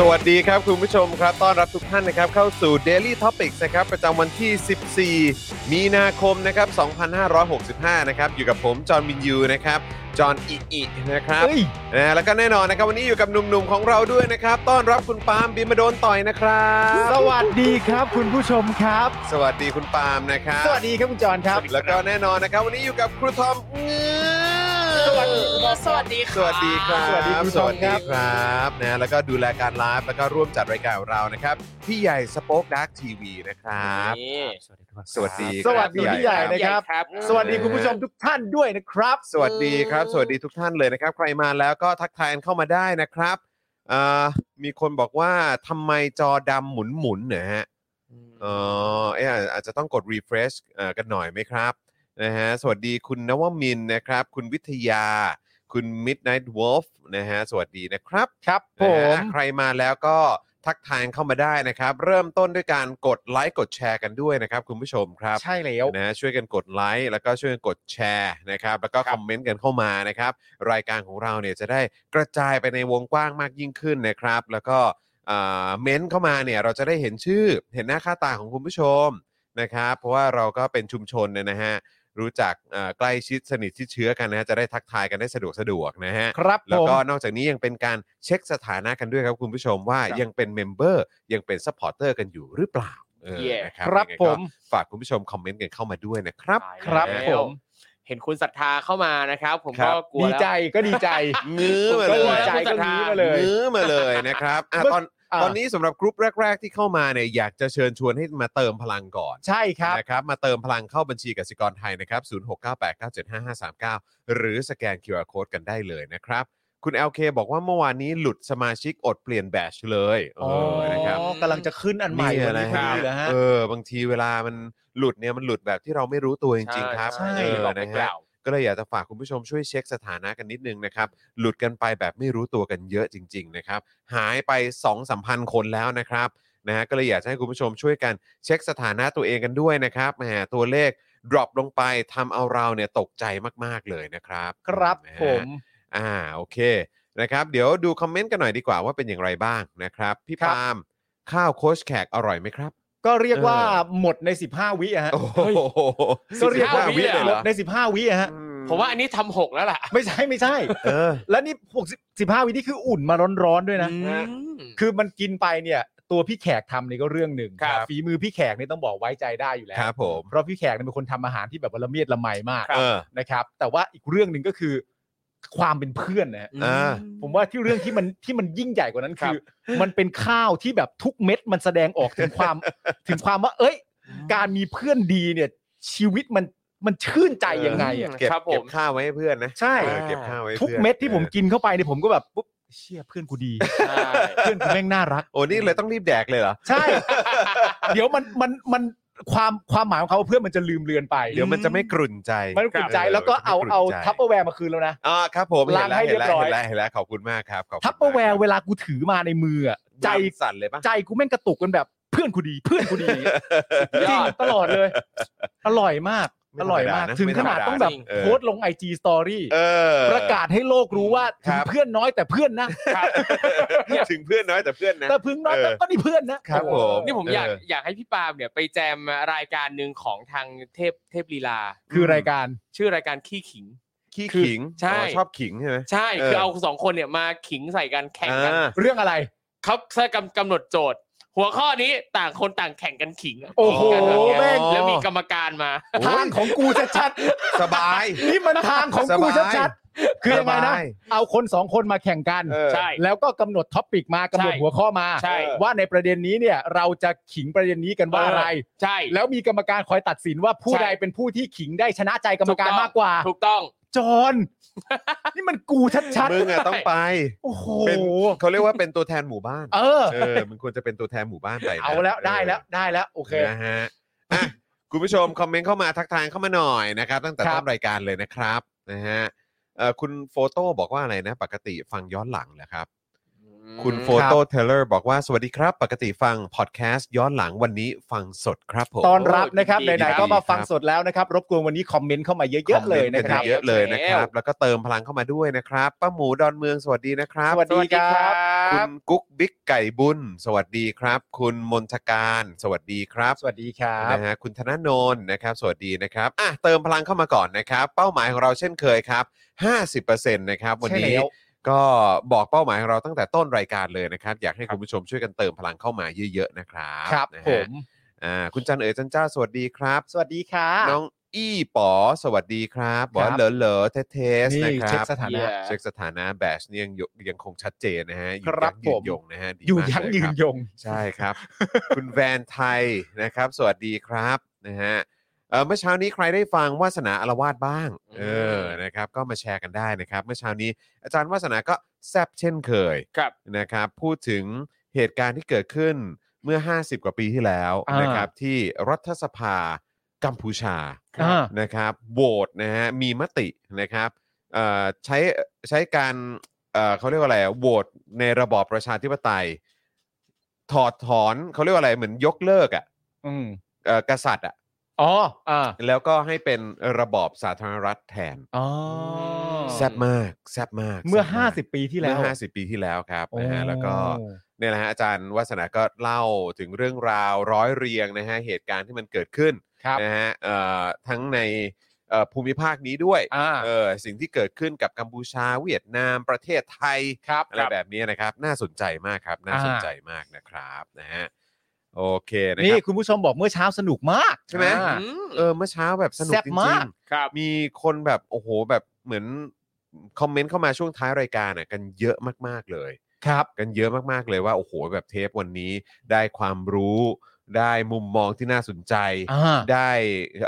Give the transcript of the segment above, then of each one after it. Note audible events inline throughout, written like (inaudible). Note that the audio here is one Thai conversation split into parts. สวัสดีครับ คุณผู้ชมครับ ต้อนรับทุกท่านนะครับเข้าสู่ Daily Topics นะครับประจำวันที่ 14 มีนาคมนะครับ 2565 นะครับ อยู่กับผม จอห์นวินยูนะครับ จอห์นอิอินะครับ เฮ้ย นะแล้วก็แน่นอนนะครับ วันนี้อยู่กับหนุ่มๆของเราด้วยนะครับ ต้อนรับคุณปาล์มบิมมาโดนต่อยนะครับ สวัสดีครับคุณผู้ชมครับ สวัสดีคุณปาล์มนะครับ สวัสดีครับคุณจอนครับ แล้วก็แน่นอนนะครับ วันนี้อยู่กับครูทอมเงือก สวัสดี สวัสดีครับ สวัสดีคุณ ส ผู้ชมครับ วัสดีครับนะ แล้วก็ดูแลการไลฟ์ แล้วก็ร่วมจัดรายการของเรานะครับ พี่ใหญ่สป็อคดักทีวีนะครับ นี่ สวัสดี สวัสคดีรับ พี่ใหญ่ ค นะ รับ ครับ ครับ สวัสดีคุณผู้ชมทุกท่านด้วยนะครับ สวัสดีครับ สวัสดีทุกท่านเลยนะครับ ใครมาแล้วก็ทักทายกันเข้ามาได้นะครับเอ่อมีคนบอกว่าทำไมจอดำหมุนหมุนๆนะฮะ อ๋อเอยอาอาจจะต้องกด refresh เอ่อกันหน่อยไหมครับนะฮะสวัสดีคุณนวมินทร์นะครับ คุณวิทยา คุณ Midnight Wolf นะฮะสวัสดีนะครับ ครับผ นะ ม ฮะใครมาแล้วก็ทักทายเข้ามาได้นะครับ เริ่มต้นด้วยการกดไลค์กดแชร์กันด้วยนะครับ คุณผู้ชมครับ ใช่แล้ว นะฮะช่วยกันกดไลค์แล้วก็ช่วยกันกดแชร์นะครับ แล้วก็ ครับ คอมเมนต์กันเข้ามานะครับ รายการของเราเนี่ยจะได้กระจายไปในวงกว้างมากยิ่งขึ้นนะครับ แล้วก็เอ่อเม้นต์เข้ามาเนี่ยเราจะได้เห็นชื่อเห็นหน้าค่าตาของคุณผู้ชมนะครับ เพราะว่าเราก็เป็นชุมชนเนี่ยนะฮะรู้จักเอ่อใกล้ชิดสนิทชิดเชื้อกันนะฮะจะได้ทักทายกันได้สะดวกสะดวกนะฮะ ครับ แล้ว ผม ก็นอกจากนี้ยังเป็นการเช็คสถานะกันด้วยครับคุณผู้ชมว่า ครับ ยังเป็นเมมเบอร์ยังเป็นซัพพอร์เตอร์กันอยู่หรือเปล่าเออ Yeah นะครั ครับ ยังไง ผ ก็ ม ฝากคุณผู้ชมคอมเมนต์กันเข้ามาด้วยนะครับ ครับ แล้ว ผม เห็นคุณศรัทธาเข้ามานะครับ ผม ครั ก็ บ กลัว ดี แล้ว ใจก็ดีใจ งื้อมาเล ก็ดี ย ใจก็ดีมาเลย นื้อมาเลยนะครับอ่ะตอน อ่ะ ตอนนี้สำหรับกรุ๊ปแรก ๆ ที่เข้ามาเนี่ยอยากจะเชิญชวนให้มาเติมพลังก่อน ใช่ครับ นะครับ มาเติมพลังเข้าบัญชีกสิกรไทยนะครับ 0698975539 หรือสแกน QR Code กันได้เลยนะครับ คุณ LK บอกว่าเมื่อวานนี้หลุดสมาชิกอดเปลี่ยนแบชเลยเอ อ๋อ อนะครับ กำลังจะขึ้นอันใหม่ เนี่ย วันนะนี้พอ ฮะ ดีเหรอฮะ เออบางทีเวลามันหลุดเนี่ยมันหลุดแบบที่เราไม่รู้ตัวจริงๆครับ ใช่ เออ บอกไม่ นะ ก ฮะ ล่าว ก็เลยอยากจะฝากคุณผู้ชมช่วยเช็คสถานะกันนิดนึงนะครับ หลุดกันไปแบบไม่รู้ตัวกันเยอะจริง ๆ นะครับ หายไป2องสามพันคนแล้วนะครับนะฮะก็เลยอยากจะให้คุณผู้ชมช่วยกันเช็คสถานะตัวเองกันด้วยนะครับแหมตัวเลขดรอปลงไปทำเอาเราเนี่ยตกใจมากๆเลยนะครับ ครับ นะฮะ ผม อ่าโอเคนะครับ เดี๋ยวดูคอมเมนต์กันหน่อยดีกว่าว่าเป็นอย่างไรบ้างนะครับ พี่ ครับ ปาล์มข้าวโค้ชแขกอร่อยไหมครับ (laughs) ก็เรียกว่า เออ หมดใน 15 วิอะฮะ โอ้โห ก็เรียกว่า 15วิเลย ห เห ม ร ด อ ใน 15 วิอะฮะ ผมว่าอันนี้ทำหกแล้วล่ะ ไม่ใช่ไม่ใช่ เออ และนี่60 15 วินี่คืออุ่นมาร้อนๆด้วยนะ อืม คือมันกินไปเนี่ยตัวพี่แขกทำนี่ก็เรื่องหนึ่ง ครับ ฝีมือพี่แขกนี่ต้องบอกไว้ใจได้อยู่แล้ว ครับผม เพราะพี่แขกเนี่ยเป็นคนทำอาหารที่แบบว่าละเมียดละไมมาก เออ นะครับ แต่ว่าอีกเรื่องหนึ่งก็คือ ความเป็นเพื่อนนะฮะ อ่า ผมว่าที่เรื่องที่มันที่มันยิ่งใหญ่กว่านั้น ครั คื บ อ มันเป็นข้าวที่แบบทุกเม็ดมันแสดงออกถึงความ ถึงความว่า เอ้ย การมีเพื่อนดีเนี่ย ชีวิตมันมันชื่นใจยังไงอะ เก็บ ครับผม เก็บข้าวไว้ให้เพื่อนนะ ใช่ เออเก็บข้าวไว้ให้ ทุก พื่อน เม็ดที่ผม ออ กินเข้าไปเนี่ยผมก็แบบปุ๊บเชี่ยเพื่อนกูดี ใช่ เพื่อนกูแม่งน่ารัก โอ้นี่เลยต้องรีบแดกเลยเหรอ ใช่ เดี๋ยวมันมันมัน ความความหมายของเขาเพื่อนมันจะลืมเลือนไป เดี๋ยวมันจะไม่กลุ่นใจ มันกลุ่นใจแล้วก็เอาเอาทัพเปอร์แวร์มาคืนแล้วนะ อ่าครับผม ล้างให้เรียบร้อย เห็นแล้วเห็นแล้วเห็นแล้วขอบคุณมากครับขอบคุณ ทัพเปอร์แวมาร์กค เวลากูถือมาในมืออะ บ ใจ สั่นเลยปะ ใจกูแม่งกระตุกกันแบบเพื่อนกูดี เพื่อน (laughs) กูดีจ ย ริง อด ตลอดเลย อร่อยมาก ไม่ อ ธมดนะ ร่อยมาก ถึง ไม่ ข ธม นาดต้อง ะ แบบ เออ โพสต์ลงไอจีสตอรี่ เออ ประกาศให้โลกรู้ว่า ค ถึ รั ง บ เพื่อนน้อยแต่เพื่อนนะ ถึงเพื่อนน้อยแต่เพื่อนนะ แต่เพึ่งน้อยแต่ เออ ก็นี่เพื่อนนะครับ ผม นี่ผมอยาก เออ อ อ ยากให้พี่ปาล์มเนี่ยไปแจมรายการหนึ่งของทางเทพเทพลีลา คือรายการ ชื่อรายการขี้ขิง ขี้ คือ ขิง ใช่ อ๋อชอบขิงใช่ไหม ใช่ เออ คือเอาสองคนเนี่ยมาขิงใส่กันแข่งกัน อ่า เรื่องอะไร เขาใช้กำกำหนดโจทย์ หัวข้อนี้ต่างคนต่างแข่งกันขิง โอ้โห ขิงกันแบบเนี้ย แม่ง แล้วมีกรรมการมา ทางของกูชัด สบาย ๆนี่มันทางของกู สบาย ชัดๆคือยังไงนะ สบา เอาคนสองคนมาแข่งกัน เออ ใช่ แล้วก็กำหนดท็อปิกมากำหนด ใช่ หัวข้อมา ใช่ ว่าในประเด็นนี้เนี่ยเราจะขิงประเด็นนี้กันว่าอะไร ใช่ แล้วมีกรรมการคอยตัดสินว่าผู้ ใช่ ใดเป็นผู้ที่ขิงได้ชนะใจกรรมการมากกว่า ถูกต้อง จอน นี่มันกูชัด มึงอะต้องไป ๆ โอ้โห เป็นเขาเรียกว่าเป็นตัวแทนหมู่บ้าน เออ เออมันควรจะเป็นตัวแทนหมู่บ้านไปนะ เอาแล้วได้แล้วได้แล้วโอเค นะฮะอ่ะคุณผู้ชมคอมเมนต์เข้ามาทักทายเข้ามาหน่อยนะครับ ตั้งแต่ ครับ ต้นรายการเลยนะครับนะฮะเอ่อคุณโฟโต้บอกว่าอะไรนะ ปกติฟังย้อนหลังเหรอครับ คุณโฟโต้เทเลอร์บอกว่าสวัสดีครับ ปกติฟังพอดแคสต์ย้อนหลังวันนี้ฟังสดครับผม ตอนรับนะครับ โอ้ ไห ยินดี นๆคก็รั มา บ ฟังสดแล้วนะครับ รบกวนวันนี้คอมเมนต์เข้ามาเยอะๆเลยนะครับ เยอะเลยนะครับ แล้วก็เติมพลังเข้ามาด้วยนะครับป้าหมูดอนเมืองสวัสดีนะครับ สวัสดีครับ คุณกุ๊กบิ๊กไก่บุญ สวัสดีครับ คุณมนทการ สวัสดีครับ สวัสดีครับ นะฮะคุณธนาโนนนะครับ สวัสดีนะครับอ่ะเติมพลังเข้ามาก่อนนะครับ เป้าหมายของเราเช่นเคยครับ 50%นะครับวันนี้ ใช่แล้ว ก็บอกเป้าหมายของเราตั้งแต่ต้นรายการเลยนะครับ อยากให้คุณผู้ชมช่วยกันเติมพลังเข้ามาเยอะๆนะครับ ครับ นะ ผ ฮะ ม อ่าคุณจันเอ๋ยจันเจ้าสวัสดีครับ สวัสดีค่ะ น้องอี้ปอสวัสดีครับบอก ครั ว่า บ เหลอเหลอเทสเทส นี่ นะครับ เช็คสถานะ เช็คสถานะแบชเนี่ยยังอยู่ยังคงชัดเจนนะฮะอยู่ คยัรับ งยื ผ น ม ยงนะฮะดี อยู่ มาก ยั่ง เล ยื ครั น บ ยง ใช่ครับ คุณแวนไทยนะครับ สวัสดีครับนะฮะเอ่อเมื่อเช้านี้ใครได้ฟังวาสนาอารวาสบ้างเออ อืม นะครับ ก็มาแชร์กันได้นะครับ เมื่อเช้านี้อาจารย์วาสนาก็แซบเช่นเคย ครับ นะครับพูดถึงเหตุการณ์ที่เกิดขึ้นเมื่อ 50 กว่าปีที่แล้ว อ่าน นะครับที่รัฐสภากัมพูชา อ่า นะครับโหวตนะฮะมีมตินะครับเอ่อใช้ใช้การเอ่อเขาเรียกว่าอะไรอะโหวตในระบอบประชาธิปไตย ถอดถอนเขาเรียกว่าอะไรเหมือนยกเลิกอะ อืม เอ่ะกษัตริย์อะ อ๋ออ่า แล้วก็ให้เป็นระบอบสาธารณรัฐแทน อ๋อ ม แซบมากแซบมาก เมื่อ แซ่บมาก 50 ปีที่แล้ว เมื่อ 50 ปีที่แล้วครับนะฮะแล้วก็ โอ้ เนี่ยนะฮะอาจารย์วัฒนาก็เล่าถึงเรื่องราวร้อยเรียงนะฮะเหตุการณ์ที่มันเกิดขึ้น ครับ นะฮะเอ่อทั้งในเอ่อภูมิภาคนี้ด้วย อ่า เออสิ่งที่เกิดขึ้นกับกัมพูชาเวียดนามประเทศไทย ครับ อะไรแบบนี้นะครับ น่าสนใจมากครับน่าสนใจมากนะครับนะฮะโอเคนะค นี่ รับ คุณผู้ชมบอกเมื่อเช้าสนุกมาก ใช่ไหม อ่า อืม เออเมื่อเช้าแบบสนุก แซ่บ จริ มาง ก ๆครับมีคนแบบโอ้โหแบบเหมือนคอมเมนต์เข้ามาช่วงท้ายรายการน่ะกันเยอะมากๆเลย ครับ กันเยอะมาก ๆ เลยว่า โอ้โห แบบเทปวันนี้ได้ความรู้ได้มุมมองที่น่าสนใจ อ่า (laughs) ได้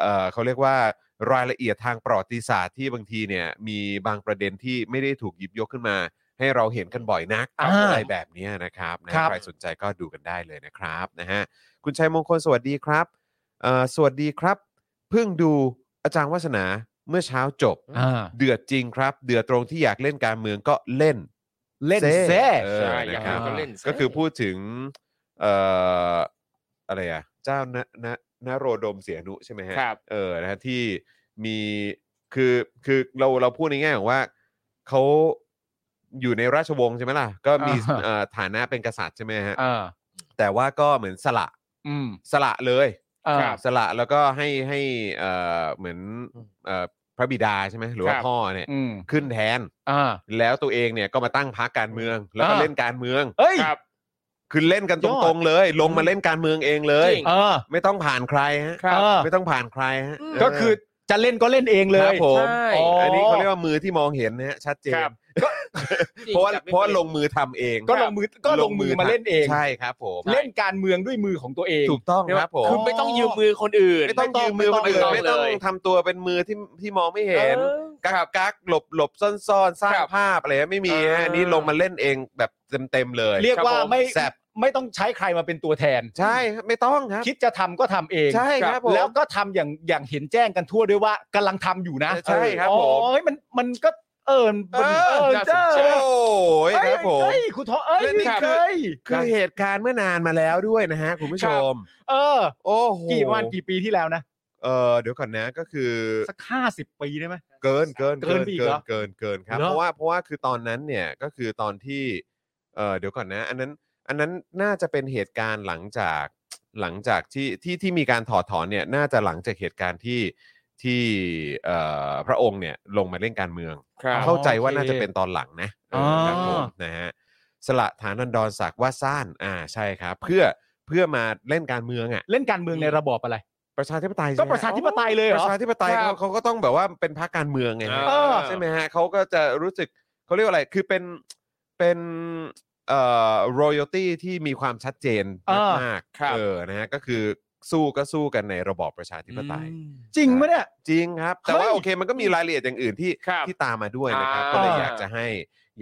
เอ่อเขาเรียกว่ารายละเอียดทางประวัติศาสตร์ที่บางทีเนี่ยมีบางประเด็นที่ไม่ได้ถูกหยิบยกขึ้นมา ให้เราเห็นกันบ่อยนัก อ่า อะไรแบบเนี้ยนะครับนะครับ ใครสนใจก็ดูกันได้เลยนะครับนะฮะคุณชัยมงคลสวัสดีครับเอ่อสวัสดีครับ เพิ่งดูอาจารย์วัฒนาเมื่อเช้าจบ อ่า เดือดจริงครับ เดือดตรงที่อยากเล่นการเมืองก็เล่น เล่นแซ่ เออ ใช่อยา นะ ก ค ให้ รับ เขาเล่น ก็คือพูดถึงเอ่ออะไรอ่ะ เจ้าณณณโรดมเสียนุใช่ไหมฮะ ครับ เออนะฮะที่มีคือคือเราเราพูดในแง่ของว่าเขาอยู่ในราชวงศ์ใช่ไหมล่ะ ก็มี อ่าฮะ เอ่อฐานะเป็นกษัตริย์ใช่ไหมฮะ อ่า แต่ว่าก็เหมือนสละ อืม สละเลย อ่า ครับ สละแล้วก็ให้ให้เอ่อเหมือนเอ่อพระบิดาใช่ไหมหรือว่า ครับ พ่อเนี่ย อืม ขึ้นแทน อ่า แล้วตัวเองเนี่ยก็มาตั้งพรรคการเมือง แล้วก็ อ่า เล่นการเมือง เอ้ย ครับ คือเล่นกันต ยอ ร ด งๆเลย ลงมาเล่นการเมืองเองเลย จริง เออ ไม่ต้องผ่านใครฮะ ครับ เออ ไม่ต้องผ่านใครฮะ อืม เ ก็คือจะเล่นก็เล่นเองเล ครั ย บผม ใช่ อ๋ออันนี้ อ๋อ เขาเรียกว่ามือที่มองเห็นนะฮะชัดเจน ครับ เพราะว่า จงจับไม่ เพราะว่า ป็น ลงมือทำเอง ก็ลงมือก็ลงมือมาเล่นเอง ใช่ครับผม เล่นการเมืองด้วยมือของตัวเอง ถูกต้อง เรียก ค ว่า รับผม คือไม่ต้องยืมมือคนอื่น ไม่ต้องยืมมือคนอื่น ไม่ ไม่ ต้ ต้ อ องง เลย ทำตัวเป็นมือที่ที่มองไม่เห็น เออ กักกักหลบหลบซ่อนซ่อนๆสร้าง ครับ ภาพอะไรฮะไม่มีฮะ เอออั นนี้ลงมาเล่นเองแบบเต็มๆเลย เรียกว่าไม่ แซ่บ ไม่ต้องใช้ใครมาเป็นตัวแทน ใช่ครับไม่ต้องครับ คิดจะทำก็ทำเอง ใช่ครับผม แล้วก็ทำอย่างอย่างเห็นแจ้งกันทั่วด้วยว่ากำลังทำอยู่นะ ใช่ครับ อ๋อ ผม เฮ้ยมันมันก็เอิญ เออ น่าส เจ้าน ใจ โอ้ยครับผม เอ้ยครูทอเอ้ย และนี่คือ เอ้ย คือเหตุการณ์เมื่อนานมาแล้วด้วยนะฮะคุณผู้ชม เออ โอ้โห กี่วันกี่ปีที่แล้วนะ เออเดี๋ยวก่อนนะก็คือ สักห้าสิบปีได้ไหม เกินเกิน เกินไปอีก เกิ เหร น อ เกินเกินครับ เหรอ เพราะว่าเพราะว่าคือตอนนั้นเนี่ยก็คือตอนที่เออเดี๋ยวก่อนนะ อันนั้นอันนั้นน่าจะเป็นเหตุการณ์หลังจากหลังจากที่ที่ที่มีการถอดถอนเนี่ยน่าจะหลังจากเหตุการณ์ที่ที่เอ่อพระองค์เนี่ยลงมาเล่นการเมือง ครับ เข้าใจว่า โอเค น่าจะเป็นตอนหลังนะเออ อ ครับผมนะฮะสละฐานันดรศักดิ์ว่าซ่านอ่าใช่ครับ เพื่อเพื่อมาเล่นการเมืองอ่ะ เล่นการเมืองในระบอบอะไร ประชาธิปไตย ก็ ใช่ไหม ประชาธิปไตยเลยเห ป รอ ระชาธิปไตย ครับ เขาเขาก็ต้องแบบว่าเป็นพรรคการเมืองไงฮะ เออ ใช่ไหมฮะเขาก็จะรู้สึกเขาเรียกว่าอะไรคือเป็นเป็นเอ่อ royalty ที่มีความชัดเจนมาก ครัๆบเออนะฮะก็คือสู้ก็สู้กันในระบอบประชาธิปไตย อืม จริงไหมเนี่ย จริงครับ แต่ว่า เฮ้ย โอเคมันก็มีรายละเอียดอย่างอื่นที่ ครับ ที่ตามมาด้วยนะครับ อ่า ก็เลยอยากจะให้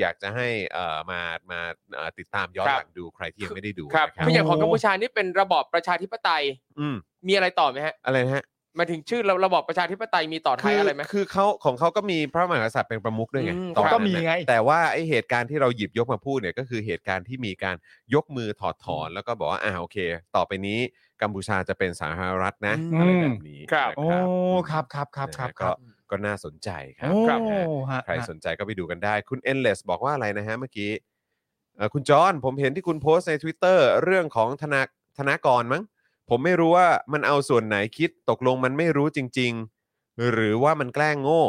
อยากจะให้เอ่อมามาเอ่อติดตามย้อน ครับ หลังดูใครที่ยังไม่ได้ดู ครับ นะครั คืออย่างของ โอ้ กัมพูชานี่เป็นระบอบประชาธิปไตย อืม มีอะไรต่อไหมฮะ อะไรนะฮะ หมายถึงชื่อระระบอบประชาธิปไตยมีต่อ คื ท้ายอะไรไหม คือเขาของเขาก็มีพระมหากษัตริย์เป็นประมุขด้วยไง อืม ตอนนั้น ก็มีไง แต่ว่าไอเหตุการณ์ที่เราหยิบยกมาพูดเนี่ยก็คือเหตุการณ์ที่มีการยกมือถอดถอนแล้วก็บอกว่าอ่าโอเค ต่อไปนี้กัมพูชาจะเป็นสาธารณรัฐนะ อืม อะไรแบบนี้ ครับ นะ โอ้ครับครับครับครับ นะ ค ก็ รับ ก็น่าสนใจครั โอ้ ครับนะฮะ ฮะ ใครสนใจก็ไปดูกันได้ คุณ Endless บอกว่าอะไรนะฮะเมื่อกี้เอ่อคุณจอห์นผมเห็นที่คุณโพสต์ใน Twitter เรื่องของธนาธนากรมั้ง ผมไม่รู้ว่ามันเอาส่วนไหนคิดตกลงมันไม่รู้จริง ๆ หรือว่ามันแกล้งโง่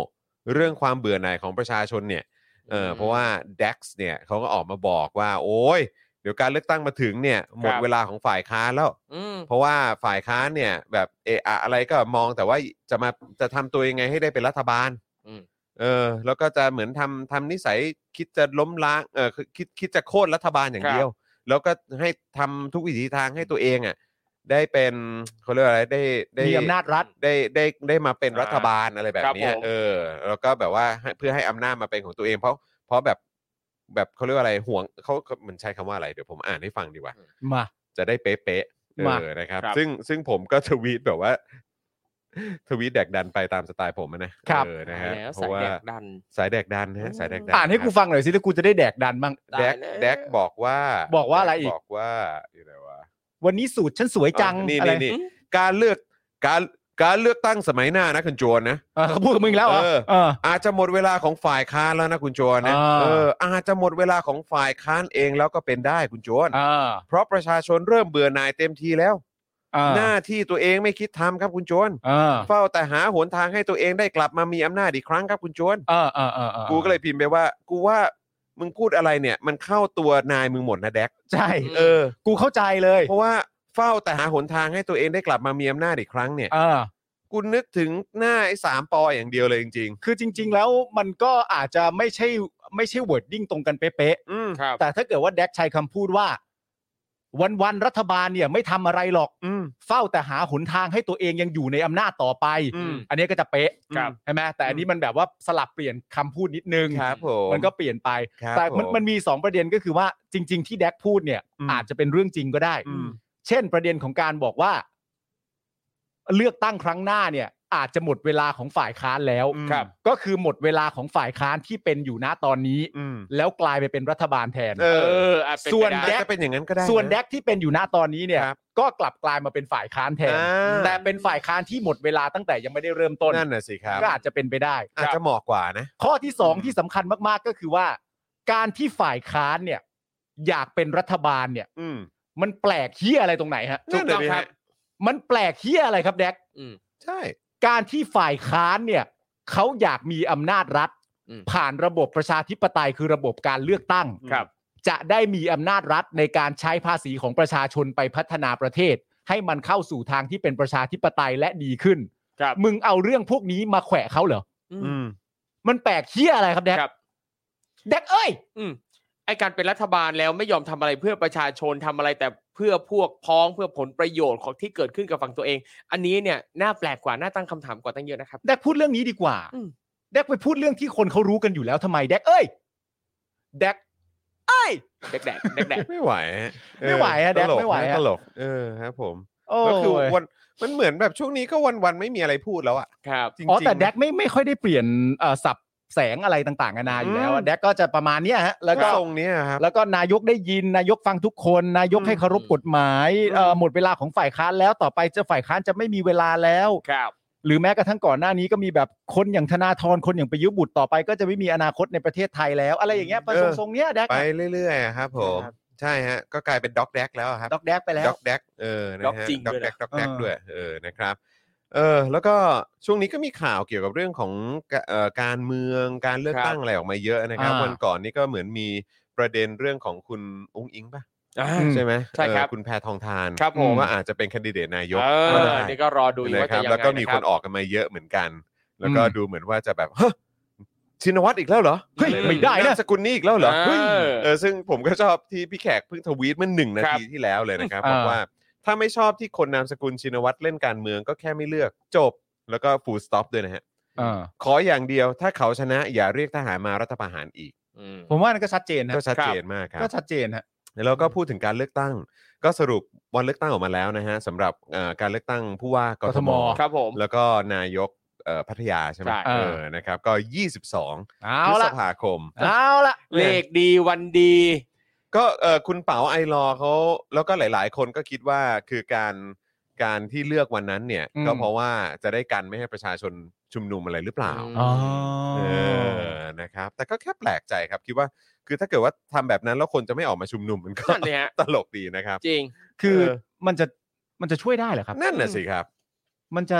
เรื่องความเบื่อหน่ายของประชาชนเนี่ยเออเพราะว่า DAX เนี่ยเขาก็ออกมาบอกว่า โอ้ยเดี๋ยวการเลือกตั้งมาถึงเนี่ยหมด ครับ เวลาของฝ่ายค้านแล้ว อืม เพราะว่าฝ่ายค้านเนี่ยแบบเอะอะอะไรก็มองแต่ว่าจะมาจะทำตัวยังไงให้ได้เป็นรัฐบาล อืม เออ แล้วก็จะเหมือนทำทำนิสัยคิดจะล้มล้างเออคือคิดคิดจะโค่นรัฐบาลอย่างเดียว แล้วก็ให้ทำทุกวิถีทางให้ตัวเองอ่ะได้เป็นเขาเรียกว่าอะไรได้ได้ มีอำนาจรัฐ ได้ได้ได้มาเป็น อ่ารั รัฐบาลอะไรแบบ ครับ เนี้ย ผม เออ แล้วก็แบบว่าให้เพื่อให้อำนาจมาเป็นของตัวเอง เพราะเพราะแบบแบบเขาเรียกว่าอะไรห่วงเขาเขาเหมือนใช้คำว่าอะไรเดี๋ยวผมอ่านให้ฟังดีกว่า มา จะได้เป๊ะๆเอ มา อนะครับ ครับ ซึ่งซึ่งผมก็ทวีตแบบว่า (laughs) ทวีตแดกดันไปตามสไตล์ผมอะนะครับ เออนะฮะ แล้ว เพราะว่า สายแดกดัน สายแดกดันนะฮะ อืม สายแดกดัน อ่านให้กูฟังหน่อยสิแล้วกูจะได้แดกดันบ้าง แดก ได้แล้ว แดกบอกว่า บอกว่าอะไรอีก บอกว่าอยู่ไหนวะ วันนี้สูตรฉันสวยจัง อ่ะนี่ อะไร นี่นี่การเลือกการการเลือกตั้งสมัยหน้านะคุณโจรนะ เออเขาพูดกับมึงแล้วเหรอ เออ เออ อาจจะหมดเวลาของฝ่ายค้านแล้วนะคุณโจรนะ อ่า เอออาจจะหมดเวลาของฝ่ายค้านเองแล้วก็เป็นได้คุณโจร เออ เพราะประชาชนเริ่มเบื่อหน่ายเต็มทีแล้ว เออ หน้าที่ตัวเองไม่คิดทำครับคุณโจร เออ เฝ้าแต่หาหนทางให้ตัวเองได้กลับมามีอำนาจอีกครั้งครับคุณชวน เออเออเออออ กูก็เลยพิมพ์ไปว่า กูว่ามึงพูดอะไรเนี่ย มันเข้าตัวนายมึงหมดนะแดก ใช่ เออ กูเข้าใจเลย เพราะว่าเฝ้าแต่หาหนทางให้ตัวเองได้กลับมามีอำนาจอีกครั้งเนี่ย เออ กูนึกถึงหน้าไอ้สามปออย่างเดียวเลยจริง คือจริง ๆ แล้วมันก็อาจจะไม่ใช่ไม่ใช่วอร์ดดิ้งตรงกันเป๊ะ ๆ อืม ครับ ๆแต่ถ้าเกิดว่าแดกใช้คำพูดว่า วันๆรัฐบาลเนี่ยไม่ทำอะไรหรอก อืม เฝ้าแต่หาหนทางให้ตัวเองยังอยู่ในอำนาจต่อไป อืม อันนี้ก็จะเป๊ะ ครับ ใช่ไหมแต่อันนี้มันแบบว่าสลับเปลี่ยนคำพูดนิดนึง ครับผม มันก็เปลี่ยนไป ครับ แต่มัน ผ มันมี 2 ประเด็นก็คือว่าจริง ๆ ที่แดกพูดเนี่ย อืม อาจจะเป็นเรื่องจริงก็ได้ อืม เช่นประเด็นของการบอกว่า เลือกตั้งครั้งหน้าเนี่ย อาจจะหมดเวลาของฝ่ายค้านแล้ว อืม ครับ ก็คือหมดเวลาของฝ่ายค้านที่เป็นอยู่ณตอนนี้ อืม แล้วกลายไปเป็นรัฐบาลแทน เอ เอออ่ะเป็ไป ส่วน ได้ อาจ แดก จะเป็นอย่างนั้นก็ได้นะ ส่วนแดกที่เป็นอยู่ณตอนนี้เนี่ย ครับ ก็กลับกลายมาเป็นฝ่ายค้านแทน อ่า แต่เป็นฝ่ายค้านที่หมดเวลาตั้งแต่ยังไม่ได้เริ่มต้น นั่นน่ะสิครับ ก็อาจจะเป็นไปได้ อาจจะเหมาะกว่านะ ข้อที่สองที่สำคัญมากๆก็คือว่า การที่ฝ่ายค้านเนี่ย อยากเป็นรัฐบาลเนี่ย อืม มันแปลกเฮี้ยอะไรตรงไหนฮะ ถูกต้องคนั่นรับน่ะดิฮะ มันแปลกเฮี้ยอะไรครับแดก อืม ใช่ การที่ฝ่ายค้านเนี่ยเขาอยากมีอำนาจรัฐ อืม ผ่านระบบประชาธิปไตยคือระบบการเลือกตั้ง ครับ จะได้มีอำนาจรัฐในการใช้ภาษีของประชาชนไปพัฒนาประเทศ ให้มันเข้าสู่ทางที่เป็นประชาธิปไตยและดีขึ้น ครับ มึงเอาเรื่องพวกนี้มาแขวะเขาเหรอ อืม มันแปลกเฮี้ยอะไรครับแดก ครับ แดกเอ้ย อืมไอการเป็นรัฐบาลแล้วไม่ยอมทำอะไรเพื่อประชาชนทำอะไรแต่เพื่อพวกพ้องเพื่อผลประโยชน์ของที่เกิดขึ้นกับฝั่งตัวเอง อันนี้เนี่ยน่าแปลกกว่าน่าตั้งคำถามกว่าตั้งเยอะนะครับ แดกพูดเรื่องนี้ดีกว่า อืม แดกไปพูดเรื่องที่คนเขารู้กันอยู่แล้วทำไม แดกเอ้ย แดกเอ้ย แดกแดกแดกแดก ไม่ไหวฮะเ ไม่ไหวฮะแดก ตล ไม่ไหวฮะ ตลกเออครับผม โอ้ ก็คือย วันมันเหมือนแบบช่วงนี้ก็วันๆไม่มีอะไรพูดแล้วอะ ครับ จริงๆ อ๋อแต่แดกไม่ไม่ค่อยได้เปลี่ยนเอ่อสับแสงอะไรต่างๆนานาอยู่แล้ว อื อะ ม แดกก็จะประมาณเนี้ยฮะแล้วก็ ก็ทรงเนี้ยครับ แล้วก็นายกได้ยินนายกฟังทุกคน นายก อืม ให้เคารพกฎหมาย อืม เอ่อหมดเวลาของฝ่ายค้านแล้วต่อไปจะฝ่ายค้านจะไม่มีเวลาแล้ว ครับ หรือแม้กระทั่งก่อนหน้านี้ก็มีแบบคนอย่างธนาธรคนอย่างประยุทธ์บุตรต่อไป ก็จะไม่มีอนาคตในประเทศไทยแล้ว อะไรอย่างเงี้ยประทรงทรงเนี้ยแดก ไป อะ เรื่อยๆอะครับผม ครับ ใช่ฮะก็กลายเป็นด็อกแดกแล้วอะครับ ด็อกแดกไปแล้ว ด็อกแดกเออนะ ด็อก ฮะ จริง ด็อกด้วย แดก นะ ด็อกแดก เออ ด้วยเออนะครับเออแล้วก็ช่วงนี้ก็มีข่าวเกี่ยวกับเรื่องของกะเอ่อการเมืองการเลือก ครับ ตั้งอะไรออกมาเยอะนะครับ อ่า วันก่อนนี่ก็เหมือนมีประเด็นเรื่องของคุณอุ้งอิงป่ะ อืม ใช่ไหม ใช่ครับ เออคุณแพทองทาน ครับผม ว่าอาจจะเป็นแคนดิเดตนายก เอ ก็ อ ได้ นี่ก็รอดูอยู่ นะ ว่า ครัจะบ ยังไง แล้วก็มี ะ ค รั น บ ออกกันมาเยอะเหมือนกัน แล้วก็ อืม ดูเหมือนว่าจะแบบเฮ้ยชินวัตรอีกแล้วเหรอ เฮ้ยไม่ได้นะ ามสกุลนี้อีกแล้วเหรอ เออ เฮ้ยเออซึ่งผมก็ชอบที่พี่แขกเพิ่งทวีตเมื่อหนึ่งนา ครับ ทีที่แล้วเลยนะครับ อ่า บอกว่าถ้าไม่ชอบที่คนนามสกุลชินวัตรเล่นการเมืองก็แค่ไม่เลือกจบ แล้วก็ฟูลสต็อปด้วยนะฮะ เออ ขออย่างเดียวถ้าเขาชนะอย่าเรียกทหารมารัฐประหารอีก อืม ผมว่านั่นก็ชัดเจนนะ ก็ชัดเจนมากครับ ก็ชัดเจนฮะ แล้วก็พูดถึงการเลือกตั้ง ก็สรุปวันเลือกตั้งออกมาแล้วนะฮะสำหรับเอ่อการเลือกตั้งผู้ว่าก ก ท ท ม ม ครับผม แล้วก็นายกเอ่อพัทยาใช่ไหม ใช่ เออนะครับก็ 22 เอา พฤษ ละ ภาคม เอาละ เลขดีวันดี ก็เออคุณเป๋าไอรอว์เขาแล้วก็หลาย ๆ คนก็คิดว่าคือการการที่เลือกวันนั้นเนี่ย อืม ก็เพราะว่าจะได้กันไม่ให้ประชาชนชุมนุมอะไรหรือเปล่า อืม อ๋อ เออนะครับ แต่ก็แค่แปลกใจครับคิดว่า คือถ้าเกิดว่าทำแบบนั้นแล้วคนจะไม่ออกมาชุมนุมมันก็ นั่นเลยฮะ ตลกดีนะครับ จริง คือ เออ มันจะมันจะช่วยได้เหรอครับ นั่นน่ะสิครับ มันจะ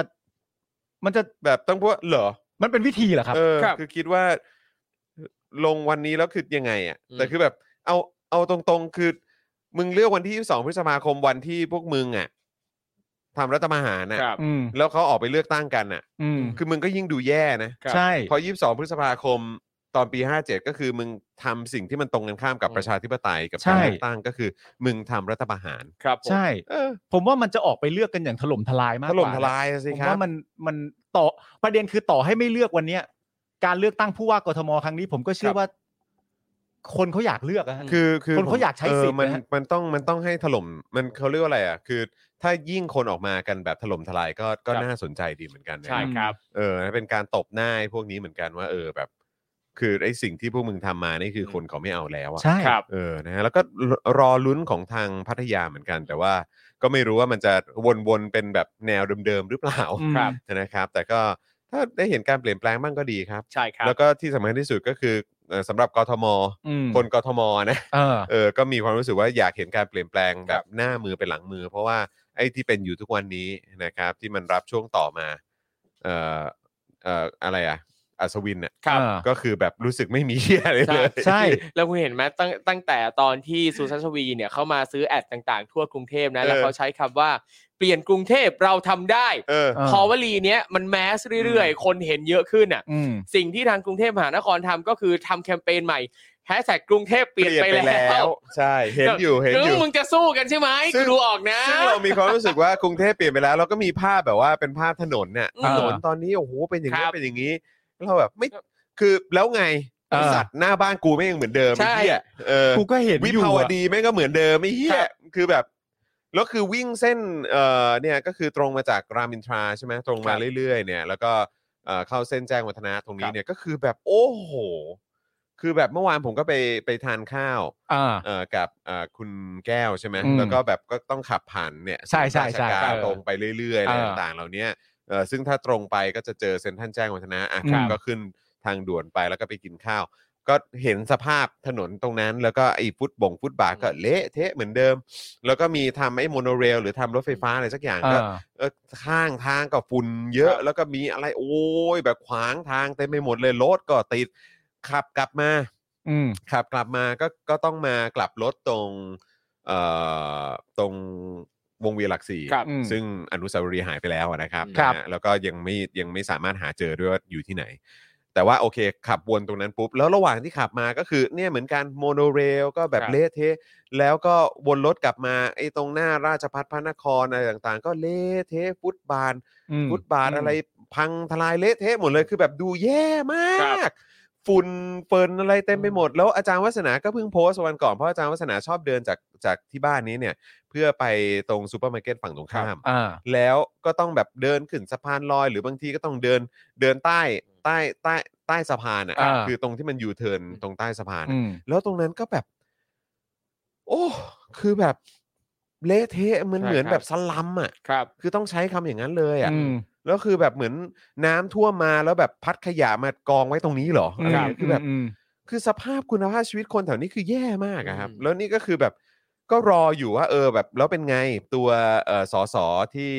มันจะ แบบต้องพูดว่าเหรอ มันเป็นวิธีเหรอครับ เออ ครับ คือคิดว่า ลงวันนี้แล้วคือยังไงอ่ะ อืม แต่คือแบบ เอาเอาตรงๆ คือมึงเลือกวันที่22พฤษภาคมวันที่พวกมึงอ่ะทำรัฐประหารอ่ะ ครับ อืม แล้วเขาออกไปเลือกตั้งกันน่ะ อืม คือมึงก็ยิ่งดูแย่นะครับ ใช่ พอ 22 พฤษภาคมตอนปี 57 ก็คือมึงทำสิ่งที่มันตรงกันข้ามกับ อืม ประชาธิปไตยกับ ใช่ การเลือกตั้งก็คือ มึงทำรัฐประหาร ครับผม ใช่ เออ ผมว่ามันจะออกไปเลือกกันอย่างถล่มทลายมาก ถ กว่า ล่มทลาย ผ สิ ม ครับ ว่ามันมันต่อประเด็นคือต่อให้ไม่เลือกวันเนี้ย การเลือกตั้งผู้ว่ากทมครั้งนี้ ผมก็เชื่อว่า คนเขาอยากเลือกอะฮะ คือคือ คนเขาอยากใช้สิทธิ์ เออมัน นะฮะ มันต้องมันต้องให้ถล่มมันเขาเรียกว่าอะไรอ่ะ คือ ถ้ายิ่งคนออกมากันแบบถล่มทลายก็ก็น่าสนใจดีเหมือนกันนะ ใช่ครับ เออเป็นการตบหน้าให้พวกนี้เหมือนกันว่า เออแบบ คือไอ้สิ่งที่พวกมึงทำมานี่คือคนเขาไม่เอาแล้วอ่ะ ใช่ ครับ เออ นะฮะ แล้วก็รรอลุ้นของทางพัทยาเหมือนกัน แต่ว่าก็ไม่รู้ว่ามันจะวนๆ เป็นแบบแนวเดิมๆ หรือเปล่า อืม ครับ นะครับ แต่ก็ถ้าได้เห็นการเปลี่ยนแปลงบ้างก็ดีครับ ใช่ครับ แล้วก็ที่สำคัญที่สุดก็คือเอ่อสำหรับกทม อืม คนกทมนะ เออ เออ ก็มีความรู้สึกว่าอยากเห็นการเปลี่ยนแปลงแบ ครับ บ หน้ามือเป็นหลังมือ เพราะว่าไอ้ที่เป็นอยู่ทุกวันนี้นะครับ ที่มันรับช่วงต่อมา เอ่อ เอ่อ อะไรอะอัศวินเนี่ย ครับ อ่า ก็คือแบบรู้สึกไม่มีเหี้ยอะไรเลย ใช่ แล้วคุณเห็นไหมตั้งตั้งแต่ตอนที่สุชัชวีเนี่ยเขามาซื้อแอดต่างๆ ทั่วกรุงเทพนะ แล้ว เออ เขาใช้คำว่า เปลี่ยนกรุงเทพเราทำได้ เออ เออ พอวลีเนี้ยมันแมสเรื่อยๆ คนเห็นเยอะขึ้นอ่ะ อืม สิ่งที่ทางกรุงเทพมหานครทำก็คือทำแคมเปญใหม่แฮชแท็กกรุงเทพเปลี่ยนไปแล้ว ใช่เห็นอยู่เห็น เรื่ อยู่ มึงจะสู้กันใช่ไหม ซึ่ กู ง ดูออกนะ ซึ่งเรามีความรู้สึกว่ากรุงเทพเปลี่ยนไปแล้วเราก็มีภาพแบบว่าเป็นภาพถนนเนี่ย อืม ถนนตอนนี้โอ้โหเป็นอย่างนี้ ครับ เป็นอย่างนี้เราแบบไม่คือแล้วไง เออ สัตว์หน้าบ้านกูไม่งยังเหมือนเดิม ใช่ ไอ้เหี้ยเออ กูก็เห็น วิ อยู่ ภาว อะ ดีแม่งก็เหมือนเดิมไม่เหี้ย ครับ คือแบบแล้วคือวิ่งเส้นเอ่อเนี่ยก็คือตรงมาจากรามอินทราใช่ไหมตรงมาเรื่อยๆ เนี่ย แล้วก็เอ่อเข้าเส้นแจ้งวัฒนะตรงนี้เนี่ยก็คือแบบโอ้โห คือแบบเมื่อวานผมก็ไปไปทานข้าว อ่า เอ่อกับเอ่อคุณแก้วใช่ไหม อืม แล้วก็แบบก็ต้องขับผ่านเนี่ย ใช่ใช่ใช่ ศูนย์ราการ เออ ตรงไปเรื่อยๆอะไร เออ ต่างๆ เหล่าเนี้ยเอ่อซึ่งถ้าตรงไปก็จะเจอเซ็นทรัลแจ้งวัฒนะอ่ะ ครับ ก็ขึ้นทางด่วนไปแล้วก็ไปกินข้าว ก็เห็นสภาพถนนตรงนั้น แล้วก็ไอ้ฟุตบ่งฟุตบาทก็เละเทะเหมือนเดิม แล้วก็มีทำไอ้โมโนเรลหรือทำรถไฟฟ้าอะไรสักอย่าง อ่า ก็ เออข้างทางก็ฝุ่นเยอะ ครับ แล้วก็มีอะไรโอ้ยแบบขวางทางเต็มไปหมดเลยรถก็ติดขับกลับมา อืม ขับกลับมาก็ก็ต้องมากลับรถตรงเอ่อตรงวงเวียนหลักสี่ ครับ อืม ซึ่งอนุสาวรีย์หายไปแล้วอะนะครับ ครับ นะฮะแล้วก็ยังไม่ยังไม่สามารถหาเจอด้วยว่าอยู่ที่ไหน แต่ว่าโอเค ขับวนตรงนั้นปุ๊บ แล้วระหว่างที่ขับมาก็คือเนี่ยเหมือนกันโมโนเรลก็แบบ ครับ เละเทะ แล้วก็วนรถกลับมาไอ้ตรงหน้าราชพัฒพระนครอะไรต่างๆ ก็เละเทะฟุตบาท อืม ฟุตบาทอะไรพังทลายเละเทะหมดเลยคือแบบดูแย่ม ครั าก บ ฝุ่นเฟิร์นอะไรเต็มไปหมด แล้วอาจารย์วัฒนาก็เพิ่งโพสต์วันก่อน เพราะอาจารย์วัฒนาชอบเดินจากจากที่บ้านนี้เนี่ย เพื่อไปตรงซูเปอร์มาร์เก็ตฝั่งตรงข้าม อ่า แล้วก็ต้องแบบเดินขึ้นสะพานลอย หรือบางทีก็ต้องเดินเดินใต้ใต้ใต้ใต้สะพาน อ่า อะ่ะคือตรงที่มันยูเทิร์นตรงใต้สะพานอะ อืม แล้วตรงนั้นก็แบบ โอ้ คือแบบเละเทะเหมัน ใช่ เหมือน ครับ แบบสลัมอ่ะ ครับ คือต้องใช้คำอย่างนั้นเลยอ่ะ อืม แล้วคือแบบเหมือนน้ำท่วมมาแล้วแบบพัดขยะมากองไว้ตรงนี้เหรออะไรอย่างเงี้ยคือแบบ อืม คือสภาพคุณภาพชีวิตคนแถวนี้คือแย่มากอะครับ อืม แล้วนี่ก็คือแบบก็รออยู่ว่า เออแบบแล้วเป็นไงตัวเออสอสอที่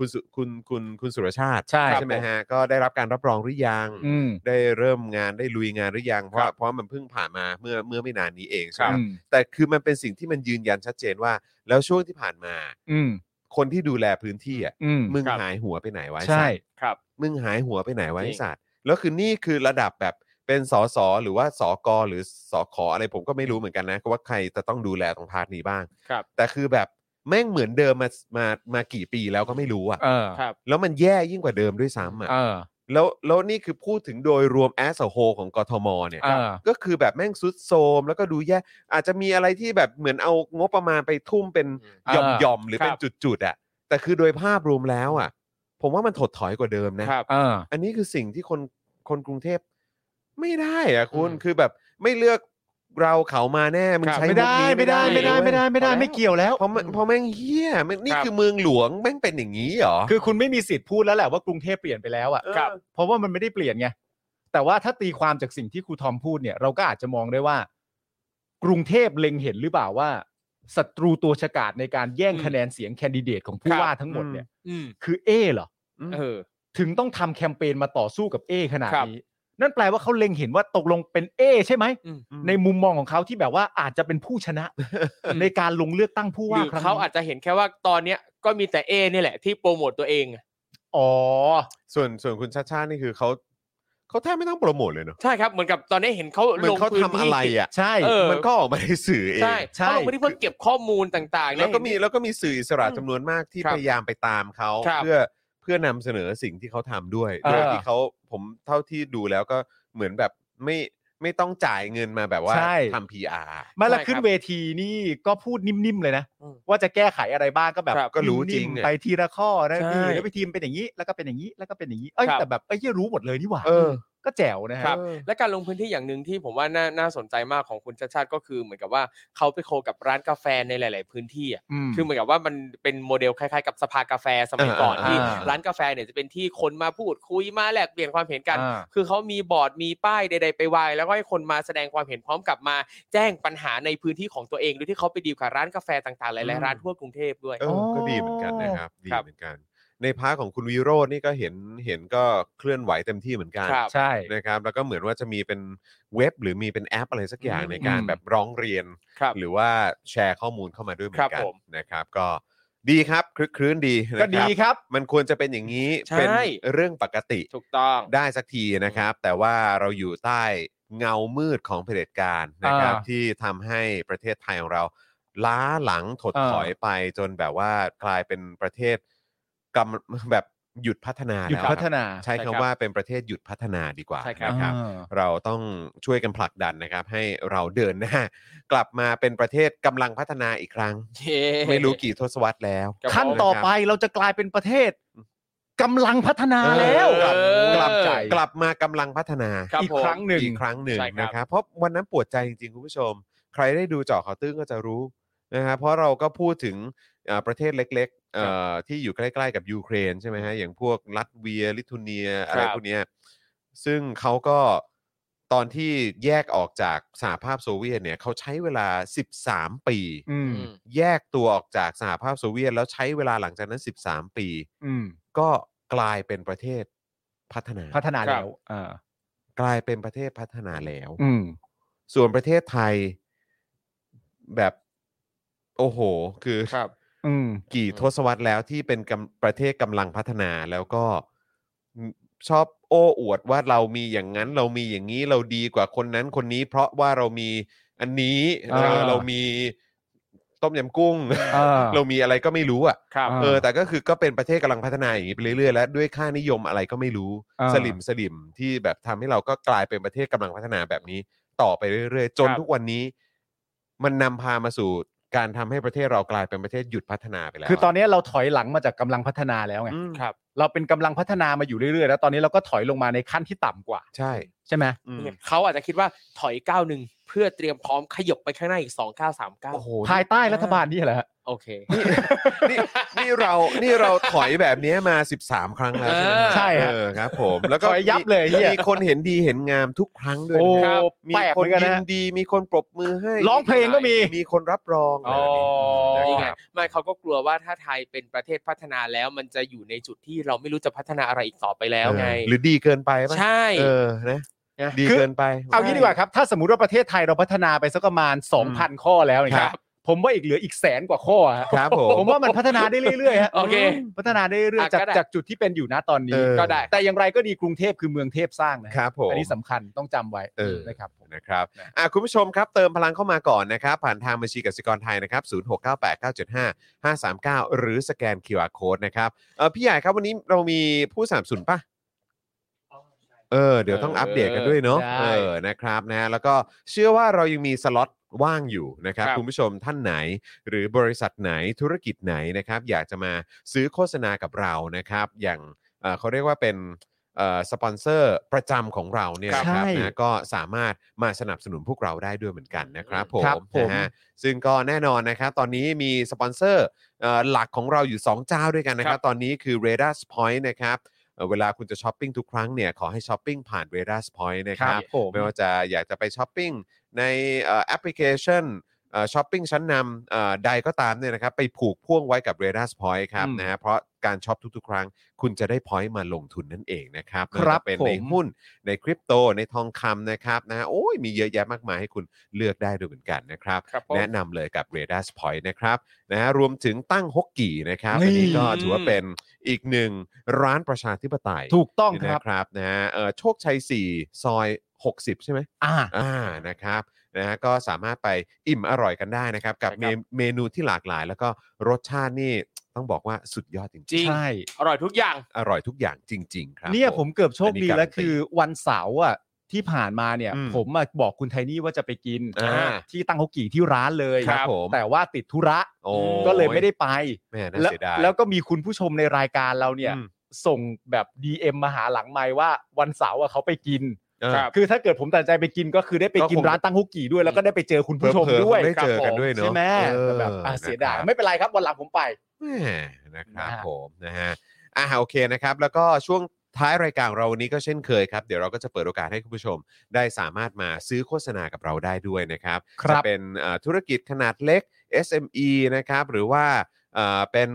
คุณสุคุณคุณคุณสุรชาติ ใช่ ใช่ไหมฮะก็ได้รับการรับรองหรือยัง อืม ได้เริ่มงานได้ลุยงานหรือยังเพราะเพราะมันเพิ่งผ่านมาเมื่อเมื่อไม่นานนี้เองใช่ไหม อืม แต่คือมันเป็นสิ่งที่มันยืนยันชัดเจนว่า แล้วช่วงที่ผ่านมา อืม คนที่ดูแลพื้นที่อ่ะ อืม มึง ครับ หายหัวไปไหนวะไอ้ ใช่ สัตว์ ครับ มึงหายหัวไปไหนวะไอ้ จริง สัตว์แล้วคือนี่คือระดับแบบเป็นสสหรือว่าสกหรือสขอะไรผมก็ไม่รู้เหมือนกันนะว่าใครจะต้องดูแลตรงพาร์ทนี้บ้าง ครับ แต่คือแบบแม่งเหมือนเดิมมามามากี่ปีแล้วก็ไม่รู้อ่ะ เออ ครับ แล้วมันแย่ยิ่งกว่าเดิมด้วยซ้ำอ่ะ เออ แล้วแล้วนี่คือพูดถึงโดยรวมแอสโฮของกทมเนี่ย เออ ก็คือแบบแม่งซุดโทรมแล้วก็ดูแย่อาจจะมีอะไรที่แบบเหมือนเอางบประมาณไปทุ่มเป็น อืหมย่อม อ่า หย่อมๆหรือเป็น ครับ จุดๆอะแต่คือโดยภาพรวมแล้วอะผมว่ามันถดถอยกว่าเดิมนะ ครับ เออ อันนี้คือสิ่งที่คนคนกรุงเทพไม่ได้อะคุณ อืม คือแบบไม่เลือกเราเขามาแน่มึง ครับ ใช้ ไม่ได้ พวกนี้ ไม่ได้ไม่ได้ไม่ได้ไม่ได้ไม่เกี่ยวแล้ว เพราะมันเพราะแม่งเฮี้ยมันนี่ ครับ คือเมืองหลวงแม่งเป็นอย่างนี้เหรอ คือคุณไม่มีสิทธิ์พูดแล้วแหละว่ากรุงเทพเปลี่ยนไปแล้วอ่ะ ครับ เพราะว่ามันไม่ได้เปลี่ยนไงแต่ว่าถ้าตีความจากสิ่งที่ครูทอมพูดเนี่ย เราก็อาจจะมองได้ว่า กรุงเทพเล็งเห็นหรือเปล่าว่าศัตรูตัวฉกาจในการแย่ง อืม คะแนนเสียงแคนดิเดตของผู้ ครับ ว่าทั้งหมดเนี่ย อืม คือเอเหรอ เออ ถึงต้องทำแคมเปญมาต่อสู้กับเอขนาด ครับ นี้ นั่นแปลว่าเขาเล็งเห็นว่าตกลงเป็นเอใช่ไหม อืม ในมุมมองของเขาที่แบบว่าอาจจะเป็นผู้ช (laughs) นะ อืม ในการลงเลือกตั้งผู้ ห ว่า รือ ครั้ง เขา นี้ อาจจะเห็นแค่ว่าตอนเนี้ยก็มีแต่เอเนี่ยแหละที่โปรโมตตัวเอง อ๋อ ส่วนส่วนคุณชาติชาตินี่คือเขาเขาแทบไม่ต้องโปรโมทเลยเนอะ ใช่ครับเหมือนกับตอนนี้เห็นเขา เหมือ ล น ง เขา พื้น ทำอะไร ที่ อ่ะ ใช่ เอ มันก็ออกมาในสื่อเอง ใช่ ใช่ เขาลงพื้นที่เพื่อเก็บข้อมูลต่างๆ แล้วก็มี เห็น แล้วก็มีสื่ออิสระจำนวนมากที่ ครับ พยายามไปตามเขา ครับ เพื่อเพื่อนำเสนอสิ่งที่เขาทำด้วย เออ โดยที่เขาผมเท่าที่ดูแล้วก็เหมือนแบบไม่ไม่ต้องจ่ายเงินมาแบบว่า ใช่ ทำพีอาร์ ไมาละ ใช่ ขึ้น ครับ เวทีนี่ก็พูดนิ่มๆเลยนะ อืม ว่าจะแก้ไขอะไรบ้างก็แบบ ครับ ก็รู้จริง นิ่ม เนี่ย ๆไปทีละข้อนะ ใช่ พี่แล้วไปทีมเป็นอย่างนี้แล้วก็เป็นอย่างนี้แล้วก็เป็นอย่างนี้เอ้ย ครับ แต่แบบไอ้ที่รู้หมดเลยนี่หว่า เออ ก็แจ๋วนะฮะ ครับ และการลงพื้นที่อย่างหนึ่งที่ผมว่าน่าน่าสนใจมากของคุณชาติชาติก็คือเหมือนกับว่าเขาไปโคกับร้านกาแฟในหลาย ๆ พื้นที่อะคือเหมือนกับว่ามันเป็นโมเดลคล้าย ๆ กับสภากาแฟสมัยก่อน อ่า ที่ อ่า ร้านกาแฟเนี่ยจะเป็นที่คนมาพูดคุยมาแลกเปลี่ยนความเห็นกัน อ่า คือเขามีบอร์ดมีป้ายใด ๆ ไปวางแล้วก็ให้คนมาแสดงความเห็นพร้อมกับมาแจ้งปัญหาในพื้นที่ของตัวเองโดยที่เขาไปดีลกับร้านกาแฟต่าง ๆ ห อื ลาย ม ๆ ร้านทั่วกรุงเทพด้วย เออก็ดีเหมือนกันนะครับ ดี ครับ เหมือนกัน ในพาร์ทของคุณวิโรจน์นี่ก็เห็นเห็นก็เคลื่อนไหวเต็มที่เหมือนกัน ครับ ใช่ นะครับแล้วก็เหมือนว่าจะมีเป็นเว็บ หรือมีเป็นแอปอะไรสักอย่างในการ อืม แบบร้องเรียน ครับ หรือว่าแชร์ข้อมูลเข้ามาด้วยเหมือ ครั น บ กัน ผม นะครับ ก็ดีครับคลึกครื้นดีนะ ก็ดี ครับ ครับ มันควรจะเป็นอย่างนี้ ใช่ เป็นเรื่องปกติ ถูกต้อง ได้สักทีนะครับ แต่ว่าเราอยู่ใต้เงามืดของเผด็จการนะครับ อ่า ที่ทำให้ประเทศไทยของเรา ล้าหลังถด อ่า ถอยไปจนแบบว่ากลายเป็นประเทศกำแบบหยุดพัฒนา หยุด แล้ว พัฒนา ใช้ ใช่คำครับ ว่าเป็นประเทศหยุดพัฒนาดีกว่า ใช่ครับ นะครับ อ่า เราต้องช่วยกันผลักดันนะครับ ให้เราเดินหน้า กลับมาเป็นประเทศกำลังพัฒนาอีกครั้ง เย้ ไม่รู้กี่ทศวรรษแล้ว ครับ ขั้นต่อไปเราจะกลายเป็นประเทศกำลังพัฒนาแล้ว เอ อ กลับใจ กลับมากำลังพัฒนา ครับ อีก ผม ครั้งหนึ่ง อีกครั้งหนึ่ง ใช่ครับ นะครับ เพราะวันนั้นปวดใจจริงๆคุณผู้ชม ใครได้ดูเจาะข่าวตื้นก็จะรู้นะครับเพราะเราก็พูดถึงเอ่อประเทศเล็กๆเอ่อที่อยู่ใกล้ๆกับยูเครนใช่ไหมฮะอย่างพวกลัตเวียลิทัวเนียอะไร ครับ พวกเนี้ยซึ่งเขาก็ตอนที่แยกออกจากสหภาพโซเวียตเนี่ยเขาใช้เวลา 13 ปี อืม แยกตัวออกจากสหภาพโซเวียต แล้วใช้เวลาหลังจากนั้น 13 ปี อืม ก็กลายเป็นประเทศพัฒนา พัฒนา ครั แล้ บ วอ่าก ลายเป็นประเทศพัฒนาแล้ว อืม ส่วนประเทศไทยแบบโอ้โห คือ ครับ อืม กี่ทศวรรษแล้วที่เป็นกำประเทศกำลังพัฒนาแล้วก็ชอบโอ้อวดว่าเรามีอย่างนั้น เรามีอย่างนี้เราดีกว่าคนนั้นคนนี้ เพราะว่าเรามีอันนี้เออ อ่า เรามี ต้มยำกุ้ง เออ เรามีอะไรก็ไม่รู้อ่ะ ครับ อ่า เออแต่ก็คือก็เป็นประเทศกำลังพัฒนาอย่างนี้ไปเรื่อยๆและด้วยค่านิยมอะไรก็ไม่รู้ อ่า สลิมสลิมที่แบบทำให้เราก็กลายเป็นประเทศกำลังพัฒนาแบบนี้ ต่อไปเรื่อยๆ จน ครับ ทุกวันนี้ มันนำพามาสู่การทำให้ประเทศเรากลายเป็นประเทศหยุดพัฒนาไปแล้ว คือตอนนี้เราถอยหลังมาจากกำลังพัฒนาแล้วไง อืม ครับ เราเป็นกำลังพัฒนามาอยู่เรื่อยๆ แล้วตอนนี้เราก็ถอยลงมาในขั้นที่ต่ำกว่า ใช่ ใช่ไหม อืม เขาอาจจะคิดว่าถอยก้าวหนึ่งเพื่อเตรียมพร้อมขยบไปข้างหน้าอีกสองเก้าสามเก้า โอ้โห ภายใต้รัฐบาลนี่แหละฮะ โอเค นี่นี่เรานี่เราถอยแบบนี้มา 13 ครั้งแล้วใช่ไหม เออ ใช่ เอ ฮะ อครับ ผมแล้วก็ ถอยยับเลยเหี้ย มีคนเห็นดีเห็นงามทุกครั้งด้วย โอ้ นะครับ มี แปลก ค เหมื น อนกัน ยินนะฮะ ดีมีคนปรบมือให้ ร้องเพลงก็มี มีคนรับรอง อ๋ะอไร นี่ แบบคไงรับ ไม่เขาก็กลัวว่าถ้าไทยเป็นประเทศพัฒนาแล้วมันจะอยู่ในจุดที่เราไม่รู้จะพัฒนาอะไรอีกต่อไปแล้วไง หรือดีเกินไปป่ะ ใช่ เออนะ นะ ดีเกินไป เอางี้ดีกว่าครับ ถ้าสมมติว่าประเทศไทยเราพัฒนาไปสักประมาณ 2,000 ข้อแล้วเนี่ย ครับ ผมว่าอีกเหลืออีกแสนกว่าข้อฮะ ครับผม ผมว่ามันพัฒนาได้เรื่อยๆฮะ โอเค พัฒนาได้เรื่อยๆ อ่ะ จาก ก็ได้ จากจุดที่เป็นอยู่นะตอน เอ นี้ อ ก็ได้ แต่อย่างไรก็ดีกรุงเทพคือเมืองเทพสร้างนะฮะ ครับผม อันนี้สำคัญต้องจำไว้ เออ นะครับผม นะครับอ่ะคุณผู้ชมครับเติมพลังเข้ามาก่อนนะครับ ผ่านทางบัญชีกสิกรไทยนะครับ0698 975 539 หรือสแกน QR Code นะครับเออพี่ใหญ่ครับวันนี้เรามีผู้สนับสนุนป่ะ เออเดี๋ยวต้องอัปเดตกันด้วยเนาะ ใช่ เออนะครับนะแล้วก็เชื่อว่าเรายังมีสล็อตว่างอยู่นะครับ ครับ คุณผู้ชมท่านไหน หรือบริษัทไหนธุรกิจไหนนะครับ อยากจะมาซื้อโฆษณากับเรานะครับ อย่างเอ่อเขาเรียกว่าเป็นเอ่อสปอนเซอร์ประจำของเราเนี่ย ครับ นะครับ ใช่ นะก็สามารถมาสนับสนุนพวกเราได้ด้วยเหมือนกันนะครับผม ครับผม นะฮะซึ่งก็แน่นอนนะครับ ตอนนี้มีสปอนเซอร์เอ่อหลักของเราอยู่ 2 เจ้าด้วยกันนะครั ครับ บ ตอนนี้คือ r a d a r Point นะครับ เอ่อเวลาคุณจะช้อปปิ้งทุกครั้งเนี่ยขอให้ช้อปปิ้งผ่าน r a d a r Point นะครับ ผม ไม่ว่าจะอยากจะไปช้อปปิ้งในเอ่อแอปพลิเคชันเอ่อช้อปปิ้งชั้นนำเอ่อใดก็ตามเนี่ยนะครับไปผูกพ่วงไว้กับ r a d a r Point ครับ อืม นะฮะเพราะการช้อปทุกๆ ครั้ง คุณจะได้ point มาลงทุนนั่นเองนะครับ ครับ ไม่ว่าจะเป็น ผม ในหุ้นในคริปโตในทองคำนะครับนะฮะโอ้ยมีเยอะแยะมากมายให้คุณเลือกได้ด้วยเหมือนกันนะครับ ครับผม แนะนำเลยกับ r a d a r Point นะครับนะฮะรวมถึงตั้งฮกกี่นะครับอันนี้ นี่ ก็ถือว่าเป็นอีกหนึ่งร้านประชาธิปไตย ถูกต้องค นะ รับ ครับนะฮะเอ่อโชคชัย 4 ซอย 60 ใช่ไหม อ่า อ่านะครับนะฮะก็สามารถไปอิ่มอร่อยกันได้นะครับ กับ ใช่ เม ครับ นูเมนูที่หลากหลาย แล้วก็รสชาตินี่ต้องบอกว่าสุดยอดจริง จริง ใช่ อร่อยทุกอย่าง ๆ อร่อยทุกอย่างจริง ๆ ครับ เนี่ยผมเกือบโชคดี อันนี้การันตี แล้วคือวันเสาร์อ่ะที่ผ่านมาเนี่ย อืม ผมมาบอกคุณไทนี่ว่าจะไปกิน อ่า ที่ตั้งฮกกี่ที่ร้านเลย ครับผม แต่ว่าติดธุระ โอ้ ก็เลยไม่ได้ไป แม่น่า แล้ว เสียดาย แล้วก็มีคุณผู้ชมในรายการเราเนี่ย อืม ส่งแบบ DM มาหาหลังไมค์ว่าวันเสาร์อ่ะเขาไปกิน เออ ครับ คือถ้าเกิดผมตัดใจไปกินก็คือได้ไปกิน ก็คง ร้านตั้งฮกกี่ด้วย แล้วก็ได้ไปเจอคุณผู้ชม เผลอๆ ด้วย คงได้เจอกัน ครับผม ด้วยเนอะ ใช่ไหม เออ แบบอ่ะเสียดาย นะครับ ไม่เป็นไรครับวันหลังผมไป แม่นะครับ นะฮะ ผมนะฮะอ่าโอเคนะครับ แล้วก็ช่วงท้ายรายการเราวันนี้ก็เช่นเคยครับ เดี๋ยวเราก็จะเปิดโอกาสให้คุณผู้ชม ได้สามารถมาซื้อโฆษณากับเราได้ด้วยนะครับ ครับ จะเป็นเอ่อธุรกิจขนาดเล็ก SME นะครับ หรือว่าเอ่อเป็น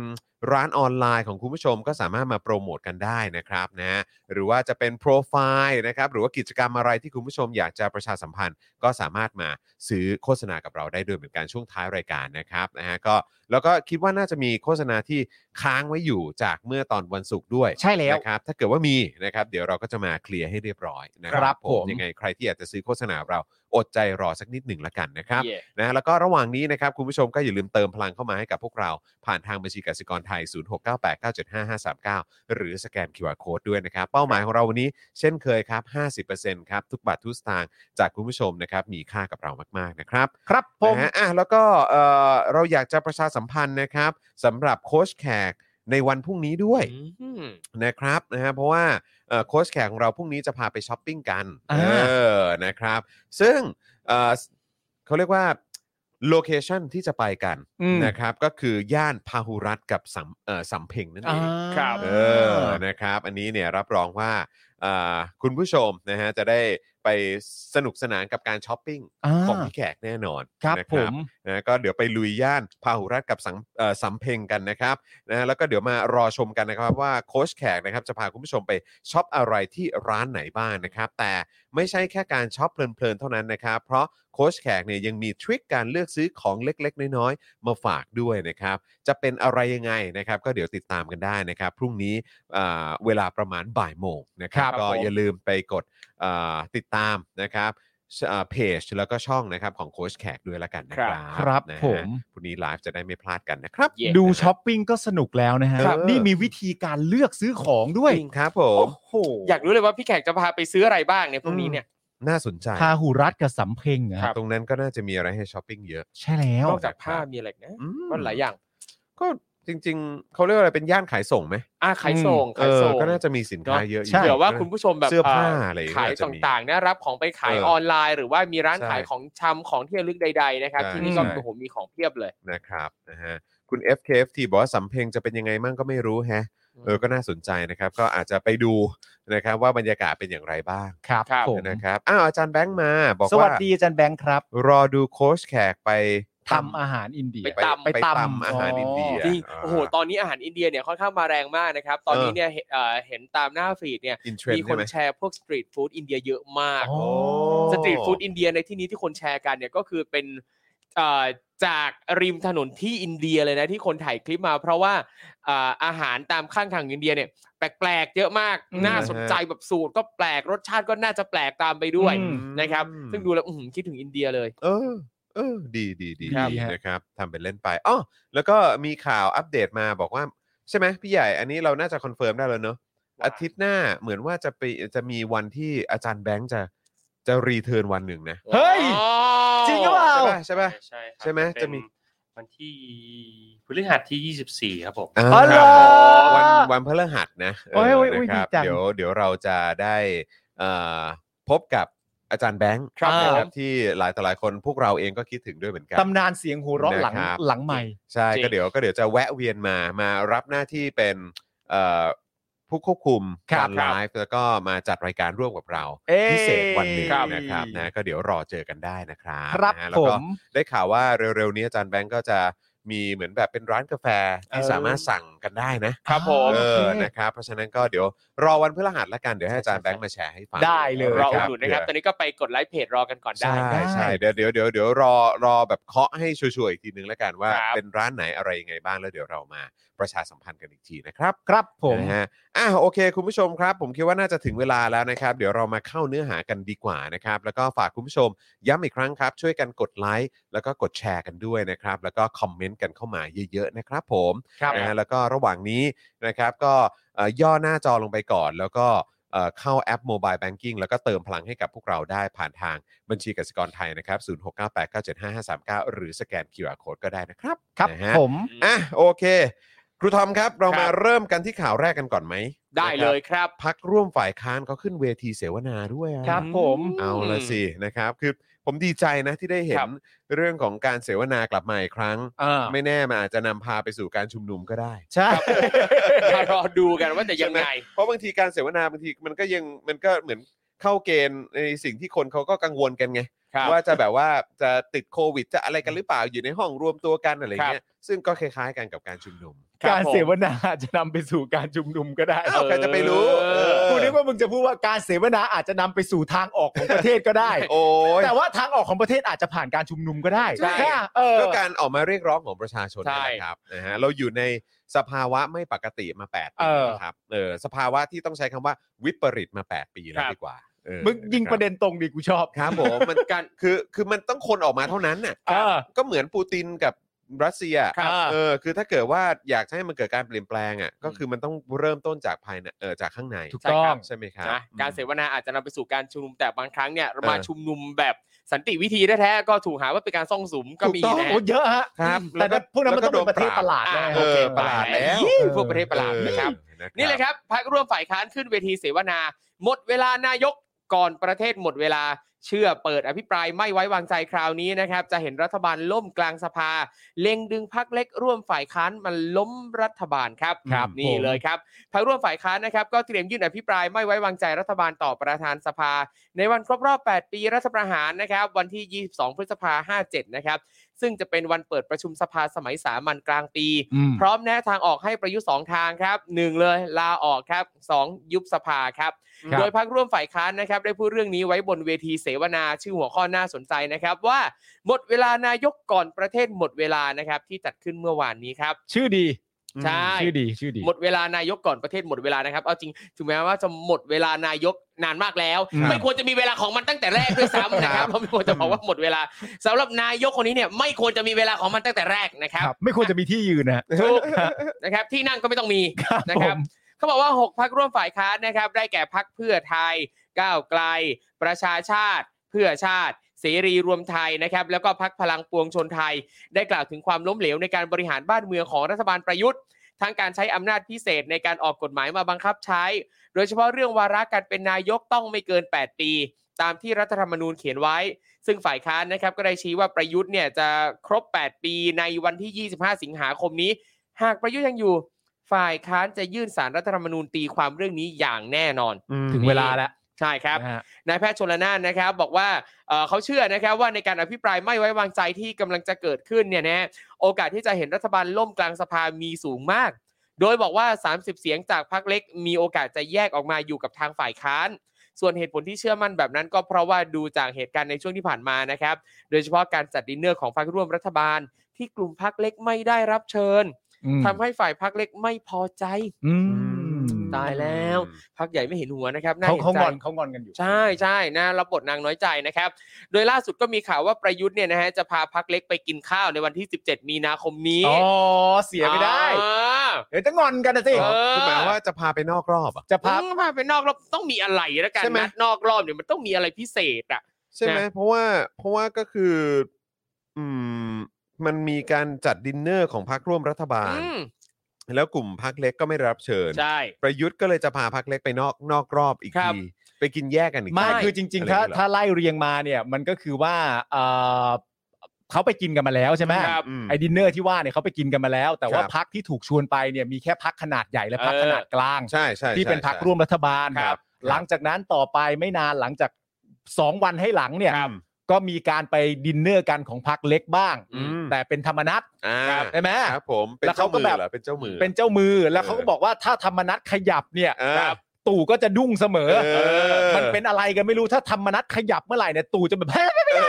ร้านออนไลน์ของคุณผู้ชมก็สามารถมาโปรโมทกันได้นะครับนะฮะหรือว่าจะเป็นโปรไฟล์นะครับ หรือว่ากิจกรรมอะไรที่คุณผู้ชมอยากจะประชาสัมพันธ์ ก็สามารถมาซื้อโฆษณากับเราได้ด้วยเหมือนกันช่วงท้ายรายการนะครับนะฮะก็แล้วก็คิดว่าน่าจะมีโฆษณาที่ค้างไว้อยู่จากเมื่อตอนวันศุกร์ด้วย ใช่แล้ว นะครับถ้าเกิดว่ามีนะครับเดี๋ยวเราก็จะมาเคลียร์ให้เรียบร้อยนะค ครั รับบ ผม ยังไงใครที่อยากจะซื้อโฆษณาเราอดใจรอสักนิดหนึ่งละกันนะครับ เย่ นะแล้วก็ระหว่างนี้นะครับคุณผู้ชมก็อย่าลืมเติมพลังเข้ามาให้กับพวกเรา ผ่านทางบัญชีกสิกรไทย 0698975539 หรือสแกน QR Code ด้วยนะครับ เป้าหมายของเราวันนี้เช่นเคยครับ 50%ครับทุกบาททุกสตางค์จากคุณผู้ชมนะครับมีค่ากับเรามากๆนะครับ ครับผม นะฮะอ่ะแล้วก็เอ่อเราอยากจะประชาสัมพันธ์นะครับสำหรับโค้ชแขกในวันพรุ่งนี้ด้วย อืม นะครับนะฮะเพราะว่าเอ่อโค้ชแขกของเราพรุ่งนี้จะพาไปช้อปปิ้งกัน อ่า เออนะครับ ซึ่งเอ่อเขาเรียกว่าโลเคชันที่จะไปกัน อืม นะครับ ก็คือย่านพาหุรัตน์กับสำเอ่อสำเพ็งนั่น อ่า เอง ครับ เออนะครับ อันนี้เนี่ยรับรองว่าอ่าคุณผู้ชมนะฮะจะได้ไปสนุกสนานกับการช้อปปิ้ง อ่า ของพี่แขกแน่นอน ครับ นะ ผม นะก็เดี๋ยวไปลุยย่านพาหุรัฐกับสังเอ่อสำเพ็งกันนะครับนะแล้วก็เดี๋ยวมารอชมกันนะครับว่าโค้ชแขกนะครับจะพาคุณผู้ชมไปช็อปอะไรที่ร้านไหนบ้างนะครับ แต่ไม่ใช่แค่การช็อปเพลินๆเท่านั้นนะครับ เพราะโค้ชแขกเนี่ยยังมีทริคการเลือกซื้อของเล็กๆ น้อยๆ มาฝากด้วยนะครับ จะเป็นอะไรยังไงนะครับ ก็เดี๋ยวติดตามกันได้นะครับ พรุ่งนี้อ่าเวลาประมาณบ่ายโมงนะครับ ครับ ก็ ผม อย่าลืมไปกด อ่าติดตามนะครับ อ่าเพจแล้วก็ช่องนะครับของโค้ชแขกด้วยละกันนะค ครัรับบ ครับ นะฮะ ผม พรุ่งนี้ไลฟ์จะได้ไม่พลาดกันนะครับ เย้ ดูช้อปปิ้งก็สนุกแล้วนะฮะ ครับ นี่มีวิธีการเลือกซื้อของด้วย จริง ครับผ โอ้ ม โห อยากรู้เลยว่าพี่แขกจะพาไปซื้ออะไรบ้างเนี่ยพรุ่งนี้เนี่ย น่าสนใจ พาหูรัดกับสำเพ็งเหรอ ค ค รั รับ บ ตรงนั้นก็น่าจะมีอะไรให้ช้อปปิ้งเยอะ ใช่แล้ว นอกจากผ้ามีอะไรอีกนะ อืม ก็หลายอย่าง ก็จริง ๆ เขาเรียกว่าอะไรเป็นย่านขายส่งไหม อ่ะขายส่ง เอ ขาย อ ส่ง ก็น่าจะมีสินค้าเยอะอยู่ ใช่ เผื่อว่า ก็น่ คุณผู้ชมแบบ เสื้อผ้า เ ะไรอย่างเงี้ย ขาย อาจจะมี ต่างๆนะรับของไปขาย เออ ออนไลน์ หรือว่ามีร้าน ใช่ ขายของชำของที่ระลึกใด ๆ นะครับ ใช่ ที่นี่ก็ ใช่ โอ้โหมีของเพียบเลย นะครับนะฮะคุณ FKFT บอกว่าสำเพ็งจะเป็นยังไงมั่งก็ไม่รู้แฮะเออก็น่าสนใจนะครับ ก็อาจจะไปดูนะครับว่าบรรยากาศเป็นอย่างไรบ้าง ครับ ครับ ผม นะครับอ้าวอาจารย์แบงค์มาบอก สวั ว่า สดีอาจารย์แบงค์ครับ รอดูโค้ชแขกไป ทำอาหารอินเดีย ไป ตำ ไป ไปตำ ตำอาหารอินเดีย จริงโอ้โหตอนนี้อาหารอินเดียเนี่ยค่อนข้างมาแรงมากนะครับ ตอนนี้เนี่ยเห็นเอ่อเห็นตามหน้าฟีดเนี่ย อินเทรน มี ด์ ค ใช่ น ไหม แชร์พวกสตรีทฟู้ดอินเดียเยอะมาก อ๋อ สตรีทฟู้ดอินเดียในที่นี้ที่คนแชร์กันเนี่ยก็คือเป็นเอ่อจากริมถนนที่อินเดียเลยนะที่คนถ่ายคลิปมา เพราะว่าเอ่ออาหารตามข้างทางอินเดียเนี่ยแปลกๆเยอะมาก อืม น่าสนใจแบบสูตรก็แปลกรสชาติก็น่าจะแปลกตามไปด้วย อืม นะครับ อืม ซึ่งดูแล้วอื้อหือคิดถึงอินเดียเลย เออ เออ ดีดีดี ครับ ดี ฮะ นะครับทำเป็นเล่นไปอ๋อแล้วก็มีข่าวอัปเดตมาบอกว่า ใช่ไหมพี่ใหญ่ อันนี้เราน่าจะคอนเฟิร์มได้แล้วเนอะ ว่า อาทิตย์หน้าเหมือนว่าจะไปจะมีวันที่อาจารย์แบงค์จะจะรีเทิร์นวันหนึ่งนะ เฮ้ย ว้าว จริงหรือเปล่า ใช่ป่ะใช่ป่ะ ใช่ครับ ใช่ไหม เป็น จะมี วันที่พฤหัสที่ 24 ครับผม อ่า อ๋อเหรอ วันวันพฤหัสนะ โอ้ยโอ้ย เนะครั โอ้ยดีจัง เดี๋ยวเดี๋ยวเราจะได้เอ่อพบกับอาจารย์แบงค์ ครับ นะ ผม ที่หลายต่อหลายคนพวกเราเองก็คิดถึงด้วยเหมือนกัน ตำนานเสียงหัวเราะหลัง นะครับ หลังใหม่ ใช่ จริง ก็เดี๋ยวก็เดี๋ยวจะแวะเวียนมามารับหน้าที่เป็นเอ่อผู้ควบคุม ครั การ บ ไลฟ์แล้วก็มาจัดรายการร่วมกับเรา อ้ย พิเศษวันหนึ่ง ครับ นะครับนะก็เดี๋ยวรอเจอกันได้นะครับ ครับ นะฮะแล้ ผ วก็ ม ได้ข่าวว่าเร็วๆนี้อาจารย์แบงก์ก็จะมีเหมือนแบบเป็นร้านกาแฟที่ เออ สามารถสั่งกันได้นะครับ ผม เออนะครับเพราะฉะนั้นก็เดี๋ยวรอวันพฤหัสละกันเดี๋ยวให้อาจารย์แบงค์มาแชร์ให้ฟัง ได้เลย ร ะ อ ค อุด บ หนุนนะครับ ตอนนี้ก็ไปกดไลค์เพจรอกันก่อนได้ ใช่ ได้ ใช่เดี๋ยวเดี๋ยวเดี๋ยวเดี๋ยวรอรอแบบเคาะให้ชัวร์ๆอีกทีนึงแล้วกันว่า ครับ เป็นร้านไหนอะไรยังไงบ้างแล้วเดี๋ยวเรามาประชาสัมพันธ์กันอีกทีนะครับ ครับผม นะฮะอ่ะโอเค คุณผู้ชมครับ ผมคิดว่าน่าจะถึงเวลาแล้วนะครับ เดี๋ยวเรามาเข้าเนื้อหากันดีกว่านะครับ แล้วก็ฝากคุณผู้ชมย้ำอีกครั้งครับ ช่วยกันกดไลค์แล้วก็กดแชร์กันด้วยนะครับ แล้วก็คอมเมนต์กันเข้ามาเยอะๆนะครับผม ครับ นะฮะแล้วก็ระหว่างนี้นะครับก็เอ่อย่อหน้าจอลงไปก่อน แล้วก็เอ่อเข้าแอป Mobile Banking แล้วก็เติมพลังให้กับพวกเราได้ผ่านทางบัญชีกสิกรไทยนะครับ 0698975539 หรือสแกน QR Code ก็ได้นะครับ ครับ นะฮะ ผม อ่ะโอเค ครูทอมครับ เรา ครับ มาเริ่มกันที่ข่าวแรกกันก่อนไหม ได้เลยครับ พักร่วมฝ่ายค้านเขาขึ้นเวทีเสวนาด้วยอะ ครับผม เอาละสินะครับ คือผมดีใจนะที่ได้เห็ คน รับ เรื่องของการเสวนากลับมาอีกครั้ง อ่า ไม่แน่มันอาจจะนำพาไปสู่การชุมนุมก็ได้ ใช่ มารอ (laughs) ดูกันว่าจะยังไง เพราะบางทีการเสวนาบางทีมันก็ยังมันก็เหมือนเข้าเกณฑ์ในสิ่งที่คนเขาก็กังวลกันไง ครับ ว่าจะแบบว่าจะติดโควิดจะอะไรกันหรือเปล่าอยู่ในห้องรวมตัวกันอะไร ครับ เงี้ยซึ่งก็คล้ายๆกันกับการชุมนุม คบ การ ผม เสวนาอาจจะนำไปสู่การชุมนุมก็ได้ อ้าวใครจะไปรู้ เออ เออ กูนึกว่ามึงจะพูดว่าการเสวนาอาจจะนำไปสู่ทางออกของประเทศก็ได้ โอ้ย แต่ว่าทางออกของประเทศอาจจะผ่านการชุมนุมก็ได้ ใช่ ค่ะเออ ก็การออกมาเรียกร้องของประชาชน ใช่ นั่นแหละครับนะฮะเราอยู่ในสภาวะไม่ปกติมา8ปี เออ นะครับเออสภาวะที่ต้องใช้คำว่าวิปริตมา 8 ปีแล้วดีกว่าเออ มึงยิงปนคระบ เด็นตรงดิกูชอบ ครับผมมันการคือคือมันต้องคนออกมาเท่านั้นน่ะ เออ ก็เหมือนปูตินกับรัสเซีย ครับ เออ คือถ้าเกิดว่าอยากจะให้มันเกิดการเปลี่ยนแปลงอ่ะ ก็คือมันต้องเริ่มต้นจากภายในเออจากข้างใน ถูกต้อง ใช่ไหมครับ นะ อืม การเสวนาอาจจะนำไปสู่การชุมนุมแต่บางครั้งเนี่ย เออ มาชุมนุมแบบสันติวิธีแท้ๆก็ถูกหาว่าเป็นการซ่องสุมก็มี ถูกต้อง นะ โอ้เยอะฮะ ครับ แต่ ล้ว ถ้าพวกนั้นมันต้อง แล้ เป็นประเทศประหลาดแน่ เออประหลาดแล้ว ยี่พวกประเทศประหลาด ออ นะครับ ครับ นี่เลยครับพักร่วมฝ่ายค้านขึ้นเวทีเสวนา หมดเวลานายกก่อนประเทศหมดเวลาเชื่อเปิดอภิปรายไม่ไว้วางใจคราวนี้นะครับ จะเห็นรัฐบาลล่มกลางสภา เล็งดึงพักเล็กร่วมฝ่ายค้านมันล้มรัฐบาลครับ ครับ นี่ ผม เลยครับพักร่วมฝ่ายค้านนะครับ ก็เตรียมยื่นอภิปรายไม่ไว้วางใจรัฐบาลต่อประธานสภา ในวันครบรอบ 8 ปีรัฐประหารนะครับ วันที่ 22 พฤษภา57 นะครับ ซึ่งจะเป็นวันเปิดประชุมสภาสมัยสามัญกลางปี อืม พร้อมแนะทางออกให้ประยุทธ์สองทางครับหนึ่งเลยลาออกครับสองยุบสภาครับ ครับ โดยพักร่วมฝ่ายค้านนะครับ ได้พูดเรื่องนี้ไว้บนเวทีเสวนาชื่อหัวข้อน่าสนใจนะครับ ว่าหมดเวลานายกก่อนประเทศหมดเวลานะครับ ที่จัดขึ้นเมื่อวานนี้ครับ ชื่อดี ใช่ ชื่อดีชื่อดี หมดเวลานายกก่อนประเทศหมดเวลานะครับ เอาจริงถึงแม้ว่าจะหมดเวลานายกนานมากแล้ว ครับ ไม่ควรจะมีเวลาของมันตั้งแต่แรกด้วยซ้ำนะครับเพราะไม่ควรจะบอกว่าหมดเวลาสำหรับนายกคนนี้เนี่ยไม่ควรจะมีเวลาของมันตั้งแต่แรกนะครับ ครับ ไม่ควรจะมีที่ยืนนะฮะ ถูกนะครับ ที่นั่งก็ไม่ต้องมีนะครับ ผม เขาบอกว่า 6พักร่วมฝ่ายค้านนะครับ ได้แก่พักเพื่อไทย ก้าวไกล ประชาชาติ เพื่อชาติ เสรีรวมไทยนะครับ แล้วก็พักพลังปวงชนไทย ได้กล่าวถึงความล้มเหลวในการบริหารบ้านเมืองของรัฐบาลประยุทธ์ ทั้งการใช้อำนาจพิเศษในการออกกฎหมายมาบังคับใช้ โดยเฉพาะเรื่องวาระการเป็นนายกต้องไม่เกิน 8 ปี ตามที่รัฐธรรมนูญเขียนไว้ ซึ่งฝ่ายค้านนะครับก็ได้ชี้ว่าประยุทธ์เนี่ยจะครบ 8 ปีในวันที่ 25 สิงหาคมนี้ หากประยุทธ์ยังอยู่ ฝ่ายค้านจะยื่นสารรัฐธรรมนูญตีความเรื่องนี้อย่างแน่นอน ถึงเวลาแล้ว ใช่ครับ นะฮะ นายแพทย์ชนละนานนะครับบอกว่าเอ่อเขาเชื่อนะครับว่าในการอภิปรายไม่ไว้วางใจที่กำลังจะเกิดขึ้นเนี่ยนะโอกาสที่จะเห็นรัฐบาลล่มกลางสภามีสูงมาก โดยบอกว่า 30 เสียงจากพรรคเล็ก มีโอกาสจะแยกออกมาอยู่กับทางฝ่ายค้าน ส่วนเหตุผลที่เชื่อมั่นแบบนั้นก็เพราะว่าดูจากเหตุการณ์ในช่วงที่ผ่านมานะครับ โดยเฉพาะการจัดดินเนอร์ของพรรคร่วมรัฐบาล ที่กลุ่มพรรคเล็กไม่ได้รับเชิญทำให้ฝ่ายพรรคเล็กไม่พอใจ อืม ตายแล้ว พรรคใหญ่ไม่เห็นหัวนะครับน่ เขา ห็น เขางใจอนเขางอนกันอยู่ ใช่ใช่นะรับบทนางน้อยใจนะครับ โดยล่าสุดก็มีข่าวว่าประยุทธ์เนี่ยนะฮะจะพาพักเล็กไปกินข้าวในวันที่ 17 มีนาคมนี้ อ๋อ เสียไม่ได้ อ่า เดี๋ยวจะงอนกันนะสิ เออ คือหมายว่าจะพาไปนอกรอบอ่ะ จะพับ อืมพาไปนอกรอบต้องมีอะไรแล้วกัน ใช่ไหม นัดนอกรอบเนี่ยมันต้องมีอะไรพิเศษอ่ะ ใช่ไหม นะ เพราะว่าเพราะว่าก็คือ อืม มันมีการจัดดินเนอร์ของพรรคร่วมรัฐบาล อืม แล้วกลุ่มพรรคเล็กก็ไม่ได้รับเชิญ ใช่ ประยุทธ์ก็เลยจะพาพรรคเล็กไปนอกนอกรอบอีก ครับ ทีไปกินแยกกันอีก ไม่ ที คือจริง ะ ๆ ถ้า ไอย่เยเหอ ถ้าไล่เรียงมาเนี่ยมันก็คือว่าเอ่อเขาไปกินกันมาแล้วใช่ไหม ครับ ม ไอ้ดินเนอร์ที่ว่าเนี่ยเขาไปกินกันมาแล้ว แต่ว่า ครับ พักที่ถูกชวนไปเนี่ยมีแค่พักขนาดใหญ่และพัก เออ ขนาดกลาง ใช่ใช่ ที่เป็น ใช่ พัก ใช่ ร่วมรัฐบาล ครับ หลังจากนั้นต่อไปไม่นานหลังจากสองวันให้หลังเนี่ย ครับ ก็มีการไปดินเนอร์กันของพักเล็กบ้าง อืม แต่เป็นธรรมนัต อ่า ใช่ไหม ครับผมเป็น แล้ว เจ้า เขาก็ มือ แบบ เหรอเป็นเจ้ามือ เป็นเจ้ามือแล้ว เออ เขาก็บอกว่าถ้าธรรมนัตขยับเนี่ย เออ ครับตู่ก็จะดุ้งเสมอ เออ มันเป็นอะไรกันไม่รู้ถ้าธรรมนัตขยับเมื่อไหร่เนี่ยตู่จะแบบ ไม่ได้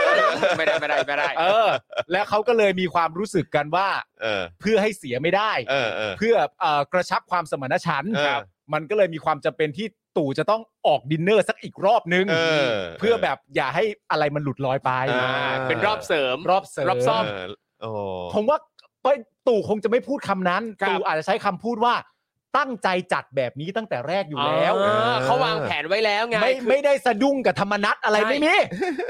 ไม่ได้ไม่ได้ เออ แล้วเขาก็เลยมีความรู้สึกกันว่า เออ เพื่อให้เสียไม่ได้ เออเออ เพื่อเอ่อกระชับความสมานฉันท์ เออ ครับมันก็เลยมีความจำเป็นที่ตู่จะต้องออกดินเนอร์สักอีกรอบนึง เออ เพื่อแบบอย่าให้อะไรมันหลุดลอยไป อ่า เป็นรอบเสริม รอบเสริม รอบซ่อม เออโอ้ ผมว่าไปตู่คงจะไม่พูดคำนั้น ครับ ตู่อาจจะใช้คำพูดว่าตั้งใจจัดแบบนี้ตั้งแต่แรกอยู่แล้ว เออ เออ เขาวางแผนไว้แล้วไง ไม่ คือ ไม่ได้สะดุ้งกับธรรมนัตอะไร ใช่ ไม่มี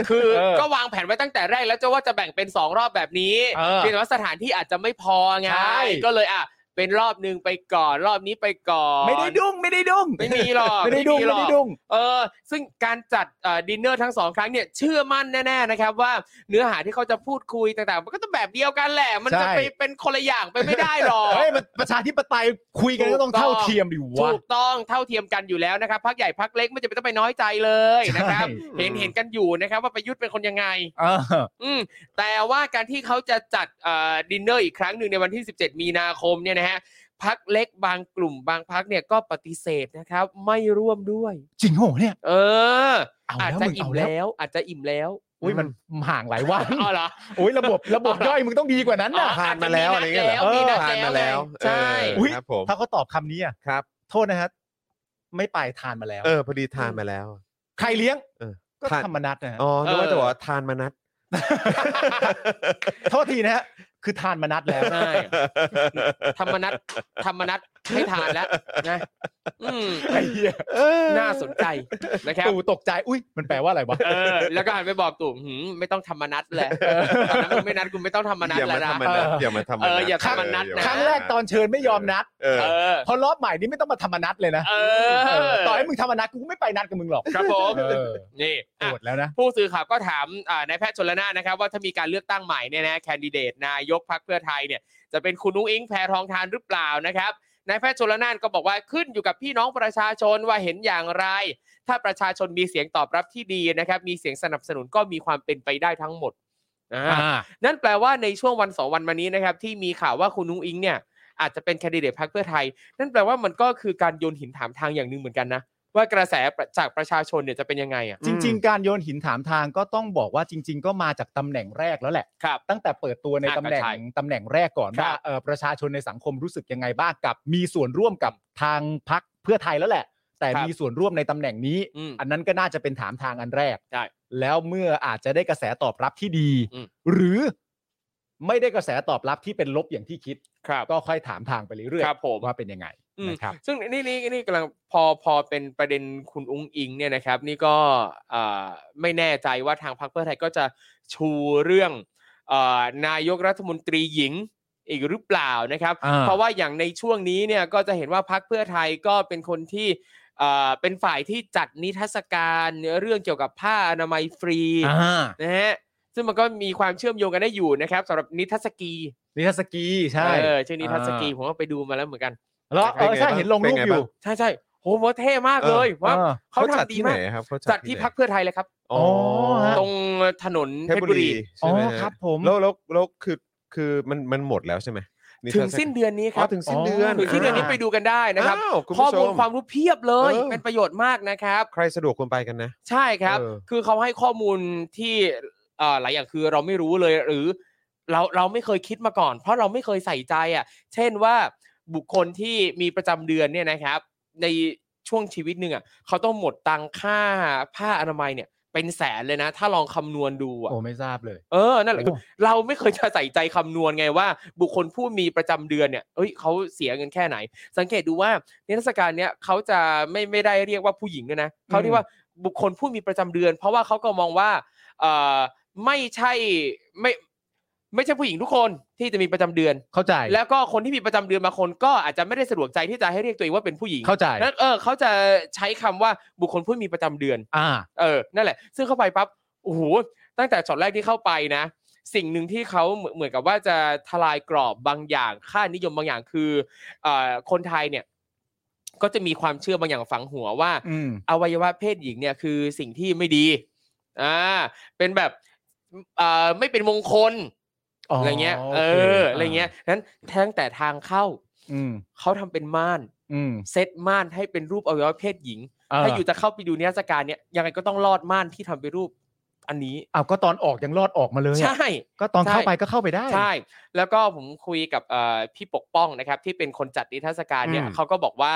คือ เออ ก็วางแผนไว้ตั้งแต่แรกแล้วจะว่าจะแบ่งเป็น 2 รอบแบบนี้ เออ เพียงแต่ว่าสถานที่อาจจะไม่พอไง ใช่ ก็เลยอ่ะเป็นรอบหนึ่งไปก่อนรอบนี้ไปก่อน ไม่ได้ดุ้งไม่ได้ดุ้ง ไม่มีหรอก ไม่ได้ดุ้ง มีหร ไม่ อก ได้ดุ้ง เออซึ่งการจัดดินเนอร์ทั้งสองครั้งเนี่ยเชื่อมั่นแน่ๆนะครับว่าเนื้อหาที่เขาจะพูดคุยต่างๆ มันก็ต้องแบบเดียวกันแหละ มันจะ ใช่ ไปเป็นคนละอย่างไปไม่ได้หรอก เฮ้ยมันประชาธิปไตยคุยกันก็ต้องเท่าเทียมดิวะ ถูกต้องเท่าเทียมกันอยู่แล้วนะครับพักใหญ่พักเล็กไม่จำเป็นต้องไปน้อยใจเลยนะครับ ใช่ เห็นเห็นกันอยู่นะครับว่าประยุทธ์เป็นคนยังไง เออ อืมแต่ว่าการที่เขาจะจัดดินเนอร์อีกครั้งหนึ่งในวันที่ 17 มีนาคมเนี่ยนะฮะพักเล็กบางกลุ่มบางพักเนี่ยก็ปฏิเสธนะครับไม่ร่วมด้วย จริงโหเนี่ย เออ เอา อาจ แล้ว จะ มึง อิ่ เอา ม แล้ว แล้ว อาจจะอิ่ม (laughs) แล้ว อุ้ยมันห่างหลายวัน อ๋อเหรอ โอ้ยระบบระบบย่อยมึงต้องดีกว่านั้น อ๋ นะ อ ผ่านมาแล้วอะไรเงี้ยเหรอ มีนัดแล้ว ผ่านมาแล้ว ใช่ เออครับผม ถ้าเขาตอบคำนี้อ่ะ ครับ โทษนะฮะไม่ไปทานมาแล้ว เออพอดีทานมาแล้ว ใครเลี้ยง เออ ก็ ทาน ธรรมนัตนะฮะ อ๋อนึกว่าจะบอกว่าทานมานัด โทษทีนะฮะคือทานมานัดแล้ว ใช่ ธรรมนัตธรรมนัตให้ทานแล้วนะอืม ไอ้เหี้ย น่าสนใจนะครับ ตู่ตกใจอุ้ยมันแปลว่าอะไรวะ เออแล้วก็หันไปบอกตู่หืมไม่ต้องธรรมนัตแหละตอนนั้นมึงไม่นัดกูไม่ต้องธรรมนัต อย่า แล้ มาว นะ ทำมันนะอย่ามาทำมัน เอ นะ ออย่าทำมันนัดนะ ครั้งแรกตอนเชิญไม่ยอมนัด เออ เออ พอรอบใหม่นี้ไม่ต้องมาธรรมนัตเลยนะ เอ เออ อ ต่อให้มึงธรรมนัตกูก็ไม่ไปนัดกับมึงหรอก ครับผม เออ นี่ ป อ่ะ วดแล้วนะ ผู้สื่อข่าวก็ถามอ่านายแพทย์ชนละนานนะครับ ว่าถ้ามีการเลือกตั้งใหม่เนี่ยนะแคนดิเดตนายกพักเพื่อไทยเนี่ยจะเป็นคุณนุ้งอิงแพรทองทานหรือเปล่านะครับนายแพทย์ชนละนานก็บอกว่าขึ้นอยู่กับพี่น้องประชาชนว่าเห็นอย่างไร ถ้าประชาชนมีเสียงตอบรับที่ดีนะครับ มีเสียงสนับสนุนก็มีความเป็นไปได้ทั้งหมดอ่า นั่นแปลว่าในช่วงวันสองวันมานี้นะครับ ที่มีข่าวว่าคุณนุ้งอิงเนี่ยอาจจะเป็นแคนดิเดตพรรคเพื่อไทย นั่นแปลว่ามันก็คือการโยนหินถามทางอย่างหนึ่งเหมือนกันนะ ว่ากระแสจากประชาชนเนี่ยจะเป็นยังไงอ่ะ จริง ๆ การโยนหินถามทางก็ต้องบอกว่าจริง ๆ ก็มาจากตำแหน่งแรกแล้วแหละ ครับ ตั้งแต่เปิดตัวใน อ่ะ ตำแหน่ง ใช่ ตำแหน่งแรกก่อน ครับ ว่าเอ่อประชาชนในสังคมรู้สึกยังไงบ้างกับ มีส่วนร่วมกับทางพักเพื่อไทยแล้วแหละ แต่มีส่วนร่วมในตำแหน่งนี้ อืม อันนั้นก็น่าจะเป็นถามทางอันแรก ใช่ แล้วเมื่ออาจจะได้กระแสตอบรับที่ดี อืม หรือไม่ได้กระแสตอบรับที่เป็นลบอย่างที่คิด ครับ ก็ค่อยถามทางไปเรื่อย ครับผม ว่าเป็นยังไง อืม นะครับ ซึ่งนี่นี่นี่กำลังพอพอเป็นประเด็นคุณอุ้งอิงเนี่ยนะครับ นี่ก็เอ่อไม่แน่ใจว่าทางพรรคเพื่อไทยก็จะชูเรื่องเอ่อนายกรัฐมนตรีหญิงอีกหรือเปล่านะครับ อ่า เพราะว่าอย่างในช่วงนี้เนี่ยก็จะเห็นว่าพรรคเพื่อไทยก็เป็นคนที่เอ่อเป็นฝ่ายที่จัดนิทรรศการเรื่องเกี่ยวกับผ้าอนามัยฟรี อ่า นะฮะซึ่งมันก็มีความเชื่อมโยงกันได้อยู่นะครับสำหรับนิทรรศกี นิทรรศกีใช่ เออชื่อนิทรรศกี อ่า ผมก็ไปดูมาแล้วเหมือนกัน แล้วเออใช่ เป็นไงบ้าง เห็นลงรูป เป็นไง อยู่ บ้าง ใช่ใช่โหผมว่าเท่มากเลย ว่า ว่าเขา เขาจัด ทำดี ที่ไหน มาก ครับเขา จัดที่ ไหน พักเพื่อไทยเลยครับ อ๋อ ฮะ ตรงถนน เพ เพ ช ช ร ร บุ บุ รี รี ใช่ไหม อ๋อครับผม แล้วแล้วแล้วคือคือมันมันหมดแล้วใช่ไหมนี่ ถึงสิ้นเดือนนี้ค อ๋อ รับ ถึงสิ้นเดือน ถึงสิ้นเดือนนี้ อ่า ไปดูกันได้นะครับ อ้าวณ ข้อ ผู้ช มูลความรู้เพียบเลย เออ เป็นประโยชน์มากนะครับ ใครสะดวกควรไปกันนะ ใช่ครับ เออ คือเขาให้ข้อมูลที่เอ่อหลายอย่างคือเราไม่รู้เลยหรือเราเราไม่เคยคิดมาก่อน เพราะเราไม่เคยใส่ใจอ่ะ เช่นว่าบุคคลที่มีประจำเดือนเนี่ยนะครับ ในช่วงชีวิตหนึ่งอ่ะเขาต้องหมดตังค่าผ้าอนามัยเนี่ย เป็นแสนเลยนะ ถ้าลองคำนวณดูอ่ะ โอ้ไม่ทราบเลย เออนั่นแหละ เราไม่เคยจะใส่ใจคำนวณไงว่า บุคคลผู้มีประจำเดือนเนี่ยเอ้ยเขาเสียเงินแค่ไหน สังเกตดูว่านิทรรศการเนี้ยเขาจะไม่ไม่ได้เรียกว่าผู้หญิงด้วยนะเขาเรียกว่าบุคคลผู้มีประจำเดือน เพราะว่าเขาก็มองว่าเอ่อไม่ใช่ไม่ไม่ใช่ผู้หญิงทุกคนที่จะมีประจำเดือน เข้าใจ แล้วก็คนที่มีประจำเดือนบางคนก็อาจจะไม่ได้สะดวกใจที่จะให้เรียกตัวเองว่าเป็นผู้หญิง เข้าใจ นั้นเออเขาจะใช้คำว่าบุคคลผู้มีประจำเดือน อ่า เออ นั่นแหละ ซึ่งเข้าไปปั๊บ โอ้โห ตั้งแต่ช็อตแรกที่เข้าไปนะ สิ่งหนึ่งที่เขาเหมือนเหมือนกับว่าจะทลายกรอบบางอย่าง ค่านิยมบางอย่างคือเอ่อคนไทยเนี่ย ก็จะมีความเชื่อบางอย่างฝังหัวว่า อืม อวัยวะเพศหญิงเนี่ยคือสิ่งที่ไม่ดี อ่า เป็นแบบเอ่อไม่เป็นมงคล อะไรเงี้ย เออ อะไรเงี้ย นั้นตั้งแต่ทางเข้า อืม เขาทำเป็นม่าน อืม เซตม่านให้เป็นรูปอวัยวะเพศหญิง เ ถ้าอยู่จะเข้าไปดูนิทรรศการเนี่ยยังไงก็ต้องลอดม่านที่ทำเป็นรูปอันนี้ อ้าวก็ตอนออกยังรอดออกมาเลยอะ ใช่ ก็ตอน ใช่ เข้าไปก็เข้าไปได้ ใช่ แล้วก็ผมคุยกับเอ่อพี่ปกป้องนะครับ ที่เป็นคนจัดนิทรรศการเนี่ย อืม เขาก็บอกว่า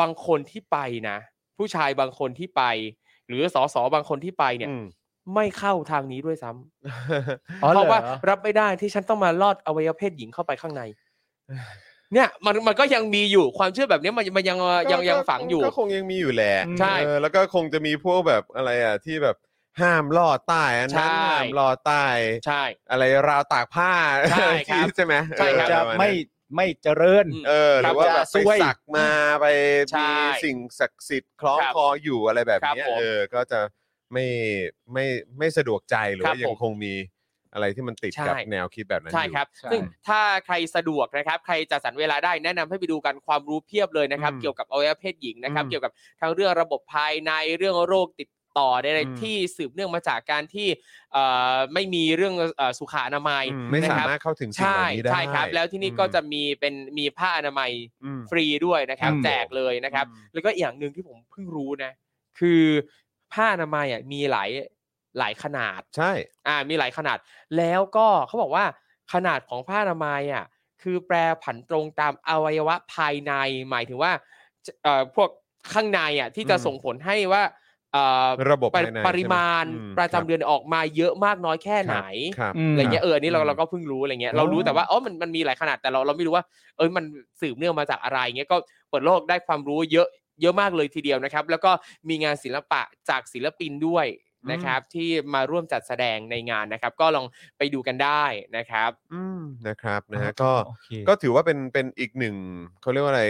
บางคนที่ไปนะ ผู้ชายบางคนที่ไป หรือสอสอบางคนที่ไปเนี่ย อืม ไม่เข้าทางนี้ด้วยซ้ำ อ๋อหอ เพราะว่ารับไม่ได้ที่ฉันต้องมาลอดอวัยวะเพศหญิงเข้าไปข้างใน เนี่ยมันมันก็ยังมีอยู่ความเชื่อแบบเนี้ยมันมันยังยังยังฝังอยู่ ก็คงยังมีอยู่แหละ ใช่ เออแล้วก็คงจะมีพวกแบบอะไรอ่ะที่แบบห้ามล่อใต้อันนั้น ใช่ ห้ามล่อใต้ ใช่ อะไรราวตากผ้า ใช่ครับ ใช่ไหม ใช่ครับ เอ จะ อปาณนั้น ไม่ไม่เจริญ อืม เออห ครั รื บ อว่าแบบ จะ ไป ซวย สักมาไป ใช่ มีสิ่งศักดิ์สิทธิ์คล้อง ครับ คออยู่อะไรแบบ ครับ เนี้ย ผม เออก็จะไม่ไม่ไม่สะดวกใจหรือ ครับ ว่ายัง ผม คงมีอะไรที่มันติด ใช่ กับแนวคิดแบบนั้นอ ใช่ ยู่ ครับ ใช่ ซึ่งถ้าใครสะดวกนะครับ ใครจัดสรรเวลาได้แนะนำให้ไปดูกันความรู้เพียบเลยนะครับ อืม เกี่ยวกับอวัยวะเพศหญิงนะครับ อืม เกี่ยวกับทั้งเรื่องระบบภายในเรื่องโรคติดต่อใด อืม ๆที่สืบเนื่องมาจากการที่เอ่อไม่มีเรื่องเอ่อสุขอนามัย อืมไม่ นะ สา ครับ มารถเข้าถึงสิ่ง ใช่ เหล่านี้ได้ ใช่ครับ แล้วที่นี่ก็จะมีเป็นมีผ้าอนามัย อืม ฟรีด้วยนะครับ อืม แจกเลยนะครับ อืม แล้วก็อีกอย่างหนึ่งที่ผมเพิ่งรู้นะ คือผ้าอนามัยอ่ะมีหลายหลายขนาด ใช่ อ่ามีหลายขนาดแล้วก็เขาบอกว่าขนาดของผ้าอนามัยอ่ะคือแปรผันตรงตามอวัยวะภายใน หมายถึงว่าจะเอ่อพวกข้างในอ่ะที่จะ อืม ส่งผลให้ว่าเอ่อ ระบบภปริ ยใน ปริมาณ ใช่ไหอื ประจำ คบ เดือนออกมาเยอะมากน้อยแค่ไหน ครับ ม อะไรเงี้ยเอออนนี้เรา อืม เราก็เพิ่งรู้อะไรเงี้ย อ๋อ เรารู้แต่ว่าอ๋อมันมันมีหลายขนาดแต่เราเราไม่รู้ว่า เอ้ยมันสืบเนื่องมาจากอะไรเงี้ยก็เปิดโลกได้ความรู้เยอะเยอะมากเลยทีเดียวนะครับ แล้วก็มีงานศิลปะจากศิลปินด้วยนะครับ ที่มาร่วมจัดแสดงในงานนะครับ ก็ลองไปดูกันได้นะครับ อืมนะครับนะฮะ อ๋อ ก็ โอเค ก็ถือว่าเป็นเป็นอีกหนึ่งเขาเรียกว่าอะไร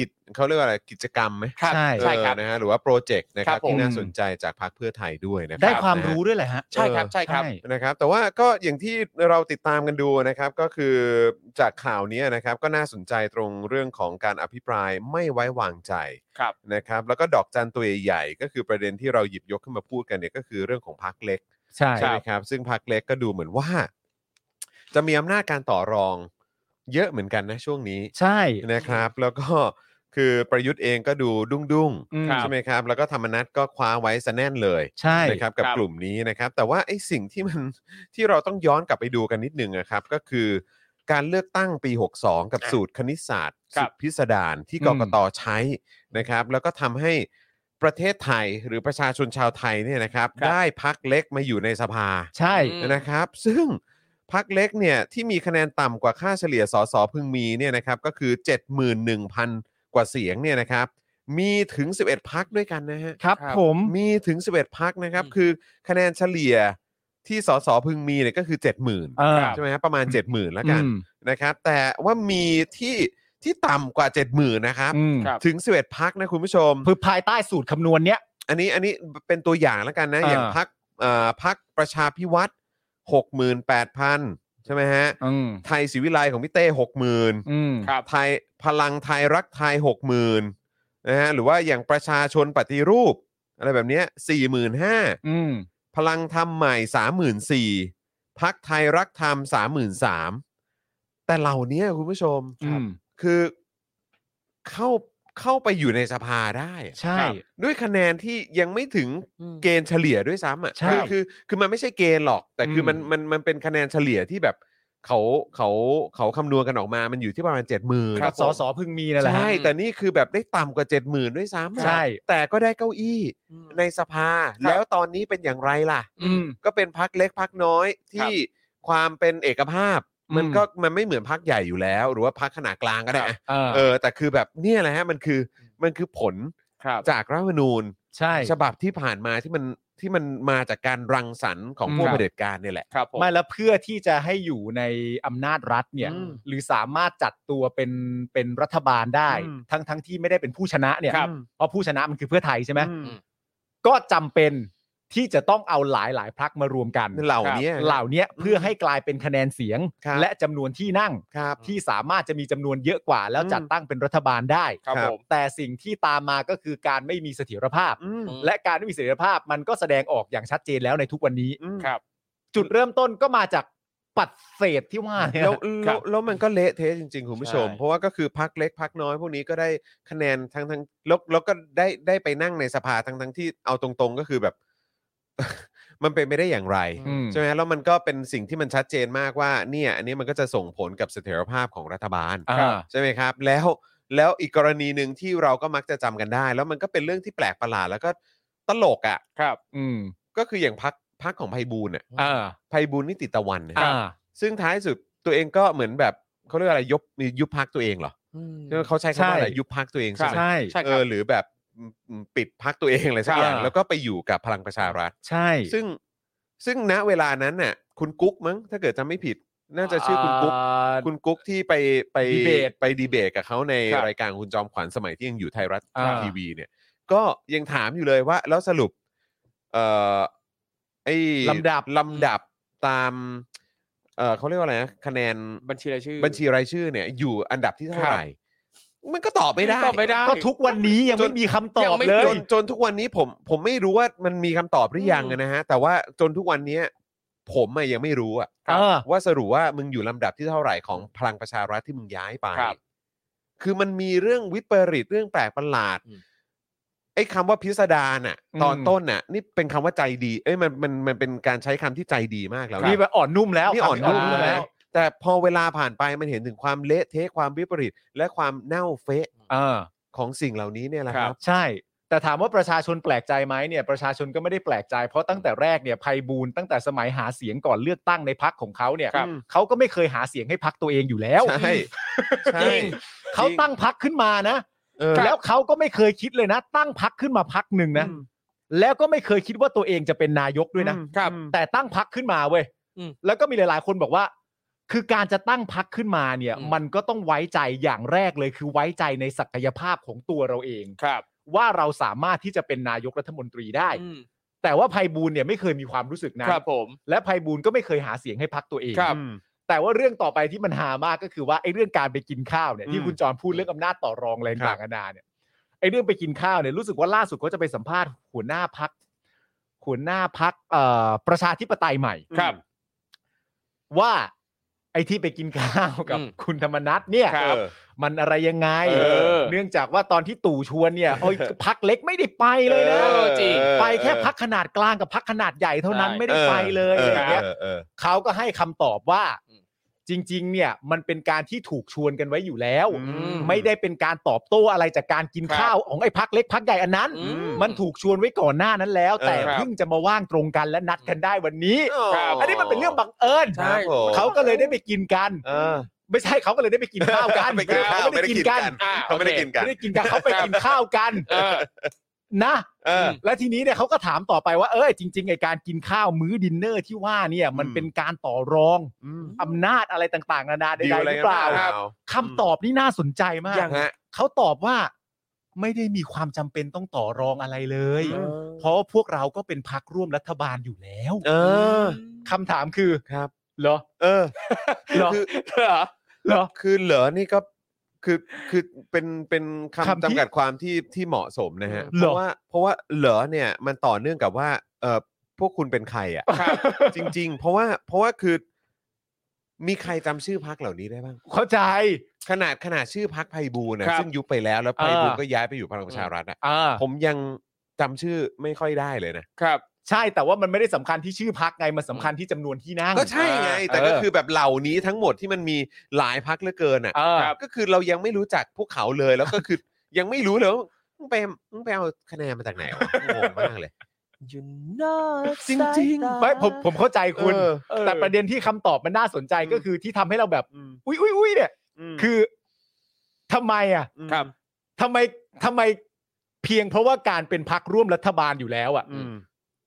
กิจเขาเรียกว่าอะไรกิจกรรมไหม ครับ ใช่ เออ ใช่ครับ นะฮะหรือว่าโปรเจกต์นะครับ ครับผม ที่น่าสนใจจากพรรคเพื่อไทยด้วยนะรับ ได้ความ นะฮะ รู้ด้วยแหละฮะ ใช่ครับ เออ ใช่ครับ นะครับแต่ว่าก็อย่างที่เราติดตามกันดูนะครับก็คือจากข่าวเนี้ยนะครับก็น่าสนใจตรงเรื่องของการอภิปรายไม่ไว้วางใจ ครับ นะครับแล้วก็ดอกจันตัวใหญ่ๆก็คือประเด็นที่เราหยิบยกขึ้นมาพูดกันเนี่ยก็คือเรื่องของพรรคเล็ก ใช่ ใช่ไหมครับซึ่งพรรคเล็กก็ดูเหมือนว่า จะมีอำนาจการต่อรอง เยอะเหมือนกันนะช่วงนี้ ใช่ นะครับ แล้วก็ (laughs) คือประยุทธ์เองก็ดูดุ้งดุ้งๆ อืม ครับ ใช่ไหมครับ แล้วก็ธรรมนัตก็คว้าไว้ซะแน่นเลย ใช่ นะครับกับ ครับ กลุ่มนี้นะครับ แต่ว่าไอ้สิ่งที่มัน (laughs) ที่เราต้องย้อนกลับไปดูกันนิดนึงนะครับ ก็คือการเลือกตั้งปี 62 กับสูตรคณิตศาสตร์ ครั สุ บ ดพิสดารที่กกตใช้นะครับ แล้วก็ทำให้ประเทศไทยหรือประชาชนชาวไทยเนี่ยนะครับ ได้พักเล็กมาอยู่ในสภา ใช่ อืม นะครับ ซึ่งพักเล็กเนี่ยที่มีคะแนนต่ำกว่าค่าเฉลี่ยสสพึงมีเนี่ยนะครับก็คือ 71,000 กว่าเสียงเนี่ยนะครับ มีถึง 11 พักด้วยกันนะฮะ ครับ ครับ ผม มีถึง 11 พักนะครับ อืม คือคะแนนเฉลี่ยที่สสพึงมีเนี่ยก็คือ 70,000 เออ ใช่ไหมฮะประมาณ 70,000แล้ว อื กัน ม นะครับ แต่ว่ามีที่ที่ต่ำกว่า 70,000นะครับ อืม ครับ ถึง 11 พักนะคุณผู้ชม คือภายใต้สูตรคำนวณเนี้ย อันนี้อันนี้เป็นตัวอย่างแล้วกันนะ อย่าง อ่า พักพักประชาพิวัตรหกหมื่นแปดพันใช่ไหมฮะ อืม ไทยศิวิไลของพี่เต้หกหมื่น อืม ครับ ไทยพลังไทยรักไทยหกหมื่นนะฮะหรือว่าอย่างประชาชนปฏิรูป อะไรแบบเนี้สี่หมื่นห้า อืม พลังธรรมใหม่สามหมื่นสี่พักไทยรักธรรมสามหมื่นสามแต่เหล่านี้คุณผู้ชม อืม คือเข้าเข้าไปอยู่ในสภาได้อะ ใช่ ครับ ด้วยคะแนนที่ยังไม่ถึง อืม เกณฑ์เฉลี่ยด้วยซ้ำอ่ะ ใช่ คือคือคือมันไม่ใช่เกณฑ์หรอก แต่คืออ ม มันมันมันเป็นคะแนนเฉลี่ยที่แบบเขาเขาเขาคำนวณกันออกมา มันอยู่ที่ประมาณ 7 0 0 0 0 กับสอสอพึงมีนั่นแหละฮะ ใช่แต่นี่คือแบบได้ต่ำกว่า 7 0,000 ด้วยซ้ำอะ ใช่ แต่ก็ได้เก้าอี้ อืม ในสภา แล้วตอนนี้เป็นอย่างไรล่ะ อืม ก็เป็นพักเล็กพักน้อยที่ความเป็นเอกภาพ มัน อืม ก็มันไม่เหมือนพักใหญ่อยู่แล้ว หรือว่าพักขนาดกลางก็ได้ ครับ อะ เออ เออแต่คือแบบเนี่ยแหละฮะมันคือมันคือผล ครับ จากรัฐธรรมนูญ ใช่ ฉบับที่ผ่านมาที่มันที่มันมาจากการรังสรรค์ของพวก อืม เผด็จการเนี่ยแหละ ครับผม ไม่แล้วเพื่อที่จะให้อยู่ในอำนาจรัฐเนี่ย อืม หรือสามารถจัดตัวเป็นเป็นรัฐบาลได้ อืม ทั้งทั้งที่ไม่ได้เป็นผู้ชนะเนี่ย ครับ เพราะผู้ชนะมันคือเพื่อไทยใช่ไหม อืม ก็จำเป็นที่จะต้องเอาหลายหลายๆพักมารวมกัน เหล่านี้ เหล่าเนี้ยเพื่อให้กลายเป็นคะแนนเสียง ครับ และจำนวนที่นั่ง ครับ ที่สามารถจะมีจำนวนเยอะกว่า แล้ว อืม จัดตั้งเป็นรัฐบาลได้ ครับผม แต่สิ่งที่ตามมาก็คือการไม่มีเสถียรภาพ อืม อืม และการไม่มีเสถียรภาพมันก็แสดงออกอย่างชัดเจนแล้วในทุกวันนี้ อืม ครับ จุดเริ่มต้นก็มาจากปัดเศษที่ว่าเนี่ย แล้ว คแล้รัว บ แล้วมันก็เละเทะจริงๆ คุณผู้ชม ใช่ เพราะว่าก็คือพักเล็กพักน้อยพวกนี้ก็ได้คะแนนทั้งทั้งแล้วแล้วก็ได้ได้ไปนั่งในสภาทั้งทั้งที่เอาตรงๆก็คือแบบ (laughs) มันเป็นไม่ได้อย่างไร อืม ใช่ไหมแล้วมันก็เป็นสิ่งที่มันชัดเจนมากว่า เนี่ยอันนี้มันก็จะส่งผลกับเสถียรภาพของรัฐบาล อ่า ใช่ไหมครับแล้วแล้วอีกกรณีหนึ่งที่เราก็มักจะจำกันได้ แล้วมันก็เป็นเรื่องที่แปลกประหลาดแล้วก็ตลกอะ่ะ ครับ อืม ก็คืออย่างพักพักของไพบูลย์อ่ะ อ่า ไพบูลย์นิติตะวันนะ อ่า ซึ่งท้ายสุดตัวเองก็เหมือนแบบเขาเรียกอะไรยุบยุบพักตัวเองเหรอเขาใช้คำว่าอะไร ใช่ ยุบพักตัวเองใช่ไหม ใช่ ใช่ เอ ครั อบ หรือแบบอืมปิดพักตัวเองอะไรสักอย่าง อ่า แล้วก็ไปอยู่กับพลังประชารัฐ ใช่ ซึ่งซึ่งณเวลานั้นน่ะคุณกุ๊กมั้งถ้าเกิดจำไม่ผิด น่าจะชื่อคุณกุ๊ก า คุณกุ๊กที่ไปไป ดีเบต ไปดีเบตกับเขาใน ครับ รายการคุณจอมขวัญสมัยที่ยังอยู่ไทยรัฐ อ่า ทีวีเนี่ย ก็ยังถามอยู่เลยว่า แล้วสรุป เอ่อไอ้ ลำดับ ลำดับตาม เอ่อเขาเรียกว่าอะไรนะคะแนน บัญชีรายชื่อ บัญชีรายชื่อเนี่ย อยู่อันดับที่เท่าไหร่ มันก็ตอบไม่ได้ ตอบไม่ได้ ก็ทุกวันนี้ยัง จน ไม่มีคำต ยั อบ งไม่ เล อ้ ย จนจนทุกวันนี้ผมผมไม่รู้ว่ามันมีคำตอบหรือยัง อืม นะฮะ แต่ว่าจนทุกวันนี้ผมอะยังไม่รู้อะ ครับเออ ว่าสรุปว่ามึงอยู่ลำดับที่เท่าไหร่ของพลังประชารัฐที่มึงย้ายไป ครับ คือมันมีเรื่องวิปริตเรื่องแปลกประหลาด อืม ไอ้คำว่าพิสดารน่ะ อืม ตอนต้นน่ะ นี่เป็นคำว่าใจดี เอ้ยมันมันมันเป็นการใช้คำที่ใจดีมากแล้ว นี่แบบอ่อนนุ่มแล้ว นี่อ่อนนุ่ม คำ แล้ว แต่พอเวลาผ่านไปมันเห็นถึงความเละเทะความวิปริตและความเน่าเฟะ เออ ของสิ่งเหล่านี้เนี่ยแหละค ครั รับ บ ใช่ แต่ถามว่าประชาชนแปลกใจไหมเนี่ยประชาชนก็ไม่ได้แปลกใจ เพราะตั้งแต่แรกเนี่ยภัยบูลย์ตั้งแต่สมัยหาเสียงก่อนเลือกตั้งในพักของเขาเนี่ย ครับ เขาก็ไม่เคยหาเสียงให้พักตัวเองอยู่แล้ว ใช่ใช่ จริง เขาตั้งพักขึ้นมานะ เออ แล้วเขาก็ไม่เคยคิดเลยนะ ตั้งพักขึ้นมาพักหนึ่งนะ อืม แล้วก็ไม่เคยคิดว่าตัวเองจะเป็นนายกด้วยนะ ครับ แต่ตั้งพักขึ้นมาเว้ย อืม แล้วก็มีหลาย ๆ คนบอกว่า คือการจะตั้งพักขึ้นมาเนี่ย อืม มันก็ต้องไว้ใจอย่างแรกเลยคือไว้ใจในศักยภาพของตัวเราเอง ครับ ว่าเราสามารถที่จะเป็นนายกรัฐมนตรีได้ อืม แต่ว่าภัยบูลย์เนี่ยไม่เคยมีความรู้สึกนะครับ ผม และภัยบูลย์ก็ไม่เคยหาเสียงให้พักตัวเอง ครับ อืม แต่ว่าเรื่องต่อไปที่มันหามากก็คือว่าไอ้เรื่องการไปกินข้าวเนี่ย อื ที่ ม คุณจอรพูดเรื่องอำนาจต่อรองอะไร ครั ต่า บ งๆนานาเนี่ยไอ้เรื่องไปกินข้าวเนี่ยรู้สึกว่าล่าสุดเขาจะไปสัมภาษณ์หัวหน้าพักหัวหน้าพักประชาธิปไตยใหม่ ครับ ว่าไอ้ที่ไปกินข้าวกับ อืม คุณธรรมนัทเนี่ย ครับ เออ มันอะไรยังไง เออ เนื่องจากว่าตอนที่ตู่ชวนเนี่ยโอ้ยพักเล็กไม่ได้ไปเลยนะ ออจริง ไปแค่พักขนาดกลางกับพักขนาดใหญ่เท่านั้น ใช่ ไม่ได้ไปเลยอะไรอย่างเงี้ย ออออ เขาก็ให้คำตอบว่า อืม จริง ๆ เนี่ยมันเป็นการที่ถูกชวนกันไว้อยู่แล้ว อืม ไม่ได้เป็นการตอบโต้อะไรจากการกิน ครับ ข้าวของไอ้พักเล็กพักใหญ่อันนั้น อืม มันถูกชวนไว้ก่อนหน้านั้นแล้ว เออ แต่ ครับ เพิ่งจะมาว่างตรงกันและนัดกันได้วันนี้ ครับ อันนี้มันเป็นเรื่องบังเอิญคใช่รับผม เขาก็เลยได้ไปกินกัน เออ ไม่ใช่เขาก็เลยได้ไปกินข้าวกัน ไปกินข้าว เขาไม่ได้กินกัน อ่า เขาไม่ได้กินกัน ไม่ได้กินกันเขาไปกินข้าวกัน เออ นะ เออ (laughs) และทีนี้เนี่ยเขาก็ถามต่อไปว่า เออจริงๆไอการกินข้าวมื้อดินเนอร์ที่ว่าเนี่ยมัน อืม เป็นการต่อรอง อืม อำนาจอะไรต่างๆนานาใด ดีล ๆ อะ ห ไร รืกัอน เปล่า ครั คำตอบนี่น่าสนใจมาก ยังฮะ เขาตอบว่าไม่ได้มีความจำเป็นต้องต่อรองอะไรเลย อืม เพราะพวกเราก็เป็นพักร่วมรัฐบาลอยู่แล้ว เออ คำถามคือ ครับ เหรอ เออ เหรอ คือ เหรอ เหรอ คือเหรอนี่ก็คือคือเป็นเป็น คำที่ คำจำกัดความที่ที่เหมาะสมนะฮะ เห เพ รอ ราะว่าเพราะว่าเหรอเนี่ยมันต่อเนื่องกับว่าเออพวกคุณเป็นใครอ่ะ ครับ จริง ๆ เพราะว่าเพราะว่าคือ มีใครจำชื่อพักเหล่านี้ได้บ้าง เข้าใจ ขนาดขนาดชื่อพักไพบูลย์นะครับ ซึ่งยุบไปแล้วแล้วไพบูลย์ อ่า ก็ย้ายไปอยู่พลังประชารัฐอ่ะ อ่า ผมยังจำชื่อไม่ค่อยได้เลยนะ ครับ ใช่แต่ว่ามันไม่ได้สำคัญที่ชื่อพักไงมันสำคัญที่จำนวนที่นั่ง ก็ใช่ไง อ่า แต่ก็ เออ คือแบบเหล่านี้ทั้งหมดที่มันมีหลายพักเหลือเกินอ่ะ เออ ก็คือเรายังไม่รู้จักพวกเขาเลยแล้วก็คือ ยังไม่รู้เลยว่ามึงไปมึงไปเอาคะแนนมาจากไหนวะงงมากเลย อยู่นอก จริงๆ สายตา ไม่ผมผมเข้าใจคุณ เออ เออ แต่ประเด็นที่คำตอบมันน่าสนใจ อืม ก็คือที่ทำให้เราแบบ อืม อุ้ยอุ้ยอุ้ยเนี่ย ม คือทำไมอ่ะ ม ครับ ทำไมทำไมเพียงเพราะว่าการเป็นพักร่วมรัฐบาลอยู่แล้วอ่ะ อืม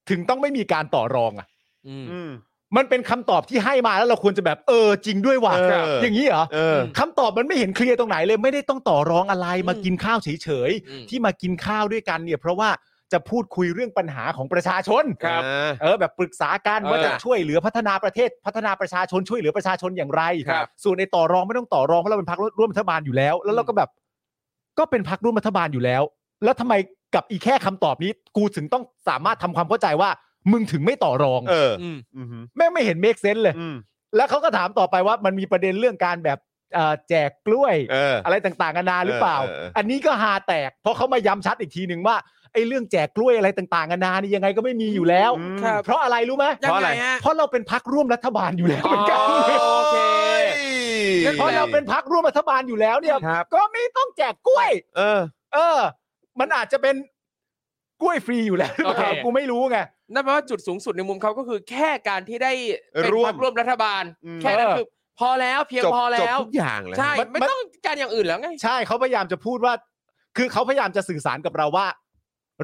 ถึงต้องไม่มีการต่อรองอ่ะ อืม อืม มันเป็นคำตอบที่ให้มาแล้วเราควรจะแบบเออจริงด้วยว่ะ เออ อย่างนี้เหรอ เออ คำตอบมันไม่เห็นเคลียร์ตรงไหนเลย ไม่ได้ต้องต่อรองอะไร อืม มากินข้าวเฉย อืม ๆที่มากินข้าวด้วยกันเนี่ย เพราะว่าจะพูดคุยเรื่องปัญหาของประชาชน ครับ อ่า เออแบบปรึกษากัน เออ ว่าจะช่วยเหลือพัฒนาประเทศพัฒนาประชาชนช่วยเหลือประชาชนอย่างไร ครับ ส่วนในต่อรองไม่ต้องต่อรองเพราะเราเป็นพรรคร่วมรัฐบาลอยู่แล้ว แล้วเราก็แบบ ก็เป็นพรรคร่วมรัฐบาลอยู่แล้ว แล้วทำไมกับอีแค่คำตอบนี้ กูถึงต้องสามารถทำความเข้าใจว่า มึงถึงไม่ต่อรอง เออ ืม อืมฮึ แม่งไม่เห็นเมคเซน s ์เลย อืม แล้วเขาก็ถามต่อไปว่ามันมีประเด็นเรื่องการแบบเอ่อแจกกล้วย เออ อะไรต่างๆนานาหรือเปล่า เออเออเอออั อันนี้ก็หาแตก เพราะเขามาย้ำชัดอีกทีหนึ่งว่าไอ้เรื่องแจกกล้วยอะไรต่างๆนานานี่ยังไงก็ไม่มีอยู่แล้ว อืม ครับ เพราะอะไรรู้ไหม ยังไงฮะ เพราะเราเป็นพักร่วมรัฐบาลอยู่แล้วเหมือนกัน อ๋อ โเค งั้น เพราะเราเป็นพักร่วมรัฐบาลอยู่แล้วเนี่ย ครับ ก็ไม่ต้องแจกกล้วย เออ เออ มันอาจจะเป็นกล้วยฟรีอยู่แล้วหรือเปล่า โอเค กูไม่รู้ไง นั่นแปลว่าจุดสูงสุดในมุมเขาก็คือแค่การที่ได้เป็น ร่วม พคร่วมรัฐบาล อืม แค่นั้น เออ คือ พอแล้วเพียง จบ พอ จบ แล้ว ทุกอย่างเลย ใช่ ฮะ ไม่ต้องการอย่างอื่นแล้วไง ใช่เขาพยายามจะพูดว่า คือเขาพยายามจะสื่อสารกับเราว่า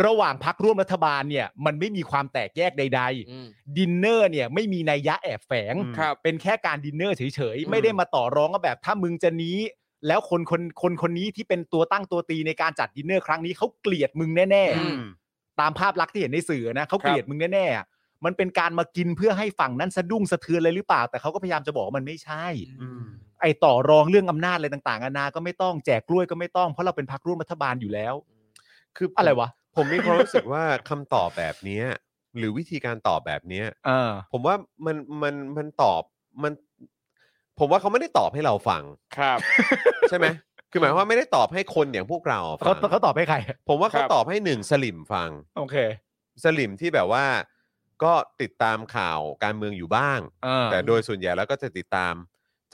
ระหว่างพักร่วมรัฐบาลเนี่ย มันไม่มีความแตกแยกใด อืม ๆ ดินเนอร์เนี่ยไม่มีนัยยะแอบแฝง อืม ครับ เป็นแค่การดินเนอร์เฉย อืม ๆ ไม่ได้มาต่อรองว่าแบบถ้ามึงจะนี้ แล้วคนคนคนคนนี้ที่เป็นตัวตั้งตัวตีในการจัดดินเนอร์ครั้งนี้เขาเกลียดมึงแน่ อืม ๆ ตามภาพลักษณ์ที่เห็นในสื่อนะเขาเกลียดมึงแน่ๆอะมันเป็นการมากินเพื่อให้ฝั่งนั้นสะดุ้งสะเทือนเลยหรือเปล่า แต่เขาก็พยายามจะบอกว่ามันไม่ใช่ อืม ไอ้ต่อรองเรื่องอำนาจอะไรต่างๆนานาก็ไม่ต้องแจกกล้วยก็ไม่ต้องเพราะเราเป็นพรรคร่วมรัฐบาลอยู่แล้ว คือผม อะไรวะ ผมมีความรู้สึกว่าคำตอบแบบเนี้ย หรือวิธีการตอบแบบเนี้ย เออ ผมว่ามันมันมันตอบมัน ผมว่าเขาไม่ได้ตอบให้เราฟัง ครับ ใช่ไหม คือหมายความว่าไม่ได้ตอบให้คนอย่างพวกเราฟั เขา ง เขาตอบให้ใคร ผมว่าเขา ครับ ตอบให้หนึ่งสลิมฟัง โอเค สลิมที่แบบว่า ก็ติดตามข่าวการเมืองอยู่บ้าง เออ แต่โดยส่วนใหญ่แล้วก็จะติดตาม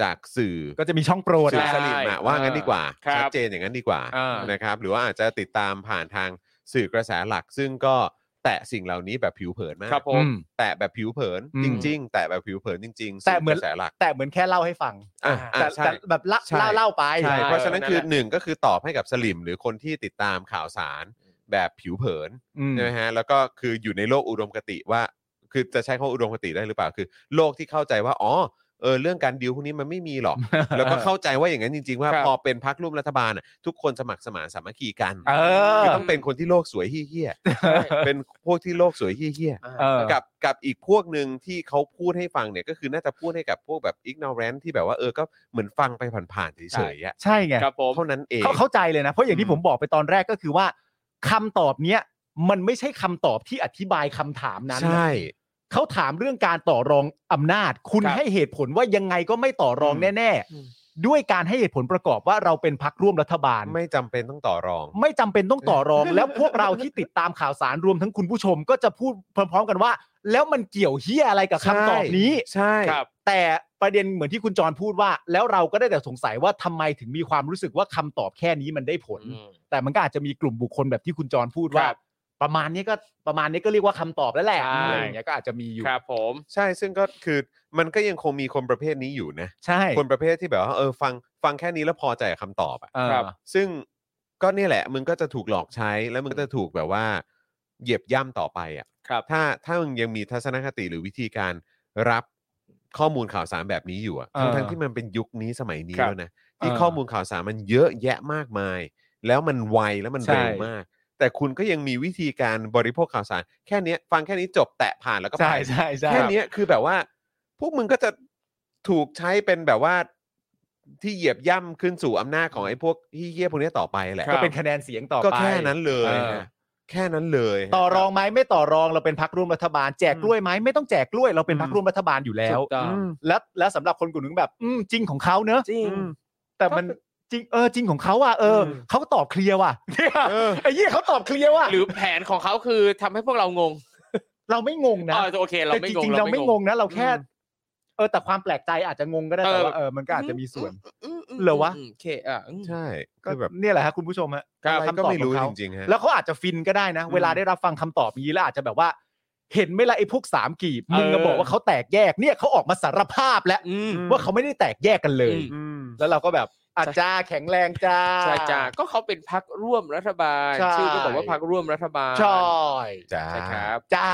จากสื่อ ก็จะมีช่องโปรด สื่ แห อ ละ สลิมอะว่างั้นดีกว่า ครับ ชัดเจนอย่างนั้นดีกว่า อ่าน นะครับ หรือว่าอาจจะติดตามผ่านทางสื่อกระแสหลัก ซึ่งก็แตะสิ่งเหล่านี้แบบผิวเผินมาก ครับผม อืม แตะแบบผิวเผิน อืม จริง ๆ แตะแบบผิวเผินจริงๆ แต่ สื่ เหมื ก อน ระแสหลัก แต่เหมือนแค่เล่าให้ฟัง อ่ะอ่ะ แต่ ใช่ แต่แบบเล่า ใช่ เล่าเล่าไป ใช่ ใช่ เพราะฉะนั้น นั่น คือ แหละ หนึ่งก็คือตอบให้กับสลิมหรือคนที่ติดตามข่าวสารแบบผิวเผิน อืม ใช่ไหมฮะแล้วก็คืออยู่ในโลกอุดมคติว่า คือจะใช้คำว่าอุดมคติได้หรือเปล่าคือ โลกที่เข้าใจว่าอ๋อเออเรื่องการดิวพวกนี้มันไม่มีหรอก แล้วก็เข้าใจว่าอย่างนั้นจริง ๆ ว่า ครับ พอเป็นพักร่วมรัฐบาลน่ะทุกคนสมัครสมานสามัคคีกัน เออ คือต้องเป็นคนที่โลกสวยเฮี้ย ใช่ ๆเป็นพวกที่โลกสวยเฮี้ย เออ ๆกับกับอีกพวกหนึ่งที่เขาพูดให้ฟังเนี่ยก็คือน่าจะพูดให้กับพวกแบบ ignorant ที่แบบว่าเออก็เหมือนฟังไปผ่านๆเฉยๆอะ ใช่ไง ครับผม เท่านั้นเอง เขาเข้าใจเลยนะ เพราะอย่าง อื ที่ ม ผมบอกไปตอนแรกก็คือว่าคำตอบเนี้ยมันไม่ใช่คำตอบที่อธิบายคำถามนั้น ใช่ นะเขาถามเรื่องการต่อรองอำนาจ คุณ ครับ ให้เหตุผลว่ายังไงก็ไม่ต่อรอง อืม แน่ อืม ๆ ด้วยการให้เหตุผลประกอบว่าเราเป็นพักร่วมรัฐบาล ไม่จำเป็นต้องต่อรอง ไม่จำเป็นต้องต่อรอง (laughs) แล้วพวกเราที่ติดตามข่าวสารรวมทั้งคุณผู้ชมก็จะพูดพร้อมๆกันว่า แล้วมันเกี่ยวเฮียอะไรกับคำตอบนี้ ใช่ ครับ แต่ประเด็นเหมือนที่คุณจรพูดว่า แล้วเราก็ได้แต่สงสัยว่าทำไมถึงมีความรู้สึกว่าคำตอบแค่นี้มันได้ผล แต่มันก็อาจจะมีกลุ่มบุคคลแบบที่คุณจรพูดว่า ครับ ประมาณนี้ก็ประมาณนี้ก็เรียกว่าคำตอบแล้วแหละ ใช่ อะไรอย่างเงี้ยก็อาจจะมีอยู่ ครับผม ใช่ซึ่งก็คือมันก็ยังคงมีคนประเภทนี้อยู่นะ ใช่ คนประเภทที่แบบว่าเออฟังฟังแค่นี้แล้วพอใจกับคำตอบอะ เออ ครับ ซึ่งก็เนี่ยแหละมึงก็จะถูกหลอกใช้แล้วมึงก็จะถูกแบบว่า เหยียบย่ำต่อไปอ่ะ ครับ ถ้าถ้ามึงยังมีทัศนคติหรือวิธีการรับข้อมูลข่าวสารแบบนี้อยู่อะ เอ ทั้ง อ ทั้งที่มันเป็นยุคนี้สมัยนี้ ครับ แล้วนะที่ เออ ข้อมูลข่าวสารมันเยอะแยะมากมาย แล้วมันไวแล้วมัน ใช่ เร็วมาก แต่คุณก็ยังมีวิธีการบริโภคข่าวสาร แค่เนี้ยฟังแค่นี้จบแตะผ่านแล้วก็ ใช่ ผ่าน ใช่ใช่ แค่เนี้ยคือแบบว่า พวกมึงก็จะถูกใช้เป็นแบบว่าที่เหยียบย่ำขึ้นสู่อำนาจของไอ้พวกที่เหี้ยพวกเนี้ยต่อไปแหละ ก็เป็นคะแนนเสียงต่อไป ก็แค่นั้นเลย เออ นะแค่นั้นเลย ต่อรองไหมไม่ต่อรองเราเป็นพักร่วมรัฐบาล แจกกล้วยไหมไม่ต้องแจกกล้วยเราเป็นพักร่วมรัฐบาลอยู่แล้ว ถูกต้อง และและสำหรับคนกลุ่มหนึงแบบ อืมจริงของเขาเนอะ จริง อืม แต่มันจริงเออจริงของเขาอ่ะเอออ ม เขาก็ตอบเคลียร์ว่ะ เออ ไอ้ยี่เขาตอบเคลียร์ว่ะ หรือแผนของเขาคือทำให้พวกเรางง เราไม่งงนะ เออโอเค เรา แต่ ไม่ จ งง ริงๆเราไม่งงนะ เราแค่ อืม เออแต่ความแปลกใจอาจจะงงก็ได้แต่ว่าเออมันก็อาจจะมีส่วน เหรอวะ มโอเคอ่ะอืม ใช่ ก็ คือแบบ เนี่ยแหละฮะคุณผู้ชมฮะ อะ คือ ไร คำ ก็ ตอบ ไม่ ขอ รู้ งเขา จริงๆฮะ แล้วเขาอาจจะฟินก็ได้นะ เวลาได้รับฟังคำตอบนี้แล้วอาจจะแบบว่า เห็นไหม่ละไอ้พวกสามกีบมึงก็ เออ บอกว่าเขาแตกแยกเนี่ยเขาออกมาสารภาพแล้ว อืม ว่าเขาไม่ได้แตกแยกกันเลย อื อืม แล้วเราก็แบบอาจารย์แข็งแรงจ้า ใช่จ้าก็เขาเป็นพักร่วมรัฐบาล ใช่ ชื่อก็บอกว่าพักร่วมรัฐบาล ชอย จ้า ใช่ครับ จ้า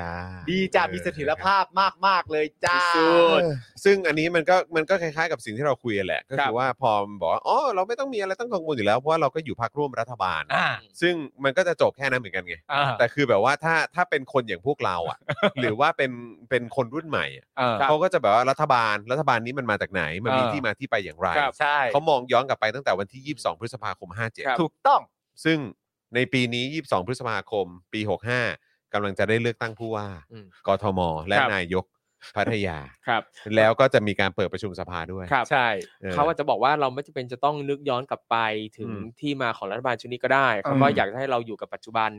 จ้า ดีจ้า เออ มีเสถียรภาพมาก ๆ เลยจ้า สุ เอ ด อซึ่งอันนี้มันก็มันก็คล้ายๆกับสิ่งที่เราคุยแหละ ก็ ครั คื บ อว่าพอมันบอกว่าอ๋อเราไม่ต้องมีอะไรต้องกังวลอยู่แล้วเพราะว่าเราก็อยู่พักร่วมรัฐบาล อ่า ซึ่งมันก็จะจบแค่นั้นเหมือนกันไง อ่า แต่คือแบบว่าถ้าถ้าเป็นคนอย่างพวกเราอ่ะ หรือว่าเป็นเป็นคนรุ่นใหม่อะ เออ เขาก็จะแบบว่ารัฐบาลรัฐบาลนี้มันมาจากไหน มันมีที่มาที่ไปอย่างไร ครับ ใช่ เขามองย้อนกลับไปตั้งแต่วันที่ 22 พฤษภาคม ครับ ถูกต้อง 57 ซึ่งในปีนี้ 22 พฤษภาคม ปี 65กำลังจะได้เลือกตั้งผู้ว่า อืม กทม และ ครับ นายกพัทยา ครับ แล้วก็จะมีการเปิดประชุมสภาด้วย ครับ ใช่ ออ เขาอาจจะบอกว่าเราไม่จำเป็นจะต้องนึกย้อนกลับไปถึง อืม ที่มาของรัฐบาลชุดนี้ก็ได้เขาก็ อืม อยากจะให้เราอยู่กับปัจจุบัน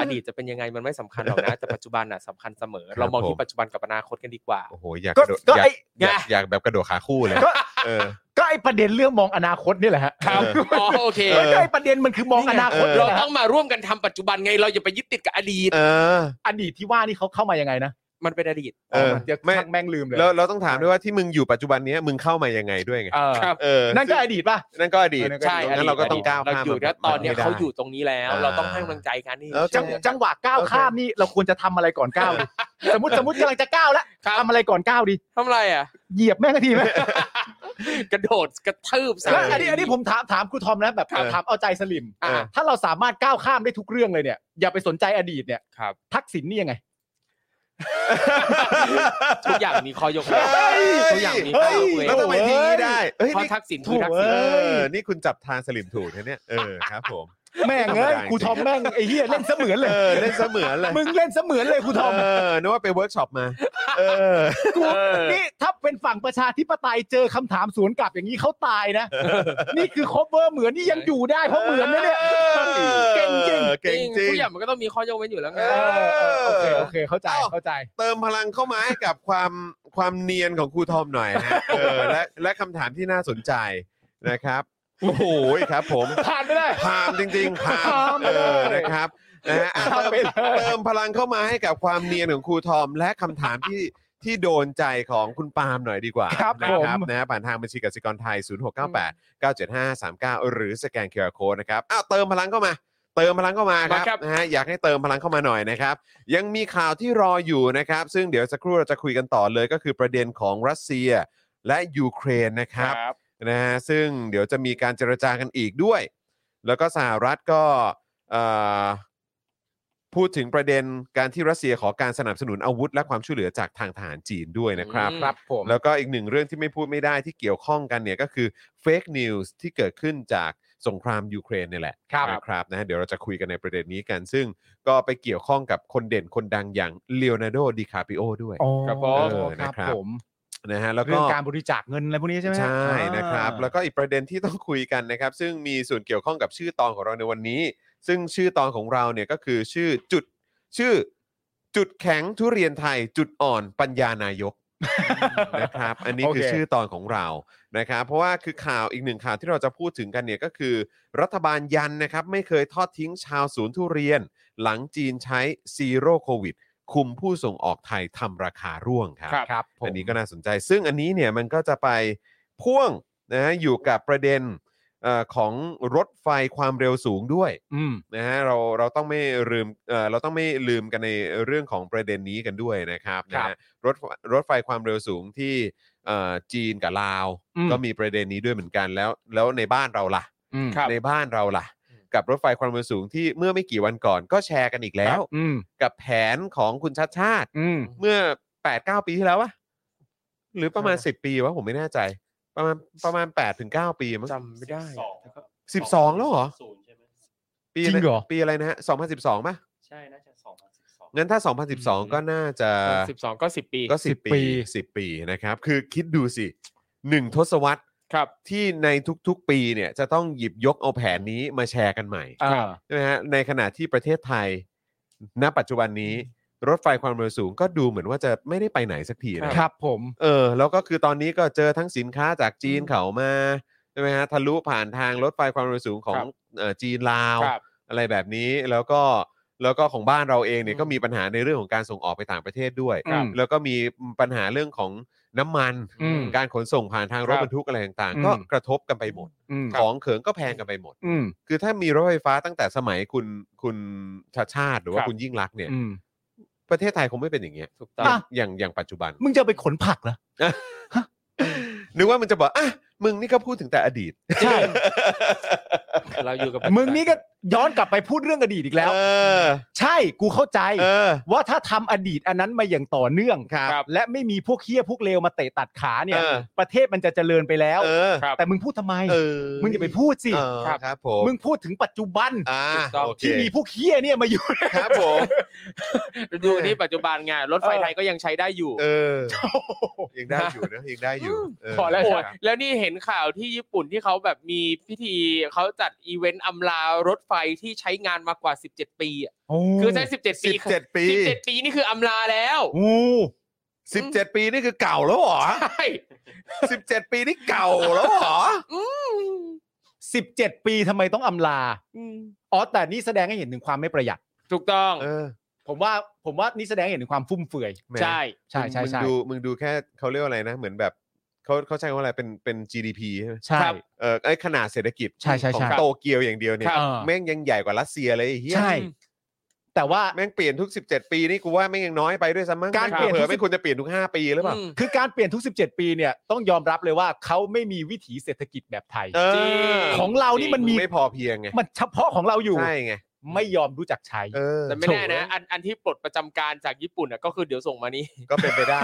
อดีตจะเป็นยังไงมันไม่สำคัญหรอกนะ แต่ปัจจุบันน่ะสำคัญเสมอ เรามองที่ปัจจุบันกับอนาคตกันดีกว่า โอ้โหอยาก ก็ กระโดดอก็ยาก ไอ้ อยากอยากแบบกระโดดขาคู่เลย ก็ เออ ก็ไอ้ประเด็นเรื่องมองอนาคตนี่แหละฮะ ครับ อ๋อโอเค ก็ไอ้ประเด็นมันคือมองอนาคต เออ เรา เรา ต้องมาร่วมกันทำปัจจุบันไงเราอย่าไปยึดติดกับอดีต เออ อดีตที่ว่านี่เขาเข้ามายังไงนะ มันเป็นอดีต เออ ดี๋ยว ไม่ ช่างแม่งลืมเลย แล้วเราต้องถามด้วยว่าที่มึงอยู่ปัจจุบันเนี้ยมึงเข้ามายังไงด้วยไง เออ ครับ เออ นั่นก็อดีตป่ะ นั่นก็อดีต เออนั่นก็ ใช่ งั้นเราก็ต้องก้าว เรา ข้าม อยู่ มั นะตอนเนี้ย ไม่ได้ เขาอยู่ตรงนี้แล้ว อ่า เราต้องให้กำลังใจกันนี่ เออ จัง เชื่อ จังหวะก้าวข้ามนี่เราควรจะทำอะไรก่อนก้าวดิสมมติสมมติกำลังจะก้าวแล้ว ครับ ทำอะไรก่อนก้าวดี ทำอะไรอ่ะ เหยียบแม่งทีไหม กระโดดกระทืบใส่ แล้วอันนี้อันนี้ผมถามถามครูทอมนะแบบ ครับ ถามเอาใจสลิม (laughs) อ่า ถ้าเราสามารถก้าวข้ามได้ทุกเรื่องเลยเนี่ย อย่าไปสนใจอดีตเนี่ย ครับ ทักษิณนี่ยังไง ทุกอย่างมีข้อยกเว้น เฮ้ย ทุกอย่างมี เฮ้ ข้อย ยกเว้น แล้วทำไมทีนี้ได้เอ้ย เพ นี่ ราะทักษิณคื ถู อก ทัก เอ ษิณ อนี่คุณจับทางสลิมถูกนะเนี่ยเออครับ ผม แม่งเอ้ยครูทอมแม่งไอ้เหี้ยเล่นเสมือนเล เอย อเล่นเสมือนเลย มึงเล่นเสมือนเลยครูทอม เออนึกว่าไปเวิร์กช็อปมา เออ กู เออ นี่ถ้าเป็นฝั่งประชาธิปไตยเจอคำถามสวนกลับอย่างนี้เขาตายนะ นี่คือคบเวอร์เหมือนนี่ยังอยู่ได้เพราะเหมือนนะเนี่ย เออ เก่งจริง เก่งจริ ทุ ง กอย่างมันก็ต้องมีข้อยกเว้นอยู่แล้วไง เอ เออเออโอเคโอเคเข้าใจเข้าใจ เติมพลังเข้ามาให้กับความความเนียนของครูทอมหน่อยนะฮะเออและและคำถามที่น่าสนใจนะครับโอ้โหครับผม ผ่านไปได้ พามจริงๆพา พาม ม เอ ไปเลอยนะครับนะฮะอ่ะ พามไป เติม เลย เติมพลังเข้ามาให้กับความเนียนของครูทอม และคำถามที่ที่โดนใจของคุณปาล์มหน่อยดีกว่า ครับ นะ ผม นะฮะผ่านทางบัญชีกสิกรไทย 0698 975 39 หรือสแกนเคอร์โคนะครับอ้าวเติมพลังเข้ามา เติมพลังเข้ามาค มาครั รับบ นะฮะอยากให้เติมพลังเข้ามาหน่อยนะครับ ยังมีข่าวที่รออยู่นะครับ ซึ่งเดี๋ยวสักครู่เราจะคุยกันต่อเลยก็คือประเด็นของรัสเซียและยูเครนนะครับ นะฮะซึ่งเดี๋ยวจะมีการเจรจากันอีกด้วย แล้วก็สหรัฐก็เอ่อพูดถึงประเด็นการที่รัสเซียขอการสนับสนุนอาวุธ และความช่วยเหลือจากทางทหารจีนด้วยนะครับ อืม ครับผม แล้วก็อีกหนึ่งเรื่องที่ไม่พูดไม่ได้ที่เกี่ยวข้องกันเนี่ยก็คือเฟกนิวส์ที่เกิดขึ้นจากสงครามยูเครนเนี่ยแหละ ครับ นะครับนะฮะเดี๋ยวเราจะคุยกันในประเด็นนี้กัน ซึ่งก็ไปเกี่ยวข้องกับคนเด่นคนดังอย่างเลโอนาร์โดดิคาปิโอด้วย อ๋อ ครับผม เออนะครับ ผม นะฮะแล้ว เรื่ ก็ องการบริจาคเงินอะไรพวกนี้ใช่ไหมฮะ ใช่นะครับ อ่า แล้วก็อีกประเด็นที่ต้องคุยกันนะครับ ซึ่งมีส่วนเกี่ยวข้องกับชื่อตอนของเราในวันนี้ ซึ่งชื่อตอนของเราเนี่ยก็คือชื่อจุดชื่อ จุดแข็งทุเรียนไทย จุดอ่อนปัญญานายก นะครับอันนี้ โอเค คือชื่อตอนของเรานะครับเพราะว่าคือข่าวอีกหนึ่งข่าวที่เราจะพูดถึงกันเนี่ยก็คือ รัฐบาลยันนะครับไม่เคยทอดทิ้งชาวสวนทุเรียน หลังจีนใช้ซีโร่โควิด คุมผู้ส่งออกไทยทำราคาร่วงครับ ครับผม อันนี้ก็น่าสนใจ ซึ่งอันนี้เนี่ยมันก็จะไปพ่วงนะฮะอยู่กับประเด็นเออของรถไฟความเร็วสูงด้วย อืม นะฮะเราเราต้องไม่ลืมเอ่อเราต้องไม่ลืมกันในเรื่องของประเด็นนี้กันด้วยนะครับ ค นะ รับ ฮะรถรถไฟความเร็วสูงที่เอ่อจีนกับลาว อืม ก็มีประเด็นนี้ด้วยเหมือนกันแล้ว แล้วในบ้านเราล่ะ อืม ครับ ในบ้านเราล่ะ กับรถไฟความเร็วสูงที่เมื่อไม่กี่วันก่อนก็แชร์กันอีกแล้ว อืม กับแผนของคุณชัดชาติ อืม เมื่อ 8 9 ปีที่แล้ววะหรือประมาณ ใช่ไหม 10 ปีวะผมไม่แน่ใจ ประมาณประมาณ8ถึง9ปีมั้ง จำไม่ได้ สิบสองแล้วเหรอ ศูนย์ใช่ไหม ปี จริงเหรอ ปีอะไรนะฮะ2012ป่ะ ใช่น่าจะสองพันสิบสอง งั้นถ้า 2012 ก็น่าจะ สิบสองก็สิบปี ก็ 10 10 ปี 10 ปีนะครับ คือคิดดูสิหนึ่งทศวรรษ ครับ ที่ในทุกๆปีเนี่ยจะต้องหยิบยกเอาแผนนี้มาแชร์กันใหม่ อ่า ใช่ไหมฮะในขณะที่ประเทศไทย ณปัจจุบันนี้ รถไฟความเร็วสูงก็ดูเหมือนว่าจะไม่ได้ไปไหนสักทีนะครับ ผม เออ แล้วก็คือตอนนี้ก็เจอทั้งสินค้าจากจีนเขามาใช่ไหมฮะทะลุผ่านทางรถไฟความเร็วสูงของ ครับ เอ่อจีนลาว ครับ อะไรแบบนี้แล้วก็แล้วก็ของบ้านเราเองเนี่ย อืม ก็มีปัญหาในเรื่องของการส่งออกไปต่างประเทศด้วย ครับ แล้วก็มีปัญหาเรื่องของน้ำมัน อืม การขนส่งผ่านทางรถ ครับ บรรทุกอะไรต่าง อืม ๆ ก็กระทบกันไปหมด อืม ของเขิงก็แพงกันไปหมด อืม คือถ้ามีรถไฟฟ้าตั้งแต่สมัยคุณคุณชาชาติหรือว่า ครับ คุณยิ่งรักษณ์เนี่ย อืม ประเทศไทยคงไม่เป็นอย่างเงี้ย ถูกต้อง อ่ะ อย่างอย่างปัจจุบัน มึงจะเอาไปขนผักเหรอ นึกว่ามันจะบอกอ่ะมึงนี่ก็พูดถึงแต่อดีต ใช่ เราอยู่กับ มึงนี่ก็ย้อนกลับไปพูดเรื่องอดีตอีกแล้ว เออ ใช่กูเข้าใจ เออ ว่าถ้าทำอดีตอันนั้นมาอย่างต่อเนื่อง ครับ ครับและไม่มีพวกเคี้ยพวกเลวมาเตะตัดขาเนี่ย เออ ประเทศมันจะเจริญไปแล้ว เออ ครับ แต่มึงพูดทำไม เออ มึงอย่าไปพูดสิ เออครับผม มึงพูดถึงปัจจุบัน อ่า ถูกต้อง โอเค ที่มีพวกเคี้ยเนี่ยมาอยู่ ครับผม ดูที่ปัจจุบันไงรถไฟไทยก็ยังใช้ได้อยู่ เอ (laughs) อ ยังได้อยู่นะ ยังได้อยู่เ พอแล้ว โอ้ ค ย รับ แล้วนี่เห็นข่าวที่ญี่ปุ่นที่เขาแบบมีพิธีเขาจัดอีเวนต์อำลารถไฟที่ใช้งานมากว่า 17 ปีอะคือใช้ 17 ปี สิบเจ็ดปี 17 ปีนี่คืออำลาแล้ว โอ้ สิบเจ็ดปีนี่คือเก่าแล้วเหรอ (laughs) ใช่ สิบเจ็ดปีนี่เก่าแล้วเหรอ สิบเจ็ดปีทำไมต้องอำลา อืม อ๋อแต่นี่แสดงให้เห็นถึงความไม่ประหยัด ถูกต้อง เออ ผมว่าผมว่านี่แสดงให้เห็นถึงความฟุ่มเฟือย แหม ใช่ ใช่ใช่ มึง ใช่ ดูมึงดูแค่เขาเรียกว่าอะไรนะ เหมือนแบบเขาเขาใช้คำว่าอะไรเป็นเป็น GDP ใช่ไหม ใช่ ครับ เออไอ้ขนาดเศรษฐกิจ ใช่ใช่ ของ ใช่ โตเกียวอย่างเดียวเนี่ย ครับ แม่งยังใหญ่กว่ารัสเซียเลยไอ้เฮีย ใช่ แต่ว่า (laughs) แม่งเปลี่ยนทุก 17 ปีนี่กูว่าแม่งยังน้อยไปด้วยซ้ำมั้ง การเปลี่ยน เผลอๆ ทุก ไม่ควรจะเปลี่ยนทุก 5 ปีหรือเปล่า อืม คือการเปลี่ยนทุก 17 ปีเนี่ยต้องยอมรับเลยว่าเขาไม่มีวิถีเศรษฐกิจแบบไทย เอ จริ อง ของเรานี่มันมี ไม่พอเพียงไง มันเฉพาะของเราอยู่ ใช่ไง ไม่ยอมรู้จักใช้ เออ แต่ไม่แน่นะอันอันที่ปลดประจำการจากญี่ปุ่นอะก็คือเดี๋ยวส่งมานี้ ก็เป็นไปได้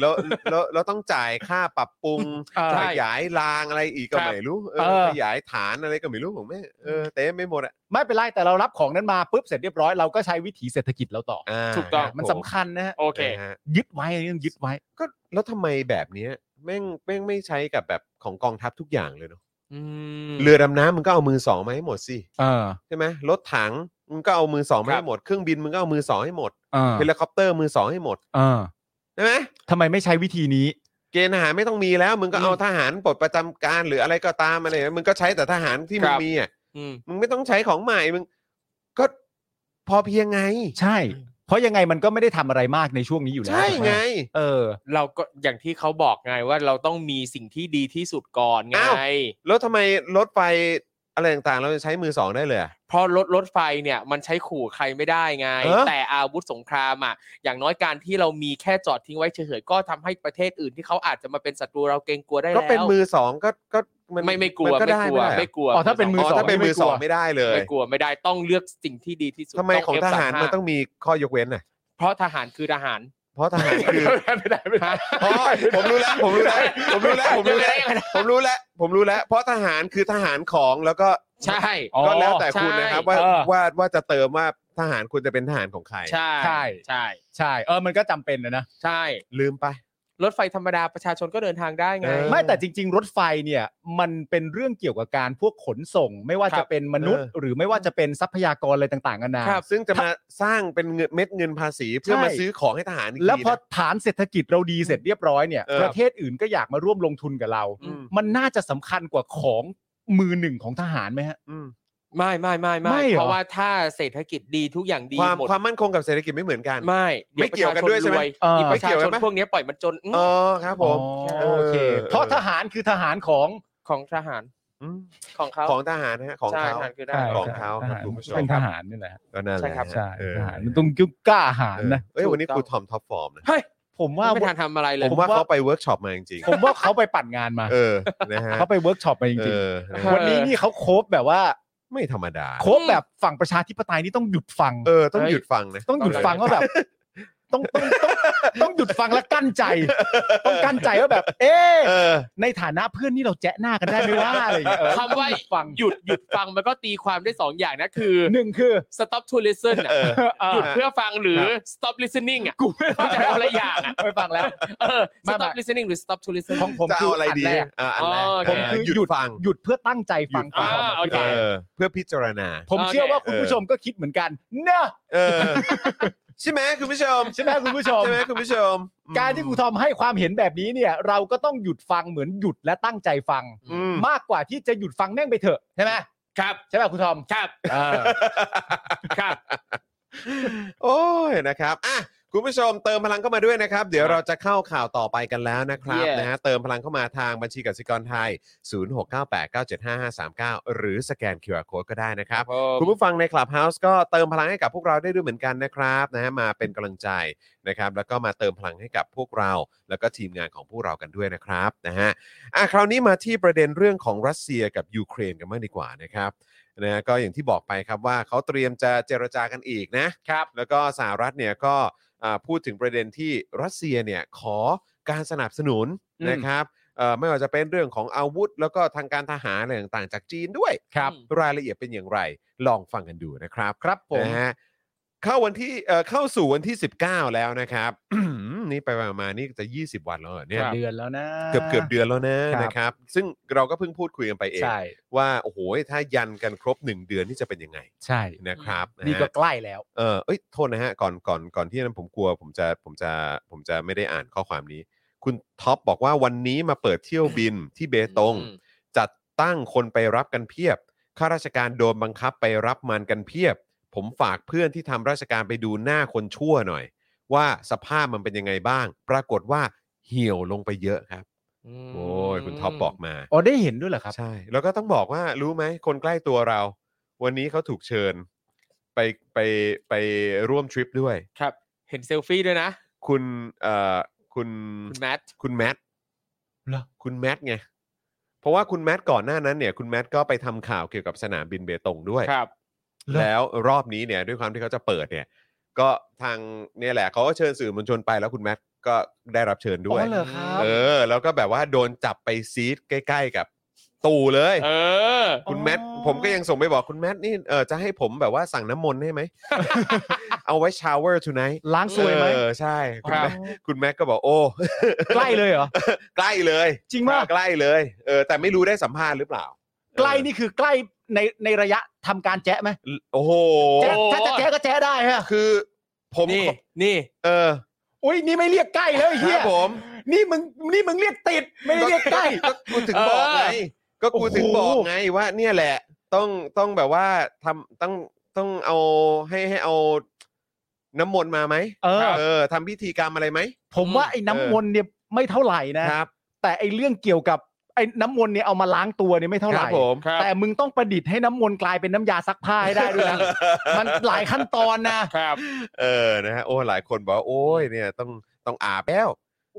แล้วแล้วแล้วต้องจ่ายค่าปรับปรุง เออ ขยายรางอะไรอีกก็ ครับ ไม่รู้เออ เออ ขยายฐานอะไรก็ไม่รู้ผมไม่เออเต็มไม่หมดอ่ะ ไม่เป็นไรแต่เรารับของนั้นมาปุ๊บเสร็จเรียบร้อยเราก็ใช้วิถีเศรษฐกิจเราต่ออา ถูกต้อง ครับ มัน ผ สำคัญนะฮะ โอเค นะฮะ ยึดไว้อันนี้ต้องยึดไว้ ก็แล้วทำไมแบบเนี้ยแม่งแม่งไม่ใช้กับแบบของกองทัพทุกอย่างเลยเนาะ อืม เรือดำน้ำมึงก็เอามือสองมาให้หมดสิ เออ ใช่ไหมรถถังมึงก็เอามือสองมา ครับ ให้หมดเครื่องบินมึงก็เอามือสองให้หมด เออ เฮลิคอปเตอร์มือสองให้หมด เออ ใช่ไหม ทำไมไม่ใช้วิธีนี้ เกณฑ์ทหารไม่ต้องมีแล้ว มึงก็เอาทหารปลดประจำการหรืออะไรก็ตามอะไรมึงก็ใช้แต่ทหารที่มึงครับ มีอ่ะ อืม มึงไม่ต้องใช้ของใหม่ มึงก็พอเพียงไง ใช่ เพราะยังไงมันก็ไม่ได้ทำอะไรมากในช่วงนี้อยู่แล้ว ใช่ ถูกหม ไง เออ เราก็อย่างที่เขาบอกไงว่าเราต้องมีสิ่งที่ดีที่สุดก่อนไง อ้าว แล้วทำไมรถไฟอะไรต่างๆ เราจะใช้มือสองได้เลยอะ เพราะรถรถไฟเนี่ยมันใช้ขู่ใครไม่ได้ไง เออ แต่อาวุธสงครามอ่ะอย่างน้อยการที่เรามีแค่จอดทิ้งไว้เฉยๆก็ทำให้ประเทศอื่นที่เขาอาจจะมาเป็นศัตรูเราเกรงกลัวได้แล้ว ก็เป็นมือสองก็ก็มัน ไม่ไม่กลัว มันก็ ไม่ ได้ กลัว ไม่ ไม่กลัว อ๋อถ้าเป็นมื ได้ อ อ๋อ สอง ถ้าเป็นมือสอง ไม่ ไม่ กลัว ได้เลย ไม่กลัวไม่ได้ต้องเลือกสิ่งที่ดีที่สุด ทำไมของทหารมัน ต้ ต้ออง งมีข้อยกเว้นอ่ะ F35 เพราะทหารคือทหาร เพราะทหารคือ ไม่ได้ไม่ได้ เพราะผมรู้แล้วผมรู้แล้วผมรู้แล้วผมรู้แล้ว ยังไงนะ ผมรู้แล้วผมรู้แล้ว เพราะทหารคือทหารของแล้วก็ ใช่ ก็แล้วแต่คุณนะครับ ว่า ใช่ ว่าว่าจะเติมว่าทหารควรจะเป็นทหารของใคร ใช่ ใช่ ใช่ ใช่ เออมันก็จำเป็นนะนะ ใช่ ลืมไป รถไฟธรรมดาประชาชนก็เดินทางได้ไง เออ ไม่แต่จริง ๆ รถไฟเนี่ยมันเป็นเรื่องเกี่ยวกับการพวกขนส่ง ไม่ว่า ครั จะ บ เป็นมนุษย์ เออ หรือไม่ว่าจะเป็นทรัพยากรอะไรต่างๆกันานา ครับ ซึ่งจะมาสร้างเป็นเงินเม็ดเงินภาษีเพื่อ ใช่ มาซื้อของให้ทหารอีกทีนะ แล้วพอฐานเศรษฐกิจเราดีเสร็จเรียบร้อยเนี่ย เออ ประเทศอื่นก็อยากมาร่วมลงทุนกับเรา อืม มันน่าจะสำคัญกว่าของมือหนึ่งของทหารไหมฮะ อืม ไม่ไม่ไม่ ไม่ ไม่ เหรอ เพราะว่าถ้าเศรษฐกิจดีทุกอย่างดี ความ หมด ความมั่นคงกับเศรษฐกิจไม่เหมือนกัน ไม่ ไม่เกี่ยวกันด้วยใช่ไหม เออ เดี๋ยวป ไม่ ระชา เกี่ยว ช กัน น ไหม พวกเนี้ยปล่อยมันจนอื้อ อ๋อครับผม อ๋อโอเค เออ เพราะทหารคือทหารของ ของทหาร ม ของเขา ของทหารนะฮะของ ใช่ เขา ทหารคือ ใช่ ได้ ของเขาคใช่รับคุณผู้ชม เป็นทหารนี่แหละฮะ ก็นั่นแห ใช่ ละ ครับ ใช่ เออ ทหารมันต้องกล้ากล้าหาญนะ เอ้ยวันนี้คถูรู กต้ทอองมท็อปฟอร์มนะ เฮ้ย ผมว่า ไม่ทันทำอะไรเลย ผมว่า ผมว่า เขาไปเวิร์กช็อปมาจริง ผมว่าเขาไปปั่นงานมา ๆเออนะฮะ เขาไปเวิร์กช็อปมาจ เออริงนะ เอ ๆ อ ฮะ วันนี้นี่เขาโคบแบบว่า ไม่ธรรมดา โคบแบบฝั่งประชาธิปไตยนี่ต้องหยุดฟัง เออต้องหยุดฟังนะ ต้องหยุดฟังว่าแบบ ต้องต้องต้องต้องหยุดฟังและกั้นใจ ต้องกั้นใจว่าแบบ เอ๊ะ เออ ในฐานะเพื่อนนี่เราแจ๊ะหน้ากันได้ไหมว่าอะไรอย่างเงี้ยเออ คำว่า ต้องหยุดฟัง หยุดหยุดฟังมันก็ตีความได้สองอย่างนะคือ หนึ่งคือ stop to listen อะ เออ หยุด อ่า เพื่อฟังหรืคอรับ stop listening อ่ะ กูไม่ เข้าใจคนละอย่างอ่ะ ไม่ฟังแล้ว เออ ไม่ไม่ stop listening หรือ stop to listen ของผม จะ คื เอา อ อะไร อัน ดี แรก อ่ะอันแรก อ๋อโอเค ผมคือหยุดฟัง หยุดเพื่อตั้งใจฟัง หยุดฟัง ข่าว อ่าโอเค เออเพื่อพิจารณา ผมเชื่อว่า โอเค คุณผู้ชมก็คิดเหมือนกันเนอะ เออ ใช่ไหมคุณผู้ชม ใช่ไหมคุณผู้ชม ใช่ไหมคุณผู้ชม การที่ครูทอมให้ความเห็นแบบนี้เนี่ย เราก็ต้องหยุดฟังเหมือนหยุดและตั้งใจฟัง อืม มากกว่าที่จะหยุดฟังแม่งไปเถอะใช่ไหม ครับ ใช่ไหมครูทอม ครับ เออ ครับ โอ้ยนะครับอ่ะคุณผู้ชมเติมพลังเข้ามาด้วยนะครับ เดี๋ยวเราจะเข้าข่าวต่อไปกันแล้วนะครับ เย่ นะฮะเติมพลังเข้ามาทางบัญชีกสิกรไทย 0698975539 หรือสแกน QR Code ก็ได้นะครับ คุณผู้ฟังใน Clubhouse ก็เติมพลังให้กับพวกเราได้ด้วยเหมือนกันนะครับนะฮะมาเป็นกำลังใจนะครับ แล้วก็มาเติมพลังให้กับพวกเรา แล้วก็ทีมงานของพวกเรากันด้วยนะครับนะฮะอ่ะคราวนี้มาที่ประเด็นเรื่องของรัสเซียกับยูเครนกันบ้างดีกว่านะครับนะฮะก็อย่างที่บอกไปครับว่าเขาเตรียมจะเจรจากันอีกนะ ครับ แล้วก็สหรัฐเนี่ยก็อ่าพูดถึงประเด็นที่รัสเซียเนี่ยขอการสนับสนุน อืม นะครับเอ่อไม่ว่าจะเป็นเรื่องของอาวุธ แล้วก็ทางการทหารอะไรต่างๆ จากจีนด้วย ครับ รายละเอียดเป็นอย่างไรลองฟังกันดูนะครับ ครับผม นะฮะเข้าวันที่เอ่อเข้าสู่วันที่ 19 แล้วนะครับ (coughs) นี่ไปๆมาๆนี่จะ 20 วันแล้วเหรอเนี่ย เดือนแล้วนะ เกือบเกือบเดือนแล้วนะครับ นะครับ ซึ่งเราก็เพิ่งพูดคุยกันไปเอง ใช่ ว่าโอ้โหถ้ายันกันครบ 1 เดือนนี่จะเป็นยังไง ใช่ นะครับะฮะ นี่ก็ใกล้แล้ว เออเอ้ย โทษนะฮะ ก่อน ก่อน ก่อนที่นั้นผมกลัว ผมจะ ผมจะ ผมจะไม่ได้อ่านข้อความนี้ คุณท็อปบอกว่าวันนี้มาเปิดเที่ยวบิน (laughs) ที่เบตง อืม จัดตั้งคนไปรับกันเพียบ ข้าราชการโดนบังคับไปรับมันกันเพียบ ผมฝากเพื่อนที่ทำราชการไปดูหน้าคนชั่วหน่อย ว่าสภาพมันเป็นยังไงบ้าง ปรากฏว่าเหี่ยวลงไปเยอะครับ โอ้ย คุณท็อปบอกมา อ๋อได้เห็นด้วยเหรอครับ ใช่ แล้วก็ต้องบอกว่ารู้ไหมคนใกล้ตัวเรา วันนี้เขาถูกเชิญ ไปไปไปร่วมทริปด้วย ครับ เห็นเซลฟี่ด้วยนะ คุณเอ่อคุณ คุณแมท คุณแมท เหรอ คุณแมทไง เพราะว่าคุณแมทก่อนหน้านั้นเนี่ยคุณแมทก็ไปทำข่าวเกี่ยวกับสนามบินเบตงด้วย ครับ แล้วรอบนี้เนี่ยด้วยความที่เขาจะเปิดเนี่ย ก็ทางเนี่ยแหละเขาก็เชิญสื่อมวลชนไปแล้วคุณแมทก็ได้รับเชิญด้วย อ๋อเหรอครับ เออ แล้วก็แบบว่าโดนจับไปซีทใกล้ ๆ กับตู่เลย เออ คุณแมท อ๋อ ผมก็ยังส่งไปบอกคุณแมทนี่เออจะให้ผมแบบว่าสั่งน้ำมนต์ให้ไหม (laughs) เอาไว้ชาวเวอร์ทูไนท์ ล้างซวยไหม เออใช่คุณ ครับ แมทคุณแมทก็บอกโอ้ ใกล้เลยเหรอ ใกล้เลย จริงปะ ใกล้เลย เออ แต่ไม่รู้ได้สัมภาษณ์หรือเปล่า ใกล้นี่คือใกล้ในในระยะทำการแจ๊ะไหม เออโอ้โห แจ๊ะถ้าจะแจ๊ะก็แจ๊ะได้ฮะ คือผม นี่นี่ เออ อุ้ยนี่ไม่เรียกใกล้แล้วไอ้ ค เฮี รั ย บผม นี่มึงนี่มึงเรียกติดไม่ได้เรียกใกล้ ก็กูถึงบอกไง ก็กูถึงบอกไงว่าเนี่ยแหละ ต้องต้องแบบว่าทำต้องต้องเอาให้ให้เอาน้ำมนต์มาไหม เออ เออทำพิธีกรรมอะไรไหม ผมว่าไอ้น้ำมนต์เนี่ยไม่เท่าไหร่นะ ครับ แต่ไอ้เรื่องเกี่ยวกับไอ้น้ำมนต์เนี่ยเอามาล้างตัวเนี่ยไม่คเท่าไห รั ร่ บผม ครับ แต่มึงต้องประดิษฐ์ให้น้ำมนต์กลายเป็นน้ำยาซักผ้าให้ได้ (laughs) ด้วยนะมันหลายขั้นตอนนะครับ เออนะฮะโอ้หลายคนบอกว่าโอ้ยเนี่ยต้องต้องอาบแล้ว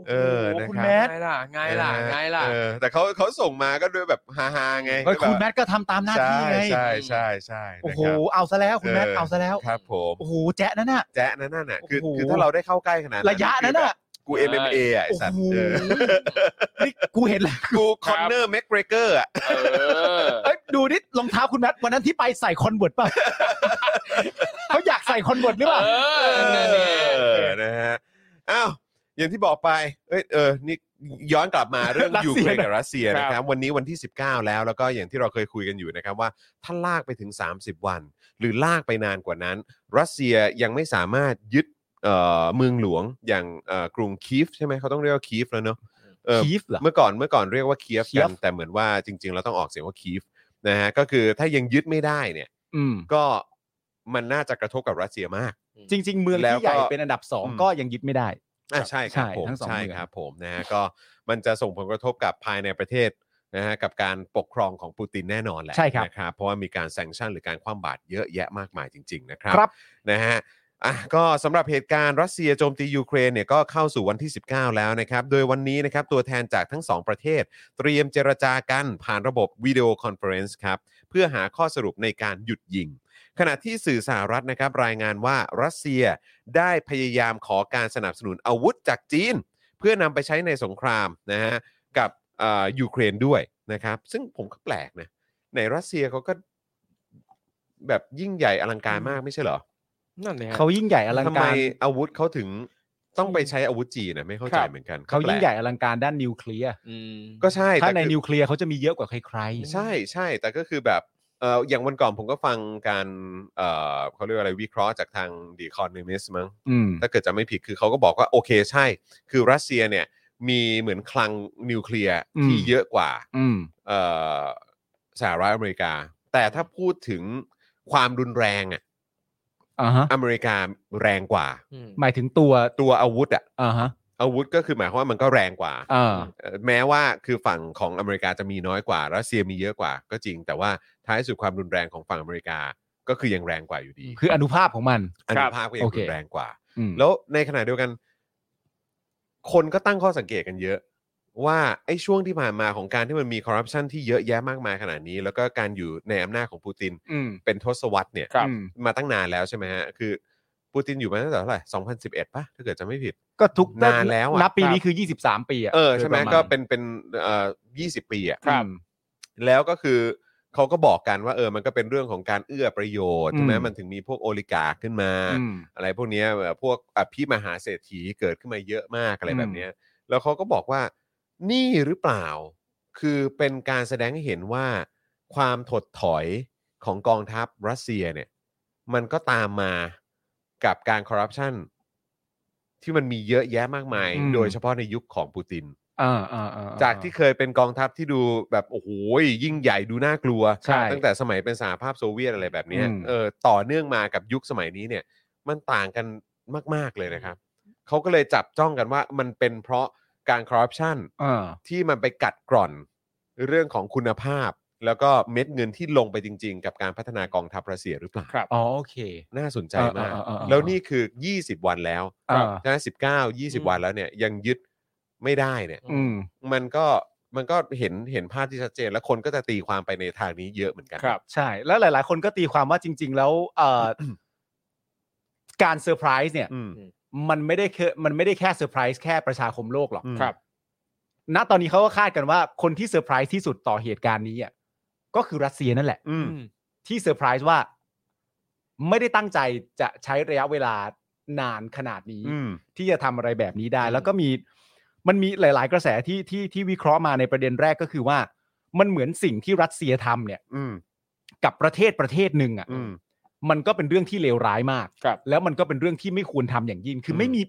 เออ โโห นะครับ คุณแมท ไงล่ะไงล่ะ เออ ไงล่ะ เออแต่เขาเขาส่งมาก็ด้วยแบบฮาๆไง เฮ้ย ก็แบบ คุณแมทก็ทำตามหน้าที่ไง ใช่ใช่ใช่ โอ้ ใช่ โห นะครับ เอาซะแล้วคุณแมท เออ เอาซะแล้ว ครับผม โอ้โห แจ๊ะนั่นน่ะ แจ๊ะนั่นน่ะคือ โอ้โห คือถ้าเราได้เข้าใกล้ขนาด ระยะนั้น คือแบ น่ะ บกู MMA อ่ะไอสัตว์ โอ้โห เออ นี่กูเห็นแล้ว กูค ครั อบ นเนอร์แม็กเกรเกอร์อ่ะ เออ เอ้ยดูนี่รองเท้าคุณแมทวันนั้นที่ไปใส่คอนเวิร์ตป่ะ (laughs) เขาอยากใส่คอนเวิร์ตหรือเปล่า เออนั่นเอง เออนะฮะอ้าว อย่างที่บอกไป เอ้ยเออนี่ย้อนกลับมาเรื่อง (laughs) รัสยูเซียเครนกับรัสเซียนะค ค รั รั บบ วันนี้วันที่ 19 แล้วแล้วก็อย่างที่เราเคยคุยกันอยู่นะครับว่าถ้าลากไปถึง 30 วัน หรือลากไปนานกว่านั้น รัสเซียยังไม่สามารถยึดเอ่อเมืองหลวงอย่างเอ่อกรุงคีฟใช่ไหมเขาต้องเรียกว่าคีฟแล้วเนอะเออ คีฟเหรอ เมื่อก่อนเมื่อก่อนเรียกว่าเคียฟกัน Kiev แต่เหมือนว่าจริง ๆ เราต้องออกเสียงว่าคีฟนะฮะก็คือถ้ายังยึดไม่ได้เนี่ย อืม ก็มันน่าจะกระทบกับรัสเซียมาก จริง ๆ เมือง แล้วก็ ที่ใหญ่เป็นอันดับสอง อืม ก็ยังยึดไม่ได้ อ่ะใช่ครับ ใช่ ผม ทั้งสอง ใช่ เมือง ครับผมนะฮะก็มันจะส่งผลกระทบกับภายในประเทศนะฮะกับการปกครองของปูตินแน่นอนแหละ ใช่ครับ นะครับเพราะว่ามีการแซงชั่นหรือการคว่ำบาตรเยอะแยะมากมายจริง ๆ นะครับ ครับ นะฮะ อ่ะ ก็สำหรับเหตุการณ์รัสเซียโจมตียูเครนเนี่ยก็เข้าสู่วันที่ 19 แล้วนะครับ โดยวันนี้นะครับตัวแทนจากทั้ง 2 ประเทศ เตรียมเจรจากันผ่านระบบวิดีโอคอนเฟอเรนซ์ครับ เพื่อหาข้อสรุปในการหยุดยิง ขณะที่สื่อสหรัฐนะครับรายงานว่ารัสเซียได้พยายามขอการสนับสนุนอาวุธจากจีน เพื่อนำไปใช้ในสงครามนะฮะกับเอ่อยูเครนด้วยนะครับ ซึ่งผมก็แปลกนะในรัสเซียเขาก็แบบยิ่งใหญ่อลังการมากไม่ใช่เหรอ นั่นเลยฮะ เขายิ่งใหญ่อลัง ทำไม การ อาวุธเขาถึงต้องไปใช้อาวุธจีนนะไม่เข้าใจ ครับ เหมือนกัน เขายิ่งให แปลก ญ่อลังการด้านนิวเคลียร์ อืม ก็ใช่ ถ้า แต่ ใน คือ นิวเคลียร์เขาจะมีเยอะกว่าใคร ใช่ใช่แต่ก็คือแบบเอออย่างวันก่อนผมก็ฟังการเออเขาเรียกว่าอะไรวิเคราะห์จากทางดีคอนเนมิสมั้ง ๆอืม ถ้าเกิดจะไม่ผิดคือเขาก็บอกว่าโอเคใช่ คือรัสเซียเนี่ยมีเหมือนคลังนิวเคลียร์ที่ อืม เยอะกว่า อืม เออสหรัฐอเมริกา แต่ถ้าพูดถึงความรุนแรงอ่ะ อ่าฮะ อเมริกาแรงกว่า หมายถึงตัว ตัวอาวุธอ่ะ อ่าฮะ อาวุธก็คือหมายความว่ามันก็แรงกว่า อ่า เอ่อแม้ว่าคือฝั่งของอเมริกาจะมีน้อยกว่ารัสเซียมีเยอะกว่า ก็จริง แต่ว่าท้ายสุดความรุนแรงของฝั่งอเมริกาก็คือยังแรงกว่าอยู่ดี คืออนุภาพของมัน อนุภาพก็ยัง โอเค รุนแรงกว่า อืม แล้วในขณะเดียวกัน คนก็ตั้งข้อสังเกตกันเยอะ ว่าไอ้ช่วงที่ผ่านมาของการที่มันมีคอร์รัปชันที่เยอะแยะมากมายขนาดนี้ แล้วก็การอยู่ในอำนาจของปูติน อืม เป็นทศวรรษเนี่ย ครับ อืม มาตั้งนานแล้วใช่ไหมฮะคือปูตินอยู่มาตั้งแต่เท่าไหร่2011ป่ะถ้าเกิดจะไม่ผิด ก็ทุก นานแล้วอะ นับปีนี้คือ 23 ปีอะ เออใช่ไหม โดยระาณ ก็เป็นเป็นเอ่อ20 ปีอ่ะ ครับ แล้วก็คือเขาก็บอกกันว่าเออมันก็เป็นเรื่องของการเอื้อประโยชน์ใช่ไหม อืม มันถึงมีพวกโอลิการ์ขึ้นมา อืม อะไรพวกเนี้ยแบบพวกอภิมหาเศรษฐีเกิดขึ้นมาเยอะมากอะไร อืม แบบเนี้ยแล้วเขาก็บอกว่านี่หรือเปล่า คือเป็นการแสดงให้เห็นว่า ความถดถอยของกองทัพรัสเซียเนี่ย มันก็ตามมากับการคอร์รัปชันที่มันมีเยอะแยะมากมาย โดยเฉพาะในยุคของปูติน อ่าอ่าอ่ จากที่เคยเป็นกองทัพที่ดูแบบโอ้โหยิ่งใหญ่ดูน่ากลัว ใช่ ตั้งแต่สมัยเป็นสหภาพโซเวียตอะไรแบบเนี้ย อืม เออต่อเนื่องมากับยุคสมัยนี้เนี่ย มันต่างกันมาก ๆ เลยนะครับ เขาก็เลยจับจ้องกันว่ามันเป็นเพราะการคอร์รัปชัน อ่า ที่มันไปกัดกร่อนเรื่องของคุณภาพ แล้วก็เม็ดเงินที่ลงไปจริง ๆ กับการพัฒนากองทัพรัสเซียหรือเปล่า ครับ อ๋อโอเค น่าสนใจมาก อ่าอ่าอ่าอ่า แล้วนี่คือ 20 วันแล้ว อ่า นะสิบเก้ายี่สิบ อืม วันแล้วเนี่ยยังยึดไม่ได้เนี่ย อืม มันก็มันก็เห็นเห็นภาพที่ชัดเจน และคนก็จะตีความไปในทางนี้เยอะเหมือนกัน ครับ ใช่ แล้วหลาย ๆ คนก็ตีความว่าจริง ๆ แล้วเอ่อการเซอร์ไพรส์เนี่ย อืม มันไม่ได้แค่มันไม่ได้แค่เซอร์ไพรส์แค่ประชาคมโลกหรอก อืม ครับ ณตอนนี้เขาก็คาดกันว่าคนที่เซอร์ไพรส์ที่สุดต่อเหตุการณ์นี้อ่ะก็คือรัสเซียนั่นแหละ อืม ที่เซอร์ไพรส์ว่า ไม่ได้ตั้งใจจะใช้ระยะเวลานานขนาดนี้ อืม ที่จะทำอะไรแบบนี้ได้ อืม แล้วก็มีมันมีหลาย ๆ กระแสที่ที่ที่วิเคราะห์มาในประเด็นแรกก็คือว่า มันเหมือนสิ่งที่รัสเซียทำเนี่ย อืม กับประเทศประเทศหนึ่ง อืม อะ่ะมันก็เป็นเรื่องที่เลวร้ายมาก ครับ แล้วมันก็เป็นเรื่องที่ไม่ควรทำอย่างยิ่งคืออ ม ไม่มี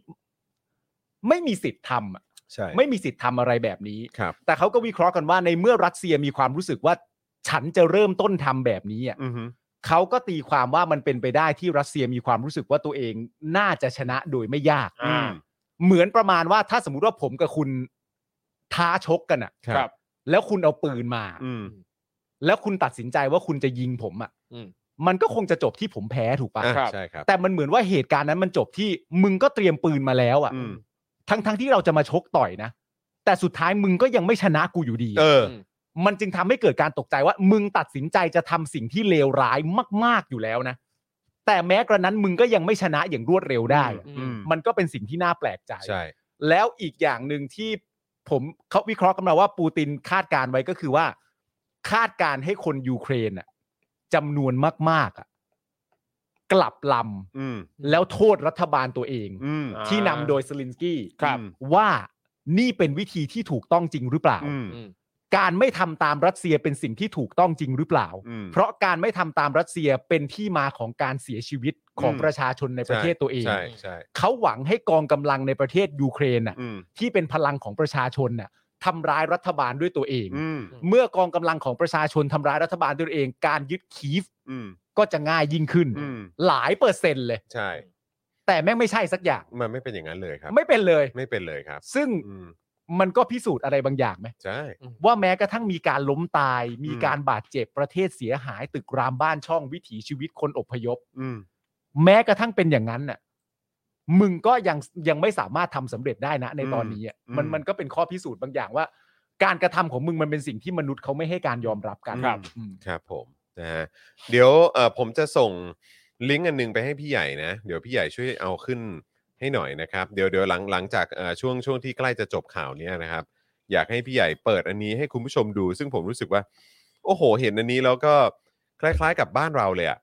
ไม่มีสิทธิ์ทำอะ ใช่ ไม่มีสิทธิ์ทำอะไรแบบนี้ ครับ แต่เขาก็วิเคราะห์กันว่าในเมื่อรัสเซียมีความรู้สึกว่า ฉันจะเริ่มต้นทำแบบนี้อ่ะ อืม เขาก็ตีความว่ามันเป็นไปได้ที่รัสเซียมีความรู้สึกว่าตัวเองน่าจะชนะโดยไม่ยาก อ่า เหมือนประมาณว่าถ้าสมมุติว่าผมกับคุณท้าชกกันอะ ครับ แล้วคุณเอาปืนมา อืม แล้วคุณตัดสินใจว่าคุณจะยิงผมอะ อืม มันก็คงจะจบที่ผมแพ้ถูกปะ อ่ะ ครับ ใช่ครับ แต่มันเหมือนว่าเหตุการณ์นั้นมันจบที่มึงก็เตรียมปืนมาแล้วอะ อืม ทั้งทั้งที่เราจะมาชกต่อยนะ แต่สุดท้ายมึงก็ยังไม่ชนะกูอยู่ดี เออ มันจึงทำให้เกิดการตกใจว่า มึงตัดสินใจจะทำสิ่งที่เลวร้ายมาก ๆอยู่แล้วนะ แต่แม้กระนั้นมึงก็ยังไม่ชนะอย่างรวดเร็วได้อะ อืม มันก็เป็นสิ่งที่น่าแปลกใจ ใช่ แล้วอีกอย่างหนึ่งที่ผมเขาวิเคราะห์กันมาว่าปูตินคาดการไว้ก็คือว่า คาดการให้คนยูเครนน่ะจำนวนมากๆอะ กลับล อืม ำแล้วโทษรัฐบาลตัวเอง อืม ที่นำโดยสลินสกี้ ครับ ว่านี่เป็นวิธีที่ถูกต้องจริงหรือเปล่า อืม อืม การไม่ทำตามรัสเซียเป็นสิ่งที่ถูกต้องจริงหรือเปล่า อืม เพราะการไม่ทำตามรัสเซียเป็นที่มาของการเสียชีวิตของ อืม ประชาชนในประเทศตัวเอง ใช่ใช่ เขาหวังให้กองกำลังในประเทศยูเครนน่ะ อืม ที่เป็นพลังของประชาชนน่ะทำร้ายรัฐบาลด้วยตัวเอง อืม เมื่อกองกำลังของประชาชนทำร้ายรัฐบาลด้วยตัวเอง การยึดคีฟ อืม ก็จะง่ายยิ่งขึ้น อืม หลายเปอร์เซ็นต์เลย ใช่ แต่แม่งไม่ใช่สักอย่าง มันไม่เป็นอย่างนั้นเลยครับ ไม่เป็นเลย ไม่เป็นเลยครับ ซึ่ง อืม มันก็พิสูจน์อะไรบางอย่างไหม ใช่ ว่าแม้กระทั่งมีการล้มตาย มีการบาดเจ็บประเทศเสียหายตึกรามบ้านช่องวิถีชีวิตคนอพยพ อืม แม้กระทั่งเป็นอย่างนั้นน่ะมึงก็ยังยังไม่สามารถทำสำเร็จได้นะ ในตอนนี้อะมันมันก็เป็นข้อพิสูจน์บางอย่างว่า การกระทำของมึงมันเป็นสิ่งที่มนุษย์เขาไม่ให้การยอมรับกันอืม ครับผมนะฮะเดี๋ยวเอ่อผมจะส่งลิงก์อันหนึงไปให้พี่ใหญ่นะ เดี๋ยวพี่ใหญ่ช่วยเอาขึ้นให้หน่อยนะครับ เดี๋ยวเดี๋ยวหลังหลังจากเอ่อช่วงช่วงที่ใกล้จะจบข่าวเนี้ยนะครับ อยากให้พี่ใหญ่เปิดอันนี้ให้คุณผู้ชมดู ซึ่งผมรู้สึกว่า โอ้โห เห็นอันนี้แล้วก็คล้าย ๆ กับบ้านเราเลยอะ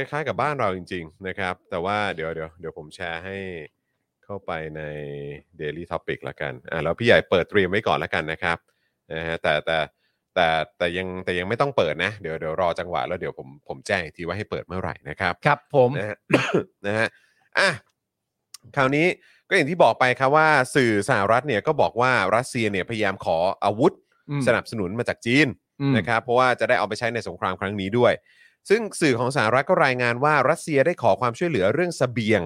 คล้าย ๆ กับบ้านเราจริง ๆ นะครับ แต่ว่าเดี๋ยวเดี๋ยวเดี๋ยวผมแชร์ให้เข้าไปใน Daily Topic ละกันอ่าแล้วพี่ใหญ่เปิดเตรียมไว้ก่อนละกันนะครับนะฮะแต่แต่แต่แต่ยังแต่ยังไม่ต้องเปิดนะ เดี๋ยวเดี๋ยวรอจังหวะแล้วเดี๋ยวผมผมแจ้งอีกทีว่าให้เปิดเมื่อไหร่นะครับ ครับผม นะ (coughs) ฮะ นะฮะอ่ะคราวนี้ก็อย่างที่บอกไปครับว่าสื่อสหรัฐเนี่ยก็บอกว่ารัสเซียเนี่ยพยายามขออาวุธ อืม สนับสนุนมาจากจีน อืม นะครับเพราะว่าจะได้เอาไปใช้ในสงครามครั้งนี้ด้วย ซึ่งสื่อของสหรัฐก็รายงานว่ารัสเซียได้ขอความช่วยเหลือเรื่องเสบียง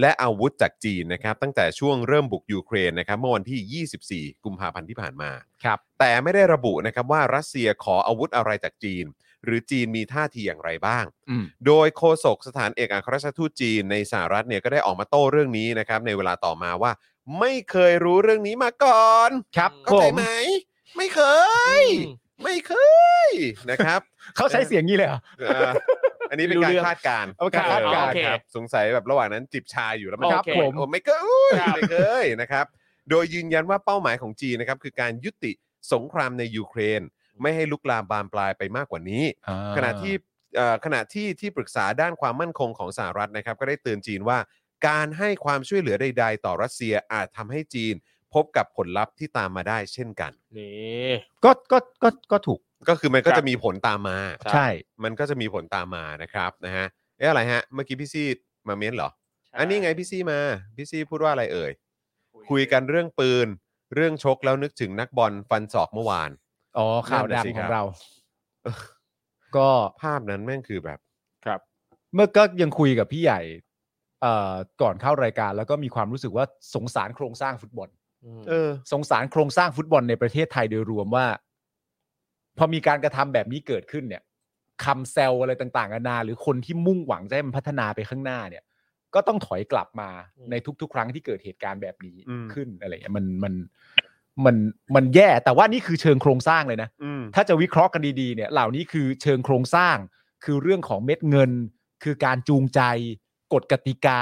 และอาวุธจากจีนนะครับ ตั้งแต่ช่วงเริ่มบุกยูเครนนะครับเมื่อวันที่ 24 กุมภาพันธ์ที่ผ่านมา ครับ แต่ไม่ได้ระบุนะครับว่ารัสเซียขออาวุธอะไรจากจีน หรือจีนมีท่าทีอย่างไรบ้าง อืม โดยโฆษกสถานเอกอัครราชทูตจีนในสหรัฐเนี่ยก็ได้ออกมาโต้เรื่องนี้นะครับในเวลาต่อมาว่า ไม่เคยรู้เรื่องนี้มาก่อน ครับ เข้า ผ ใจ ม ไหม ไม่เคย ไม่เคยนะครับ เขาใช้เสียงนี้เลยเหรอ เอ่ออันนี้เป็นการคาดการณ์ เอาเป็นการคาดการณ์ เออครับสงสัยแบบระหว่างนั้นจิบชาอยู่แล้วมัน ครับ โอผมเโอ้ไม่เคยไม่เคยนะครับ โดยยืนยันว่าเป้าหมายของจีนนะครับคือการยุติสงครามในยูเครน ไม่ให้ลุกลามบานปลายไปมากกว่านี้ ขณะที่เอ่อขณะที่ที่ปรึกษาด้านความมั่นคงของสหรัฐนะครับ ก็ได้เตือนจีนว่า การให้ความช่วยเหลือใด ๆ ต่อรัสเซียอาจทำให้จีน พบกับผลลัพธ์ที่ตามมาได้เช่นกัน นี่ ก็ก็ก็ก็ถูก ก็คือมันก็ ครับ จะมีผลตามมา ใช่ มันก็จะมีผลตามมานะครับนะฮะเอ๊ะอะไรฮะ เมื่อกี้พี่ซี่มาเม้นเหรอ อันนี้ไงพี่ซี่มา พี่ซี่พูดว่าอะไรเอ่ย คุยกันเรื่องปืน เรื่องชกแล้วนึกถึงนักบอลฟันศอกเมื่อวาน อ๋อข่าว นั่นน่ะสิ ดำคขรั อบ งเรา ก็ ภาพนั้นแม่งคือแบบ เมื่อก็ยังคุยกับพี่ใหญ่ เอ่อก่อนเข้ารายการ แล้วก็มีความรู้สึกว่าสงสารโครงสร้างฟุตบอล เออ สงสารโครงสร้างฟุตบอลในประเทศไทยโดยรวมว่า พอมีการกระทำแบบนี้เกิดขึ้นเนี่ยคำแซวอะไรต่างๆนานาหรือคนที่มุ่งหวังจะให้มันพัฒนาไปข้างหน้าเนี่ย ก็ต้องถอยกลับมา อืม ในทุก ๆ ครั้งที่เกิดเหตุการณ์แบบนี้ อืม ขึ้นอะไรเงี้ยมันมันมันมันแย่แต่ว่านี่คือเชิงโครงสร้างเลยนะ อืม ถ้าจะวิเคราะห์กันดีๆเนี่ยเหล่านี้คือเชิงโครงสร้าง คือเรื่องของเม็ดเงิน คือการจูงใจ กฎกติกา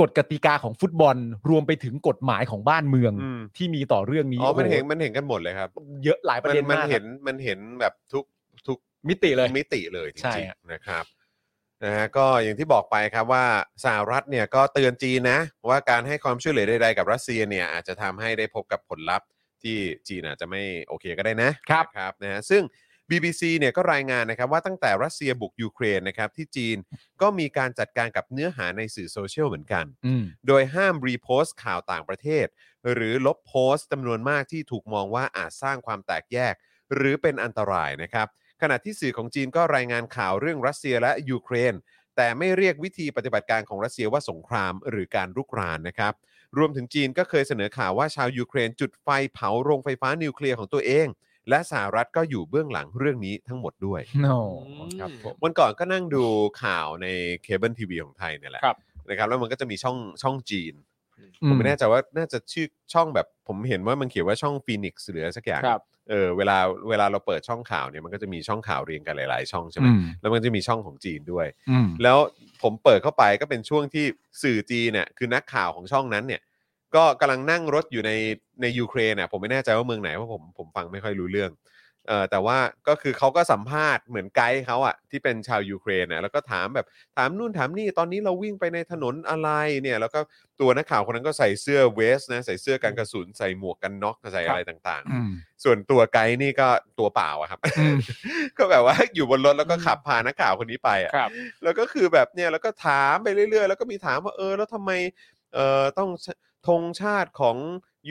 กฎกติกาของฟุตบอล รวมไปถึงกฎหมายของบ้านเมือง อืม ที่มีต่อเรื่องนี้ อ๋อ มันเห็น โโ มันเห็นกันหมดเลยครับ เยอะหลายปมัระน เด็น มัน มาก เห็นมันเห็นแบบทุกทุก มิติเลย มิติเลยจ ใช่ ริง ฮะ ๆนะครับนะฮะก็อย่างที่บอกไปครับว่าสหรัฐเนี่ยก็เตือนจีนนะ ว่าการให้ความช่วยเหลือใดๆกับรัสเซียเนี่ยอาจจะทำให้ได้พบกับผลลัพธ์ที่จีนอาจจะไม่โอเคก็ได้นะครับ นะครับนะฮะซึ่ง BBC เนี่ยก็รายงานนะครับว่าตั้งแต่รัสเซียบุกยูเครนนะครับที่จีนก็มีการจัดการกับเนื้อหาในสื่อโซเชียลเหมือนกัน อืม โดยห้ามรีโพสต์ข่าวต่างประเทศ หรือลบโพสต์จำนวนมากที่ถูกมองว่าอาจสร้างความแตกแยก หรือเป็นอันตรายนะครับ ขณะที่สื่อของจีนก็รายงานข่าวเรื่องรัสเซียและยูเครน แต่ไม่เรียกวิธีปฏิบัติการของรัสเซียว่าสงครามหรือการรุกรานนะครับ รวมถึงจีนก็เคยเสนอข่าวว่าชาวยูเครนจุดไฟเผาโรงไฟฟ้านิวเคลียร์ของตัวเอง และสหรัฐก็อยู่เบื้องหลังเรื่องนี้ทั้งหมดด้วย no อืม ครับผม วันก่อนก็นั่งดูข่าวในเคเบิลทีวีของไทยเนี่ยแหละ ครับ นะครับแล้วมันก็จะมีช่องช่องจีน ผมไม่แน่ใจว่าน่าจะชื่อช่องแบบผมเห็นว่ามันเขียนว่าช่องฟีนิกซ์หรืออะไรสักอย่าง ครับ เออเวลาเวลาเราเปิดช่องข่าวเนี่ยมันก็จะมีช่องข่าวเรียงกันหลาย ๆ ช่องใช่ไหม อืม แล้วมันจะมีช่องของจีนด้วย อืม แล้วผมเปิดเข้าไปก็เป็นช่วงที่สื่อจีนเนี่ยคือนักข่าวของช่องนั้นเนี่ย ก็กำลังนั่งรถอยู่ในในยูเครนน่ะผมไม่แน่ใจว่าเมืองไหนเพราะผมผมฟังไม่ค่อยรู้เรื่อง เออแต่ว่าก็คือเขาก็สัมภาษณ์เหมือนไกด์เขาอะที่เป็นชาวยูเครนนะแล้วก็ถามแบบถามนู่นถามนี่ตอนนี้เราวิ่งไปในถนนอะไรเนี่ย แล้วก็ตัวนักข่าวคนนั้นก็ใส่เสื้อเวสนะใส่เสื้อกันกระสุนใส่หมวกกันน็อกใส่อะไรต่างๆ ส่วนตัวไกด์นี่ก็ตัวเปล่าอะครับ อืม (laughs) ก็แบบว่าอยู่บนรถแล้วก็ขับพานักข่าวคนนี้ไปอะ ครับ แล้วก็คือแบบเนี่ยแล้วก็ถามไปเรื่อยๆ แล้วก็มีถามว่าเออแล้วทำไมเอ่อต้องธงชาติของ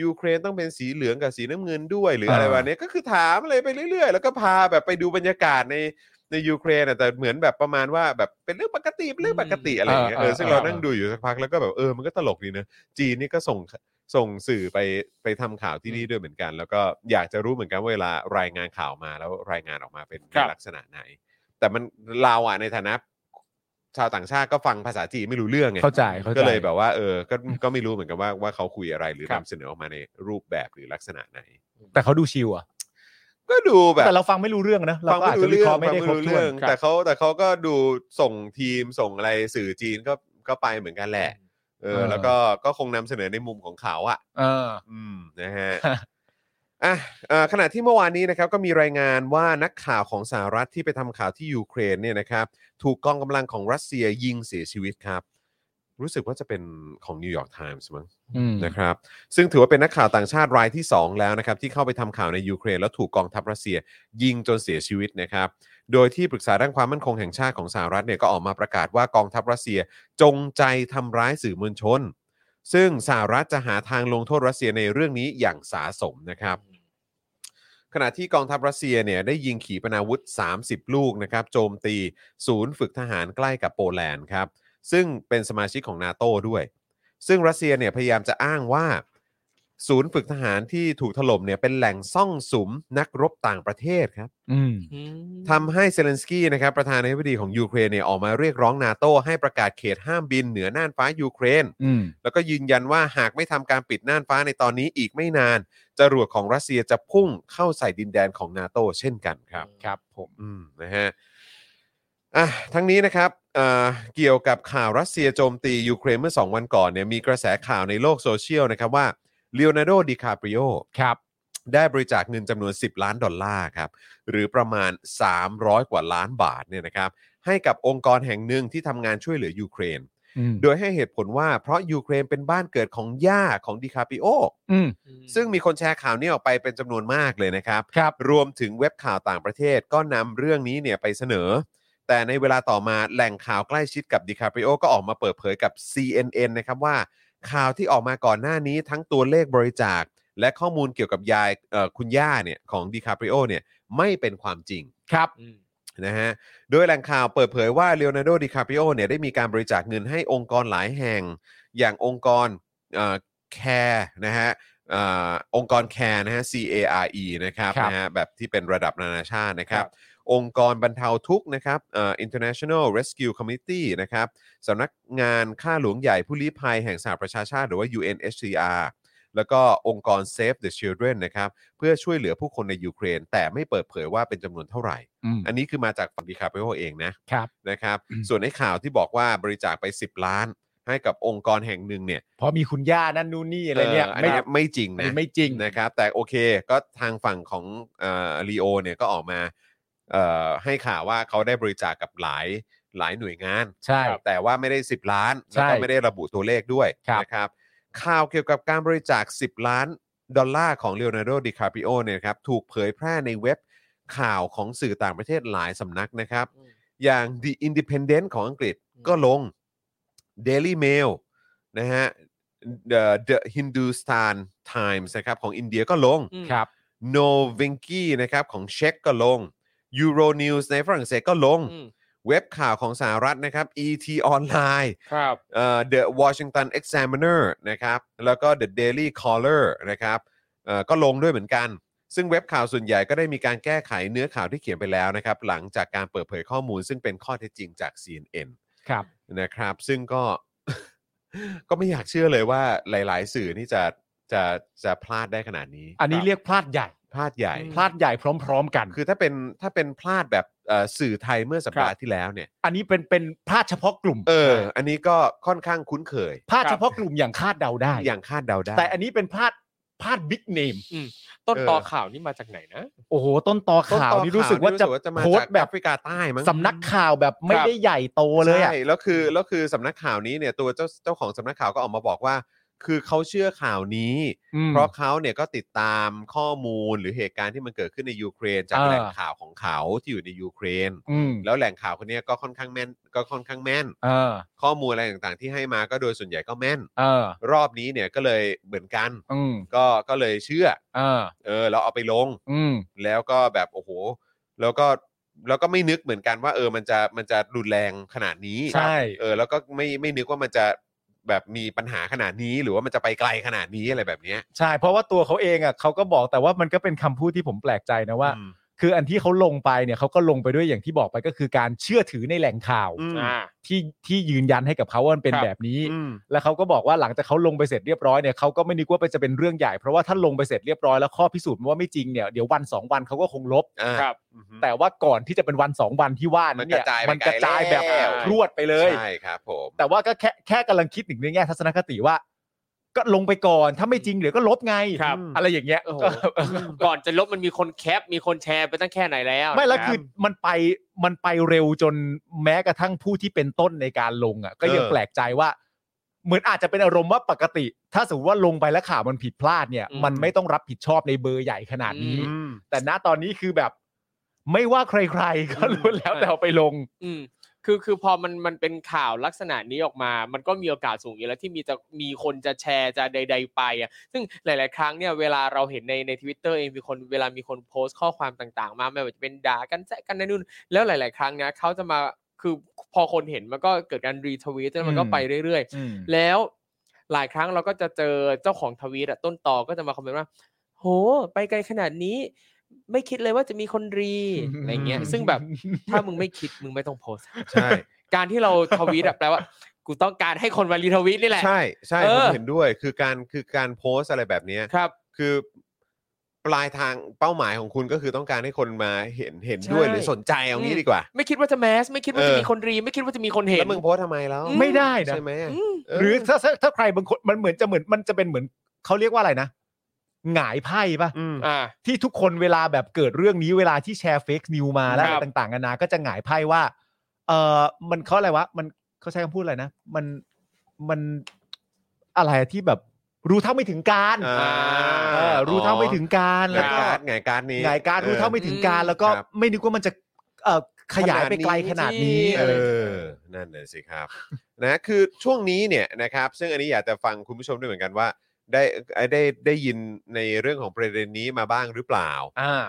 ยูเครนต้องเป็นสีเหลืองกับสีน้ำเงินด้วย หรืออะไร อ่า แบบนี้ก็คือถามอะไรไปเรื่อยๆ แล้วก็พาแบบไปดูบรรยากาศในในยูเครนอะแต่เหมือนแบบประมาณว่าแบบเป็นเรื่องปกติเป็นเรื่องปกติอะไรอย่างเงี้ยเออซึ่งเรานั่งดูอยู่สักพักแล้วก็แบบเออมันก็ตลกดีนะจีนนี่ก็ส่ง ส่งสื่อไปไปทำข่าวที่นี่ด้วยเหมือนกัน แล้วก็อยากจะรู้เหมือนกันว่าเวลารายงานข่าวมาแล้วรายงานออกมาเป็น ครับ ลักษณะไหน แต่มันเราอ่ะในฐานะ ชาวต่างชาติก็ฟังภาษาจีนไม่รู้เรื่องไง เข้าใจเข้าใจ ก็เลยแบบว่าเออก็ก็ไม่รู้เหมือนกันว่าว่าเขาคุยอะไรหรือ ครั นำ บ เสนอออกมาในรูปแบบหรือลักษณะไหน แต่เขาดูชิวอ่ะ ก็ดูแบบ แต่เราฟังไม่รู้เรื่องนะเรา ฟัง ก็ ไม่ อาจ รู้เรื่อจะวิเคราะ งฟังไม่ห์ไม่ได้ครบ รู้ ถ้ว เรื่อง น แต่เขาแต่เขาก็ดูส่งทีมส่งอะไรสื่อจีนก็ก็ไปเหมือนกันแหละเออ แล้วก็ก็คงนำเสนอในมุมของเขาอ่ะ เออ อืมนะฮะ ฮะ อ่ะเอ่อขณะที่เมื่อวานนี้นะครับก็มีรายงานว่านักข่าวของสหรัฐที่ไปทำข่าวที่ยูเครนเนี่ยนะครับ ถูกกองกำลังของรัสเซียยิงเสียชีวิตครับ รู้สึกว่าจะเป็นของนิวยอร์กไทมส์มั้ง อืม นะครับซึ่งถือว่าเป็นนักข่าวต่างชาติรายที่ 2 แล้วนะครับที่เข้าไปทำข่าวในยูเครน แล้วถูกกองทัพรัสเซียยิงจนเสียชีวิตนะครับโดยที่ปรึกษาด้านความมั่นคงแห่งชาติของสหรัฐเนี่ยก็ออกมาประกาศว่ากองทัพรัสเซียจงใจทำร้ายสื่อมวลชน ซึ่งสหรัฐจะหาทางลงโทษรัสเซียในเรื่องนี้อย่างสาสมนะครับ ขณะที่กองทัพรัสเซียเนี่ยได้ยิงขีปนาวุธ 30 ลูกนะครับโจมตีศูนย์ฝึกทหารใกล้กับโปแลนด์ครับซึ่งเป็นสมาชิกของนาโต้ด้วย ซึ่งรัสเซียเนี่ยพยายามจะอ้างว่า ศูนย์ฝึกทหารที่ถูกถล่มเนี่ยเป็นแหล่งซ่องสุมนักรบต่างประเทศครับ อืม อืม ทำให้เซเลนสกี้นะครับประธานาธิบดีของยูเครนเนี่ยออกมาเรียกร้องนาโต้ให้ประกาศเขตห้ามบินเหนือน่านฟ้ายูเครน อืม แล้วก็ยืนยันว่าหากไม่ทำการปิดน่านฟ้าในตอนนี้อีกไม่นาน จรวดของรัสเซียจะพุ่งเข้าใส่ดินแดนของนาโต้เช่นกันครับ ครับผม อืมนะฮะอ่ะทั้งนี้นะครับเอ่อเกี่ยวกับข่าวรัสเซียโจมตียูเครนเมื่อ 2 วันก่อนเนี่ยมีกระแสข่าวในโลกโซเชียลนะครับว่าเล o n นา d o โดดิคาปริโอ ครับ ได้บริจาคเงินจำนวน 10 ล้านดอลลาร์ครับ หรือประมาณ 300 กว่าล้านบาทเนี่ยนะครับให้กับองค์กรแห่งหนึ่งที่ทำงานช่วยเหลือยูเครน อืม โดยให้เหตุผลว่าเพราะยูเครนเป็นบ้านเกิดของย่าของดิคาปริโอ อืม ซึ่งมีคนแชร์ข่าวนี้ออกไปเป็นจำนวนมากเลยนะครับ ครับ รวมถึงเว็บข่าวต่างประเทศก็นำเรื่องนี้เนี่ยไปเสนอ แต่ในเวลาต่อมาแหล่งข่าวใกล้ชิดกับดิคาปริโอก็ออกมาเปิดเผยกับ CNN นะครับว่าข่าวที่ออกมาก่อนหน้านี้ทั้งตัวเลขบริจาค และข้อมูลเกี่ยวกับยายเอ่อคุณย่าเนี่ยของดิคาปริโอเนี่ยไม่เป็นความจริง ครับ นะฮะ โดยแหล่งข่าวเปิดเผยว่าเลโอนาร์โด ดิคาปริโอเนี่ยได้มีการบริจาคเงินให้องค์กรหลายแห่ง อย่างองค์กรแคร์นะฮะเอ่อองค์กรแคร์นะฮะ C A R E นะครับ ครับ นะฮะแบบที่เป็นระดับนานาชาตินะครั ครับ บ องค์กรบรรเทาทุกข์นะครับเอ่อ International Rescue Committee นะครับสำนักงานค่าหลวงใหญ่ผู้ลี้ภัยแห่งสหประชาชาติหรือว่า UNHCR แล้วก็องค์กร Save the Children นะครับเพื่อช่วยเหลือผู้คนในยูเครน แต่ไม่เปิดเผยว่าเป็นจำนวนเท่าไหร่ อืม อันนี้คือมาจากฝั่งดิคาเปโอเองนะครับ นะครับ อืม ส่วนในข่าวที่บอกว่าบริจาคไป 10 ล้าน ให้กับองค์กรแห่งหนึ่งเนี่ย เพราะมีคุณย่านั่นนู่นนี่อะไรเนี่ย เอัน ไม่ เนี้ยไม่จริง อัน นะ นี้ไม่จริง นะครับ แต่โอเคก็ทางฝั่งของลีโอ Leo เนี่ยก็ออกมาเอ่อให้ข่าวว่าเขาได้บริจาคกับหลายหลายหน่วยงาน ใช่ แต่ว่าไม่ได้ 10 ล้าน แล้วก็ ใช่ ไม่ได้ระบุตัวเลขด้วย ครับ นะครับ ข่าวเกี่ยวกับการบริจาค 10 ล้านดอลลาร์ของเลโอนาร์โด ดิคาปิโอเนี่ยนะครับถูกเผยแพร่ในเว็บข่าวของสื่อต่างประเทศหลายสำนักนะครับ อย่าง The Independent ของอังกฤษ อืม ก็ลง Daily Mail นะฮะ The, The Hindustan Times นะครับของอินเดียก็ลง ครับ Novinky นะครับของเช็กก็ลง Euro News ในฝรั่งเศสก็ลง อืม เว็บข่าวของสหรัฐนะครับ ET ออนไลน์ ครับ เอ่อ The Washington Examiner นะครับ แล้วก็ The Daily Caller นะครับเอ่อก็ลงด้วยเหมือนกัน ซึ่งเว็บข่าวส่วนใหญ่ก็ได้มีการแก้ไขเนื้อข่าวที่เขียนไปแล้วนะครับ หลังจากการเปิดเผยข้อมูลซึ่งเป็นข้อเท็จจริงจาก CNN ครับ นะครับ ซึ่งก็ (laughs) ก็ไม่อยากเชื่อเลยว่าหลาย ๆ สื่อนี่จะจะจะพลาดได้ขนาดนี้ อันนี้เรียกพลาดใหญ่ พลาดใหญ่ อืม พลาดใหญ่พร้อม ๆ กัน คือถ้าเป็นถ้าเป็นพลาดแบบเอ่อสื่อไทยเมื่อสัปดาห์ที่แล้วเนี่ย อันนี้เป็นเป็นพลาดเฉพาะกลุ่ม เออ อันนี้ก็ค่อนข้างคุ้นเคย พลาดเฉพาะกลุ่มอย่างคาดเดาได้ อย่างคาดเดาได้ แต่อันนี้เป็นพลาดพลาดบิ๊กเนม ต้น เออ ตอข่าวนี่มาจากไหนนะ โอ้โห ต้นตอข่าวนี่รู้สึกว่าจะ มา โพส จาก ต์แบบ แอฟริกาใต้มั้ง สำนักข่าวแบบไม่ ครับ ได้ใหญ่โตเลยอ่ะ ใช่แล้วคือแล้วคือสำนักข่าวนี้เนี่ยตัวเจ้าเจ้าของสำนักข่าวก็ออกมาบอกว่า คือเขาเชื่อข่าวนี้ อืม เพราะเขาเนี่ยก็ติดตามข้อมูลหรือเหตุการณ์ที่มันเกิดขึ้นในยูเครน จาก เออ แหล่งข่าวของเขาที่อยู่ในยูเครน อืม แล้วแหล่งข่าวคนเนี้ยก็ค่อนข้างแม่นก็ค่อนข้างแม่น เออ ข้อมูลอะไรต่างๆ ที่ให้มาก็โดยส่วนใหญ่ก็แม่น เออ รอบนี้เนี่ยก็เลยเหมือนกัน อืม ก็ก็เลยเชื่อ เออ เออแล้วเอาไปลง อืม แล้วก็แบบโอ้โห แล้วก็แล้วก็ไม่นึกเหมือนกันว่า เออมันจะมันจะรุนแรงขนาดนี้ ใช่ เออแล้วก็ไม่ไม่นึกว่ามันจะแบบมีปัญหาขนาดนี้ หรือว่ามันจะไปไกลขนาดนี้อะไรแบบเนี้ย ใช่ เพราะว่าตัวเขาเองอ่ะเขาก็บอกแต่ว่ามันก็เป็นคำพูดที่ผมแปลกใจนะว่า อืม คืออันที่เขาลงไปเนี่ยเขาก็ลงไปด้วยอย่างที่บอกไปก็คือการเชื่อถือในแหล่งข่าว อืม อ่า ที่ที่ยืนยันให้กับเขาว่ามันเป็น ครับ แบบนี้ อืม แล้วเขาก็บอกว่าหลังจากเขาลงไปเสร็จเรียบร้อยเนี่ยเขาก็ไม่นึกว่าจะเป็นเรื่องใหญ่เพราะว่าถ้าลงไปเสร็จเรียบร้อยแล้วข้อพิสูจน์ว่าไม่จริงเนี่ยเดี๋ยววันสองวันเขาก็คงลบ อ่า ครับ อือฮึ แต่ว่าก่อนที่จะเป็นวันสองวันที่ว่านั้นเนี่ย มั มัน น ก ก ระ ระ จา จาย ย ไปไกลแล้ว แบบรวดไปเลย ใช่ครับ ผม แต่ว่าก็แค่แค่กำลังคิดถึงในแง่ทัศนคติว่า ก็ลงไปก่อนถ้าไม่จริงเดี๋ยวก็ลบไง ครับ อะไรอย่างเงี้ย โอ้โห ก็ ก่อนจะลบมันมีคนแคป มีคนแชร์ไปตั้งแค่ไหนแล้ว ไม่และ นะรับ คือมันไปมันไปเร็วจนแม้กระทั่งผู้ที่เป็นต้นในการลงอ่ะ ก็ยังแปลกใจว่า เหมือนอาจจะเป็นอารมณ์ว่าปกติ ถ้าสมมติว่าลงไปแล้วข่าวมันผิดพลาดเนี่ย อืม มันไม่ต้องรับผิดชอบในเบอร์ใหญ่ขนาดนี้ อื อืม แต่ณตอนนี้คือแบบ ไม่ว่าใครๆก็รู้วนแล้วแต่เอาไปลง อืมคือคือพอมันมันเป็นข่าวลักษณะนี้ออกมา มันก็มีโอกาสสูงอยู่แล้วที่มีจะมีคนจะแชร์จะใด ๆ ไปอ่ะซึ่งหลาย ๆ ครั้งเนี่ยเวลาเราเห็นในในทวิตเตอร์เองมีคนเวลามีคนโพสต์ข้อความต่าง ๆ มาไม่ว่าจะเป็นด่ากันแซะกันนั่นนู่นแล้วหลาย ๆ ครั้งนะเขาจะมาคือพอคนเห็นมันก็เกิดการรีทวีตแล้วมันก็ อืม ไปเรื่อย ๆ แล้วหลายครั้งเราก็จะเจอเจ้าของทวีตอะต้นต่อก็จะมาคอมเมนต์ว่า โห ไปไกลขนาดนี้ ไม่คิดเลยว่าจะมีคนรีอะไรเงี้ย ซึ่งแบบ ถ้ามึงไม่คิดมึงไม่ต้องโพสต์ ใช่ การที่เราทวีตอะแปลว่า กูต้องการให้คนมารีทวีตนี่แหละ ใช่ใช่ เอ ผ อ มเห็นด้วยคือการคือการโพสต์อะไรแบบเนี้ย ครับ คือปลายทางเป้าหมายของคุณก็คือต้องการให้คนมาเห็นเห็นด้วย ใช่ หรือสนใจเอางี้ดีกว่า ไม่คิดว่าจะแมส ไม่คิดว่าจะ เออ มีคนรี ไม่คิดว่าจะมีคนเห็น แล้วมึงโพสต์ทำไมแล้ว อื ไม่ได้นะ ใช่ไหมอะ อืม เห รือถ้าถ้าถ้าใครบางคนมันเหมือนจะเหมือนมันจะเป็นเหมือนเขาเรียกว่าอะไรนะหงายไพ่ปะ อืม อ่า ที่ทุกคนเวลาแบบเกิดเรื่องนี้เวลาที่แชร์เฟกนิวมาแล้ว ครับ ต่างๆนานาก็จะหงายไพ่ว่าเออมันเขาอะไรวะมันเขาใช้คำพูดอะไรนะ มันมันอะไรอะที่แบบ รู้เท่าไม่ถึงการ อ่า เออรู้เท่าไม่ถึงการ ห แล้ว งาย ก็ การดหงายการดนี้ หงายการดรู้เท่าไม่ถึงการ แล้วก็ ครับ ไม่นึกว่ามันจะเอ่อขยายไปไกลขนาดนี้ เอ เออ อนั่นเลยสิครับ (laughs) นะคือช่วงนี้เนี่ยนะครับ ซึ่งอันนี้อยากจะฟังคุณผู้ชมด้วยเหมือนกันว่า ได้ได้ได้ยินในเรื่องของประเด็นนี้มาบ้างหรือเปล่า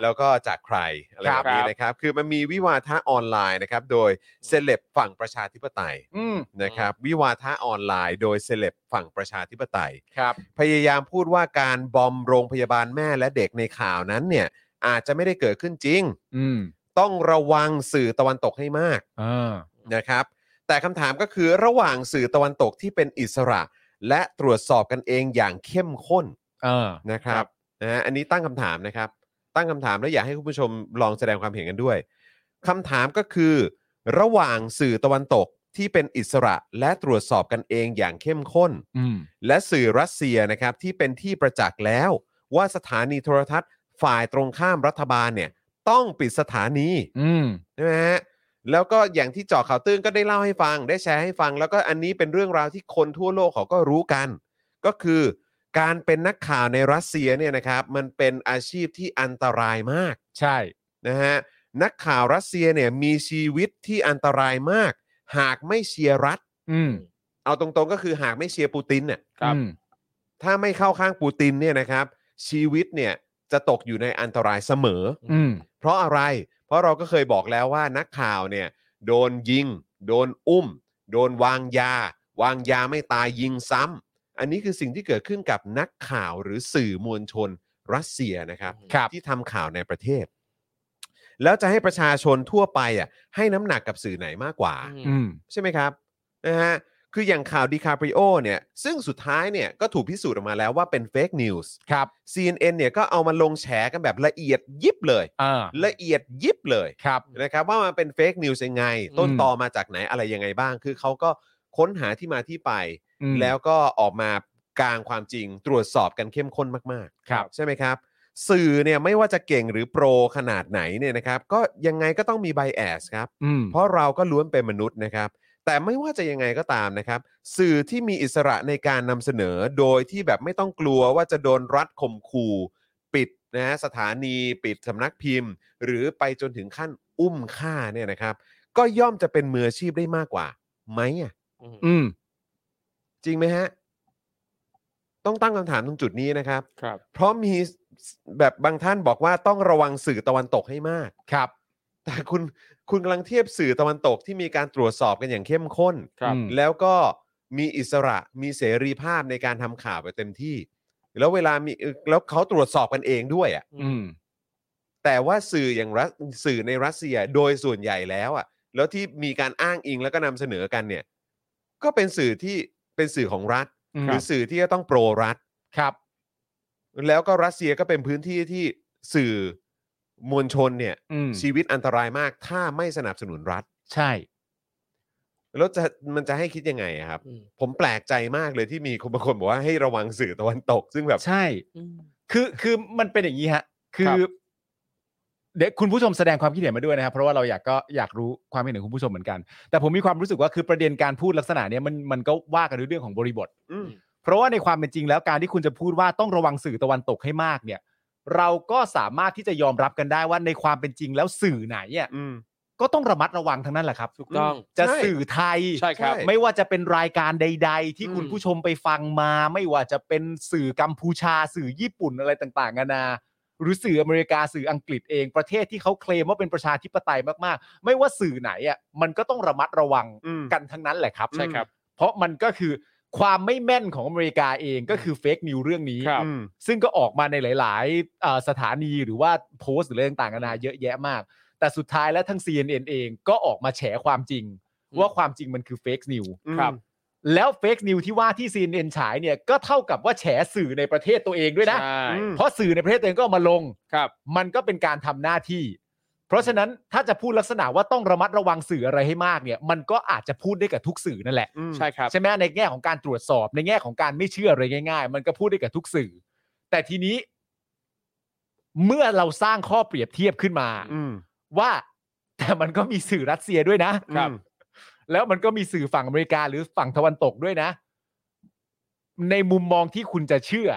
แล้วก็จากใครอะไร ค แบ รับ บนี้นะครับ คือมันมีวิวาทะออนไลน์นะครับ โดยเซเลบฝั่งประชาธิปไตย อืม นะครับ วิวาทะออนไลน์ โดยเซเลบฝั่งประชาธิปไตย ครับ พยายามพูดว่าการบอมโรงพยาบาลแม่และเด็กในข่าวนั้นเนี่ย อาจจะไม่ได้เกิดขึ้นจริง อืม ต้องระวังสื่อตะวันตกให้มาก อ่า นะครับ แต่คำถามก็คือระหว่างสื่อตะวันตกที่เป็นอิสระ และตรวจสอบกันเองอย่างเข้มข้น เออ นะครับนะฮะอันนี้ตั้งคำถามนะครับ ตั้งคำถามแล้วอยากให้คุณผู้ชมลองแสดงความเห็นกันด้วยคำถามก็คือ ระหว่างสื่อตะวันตกที่เป็นอิสระและตรวจสอบกันเองอย่างเข้มข้น อืม และสื่อรัสเซียนะครับที่เป็นที่ประจักษ์แล้ว ว่าสถานีโทรทัศน์ฝ่ายตรงข้ามรัฐบาลเนี่ยต้องปิดสถานี อืม ใช่ไหมฮะแล้วก็อย่างที่เจาะข่าวตื้นก็ได้เล่าให้ฟัง ได้แชร์ให้ฟัง แล้วก็อันนี้เป็นเรื่องราวที่คนทั่วโลกเขาก็รู้กัน ก็คือการเป็นนักข่าวในรัสเซียเนี่ยนะครับมันเป็นอาชีพที่อันตรายมาก ใช่ นะฮะนักข่าวรัสเซียเนี่ยมีชีวิตที่อันตรายมาก หากไม่เชียร์รัฐ อืม เอาตรงๆก็คือหากไม่เชียร์ปูตินเนี่ย ครับ อืม ถ้าไม่เข้าข้างปูตินเนี่ยนะครับ ชีวิตเนี่ยจะตกอยู่ในอันตรายเสมอ อืม เพราะอะไร เพราะเราก็เคยบอกแล้วว่านักข่าวเนี่ย โดนยิง โดนอุ้ม โดนวางยา วางยาไม่ตายยิงซ้ำอันนี้คือสิ่งที่เกิดขึ้นกับนักข่าวหรือสื่อมวลชนรัสเซียนะครับ ครับ ที่ทำข่าวในประเทศ แล้วจะให้ประชาชนทั่วไปอ่ะให้น้ำหนักกับสื่อไหนมากกว่า อืม อืม ใช่ไหมครับนะฮะคืออย่างข่าวดิคาปริโอเนี่ย ซึ่งสุดท้ายเนี่ย ก็ถูกพิสูจน์ออกมาแล้วว่าเป็นเฟกนิวส์ ครับ CNN เนี่ยก็เอามาลงแฉกันแบบละเอียดยิบเลย อ่า ละเอียดยิบเลย ครับ นะครับว่ามันเป็นเฟกนิวส์ยังไง อืม ต้นตอมาจากไหนอะไรยังไงบ้าง คือเขาก็ค้นหาที่มาที่ไป อืม แล้วก็ออกมากลางความจริงตรวจสอบกันเข้มข้นมาก ครับ ๆ ใช่ไหมครับ สื่อเนี่ยไม่ว่าจะเก่งหรือโปรขนาดไหนเนี่ยนะครับก็ยังไงก็ต้องมีไบแอสครับ อืม เพราะเราก็ล้วนเป็นมนุษย์นะครับ แต่ไม่ว่าจะยังไงก็ตามนะครับ สื่อที่มีอิสระในการนำเสนอโดยที่แบบไม่ต้องกลัวว่าจะโดนรัฐข่มขู่ปิดนะฮะสถานีปิดสำนักพิมพ์ หรือไปจนถึงขั้นอุ้มฆ่าเนี่ยนะครับ ก็ย่อมจะเป็นมืออาชีพได้มากกว่าไหมอะ อืม อืม จริงไหมฮะ ต้องตั้งคำถามตรงจุดนี้นะครับ ครับ เพราะมีแบบบางท่านบอกว่าต้องระวังสื่อตะวันตกให้มาก ครับ แต่คุณคุณกำลังเทียบสื่อตะวันตกที่มีการตรวจสอบกันอย่างเข้มข้น ครับ อืม แล้วก็มีอิสระมีเสรีภาพในการทำข่าวไปเต็มที่ แล้วเวลามีแล้วเขาตรวจสอบกันเองด้วยอะ่ะ อืม แต่ว่าสื่ออย่างรัสสื่อในรัสเซียโดยส่วนใหญ่แล้วอะ่ะ แล้วที่มีการอ้างอิงแล้วก็นำเสนอกันเนี่ย ก็เป็นสื่อที่เป็นสื่อของรัฐ หรือสื่อที่จะต้องโปรรัฐ ครับ แล้วก็รัสเซียก็เป็นพื้นที่ที่สื่อมวลชนเนี่ย อืม ชีวิตอันตรายมากถ้าไม่สนับสนุนรัฐ ใช่ แล้วจะมันจะให้คิดยังไงอะครับ อืม ผมแปลกใจมากเลยที่มีคนบางคนบอกว่าให้ระวังสื่อตะวันตก ซึ่งแบบ ใช่ อืม คือคือมันเป็นอย่างนี้ฮะ คื ครั อ บ เดี๋ยวคุณผู้ชมแสดงความคิดเห็นมาด้วยนะครับ เพราะว่าเราอยากก็อยากรู้ความเห็นของคุณผู้ชมเหมือนกัน แต่ผมมีความรู้สึกว่าคือประเด็นการพูดลักษณะเนี้ยมันมันก็ว่ากันด้วยเรื่องของบริบท อืม เพราะว่าในความเป็นจริงแล้วการที่คุณจะพูดว่าต้องระวังสื่อตะวันตกให้มากเนี่ย เราก็สามารถที่จะยอมรับกันได้ว่าในความเป็นจริงแล้วสื่อไหนอ่ะ อืม ก็ต้องระมัดระวังทั้งนั้นแหละครับ ถูกต้อง จะ ใช่ สื่อไทย ใช่ครับ ใช่ ไม่ว่าจะเป็นรายการใด ๆ ที่ อืม คุณผู้ชมไปฟังมา ไม่ว่าจะเป็นสื่อกัมพูชา สื่อญี่ปุ่นอะไรต่างๆนานา หรือสื่ออเมริกาสื่ออังกฤษเองประเทศที่เขาเคลมว่าเป็นประชาธิปไตยมากๆ ไม่ว่าสื่อไหนอ่ะมันก็ต้องระมัดระวัง อืม กันทั้งนั้นแหละครับ ใช่ครับ เพราะมันก็คือความไม่แม่นของอเมริกาเองก็คือเฟกนิวเรื่องนี้ ครับ อืม ซึ่งก็ออกมาในหลายๆเอ่อสถานีหรือว่าโพสต์หรืออะไรต่างๆนานาเยอะแยะมาก แต่สุดท้ายแล้วทั้ง CNN เองก็ออกมาแฉความจริง อืม ว่าความจริงมันคือเฟกนิว อืมครับ แล้วเฟกนิวที่ว่าที่ CNN ฉายเนี่ยก็เท่ากับว่าแฉสื่อในประเทศตัวเองด้วยนะ ใช่ อืม เพราะสื่อในประเทศตัวเองก็เอามาลง ครับ มันก็เป็นการทำหน้าที่ เพราะฉะนั้นถ้าจะพูดลักษณะว่าต้องระมัดระวังสื่ออะไรให้มากเนี่ย มันก็อาจจะพูดได้กับทุกสื่อนั่นแหละ อืม ใช่ครับ ใช่ไหมในแง่ของการตรวจสอบในแง่ของการไม่เชื่ออะไรง่าย ๆ มันก็พูดได้กับทุกสื่อ แต่ทีนี้ เมื่อเราสร้างข้อเปรียบเทียบขึ้นมา อืม ว่าแต่มันก็มีสื่อรัสเซียด้วยนะ ครับ อืม แล้วมันก็มีสื่อฝั่งอเมริกาหรือฝั่งตะวันตกด้วยนะ ในมุมมองที่คุณจะเชื่อ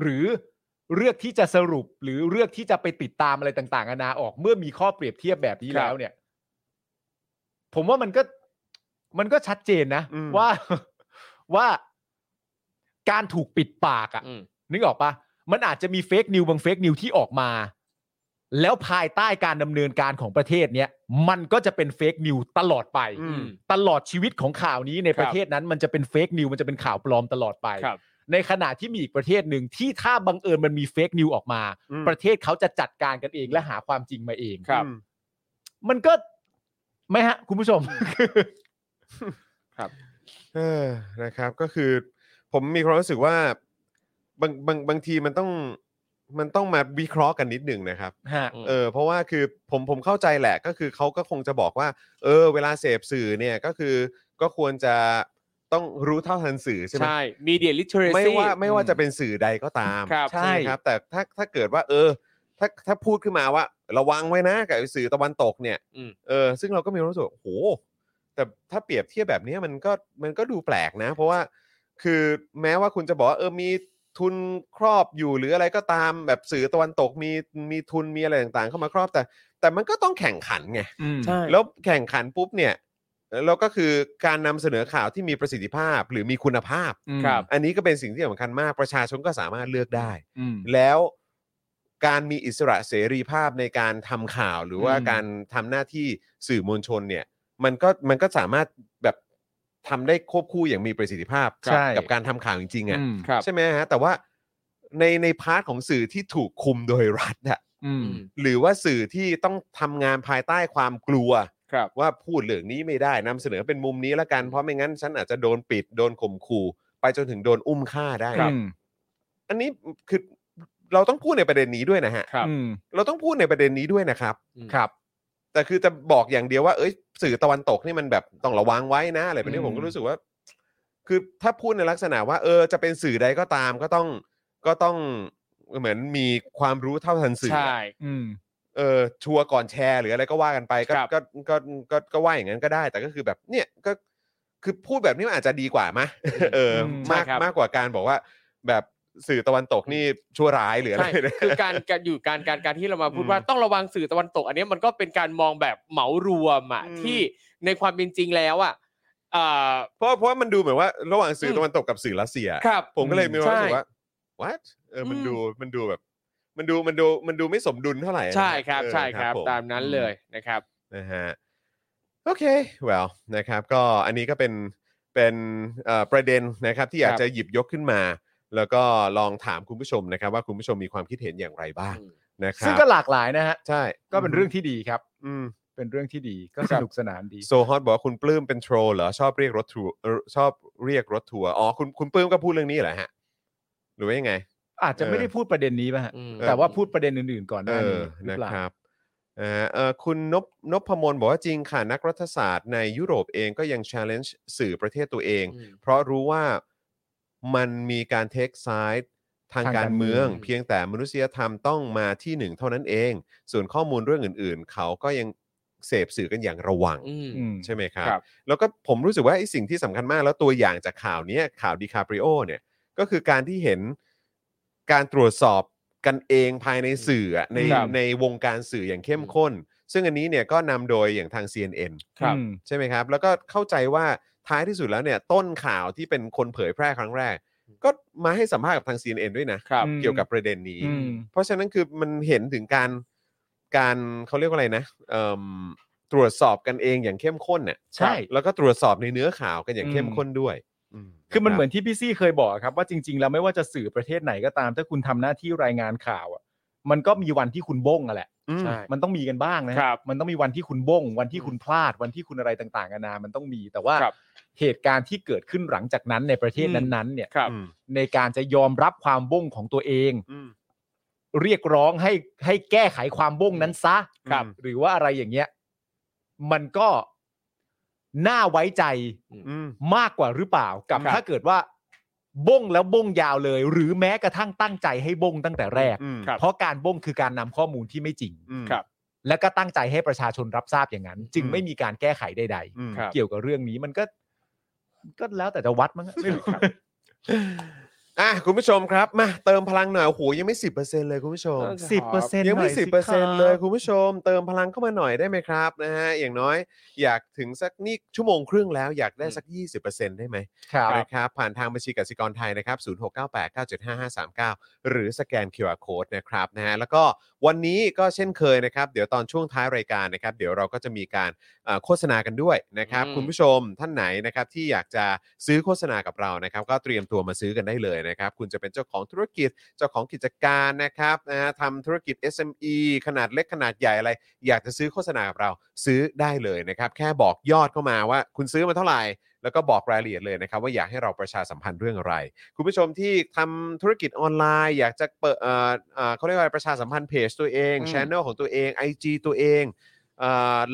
หรือเลือกที่จะสรุป หรือเลือกที่จะไปติดตามอะไรต่างๆนานาออก เมื่อมีข้อเปรียบเทียบแบบนี้ ครับ แล้ว เนี่ย ผมว่ามันก็มันก็ชัดเจนนะ อืม ว่า ว่าการถูกปิดปากอะ อืม นึกออกปะมันอาจจะมีเฟกนิวบางเฟกนิวที่ออกมา แล้วภายใต้การดำเนินการของประเทศเนี้ยมันก็จะเป็นเฟกนิวตลอดไป อืม ตลอดชีวิตของข่าวนี้ในประเทศนั้นมันจะเป็นเฟกนิวมันจะเป็นข่าวปลอมตลอดไป ครับ ในขณะที่มีอีกประเทศหนึ่งที่ถ้าบังเอิญมันมีเฟกนิวออกมา อืม ประเทศเขาจะจัดการกันเองและหาความจริงมาเอง ครับ อืม มันก็ไหม่ฮะ คุณผู้ชม เออนะครับ ก็คือ ผมมีความรู้สึกว่าบางบางบางทีมันต้องมันต้องมาวิเคราะห์กันนิดหนึ่งนะครับ ฮะ เออเพราะว่าคือผมผมเข้าใจแหละก็คือเขาก็คงจะบอกว่า เออ เวลาเสพสื่อเนี่ยก็คือก็ควรจะต้องรู้เท่าทันสื่อใช่ไหม ใช่ media literacy ไม่ว่าไม่ว่า อืม จะเป็นสื่อใดก็ตาม ครับ ใช่ ใช่ไหมครับแต่ถ้าถ้าเกิดว่า เออ ถ้าถ้าพูดขึ้นมาว่า ระวังไว้นะกับไอ้สื่อตะวันตกเนี่ย อืม เออซึ่งเราก็มีความรู้สึกว่าโหแต่ถ้าเปรียบเทียบแบบเนี้ยมันก็มันก็ดูแปลกนะ เพราะว่าคือแม้ว่าคุณจะบอกว่าเออมีทุนครอบอยู่หรืออะไรก็ตามแบบสื่อตะวันตกมีมีทุนมีอะไรต่างๆ เข้ามาครอบแต่ แต่มันก็ต้องแข่งขันไง อืม แล้วแข่งขันปุ๊บเนี่ยแล้วก็คือการนำเสนอข่าวที่มีประสิทธิภาพหรือมีคุณภาพ ครับ อันนี้ก็เป็นสิ่งที่สำคัญมากประชาชนก็สามารถเลือกได้ อืม แล้วการมีอิสระเสรีภาพในการทำข่าวหรือว่า อืม การทำหน้าที่สื่อมวลชนเนี่ยมันก็มันก็สามารถแบบทำได้ควบคู่อย่างมีประสิทธิภาพกั ใช่ กับการทำข่าวจริงๆ อื อะ่ะ ม ครับ ใช่ไหมฮะแต่ว่าในในพาร์ทของสื่อที่ถูกคุมโดยรัฐอะ อื อื ม ม หรือว่าสื่อที่ต้องทำงานภายใต้ความกลัว ครับ ว่าพูดเรื่องนี้ไม่ได้นำเสนอเป็นมุมนี้ละกันเพราะไม่งั้นฉันอาจจะโดนปิดโดนข่มขู่ไปจนถึงโดนอุ้มฆ่าได้ ครับ อันนี้คือเราต้องพูดในประเด็นนี้ด้วยนะฮะ ครับ อืม เราต้องพูดในประเด็นนี้ด้วยนะครับ อืม ครับ แต่คือจะบอกอย่างเดียวว่าเอ้ยสื่อตะวันตกนี่มันแบบต้องระวังไว้นะอะไรแบบนี้ อืม ผมก็รู้สึกว่า คือถ้าพูดในลักษณะว่า เออจะเป็นสื่อใดก็ตามก็ต้องก็ต้อง เหมือนมีความรู้เท่าทันสื่อ ใช่ อืม เออชัวร์ก่อนแชร์หรืออะไรก็ว่ากันไปก็ ครับ ก็ก็ก็ก็ว่าอย่างนั้นก็ได้ แต่ก็คือแบบเนี่ยก็คือพูดแบบนี้มันอาจจะดีกว่าไหม (laughs) เออ อืม มาก ใช่ครับ มากกว่าการบอกว่า แบบสื่อตะวันตกนี่ชั่วร้ายหรืออะไร (laughs) ใช่ เนี่ย คือการการอยู่การการการที่เรามาพูด อืม ว่าต้องระวังสื่อตะวันตก อันเนี้ยมันก็เป็นการมองแบบเหมารวมอ่ะ อืม ที่ในความเป็นจริงแล้วอ่ะเอ่อ เพราะเพราะว่ามันดูเหมือนว่าระหว่างสื่อ อืม ตะวันตกกับสื่อรัสเซีย ครับ ผมก็เลยมีความรู้สึ ใช่ กว่า what เออมัน อืม ดูมันดูแบบ มันดูมันดูมันดูไม่สมดุลเท่าไหร่นะ ใช่ครับ เออ ใช่ครับ ผม ตามนั้นเลยนะครับ นะฮะโอเค well นะครับ ก็อันนี้ก็เป็นเป็นเอ่อประเด็นนะครับ ที่อยาก ครับ จะหยิบยกขึ้นมา แล้วก็ลองถามคุณผู้ชมนะครับ ว่าคุณผู้ชมมีความคิดเห็นอย่างไรบ้างนะค ซึ่ง รับ ก็หลากหลายนะฮะ ใช่ ก็เป็นเรื่องที่ดีครับ อืม เป็นเรื่องที่ดีก็สนุกสนานดี โซฮอตบอกว่าคุณปลื้มเป็นโทรลเหรอชอบเรียกรถทัวร์เอ่อชอบเรียกรถทัวร์อ๋อคุณคุณปลื้มก็พูดเรื่องนี้เหรอฮะ หรือว่ายังไง อาจจะไม่ได้พูดประเด็นนี้ป่ะฮะ อืม แต่ว่าพูดประเด็นอื่นๆก่อนห เอ น้านี้ อ หรือ นะ เปล่า ครับเอ่อเอ่อคุณนพนพมลบอกว่าจริงค่ะ นักรัฐศาสตร์ในยุโรปเองก็ยัง challenge สื่อประเทศตัวเอง อืม เพราะรู้ว่ามันมีการเทคไซด์ทางการเมือง ทางการเมือง เพียงแต่มนุษยธรรมต้องมาที่หนึ่งเท่านั้นเอง ส่วนข้อมูลเรื่องอื่นๆ เขาก็ยังเสพสื่อกันอย่างระวัง อืม อืม ใช่ไหมครับ ครับ แล้วก็ผมรู้สึกว่าไอ้สิ่งที่สำคัญมากแล้วตัวอย่างจากข่าวเนี้ยข่าวดีคาปริโอเนี่ยก็คือการที่เห็นการตรวจสอบกันเองภายในสื่ออะใน ครับ ในวงการสื่ออย่างเข้มข้น ซึ่งอันนี้เนี่ยก็นำโดยอย่างทาง CNN ครับ ใช่ไหมครับ แล้วก็เข้าใจว่าท้ายที่สุดแล้วเนี่ยต้นข่าวที่เป็นคนเผยแพร่ครั้งแรก ก็มาให้สัมภาษณ์กับทาง CNN ด้วยนะ ครับ อืม เกี่ยวกับประเด็นนี้ อืม เพราะฉะนั้นคือมันเห็นถึงการการเขาเรียกว่าอะไรนะเอิ่มตรวจสอบกันเองอย่างเข้มข้นเนี่ย ใช่ แล้วก็ตรวจสอบในเนื้อข่าวกันอย่างเข้ม อืม ข้นด้วย คือมันเหมือนที่พี่ซี่เคยบอกครับ ว่าจริง ๆ แล้วไม่ว่าจะสื่อประเทศไหนก็ตาม ถ้าคุณทำหน้าที่รายงานข่าวอ่ะมันก็มีวันที่คุณบ้งอ่ะแหละ อืม ใช่ มันต้องมีกันบ้างนะฮะ ครับ มันต้องมีวันที่คุณบ้ง วันที่คุณพลาด วันที่คุณอะไรต่างๆนานา มันต้องมี แต่ว่า ครับ เหตุการณ์ที่เกิดขึ้นหลังจากนั้นในประเทศนั้นๆ เนี่ย ครับ อืม ในการจะยอมรับความบ้งของตัวเอง อืม เรียกร้องให้ให้แก้ไขความบ้งนั้นซะ ครับ หรือว่าอะไรอย่างเงี้ย มันก็น่าไว้ใจ อืม มากกว่าหรือเปล่ากับ ครับ ถ้าเกิดว่าบ้งแล้วบ้งยาวเลย หรือแม้กระทั่งตั้งใจให้บ้งตั้งแต่แรก อืม เพราะการบ้งคือการนำข้อมูลที่ไม่จริง อืม ครับ และก็ตั้งใจให้ประชาชนรับทราบอย่างนั้น จึง อืม ไม่มีการแก้ไขใด อืม ครับ ๆเกี่ยวกับเรื่องนี้มันก็ ก็แล้วแต่จะวัดมั้งอะไม่รู้ อ่ะคุณผู้ชมครับมาเติมพลังหน่อยโอ้โหยังไม่สิบเปอร์เซ็นเลยคุณผู้ชม (laughs) สิบเปอร์เซ็นต์ ยังไม่ หน่อย สิบ ค เปอร์เซ็น บ ต์เลยคุณผู้ชม เติมพลังเข้ามาหน่อยได้ไหมครับนะฮะอย่างน้อยอยากถึงสักนี่ชั่วโมงครึ่งแล้วอยากได้สัก 20%ได้ไหม ครับ นะครับผ่านทางบัญชีกสิกรไทยนะครับ 0698975539 หรือสแกน QR Code นะครับนะฮะแล้วก็วันนี้ก็เช่นเคยนะครับ เดี๋ยวตอนช่วงท้ายรายการนะครับ เดี๋ยวเราก็จะมีการเอ่อโฆษณากันด้วยนะครับ อืม คุณผู้ชมท่านไหนนะครับที่อยากจะซื้อโฆษณากับเรานะครับ ก็เตรียมตัวมาซื้อกันได้เลยนะครับ คุณจะเป็นเจ้าของธุรกิจเจ้าของกิจการนะครับนะฮะทำธุรกิจ SME ขนาดเล็กขนาดใหญ่อะไร อยากจะซื้อโฆษณากับเราซื้อได้เลยนะครับ แค่บอกยอดเข้ามาว่าคุณซื้อมาเท่าไหร่ แล้วก็บอกรายละเอียดเลยนะครับ ว่าอยากให้เราประชาสัมพันธ์เรื่องอะไร คุณผู้ชมที่ทำธุรกิจออนไลน์ อยากจะเปิดเอ่อเอ่อเขาเรียกว่าอะไรประชาสัมพันธ์เพจตัวเอง อืม ช n นลของตัวเอง IG ตัวเอง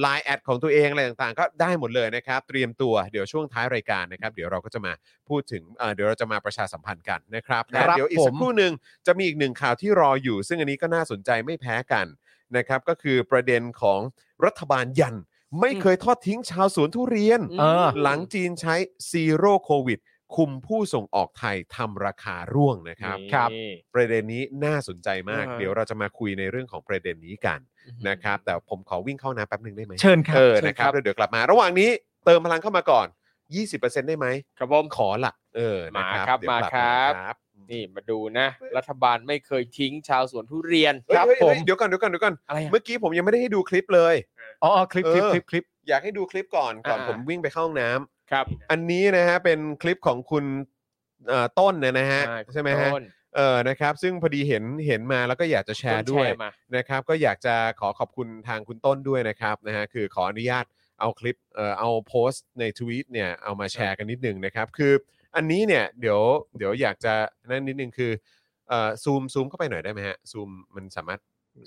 ไลน์แอดของตัวเองอะไรต่างๆ ก็ได้หมดเลยนะครับ เตรียมตัวเดี๋ยวช่วงท้ายรายการนะครับ เดี๋ยวเราก็จะมาพูดถึงเอ่อเดี๋ยวเราจะมาประชาสัมพันธ์กันนะครับ ครั นะ บ เดี๋ยวอีกสัก ผม ครู่หนึ่งจะมีอีกหนึ่งข่าวที่รออยู่ ซึ่งอันนี้ก็น่าสนใจไม่แพ้กันนะครับก็คือประเด็นของรัฐบาลยัน ไม่เคยทอดทิ้งชาวสวนทุเรียน เออ (laughs) หลังจีนใช้ซีโร่โควิด คุมผู้ส่งออกไทยทำราคาร่วงนะครับ นี่ ครับ ประเด็นนี้น่าสนใจมาก อ่าฮะ เดี๋ยวเราจะมาคุยในเรื่องของประเด็นนี้กันนะครับ แต่ผมขอวิ่งเข้าน้ำแป๊บหนึ่งได้ไหม เชิญครับ เออนะครับแล้วเดี๋ยวกลับมาระหว่างนี้เติมพลังเข้ามาก่อน 20%ได้ไหม ครับผม ขอละเออนะ มา ค ครั รับบ เดี๋ยวกลั มาครับ ครับ นี่มาดูนะ รัฐบาลไม่เคยทิ้งชาวสวนทุเรียน เฮ้ย ครับ เฮ้ย ผ เฮ้ ม ยเดี๋ยวก่อนเดี๋ยวก่อนเดี๋ยวก่อน อะไรอะ เมื่อกี้ผมยังไม่ได้ให้ดูคลิปเลย อ๋อคลิปคลิป เออ คลิปคลิป อยากให้ดูคลิปก่อนก่อน อ่า ผมวิ่งไปเข้าห้องน้ำ ครับ อันนี้นะฮะเป็นคลิปของคุณเอ่อต้นเนยนะฮะ อ่า ใช่ไหมฮะ ต้น เออนะครับ ซึ่งพอดีเห็นเห็นมาแล้วก็อยากจะแช ต้ ร์ น ด้วย มา นะครับ ก็อยากจะขอขอบคุณทางคุณต้นด้วยนะครับนะฮะคือขออนุญาตเอาคลิปเอ่อเอาโพสต์ในทวีตเนี่ยเอามาแชร์กันนิดนึงนะครับ คืออันนี้เนี่ยเดี๋ยวเดี๋ยวอยากจะนั่นนิดนึงคือเอ่อซูมซูมเข้าไปหน่อยได้ไหมฮะซูมมันสามารถ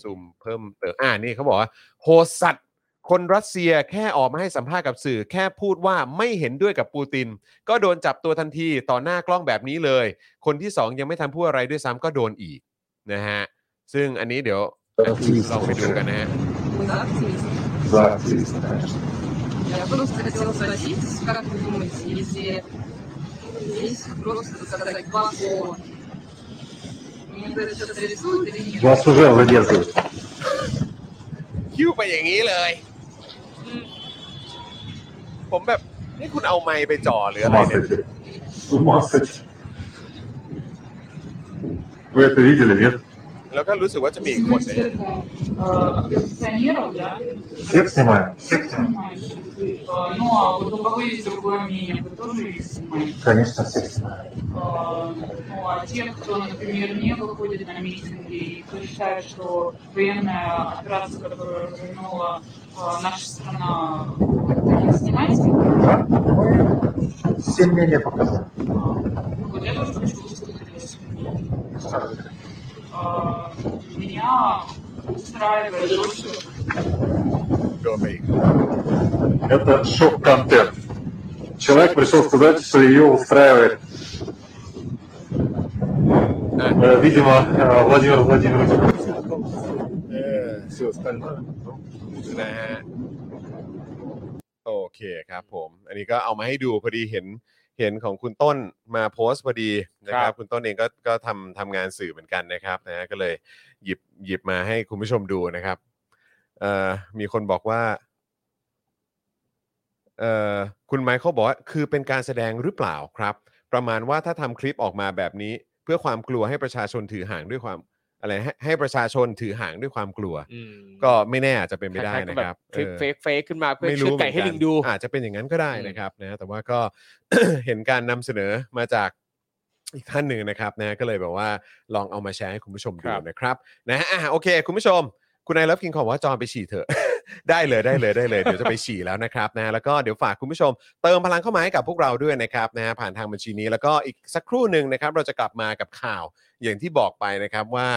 ซูมเพิ่มเติมอ่านี่เขาบอกว่าโหดสัตว์ คนรัสเซียแค่ออกมาให้สัมภาษณ์กับสื่อ แค่พูดว่าไม่เห็นด้วยกับปูติน ก็โดนจับตัวทันทีต่อหน้ากล้องแบบนี้เลย คนที่สองยังไม่ทันพูดอะไรด้วยซ้ำก็โดนอีก นะฮะซึ่งอันนี้เดี๋ยวลองไปดูกันนะฮะ За активизм. За активизм, конечно. Я просто хотела спросить, как вы думаете, если здесь просто сказать два слова, мне это сейчас рисуют или нет? Вас уже выдерживают. คิ้วไปอย่างนี้เลย ผมแบบ นี่คุณเอาไมค์ไปจ่อหรือ С อะไร ума เนี่ย сойти. С ума сойти. Вы это видели, нет? แล้วก็รู้สึกว่าจะมีอีกคนเนี่ย Пенсионеров, да? Всех снимаем? Всех снимаем. Ну, а вот у кого есть другое мнение, вы тоже их снимаете? Конечно, всех снимаем. А, Ну, а те, кто, например, не выходит на митинги, и кто считает, что военная операция, которую развернула а, наша страна, как-то не снимайте, Да? Мы всем мнение показали. вот я тоже хочу высказать А, Меня устраивает то, что โดนไปอีก Это шок-контент. Человек пришел сказать, что ее устраивает. Э, Видимо, э, Владимир Владимирович. Все остальное. นะฮะโอเคครับผม อันนี้ก็เอามาให้ดูพอดีเห็นเห็นของคุณต้นมาโพสต์พอดีนะค ครั รับ บ คุณต้นเองก็ก็ทำทำงานสื่อเหมือนกันนะครับนะฮะก็เลยหยิบหยิบมาให้คุณผู้ชมดูนะครับเอ่อมีคนบอกว่าเอ่อคุณไมเคิลบอกว่าคือเป็นการแสดงหรือเปล่าครับ ประมาณว่าถ้าทำคลิปออกมาแบบนี้ เพื่อความกลัวให้ประชาชนถือหางด้วยความอะไรให้ให้ประชาชนถือหางด้วยความกลัว อืม ก็ไม่แน่อาจจะเป็นไปได้ ล้ายๆก็ นะ แ ครับ คลิป ออ เฟกเฟกขึ้นมาเพื่อ ไม่ เชื่ รู้ อ เมือน ไก่ น ให้ลิงดู อาจจะเป็นอย่างนั้นก็ได้ อืม นะครับนะแต่ว่าก็ (coughs) เห็นการนำเสนอมาจาก (coughs) อีกท่านหนึ่งนะครับนะก็เลยแบบว่าลองเอามาแชร์ให้คุณผู้ชมดูนะครับนะอ่ะโอเค คุณผู้ชม คุณนายรับกินของว่าจอนไปฉี่เถอะ (laughs) ได้เลยได้เลยได้เลยเดี๋ยวจะไปฉี่แล้วนะครับนะแล้วก็เดี๋ยวฝากคุณผู้ชม เติมพลังเข้ามาให้กับพวกเราด้วยนะครับนะฮะผ่านทางบัญชีนี้แล้วก็อีกสักครู่หนึ่งนะครับ เราจะกลับมากับข่าวอย่างที่บอกไปนะครับว่า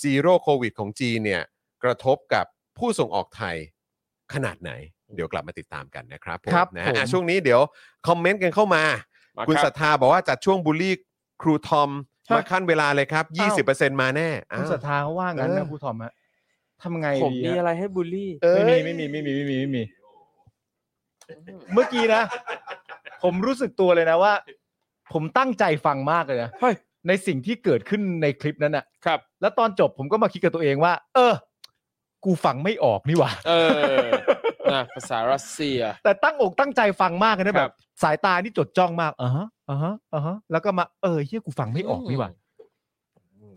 ซีโร่โควิดของจีนเนี่ยกระทบกับผู้ส่งออกไทยขนาดไหน เดี๋ยวกลับมาติดตามกันนะครับผม ครับ นะฮะ ผม อ่ะช่วงนี้เดี๋ยวคอมเมนต์กันเข้ามา มา คุณ รับ ศรัทธาบอกว่าจัดช่วงบูลลี่ครูทอม ฮะ มาขั้นเวลาเลยครับ อ้าว 20%มาแน่อ้ว คุณศรัทธาเขาว่างั้น เอ นะ อ ครูทอมฮะทำไง ผมมี ดี อะไร ฮะ ให้บูลลี่ เอ้ ไม่ ย มีไม่มีไม่มีไม่มีไม่มี เมื่อกี้นะ ผมรู้สึกตัวเลยนะว่า ผมตั้งใจฟังมากเลยนะ เฮ้ย ในสิ่งที่เกิดขึ้นในคลิปนั้นน่ะ ครับ แล้วตอนจบผมก็มาคิดกับตัวเองว่า เออ กูฟังไม่ออกนี่หว่า เออนะภาษารัสเซีย แต่ตั้งอกตั้งใจฟังมากเลยนะ ค แบ รั บบ สายตานี่จดจ้องมากอ่าฮะอ่าฮะอ่าฮะแล้วก็มาเออเฮียกูฟังไม่ออกนี่หว่า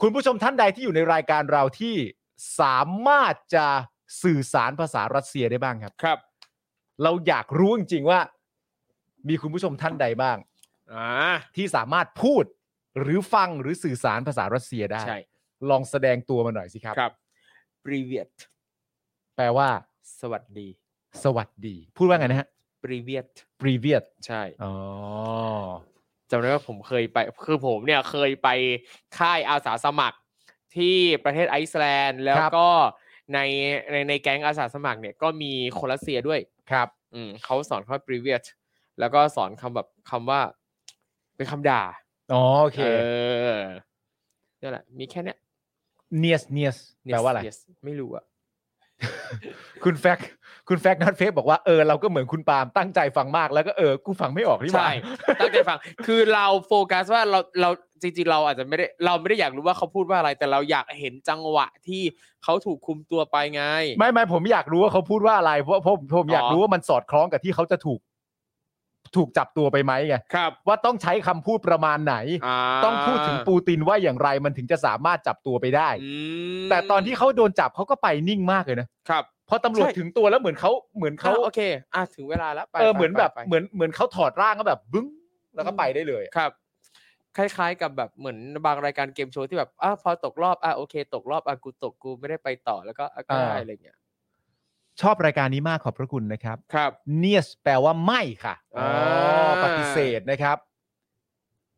คุณผู้ชมท่านใดที่อยู่ในรายการเราที่สามารถจะสื่อสารภาษารัสเซียได้บ้างครับ ครับ เราอยากรู้จริงๆว่า มีคุณผู้ชมท่านใดบ้าง อ่า ที่สามารถพูดหรือฟังหรือสื่อสารภาษารัสเซียได้ ใช่ ลองแสดงตัวมาหน่อยสิครับ ครับ privet แปลว่า สวัสดี สวัสดี พูดว่าไงนะฮะ privet previous ใช่ อ๋อ จำได้ว่าผมเคยไป คือผมเนี่ยเคยไปค่ายอาสาสมัครที่ประเทศไอซ์แลนด์ แล้ว ครับ ก็ในในในแก๊งอาสาสมัครเนี่ยก็มีคนรัสเซียด้วย ครับ อืมเขาสอนคำว่า privet แล้วก็สอนคำแบบคำว่า เป็นคำด่า อ๋อโอเค เออนี่นแหละ มีแค่เนี้ย เนียสเนียส Yes, แปลว่าอะไร yes ไม่รู้อะ คุณแฟกคุณแฟกนัทเฟกบอกว่าเออเราก็เหมือนคุณปาล์มตั้งใจฟังมากแล้วก็เออ กูฟังไม่ออกนี่หว่า ใช่ ตั้งใจฟัง คือเราโฟกัสว่าเราเราจริงๆเราอาจจะไม่ได้เราไม่ได้อยากรู้ว่าเขาพูดว่าอะไร แต่เราอยากเห็นจังหวะที่เขาถูกคุมตัวไปไง ไม่ไม่ผมอยากรู้ว่าเขาพูดว่าอะไรเพราะเพราะผมอยาก อ๋อ รู้ว่ามันสอดคล้องกับที่เขาจะถูก ถูกจับตัวไปไหมไง ครับ ว่าต้องใช้คำพูดประมาณไหน า ต้องพูดถึงปูตินว่าอย่างไรมันถึงจะสามารถจับตัวไปได้ อืม แต่ตอนที่เขาโดนจับเขาก็ไปนิ่งมากเลยนะครับ พอตำรวจ ใช่ ถึงตัวแล้วเหมือนเขาเหมือน เขา เขา โอเค อ่ะถึงเวลาแล้วไป เออ ไป เหมือน ไป แบบ ไป เหมือนเหมือนเขาถอดร่างก็แบบบึ้งแล้วก็ไปได้เลยอะ ครับ คล้ายๆกับแบบเหมือนบางรายการเกมโชว์ที่แบบอ่ะพอตกรอบอ่ะโอเค ตกรอบอ่ะกูตกกูไม่ได้ไปต่อแล้วก็อ่ะก็ได้อะไรอย่างเงี้ย ชอบรายการนี้มากขอบพระคุณนะครับ ครับ เนียสแปลว่าไม่ค่ะ อ่า ปฏิเสธนะครับ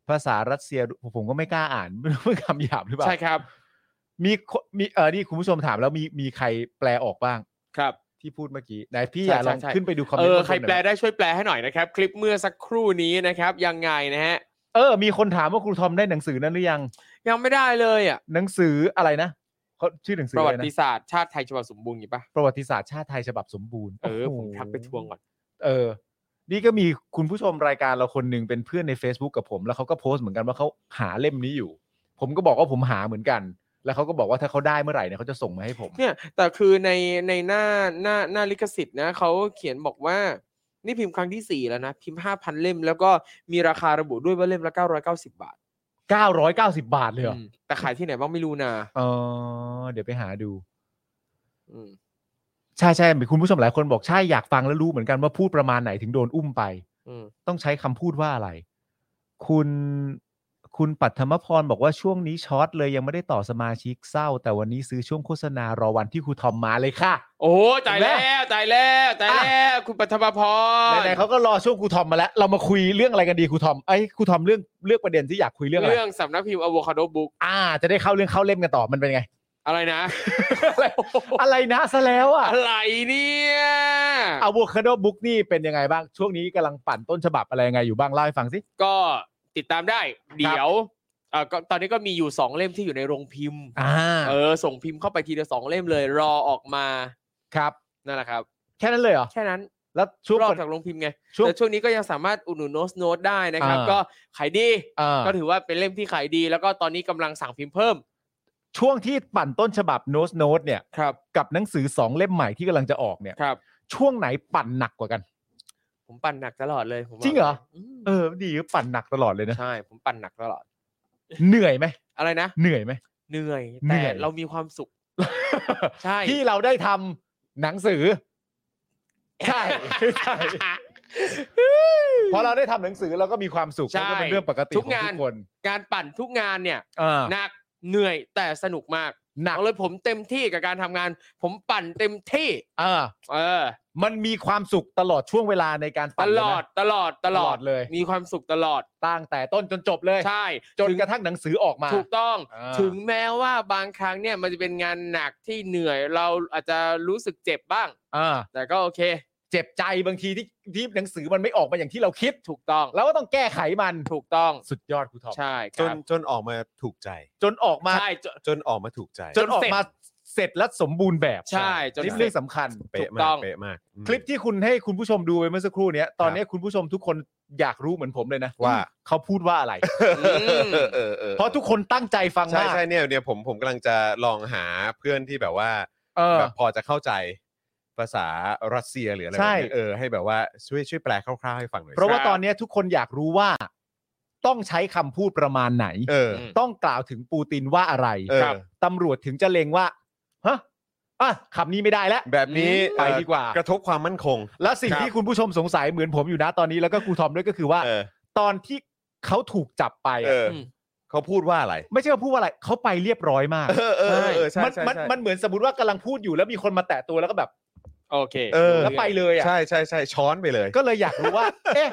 ภาษารัสเซียผมก็ไม่กล้าอ่าน (laughs) ไม่รู้ว่าคำหยาบหรือเปล่า ใช่ครับ มีคนมีเออนี่คุณผู้ชมถามแล้วมีมีใครแปลออกบ้าง ครับ ที่พูดเมื่อกี้ไหนพี่ ใช่ อ่ะลอง ใช่ใช่ ขึ้นไปดูคอมเม เอน ต์ อ ข้างบน ใคร หน่อย แปลได้ช่วยแปลให้หน่อยนะครับ คลิปเมื่อสักครู่นี้นะครับ ยังไงนะฮะ เออมีคนถามว่าครูทอมได้หนังสือนั้นหรือยัง ยังไม่ได้เลยอ่ะ หนังสืออะไรนะเขาชื่อหนังสือ ป อ ระ ไร วัน ติศาสตร์ชาติไทยฉบับสมบูรณ์อย่างงี้ปะ ประวัติศาสตร์ชาติไทยฉบับสมบูรณ์ เออ โโห ผมทักไปทวงก่อน เออ นี่ก็มีคุณผู้ชมรายการเราคนหนึ่งเป็นเพื่อนใน Facebook กับผม แล้วเขาก็โพสต์เหมือนกันว่าเขาหาเล่มนี้อยู่ ผมก็บอกว่าผมหาเหมือนกัน แล้วเขาก็บอกว่าถ้าเขาได้เมื่อไหร่เนี่ยเขาจะส่งมาให้ผม เนี่ยแต่คือในในหน้าหน้าหน้าลิขสิทธิ์นะเขาเขียนบอกว่า นี่พิมพ์ครั้งที่สี่แล้วนะ พิมพ์ห้าพันเล่ม แล้วก็มีราคาระบุด้วยว่าเล่มละเก้าร้อยเก้าสิบาท 990 บาทเลยเหรอ อืมแต่ขายที่ไหนบ้างไม่รู้นะ อ๋อเดี๋ยวไปหาดู อืม ใช่ใช่มีคุณผู้ชมหลายคนบอกใช่อยากฟังแล้วรู้เหมือนกันว่าพูดประมาณไหนถึงโดนอุ้มไป อืม ต้องใช้คำพูดว่าอะไร คุณคุณปัทมพรบอกว่าช่วงนี้ช็อตเลยยังไม่ได้ต่อสมาชิกเศร้า แต่วันนี้ซื้อช่วงโฆษณารอวันที่ครูทอมมาเลยค่ะ โอ้จ่ายแล้วจ่ายแล้วจ่ายแล้วคุณปัทมพร ไหนๆเขาก็รอช่วงครูทอมมาแล้ว เรามาคุยเรื่องอะไรกันดีครูทอมเอ้ยครูทอมเรื่องเลือกประเด็นที่อยากคุยเรื่องอะไร เรื่องสำนักพิมพ์อโวคาโดบุ๊ก อ่า จะได้เข้าเรื่องเข้าเล่มกันต่อมันเป็นไง อะไรนะ อะไรนะซะแล้วอ่ะ อะไรเนี่ย อะโวคาโดบุ๊กนี่เป็นยังไงบ้างช่วงนี้กำลังปั่นต้นฉบับอะไรยังไงอยู่บ้างเล่าให้ฟังสิ ก็ติดตามได้ เดี๋ยวเอ่อก็ตอนนี้ก็มีอยู่สองเล่มที่อยู่ในโรงพิมพ์ อ่า เออส่งพิมพ์เข้าไปทีละสองเล่มเลย รอออกมา ครับ นั่นแหละครับ แค่นั้นเลยเหรอ แค่นั้น แล้วช่วง รอ คน จากโรงพิมพ์ไง ช่วง แต่ช่วงนี้ก็ยังสามารถอุดหนุนโน้ตโน้ตได้นะครับ อ่า ก็ขายดี อ่า ก็ถือว่าเป็นเล่มที่ขายดี แล้วก็ตอนนี้กำลังสั่งพิมพ์เพิ่ม ช่วงที่ปั่นต้นฉบับโน้ตโน้ตเนี่ย ครับ กับหนังสือสองเล่มใหม่ที่กำลังจะออกเนี่ย ครับ ช่วงไหนปั่นหนักกว่ากัน ผมปั่นหนักตลอดเลยผม จริงเหรอ ม เออดีปั่นหนักตลอดเลยนะ ใช่ผมปั่นหนักตลอด เหนื่อยไหม อะไรนะ เหนื่อยไหม เหนื่อย เหนื่ แต่ อย เรามีความสุข ใช่ (laughs) ที่เรา (laughs) ได้ทำหนังสือ ใช่ใช่ พอ (laughs) เราได้ทำหนังสือเราก็มีความสุข ใช่ มันก็เป็นเรื่องปกติ ทุ ของ กงาน ทุกคน (laughs) การปั่นทุกงานเนี่ย อ่า หนักเหนื่อยแต่สนุกมาก หนัก เอาเลยผมเต็มที่กับการทำงาน ผมปั่นเต็มที่ อ่า เออ มันมีความสุขตลอดช่วงเวลาในการ ต ปั่น ลอเลยดไหม ตลอดตลตลออ ด ดเลย มีความสุขตลอด ตั้งแต่ต้นจนจบเลย ใช่ จน ถึง กระทั่งหนังสือออกมา ถูกต้อง อ่า ถึงแม้ว่าบางครั้งเนี่ยมันจะเป็นงานหนักที่เหนื่อยเราอาจจะรู้สึกเจ็บบ้าง อ่า แต่ก็โอเค เจ็บใจบางทีที่ที่หนังสือมันไม่ออกมาอย่างที่เราคิด ถูกต้อง เราก็ต้องแก้ไขมัน ถูกต้อง สุดยอดครูทอม ใช่ค จน รับ จนออกมาถูกใจ จนออกมา ใช่จน จนออกมาถูกใจ จนออกมาเสร็จและสมบูรณ์แบบ ใช่จน นี่ เสร็จ เรื่องสำคัญ เป๊ะ ถูก มากต้อง เป๊ะมากอืม คลิปที่คุณให้คุณผู้ชมดูไปเมื่อสักครู่เนี้ยตอนเนี้ยคุณผู้ชมทุกคนอยากรู้เหมือนผมเลยนะ ว่า เขาพูดว่าอะไร เออเออเออออ เพราะทุกคนตั้งใจฟัง ใช่ มาก ใช่เนี่ยเนี่ยผมผมกำลังจะลองหาเพื่อนที่แบบว่า เออ แบบพอจะเข้าใจภาษารัสเซียหรืออะไรแบบ ใช่ นี้เออให้แบบว่าช่วยช่วยแปลคร่าวๆให้ฟังหน่อย เพราะว่าตอนเนี้ยทุกคนอยากรู้ว่า ต้องใช้คำพูดประมาณไหน เออ ต้องกล่าวถึงปูตินว่าอะไร เออ ครับตำรวจถึงจะเลงว่าฮะอ่ะคำนี้ไม่ได้แล้ว แบบนี้ อืมไปดีกว่า เอ่อกระทบความมั่นคง และสิ่ง ครับ ที่คุณผู้ชมสงสัยเหมือนผมอยู่นะตอนนี้แล้วก็ครูทอมด้วยก็คือว่า เออ ตอนที่เขาถูกจับไป เอ อะ อ ม เขาพูดว่าอะไร ไม่ใช่ว่าพูดว่าอะไรเขาไปเรียบร้อยมาก เออเออเออใช่ มัน ใช่ มัน ใช่ มันเหมือนสมมติว่ากำลังพูดอยู่แล้วมีคนมาแตะตัวแล้วก็แบบ โอเค เออ แล้วไปเลยอ่ะ ใช่ใช่ใช่ช้อนไปเลย ก็เลยอยากรู้ว่า เอ๊ะ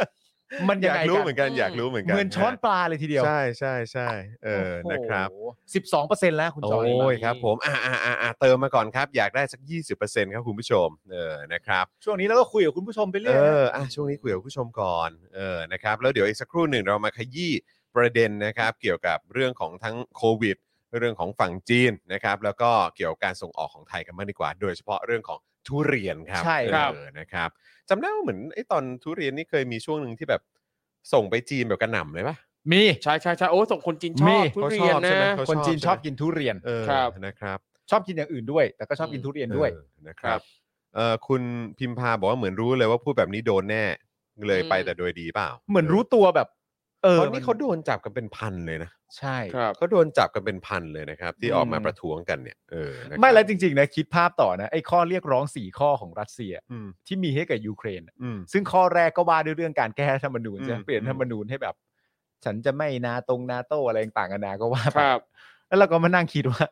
มัน อ ยัง ยาก ไง รู้ กัน เหมือนกันอยากรู้เหมือนกัน เหมือนช้อนปลาเลยทีเดียว ใช่ใช่ใช่เออนะครับ สิบสองเปอร์เซ็นต์แล้วคุณจอย โอ้ยครับผมอ่าอ่าอ่าอ่าเติมมาก่อนครับ อยากได้สัก 20%ครับคุณผู้ชมเออนะครับ ช่วงนี้เราก็คุยกับคุณผู้ชมไปเรื่ เอ อยนะ ออ่ะช่วงนี้คุยกับผู้ชมก่อน เออ นะครับ แล้วเดี๋ยวอีกสักครู่หนึ่งเรามาขยี้ประเด็นนะครับ เกี่ยวกับเรื่องของทั้งโควิด เรื่องของฝั่งจีนนะครับ แล้วก็เกี่ยวกับการส่งออกของไทยกันบ้างดีกว่า โดยเฉพาะเรื่องของทุเรียนครับ ใช่ครับ เออนะครับจำได้ว่าเหมือนไอ้ตอนทุเรียนนี่เคยมีช่วงหนึ่งที่แบบส่งไปจีนแบบกระหน่ำเลยปะ มี ใช่ใช่ใช่โอ้ส่งคนจีนช มี อบทุเรียเขาชนอบใช่ นะ ไหมเขา คนจีน ชอบ ชอบกินทุเรียน เออ ครับ นะครับ ชอบกินอย่างอื่นด้วย แต่ก็ชอบกินทุเรียนด้วย เออนะครับเออคุณพิมพาบอกว่าเหมือนรู้เลยว่าพูดแบบนี้โดนแน่เลยไป อืม แต่โดยดีเปล่า เหมือนรู้ตัวแบบ เออ เพราะนี่เขา มั โดนจับกันเป็นพันเลยนะ ใช่ ครับ เขาโดนจับกันเป็นพันเลยนะครับ ที่ อืม ออกมาประท้วงกันเนี่ยเออนะครับ ไม่แล้วจริง ๆ นะ คิดภาพต่อนะ ไอ้ข้อเรียกร้องสี่ข้อของรัสเซีย อืม ที่มีให้กับยูเครน อืม ซึ่งข้อแรกก็ว่าด้วยเรื่องการแก้รัฐธรรมนูญ อืม ใช่ไหมเปลี่ยน อืม รัฐธรรมนูญให้แบบ ฉันจะไม่นาตรงนาโตอะไรต่างกันานาก็ว่า ค ไป รับ แล้วเราก็มานั่งคิดว่า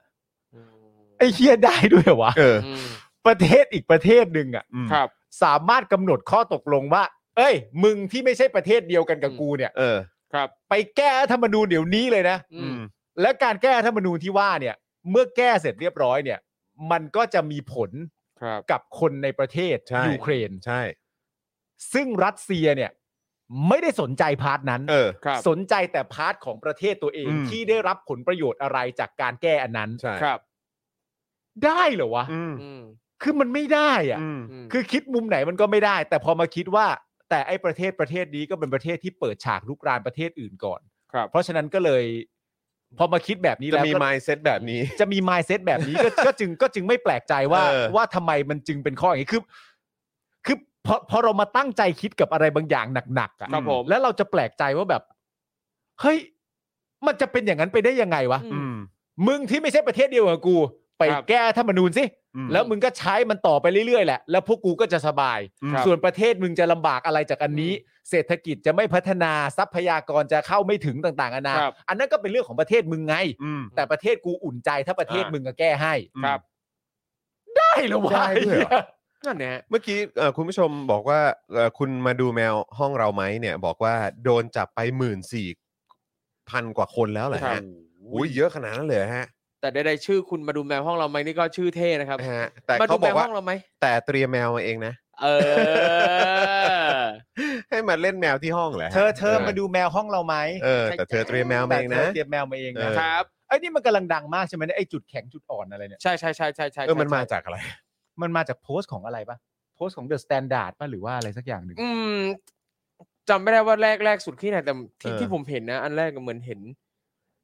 ไอ้เฮียได้ด้วยเหรอวะ เออ อืม ประเทศอีกประเทศหนึ่งอ่ะ อืม ครับ สามารถกำหนดข้อตกลงว่า เอ้ย มึงที่ไม่ใช่ประเทศเดียวกันกับ อืม กูเนี่ย เออ ครับ ไปแก้รัฐธรรมนูญเดี๋ยวนี้เลยนะ อืม และการแก้รัฐธรรมนูญที่ว่าเนี่ย เมื่อแก้เสร็จเรียบร้อยเนี่ย มันก็จะมีผล ครับ กับคนในประเทศ ใช่ ยูเครน ใช่ ซึ่งรัสเซียเนี่ย ไม่ได้สนใจพาร์ทนั้น เออ ครับ สนใจแต่พาร์ทของประเทศตัวเอง อืม ที่ได้รับผลประโยชน์อะไรจากการแก้อันนั้น ใช่ ครับ ได้เหรอวะ อืม อืม คือมันไม่ได้อะ อืม อืม คือคิดมุมไหนมันก็ไม่ได้ แต่พอมาคิดว่า แต่ไอ้ประเทศประเทศนี้ก็เป็นประเทศที่เปิดฉากลุกรานประเทศอื่นก่อน ครับ เพราะฉะนั้นก็เลย พอมาคิดแบบนี้ จะ แล้ว มี ก็ มายเซตแบบนี้ จะมีมายเซตแบบนี้ (laughs) ก็ก็จึงก็จึงไม่แปลกใจว่า เออ ว่าทำไมมันจึงเป็นข้ออย่างนี้คือคือพอพอเรามาตั้งใจคิดกับอะไรบางอย่างหนักๆอะ ครับผม แล้วเราจะแปลกใจว่าแบบเฮ้ยมันจะเป็นอย่างนั้นไปได้ยังไงวะ อืม มึงที่ไม่ใช่ประเทศเดียวกับกู ไป ครับ แก้รัฐธรรมนูญสิ อืม แล้วมึงก็ใช้มันต่อไปเรื่อยๆแหละ แล้วพวกกูก็จะสบาย ครับ ส่วนประเทศมึงจะลำบากอะไรจากอันนี้ เศรษฐกิจจะไม่พัฒนาทรัพยากรจะเข้าไม่ถึงต่างๆนานา ครับ อันนั้นก็เป็นเรื่องของประเทศมึงไง อืม แต่ประเทศกูอุ่นใจถ้าประเทศ อ่ามึ มึงก็แก้ให้ ครับ ได้เหรอวะ ได้ด้วยเหรอ นั่นแหละ เมื่อกี้เอ่อคุณผู้ชมบอกว่าเอ่อคุณมาดูแมวห้องเราไหมเนี่ย บอกว่าโดนจับไปหมื่นสี่พันกว่าคนแล้วเหรอ ครั ฮะ บ อุ้ยเยอะขนาดนั้นเลยเหรอฮะ แต่ได้ๆชื่อคุณมาดูแมวห้องเราไหมนี่ก็ชื่อเท่นะครับ ฮะแต่ มา เขา ดู บ แม อก ว ว่า ห้องเราไหม แต่เตรียมแมวมาเองนะ (laughs) เออ ให้มาเล่นแมวที่ห้องเหรอฮะ เธอเธอมาดูแมวห้องเราไหม เออแต่เธอเตรียมแมวมา แต่ เอง เธ นะ อเตรียมแมวมาเอง เอ นะ อ ครับ ไอ้นี่มันกำลังดังมากใช่ไหมเนี่ยไอ้จุดแข็งจุดอ่อนอะไรเนี่ย ใช่ใช่ใช่ใช่ใช่ เออมันมาจากอะไร มันมาจากโพสต์ของอะไรปะโพสต์ของเดอะสแตนดาร์ดปะหรือว่าอะไรสักอย่างหนึ่ง อืมจำไม่ได้ว่าแรกแรกสุดที่ไหนแต่ที่ เออ ที่ผมเห็นนะ อันแรกก็เหมือนเห็น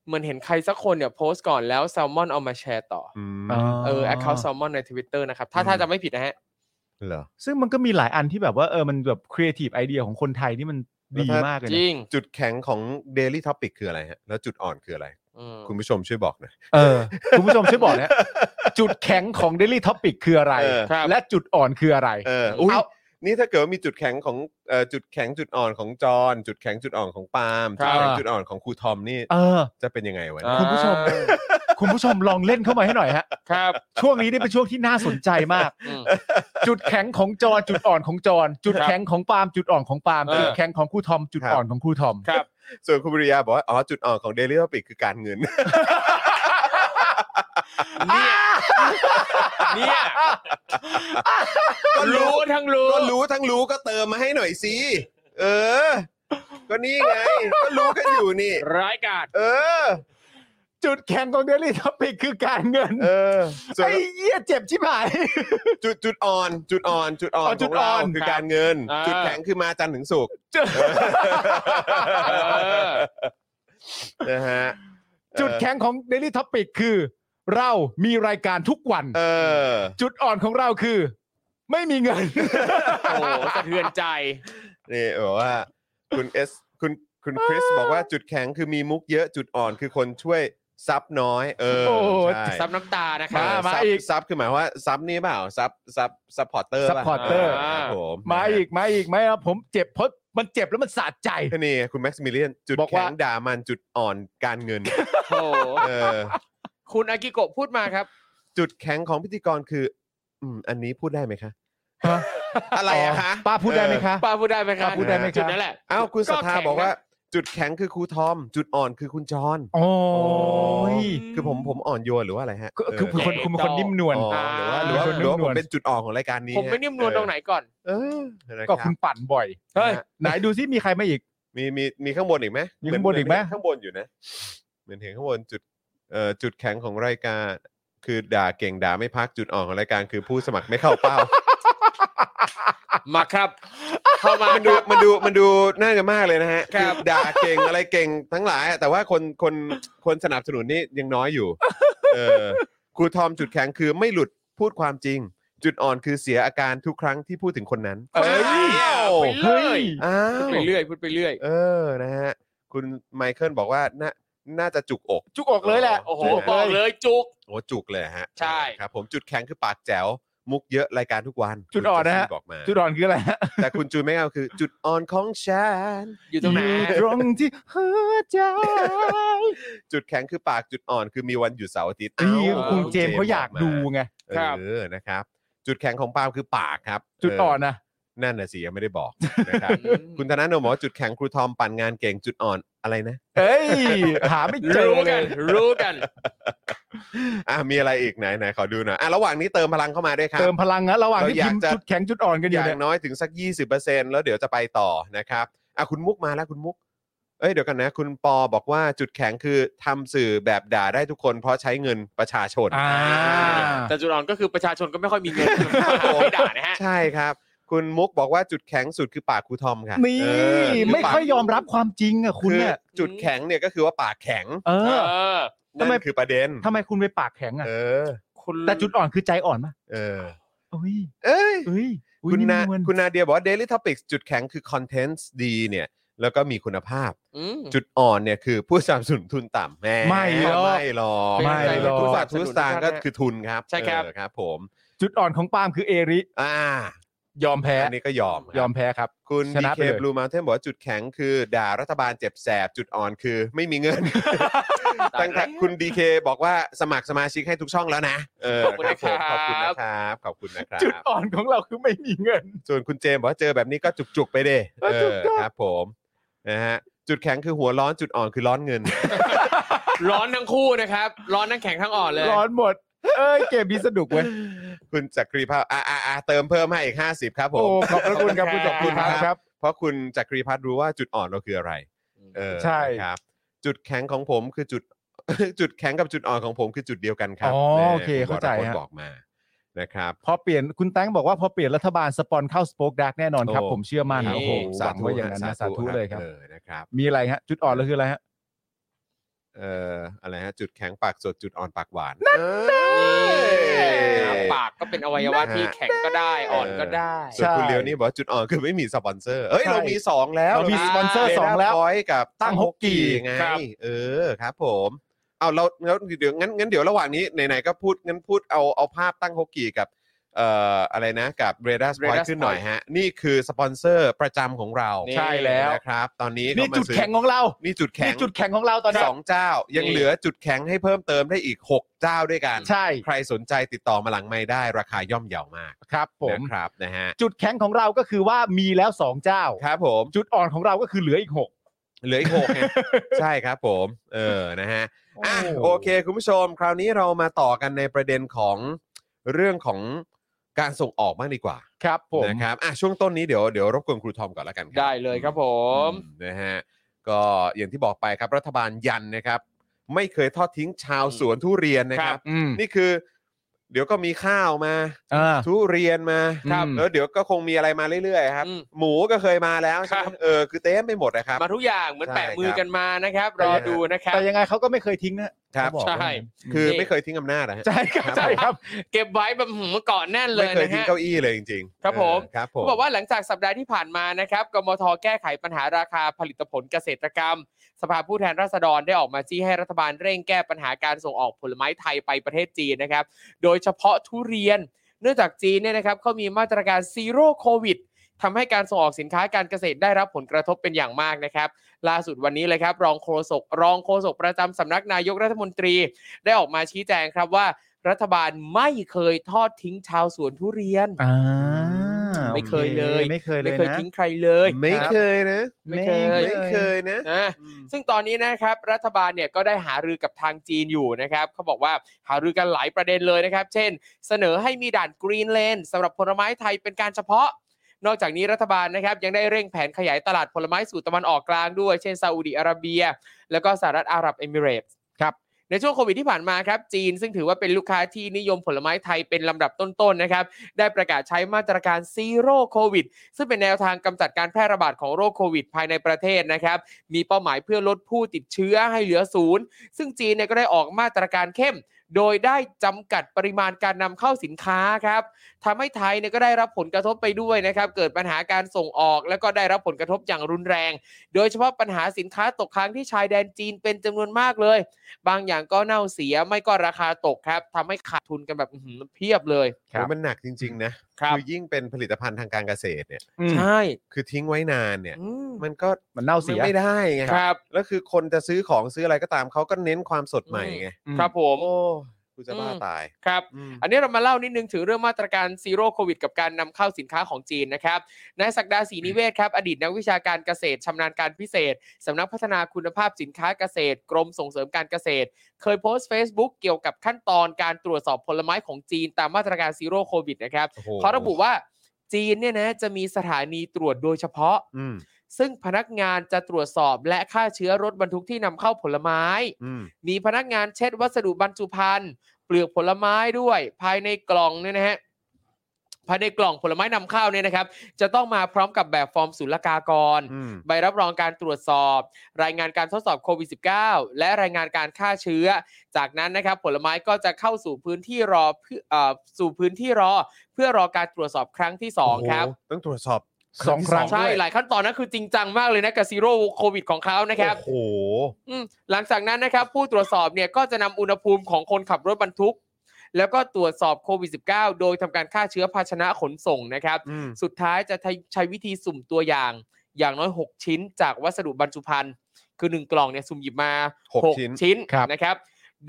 เหมือนเห็นใครสักคนเนี่ยโพสต์ก่อนแล้วแซลมอนเอามาแชร์ต่อ อืม เออแอคเคาท์แซลมอนในทวิตเตอร์นะครับ ถ้าถ้าจะไม่ผิดนะฮะ เหรอ ซึ่งมันก็มีหลายอันที่แบบว่าเออมันแบบครีเอทีฟไอเดียของคนไทยนี่มันดีมากเลย จ นะ ริง จุดแข็งของ Daily Topic คืออะไรฮะแล้วจุดอ่อนคืออะไร อืม คุณผู้ชมช่วยบอกหน่อย เออคุณผู้ชมช่วยบอกนะ จุดแข็งของ Daily Topic คืออะไร เออ ครับ และจุดอ่อนคืออะไร เอออุ้ย เอา นี่ถ้าเกิดว่ามีจุดแข็งของเอ่อจุดแข็งจุดอ่อนของจอห์นจุดแข็งจุดอ่อนของปาล์ม ค จุ รั ดแข็บงจุดอ่อนของครูทอมนี่ เออ จะเป็นยังไงวะ อ่า เนี่ย คุณผู้ชม คุณผู้ชมลองเล่นเข้ามาให้หน่อยฮะ ครับ ช่วงนี้นี่เป็นช่วงที่น่าสนใจมาก อืม จุดแข็งของจอจุดอ่อนของจอจุดแข็งของปาล์มจุดอ่อนของปาล์ม เออ จุดแข็งของครูทอมจุดอ่อนของครูทอม ครับ ส่วนคุณปริยาบอกว่าอ๋อจุดอ่อนของ Daily Topic คือการเงิน เนี่ยก็รู้ทั้งรู้ ก็รู้ทั้งรู้ก็เติมมาให้หน่อยสิเออ ก็นี่ไง ก็รู้กันอยู่นี่ ร้ายกาจ เออ จุดแข็งของ Daily Topic คือการเงิน เออส่วน ไอ้เหี้ยเจ็บชิบหาย จุดจุดอ่อน จุดอ่อนจุดอ่อน อ๋อ ข จุ อ ด ง อ่ เรา อน คือการเงิน จุดแข็งคือมาจันทร์ถึงศุกร์ จุด เออ (laughs) นะฮะ จุดแข็งของ Daily Topic คือ เรามีรายการทุกวัน เออ จุดอ่อนของเราคือ ไม่มีเงิน (laughs) โอ้โหสะเทือนใจ นี่บอกว่าคุณเอสคุณคุณคริสบอกว่าจุดแข็งคือมีมุกเยอะจุดอ่อนคือคนช่วยซับน้อย เออ โอ้โห ใช่ ซับน้ำตานะค เอ รั อบ มา ซับ อีก ซับคือหมายว่าซับนี่เปล่าซับซับซัพพอร์เตอร์ supporter ครับผม มาอีกมาอีกไหมครับผมเจ็บเพราะมันเจ็บแล้วมันสะใจ ก็นี่ไงคุณแม็กซ์มิเลียนจุด บอก แข็ ว่า งด่ามันจุดอ่อนการเงิน โอ้โห เออ คุณอากิโกะพูดมาครับ จุดแข็งของพิธีกรคือ อืมอันนี้พูดได้ไหมคะ ฮะ อะไรอะคะ ป้าพูดได้ไหมคะ ป้าพูดได้ไหมครับ ป้าพูดได้ไหมครับ จุดนั้นแหละ อ้าวคุณศรัทธา แข็งนะ บอกว่า จุดแข็งคือครูทอม จุดอ่อนคือคุณจอน โอ้ย คือผมผมอ่อนโยนหรือว่าอะไรฮะ คือคือ เ คนคุณเป็นคนนิ่มนวล อ๋อหรือว่าหรือว่า เป็หรืนคนอว่าผ นิ่มนว ม ล เป็นจุดอ่อนของรายการนี้ ผมไม่นิ่มนวลตรงไหนก่อน เออนะครับ ก็คุณปั่นบ่อย เฮ้ย ไหนดูซิมีใครมาอีก มีมีมีข้างบนอีกไหม มีข้างบนอีกไหม เข้างบนอยู่นะเหมือนเห็นข้างบนจุดเอ่อจุดแข็งของรายการ คือด่าเก่งด่าไม่พักจุดอ่อนของรายการ คือผู้สมัครไม่เข้าเป้า มาครับ เข้ามา มันดู ครับ มันดูมันดูน่าจะมากเลยนะฮะ ครับ อด่าเก่งอะไรเก่งทั้งหลายอะแต่ว่าคนคนคนสนับสนุนนี่ยังน้อย (laughs) อยู่ เออครูทอมจุดแข็งคือไม่หลุดพูดความจริง จุดอ่อนคือเสียอาการทุกครั้งที่พูดถึงคนนั้น เอ้ย อ้าว พูดไปเรื่อย อ้า พูด ว ไปเรื่อยพูดไปเรื่อย เออนะฮะคุณไมเคิลบอกว่าน่าน่าจะจุกอก จุกอกเลยแหละ โอ้โห จุก บ เล อก ย เลยจุก โอ้จุกเลยฮะ ใช่ ครับ ผมจุดแข็งคือปากแจ๋วมุกเยอะรายการทุกวัน จุดอ่อนนะคุณเจสฮะซี่บอกมา จุดอ่อนคืออะไรฮะ แต่คุณจูนไม่เอาคือ จุดอ่อนของฉัน อยู่ตรงไหน อยู่ตรงที่หัวใจ จุดแข็งคือปากจุดอ่อนคือมีวันหยุดเสาร์อาทิตย์ นี่ อ้าว คุณเจมส์เขาอยากดูไง เออนะครับ จุดแข็งของปาล์มคือปากครับ จุดอ่อนนะ เนั่นน่ะสิยังไม่ได้บอกนะครับ (laughs) อืม คุณธนาโนมบอกว่าจุดแข็งครูทอมปั่นงานเก่งจุดอ่อนอะไรนะ เอ้ย หาไม่เจอ รู้ เล กัน ย รู้กัน อ่ะมีอะไรอีกไหนไหนขอดูหน่อยอ่ะระหว่างนี้เติมพลังเข้ามาด้วยครับ เติมพลังนะระหว่างที่ เราอยากพิมพ์ จะ จุดแข็งจุดอ่อนกันอ อยู่ ย่า เนี่ ง ย น้อยถึงสัก 20%แล้วเดี๋ยวจะไปต่อนะครับ อ่ะคุณมุกมาแล้วคุณมุก เอ้ยเดี๋ยวกันนะ คุณปอบอกว่าจุดแข็งคือทำสื่อแบบด่าได้ทุกคนเพราะใช้เงินประชาชน อ่า แต่จุดอ่อนก็คือประชาชนก็ไม่ค่อยมีเงินให้ด่านะฮะ ใช่ครับ คุณมุกบอกว่าจุดแข็งสุดคือปากครูทอมค่ะ นี่ เออ ไม่ค่อยยอมรับความจริงอ่ะคุณเนี่ย อจุดแข็งเนี่ยก็คือว่าปากแข็ง เออ เออ นั่ ทำไม นคือประเด็น ทำไมคุณไปปากแข็งอ่ะ เออ คุณ แต่จุดอ่อนคือใจอ่อนปะ เออ เอ้ย เอ้ย เอ้ยอุ๊ย คุณนา มั คุณนาเดียบอกว่า Daily Topics จุดแข็งคือคอนเทนต์ดีเนี่ย แล้วก็มีคุณภาพ อืม จุดอ่อนเนี่ยคือผู้สนับสนุนทุนต่ำแม่ ไม่หรอก ไม่หรอก ไม่หรอก ผู้สนับสนุนทุนต่างก็คือทุนครับ ใช่ครับ เออครับ ผม จุดอ่อนของปาล์มคือเอริ อ่าย อมแพ้ อันนี้ก็ยอมครับ ยอมแพ้ครับ คุณ ช ดี นะ เค ไปเลย บลูมาเทนบอกว่าจุดแข็งคือด่ารัฐบาลเจ็บแสบ จุดอ่อนคือไม่มีเงิน ตายแล้ว ทั้งๆคุณดีเคบอกว่าสมัครสมาชิกให้ทุกช่องแล้วนะเออ ขอบคุณนะครับ ขอบคุณนะครับ ขอบคุณนะครับ จุดอ่อนของเราคือไม่มีเงิน ส่วนคุณเจมส์บอกว่าเจอแบบนี้ก็จุกๆไปเด้ เออจุกๆ ครับผมนะฮะจุดแข็งคือหัวร้อนจุดอ่อนคือร้อนเงิน ร้อนทั้งคู่นะครับ ร้อนทั้งแข็งทั้งอ่อนเลย ร้อนหมด เอ้ยเกมนี้สนุกเว้ย คุณจักรีภาพอ่ะอ่ะอ่ะเติมเพิ่มให้อีก 50 ครับผ โอ้ ม ขอบพระคุณครับคุณ ข ข อ อ บบ คุ คุณ ณ ครับ ครับ เพราะคุณจักรีพัฒน์รู้ว่าจุดอ่อนเราคืออะไร เออ ใช่ ครับ จุดแข็งของผมคือจุด จุดแข็งกับจุดอ่อนของผมคือจุดเดียวกันครับ อ๋อ แน่ โอเค ณวรพจน์ เข้าใจฮะ บอกมานะครับ พอเปลี่ยนคุณแตงบอกว่าพอเปลี่ยนรัฐบาลสปอนเข้าสปอคดักแน่นอนครับ โอ้ ผมเชื่อมั่น นี่ โอ้โหหวังว่าอย่างนั้น ฮะ นะสาธุเลยครับ ออนะครับ มีอะไรฮะ จุดอ่อนเราคืออะไรฮะ เอ่ออะไรฮะจุดแข็งปากสดจุดอ่อนปากหวาน ปากก็เป็นอวัยวะที่แข็งก็ได้อ่อนก็ได้ ส่วนคุณ ใช่ เลียวนี่บอกว่าจุดอ่อนคือไม่มีสปอนเซอร์เอ้ย ใช่ เรามี 2 แล้ว เรามีสปอนเซอร์สองแล้ว พอยกับตั้ง ตั้ง ฮ ฮ ก กกี้ กี้ไง ครับ เออครับผมเอาเราแล้วเดี๋ยวงั้นงั้นเดี๋ยวระหว่างนี้ไหนๆก็พูดงั้นพูดเอาเอาภาพตั้งฮกกี้กับเอ่ออะไรนะกับเรดาร์สปอย Radar ขึ้นหน่อยฮะ นี่คือสปอนเซอร์ประจำของเรา นี่ ใช่แล้ว นะครับ ตอนนี้ นี่ ก็มา จุด ซื้ แข็งของเรา นี่จุดแข็ นี่ ง จุดแข็งของเราตอนนี้ สองเจ้า ยัง นี่ เหลือจุดแข็งให้เพิ่มเติมได้อีก 6 เจ้าด้วยกัน ใช่ ใครสนใจติดต่อมาหลังไม่ได้ราคาย่อมเยาวมาก ครับผม นะครับนะฮะ จุดแข็งของเราก็คือว่ามีแล้วสองเจ้า ครับผม จุดอ่อนของเราก็คือเหลืออีกหก เหลืออีกหกไง ใช่ครับผม เออนะฮะอ่ะ โอ้ โอเค คุณผู้ชม คราวนี้เรามาต่อกันในประเด็นของเรื่องของการส่งออกบ้างดีกว่า ครับผม นะครับอ่ะช่วงต้นนี้เดี๋ยวเดี๋ยวรบกวนครูทอมก่อนละกันครับ ได้เลยครับผม อืนะฮะก็อย่างที่บอกไปครับรัฐบาลยันนะครับ ไม่เคยทอดทิ้งชาวสวนทุเรียนนะค ครั รับ บ อืม นี่คือ เดี๋ยวก็มีข้าวมา อ่า ทุเรียนมา ครับ แล้วเดี๋ยวก็คงมีอะไรมาเรื่อยๆครับ อืม หมูก็เคยมาแล้วใช่ไห ครั ม บ เออคือเต็มไปหมดนะครับ มาทุกอย่างเหมือนแปะมือกันมานะครับ รอดูนะครับ แต่ยังไงเขาก็ไม่เคยทิ้งนะครับ เขาอก ใช่ คือไม่เคยทิ้งอำนาจนะฮะ ใช่ครับใช่ครับ เก็บไว้แบบหืมเกาะแน่นเล ไม่ ย เคย นะ ทิ้ง ฮะ เก้าอี้เลยจริงๆ ครับผม เออครับผ เขา ม บอกว่าหลังจากสัปดาห์ที่ผ่านมานะครับกมทแก้ไขปัญหาราคาผลิตผลเกษตรกรรม สภาผู้แทนราษฎรได้ออกมาจี้ให้รัฐบาลเร่งแก้ปัญหาการส่งออกผลไม้ไทยไปประเทศจีนนะครับ โดยเฉพาะทุเรียน เนื่องจากจีนเนี่ยนะครับเขามีมาตรการซีโร่โควิดทำให้การส่งออกสินค้าการเกษตรได้รับผลกระทบเป็นอย่างมากนะครับ ล่าสุดวันนี้เลยครับ รองโฆษกรองโฆษกประจำสำนักนายกรัฐมนตรี ได้ออกมาชี้แจงครับว่า รัฐบาลไม่เคยทอดทิ้งชาวสวนทุเรียน อ่า ไม่เคยเลย ไม่เคยเล ไม่ ย เคย นะ ทิ้งใครเลย ไม่ รับ เคยนะ ไม่เคย ไม่เคยนะ นะซึ่งตอนนี้นะครับรัฐบาลเนี่ยก็ได้หารือกับทางจีนอยู่นะครับเขาบอกว่าหารือกันหลายประเด็นเลยนะครับ เช่น เสนอให้มีด่านกรีนเลนสำหรับผลไม้ไทยเป็นการเฉพาะ นอกจากนี้รัฐบาลนะครับยังได้เร่งแผนขยายตลาดผลไม้สู่ตะวันออกกลางด้วย เช่นซาอุดิอาระเบีย แล้วก็สหรัฐอาหรับเอมิเรตส์ครับในช่วงโควิดที่ผ่านมาครับจีนซึ่งถือว่าเป็นลูกค้าที่นิยมผลไม้ไทยเป็นลำดับต้นๆนะครับได้ประกาศใช้มาตรการซีโร่โควิด ซึ่งเป็นแนวทางกำจัดการแพร่ระบาดของโรคโควิด ภายในประเทศนะครับ มีเป้าหมายเพื่อลดผู้ติดเชื้อให้เหลือศูนย์ ซึ่งจีนเนี่ยก็ได้ออกมาตรการเข้ม โดยได้จำกัดปริมาณการนำเข้าสินค้าครับทำให้ไทยเนี่ยก็ได้รับผลกระทบไปด้วยนะครับ เกิดปัญหาการส่งออก แล้วก็ได้รับผลกระทบอย่างรุนแรง โดยเฉพาะปัญหาสินค้าตกค้างที่ชายแดนจีนเป็นจำนวนมากเลย บางอย่างก็เน่าเสียไม่ก็ราคาตกครับทำให้ขาดทุนกันแบบอื้อหือเพียบเลย โอ้มันหนักจริง ๆ นะครับ อยิ่งเป็นผลิตภัณฑ์ทางการเกษตรเนี่ย อืม ใช่ คือทิ้งไว้นานเนี่ย อืม มันก็ มันเน่าเสีย ไม่ได้ไง ครับ แล้วคือคนจะซื้อของซื้ออะไรก็ตามเขาก็เน้นความสดใหม่ไง ครับผม โอ้กูจะบ้าตาย ครับ อืม อันนี้เรามาเล่านิดนึงถึงเรื่องมาตรการซีโร่โควิดกับการนำเข้าสินค้าของจีนนะครับ นายศักดาศรีนิเวศครับ อดีตนักวิชาการเกษตรชำนาญการพิเศษสำนักพัฒนาคุณภาพสินค้าเกษตร กรมส่งเสริมการเกษตร เคยโพสต์ Facebook เกี่ยวกับขั้นตอนการตรวจสอบผลไม้ของจีนตามมาตรการซีโร่โควิดนะครับ โอ้โห เขาระบุว่าจีนเนี่ยนะจะมีสถานีตรวจโดยเฉพาะ อืม ซึ่งพนักงานจะตรวจสอบและฆ่าเชื้อรถบรรทุกที่นำเข้าผลไม้ อืม มีพนักงานเช็ดวัสดุบรรจุภัณฑ์เปลือกผลไม้ด้วย ภายในกล่องเนี่ยนะฮะภายในกล่องผลไม้นำเข้าเนี่ยนะครับ จะต้องมาพร้อมกับแบบฟอร์มศุลกากร อืม ใบรับรองการตรวจสอบ รายงานการทดสอบโควิด -19 และรายงานการฆ่าเชื้อ จากนั้นนะครับผลไม้ก็จะเข้าสู่พื้นที่รอเพื่อเอ่อสู่พื้นที่รอ เพื่อรอการตรวจสอบครั้งที่สองครับ โโหต้องตรวจสอบ สองครั้ง ใช่ ด้วย หลายขั้นตอนนะคือจริงจังมากเลยนะกับซีโร่โควิดของเขานะครับ โอ้โห อืมหลังจากนั้นนะครับผู้ตรวจสอบเนี่ยก็จะนำอุณหภูมิของคนขับรถบรรทุก แล้วก็ตรวจสอบโควิด -19 โดยทำการฆ่าเชื้อภาชนะขนส่งนะครับ อืม สุดท้ายจะใช้วิธีสุ่มตัวอย่าง อย่างน้อย 6 ชิ้นจากวัสดุบรรจุภัณฑ์คือ 1 กล่องเนี่ยสุ่มหยิบมา หก หก ชิ้น ชิ้น ครับ นะครับ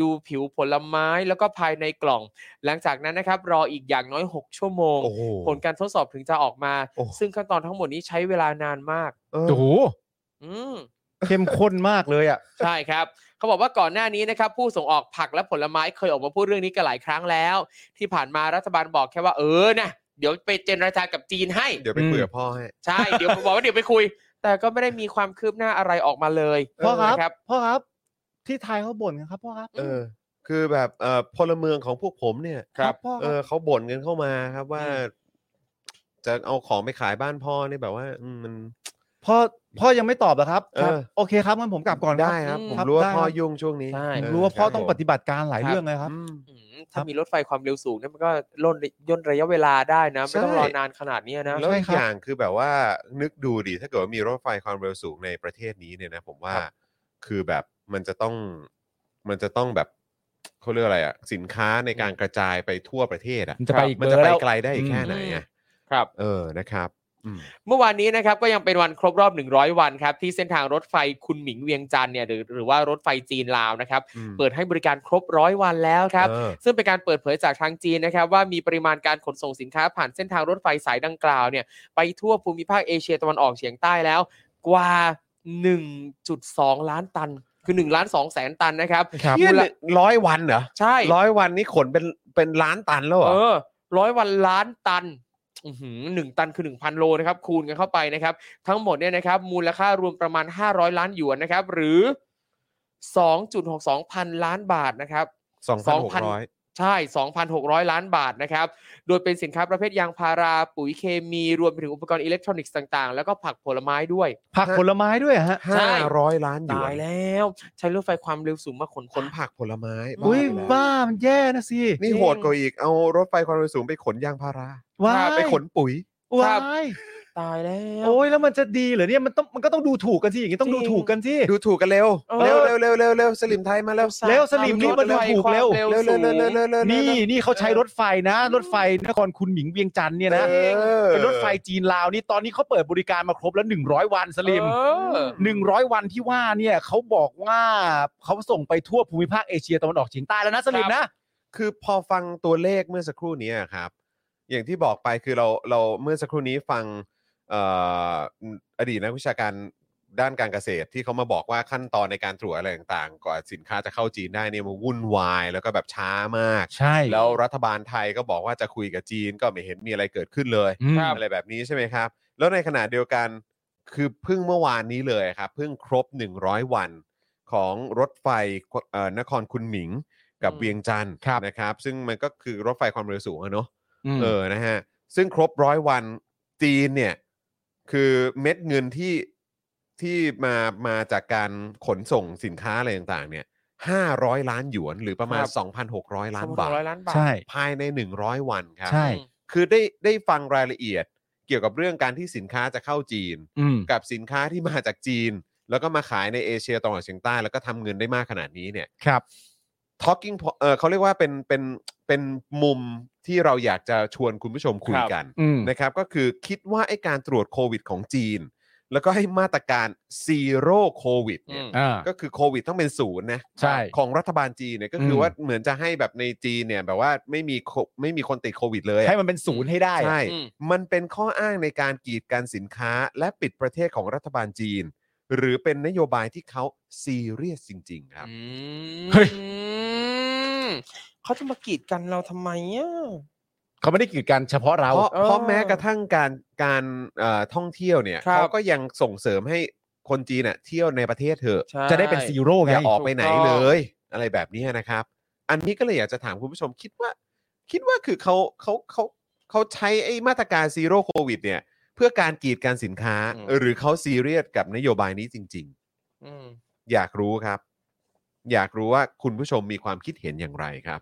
ดูผิวผลไม้แล้วก็ภายในกล่อง หลังจากนั้นนะครับรออีกอย่างน้อย 6 ชั่วโมง โอ้โห ผลการทดสอบถึงจะออกมา โอ้ ซึ่งขั้นตอนทั้งหมดนี้ใช้เวลานานมาก เออ โอ้โห อืม เข้มข้นมากเลยอ่ะ ใช่ครับ เขาบอกว่าก่อนหน้านี้นะครับ ผู้ส่งออกผักและผลไม้เคยออกมาพูดเรื่องนี้กันหลายครั้งแล้ว ที่ผ่านมารัฐบาลบอกแค่ว่าเออนะเดี๋ยวไปเจรจากับจีนให้ เดี๋ยวไปคุยกับพ่อให้ ใช่ เดี๋ยวบอกว่าเดี๋ยวไปคุย แต่ก็ไม่ได้มีความคืบหน้าอะไรออกมาเลย พ่อค นะค รั รั บบ พ่อครับ ที่ไทยเขาบ่นกันครับพ่อครับ เออ คือแบบเอ่อพลเมืองของพวกผมเนี่ย พ่อค เอ รับ อเขาบ่นกันเข้ามาครับว่า อืม จะเอาของไปขายบ้านพ่อนี่แบบว่าอืมมัน พ่อพ่อยังไม่ตอบเหรอครับ เออ ครับ โอเคครับงั้นผมกลับก่อน ได้ครับ อืม ผม ครับ รู้ว่า ได้ พ่อ ครับ ยุ่งช่วงนี้ ใช่ ผม เ รู้ว่าพ่อ คบ ต้อง ผม ปฏิบัติการหลายเรื่องเลยครับ อืม อืม ครั ถ้า บ มีรถไฟความเร็วสูงเนี่ยมันก็ล่นย่นระยะเวลาได้นะ ไม่ต้อง ใช่ รอนานขนาดเนี้ยนะ แล้ว ใช่ อีก ครับ อย่างคือแบบว่านึกดูดิถ้าเกิดว่ามีรถไฟความเร็วสูงในประเทศนี้เนี่ยนะผมว่าคือแบบมันจะต้องมันจะต้องแบบเขาเรียกอะไรอะสินค้าในการกระจายไปทั่วประเทศอะ มันจะไปอีก มันจะไป เบอร์แล้ว ไกลได้อีกแค่ไหนอะ ครับ เออนะครับอืม เมื่อวานนี้นะครับก็ยังเป็นวันครบรอบ 100 วันครับที่เส้นทางรถไฟคุณหมิงเวียงจันทร์เนี่ยหรือหรือว่ารถไฟจีนลาวนะครับ อืม เปิดให้บริการครบร้อยวันแล้วครับ เออ ซึ่งเป็นการเปิดเผยจากทางจีนนะครับ ว่ามีปริมาณการขนส่งสินค้าผ่านเส้นทางรถไฟสายดังกล่าวเนี่ยไปทั่วภูมิภาคเอเชียตะวันออกเฉียงใต้แล้ว กว่า 1.2 ล้านตัน คือ1ล้าน2แสนตันนะครับ ครับ เนี่ย มูล ร้อยวันเหรอ ใช่ ร้อยวันนี่ขนเป็นเป็นล้านตันแล้วเหรอ เออร้อยวันล้านตันอื้อหือหนึ่งตันคือ 1,000 โลนะครับ คูณกันเข้าไปนะครับ ทั้งหมดเนี่ยนะครับ มูลค่ารวมประมาณ 500 ล้านหยวนนะครับ หรือ 2.62 พันล้านบาทนะครับ สองพันหกร้อย ใช่ 2,600 ล้านบาทนะครับ โดยเป็นสินค้าประเภทยางพารา ปุ๋ยเคมี รวมไปถึงอุปกรณ์อิเล็กทรอนิกส์ต่างๆ แล้วก็ผักผลไม้ด้วย ผักผลไม้ด้วยเหรอฮะ ใช่ ห้าร้อยล้านหยวน ตายแล้ว ใช้รถไฟความเร็วสูงมาขน ขน คน ผักผลไม้บ้า อุ้ย ไปแล้ว บ้ามันแย่นะสิ นี่โหดกว่าอีก เอารถไฟความเร็วสูงไปขนยางพารา ว้า ครับ ย ไปขนปุ๋ย ว้ ครับ าย ตายแล้ว โอ้ยแล้วมันจะดีเหรอเนี่ยมันต้องมันก็ต้องดูถูกกันสิอย่างนี้ต้องดูถูกกันสิ ดูถูกกันเร็ว เออ เร็วเร็วเร็วเร็วเร็วสลิมไทยมาเร็ว เร็วสลิมนี่มันดูถูกเร็ว เร็วเร็วเร็วเร็วเร็วเร็วเร็ว นี่นี่เขาใช้รถไฟนะ รถไฟนครคุณหมิงเวียงจันทร์เนี่ยนะ เออ เป็นรถไฟจีนลาวนี่ตอนนี้เขาเปิดบริการมาครบแล้ว 100 วันสลิม เออ หนึ่งร้อยวันที่ว่าเนี่ยเขาบอกว่าเขาส่งไปทั่วภูมิภาคเอเชียตะวันออกเฉียงใต้แล้วนะสลิมนะ คือพอฟังตัวเลขเมื่อสักครู่นี้อะครับ อย่างที่บอกไปคือเราเราเมื่อสักครู่นี้ฟังเอ่ออดีตนักวิชาการด้านการเกษตรที่เขามาบอกว่าขั้นตอนในการตรวจอะไรต่างๆก่อนสินค้าจะเข้าจีนได้เนี่ยมันวุ่นวายแล้วก็แบบช้ามาก ใช่ แล้วรัฐบาลไทยก็บอกว่าจะคุยกับจีนก็ไม่เห็นมีอะไรเกิดขึ้นเลย อะไรแบบนี้ใช่ไหมครับ แล้วในขณะเดียวกันคือเพิ่งเมื่อวานนี้เลยครับ เพิ่งครบ 100 วันของรถไฟเอ่อนครคุณหมิงกับเวียงจันทร์นะครับ ซึ่งมันก็คือรถไฟความเร็วสูงอะเนาะเออนะฮะซึ่งครบร้อยวันจีนเนี่ยคือเม็ดเงินที่ที่มามาจากการขนส่งสินค้าอะไรต่างๆเนี่ย500 ล้านหยวนหรือประมาณ 2,600 ล้านบาท ร้อยล้านบาท ใช่ ภายใน 100 วันครับ ใช่ คือได้ได้ฟังรายละเอียดเกี่ยวกับเรื่องการที่สินค้าจะเข้าจีน อืม กับสินค้าที่มาจากจีน แล้วก็มาขายในเอเชียตะวันออกเฉียงใต้แล้วก็ทำเงินได้มากขนาดนี้เนี่ย ครับ talking po- เออเขาเรียกว่าเป็นเป็นเป็นมุมที่เราอยากจะชวนคุณผู้ชมคุยกัน อืม นะครับก็คือคิดว่าไอ้การตรวจโควิดของจีน แล้วก็ให้มาตรการซีโร่โควิด อื เนี่ย ม ก็คือโควิดต้องเป็นศูนย์นะ ใช่ ของรัฐบาลจีนเนี่ยก็คืออ ม ว่าเหมือนจะให้แบบในจีนเนี่ยแบบว่าไม่มีโคไม่มีคนติดโควิดเลยอะ ให้มันเป็นศูนย์ให้ได้อะ ใช่ อืม มันเป็นข้ออ้างในการกีดกันสินค้าและปิดประเทศของรัฐบาลจีน หรือเป็นนโยบายที่เขาซีเรียสจริง ๆ ครับ อืม เฮ้ย เขาจะมากีดกันเราทำไมอ่ะ เขาไม่ได้กีดกันเฉพาะเรา เพราะ เออ เพราะแม้กระทั่งการการเอ่อท่องเที่ยวเนี่ย ครับ เขาก็ยังส่งเสริมให้คนจีนเน่ะเที่ยวในประเทศเถอะ ใช่ จะได้เป็นซีโร่ไง อย่าออกไปไหน ถูกต้อง เลย อะไรแบบนี้นะครับ อันนี้ก็เลยอยากจะถามคุณผู้ชมคิดว่า คิดว่าคือเขาเขาเขาเขาใช้ไอ้มาตรการซีโร่โควิดเนี่ย เพื่อการกีดการสินค้า อืม หรือเขาซีเรียสกับนโยบายนี้จริง อืม ๆ อยากรู้ครับ อยากรู้ว่าคุณผู้ชมมีความคิดเห็นอย่างไรครับ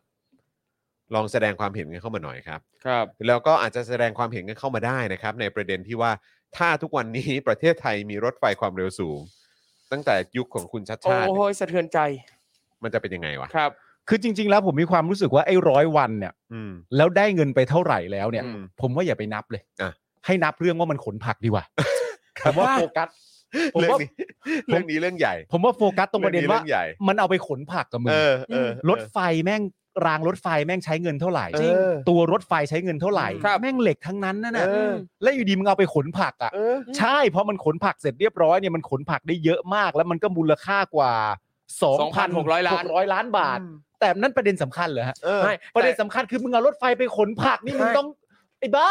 ลองแสดงความเห็นกันเข้ามาหน่อยครับ ครับ แล้วก็อาจจะแสดงความเห็นกันเข้ามาได้นะครับ ในประเด็นที่ว่าถ้าทุกวันนี้ ประเทศไทยมีรถไฟความเร็วสูง ตั้งแต่ยุคของคุณชัด โอ้ ชาติ โห เนี่ย สะเทือนใจ มันจะเป็นยังไงวะ ครับ คือจริง ๆ แล้วผมมีความรู้สึกว่าไอ้ร้อยวันเนี่ย อืม แล้วได้เงินไปเท่าไหร่แล้วเนี่ย อืม ผมว่าอย่าไปนับเลย อ่ะ ให้นับเรื่องว่ามันขนผักดีกว่าผมว่าโฟกัส ผม เรื่อง ว่า นี้ (laughs) เรื่องนี้เรื่องใหญ่ ผมว่าโฟกัสตรงประเด็นว่า องใหญ่ มันเอาไปขนผักกับมื เออ เอ เอ อ อ รถไฟแม่งรางรถไฟแม่งใช้เงินเท่าไหร่ จริง ตัวรถไฟใช้เงินเท่าไหร่ ครับ แม่งเหล็กทั้งนั้นนั่นน่ะ เออ และอยู่ดีมึงเอาไปขนผักอ่ะ เออ ใช่เพราะมันขนผักเสร็จเรียบร้อยเนี่ยมันขนผักได้เยอะมาก แล้วมันก็มูลค่ากว่า 2,600ล้าน ล้านบาท แต่นั่นประเด็นสำคัญเหรอฮะ เออ ไม่ ประเด็นสำคัญคือมึงเอารถไฟไปขนผักนี่มึง ใช่ ต้องไอ้บ้า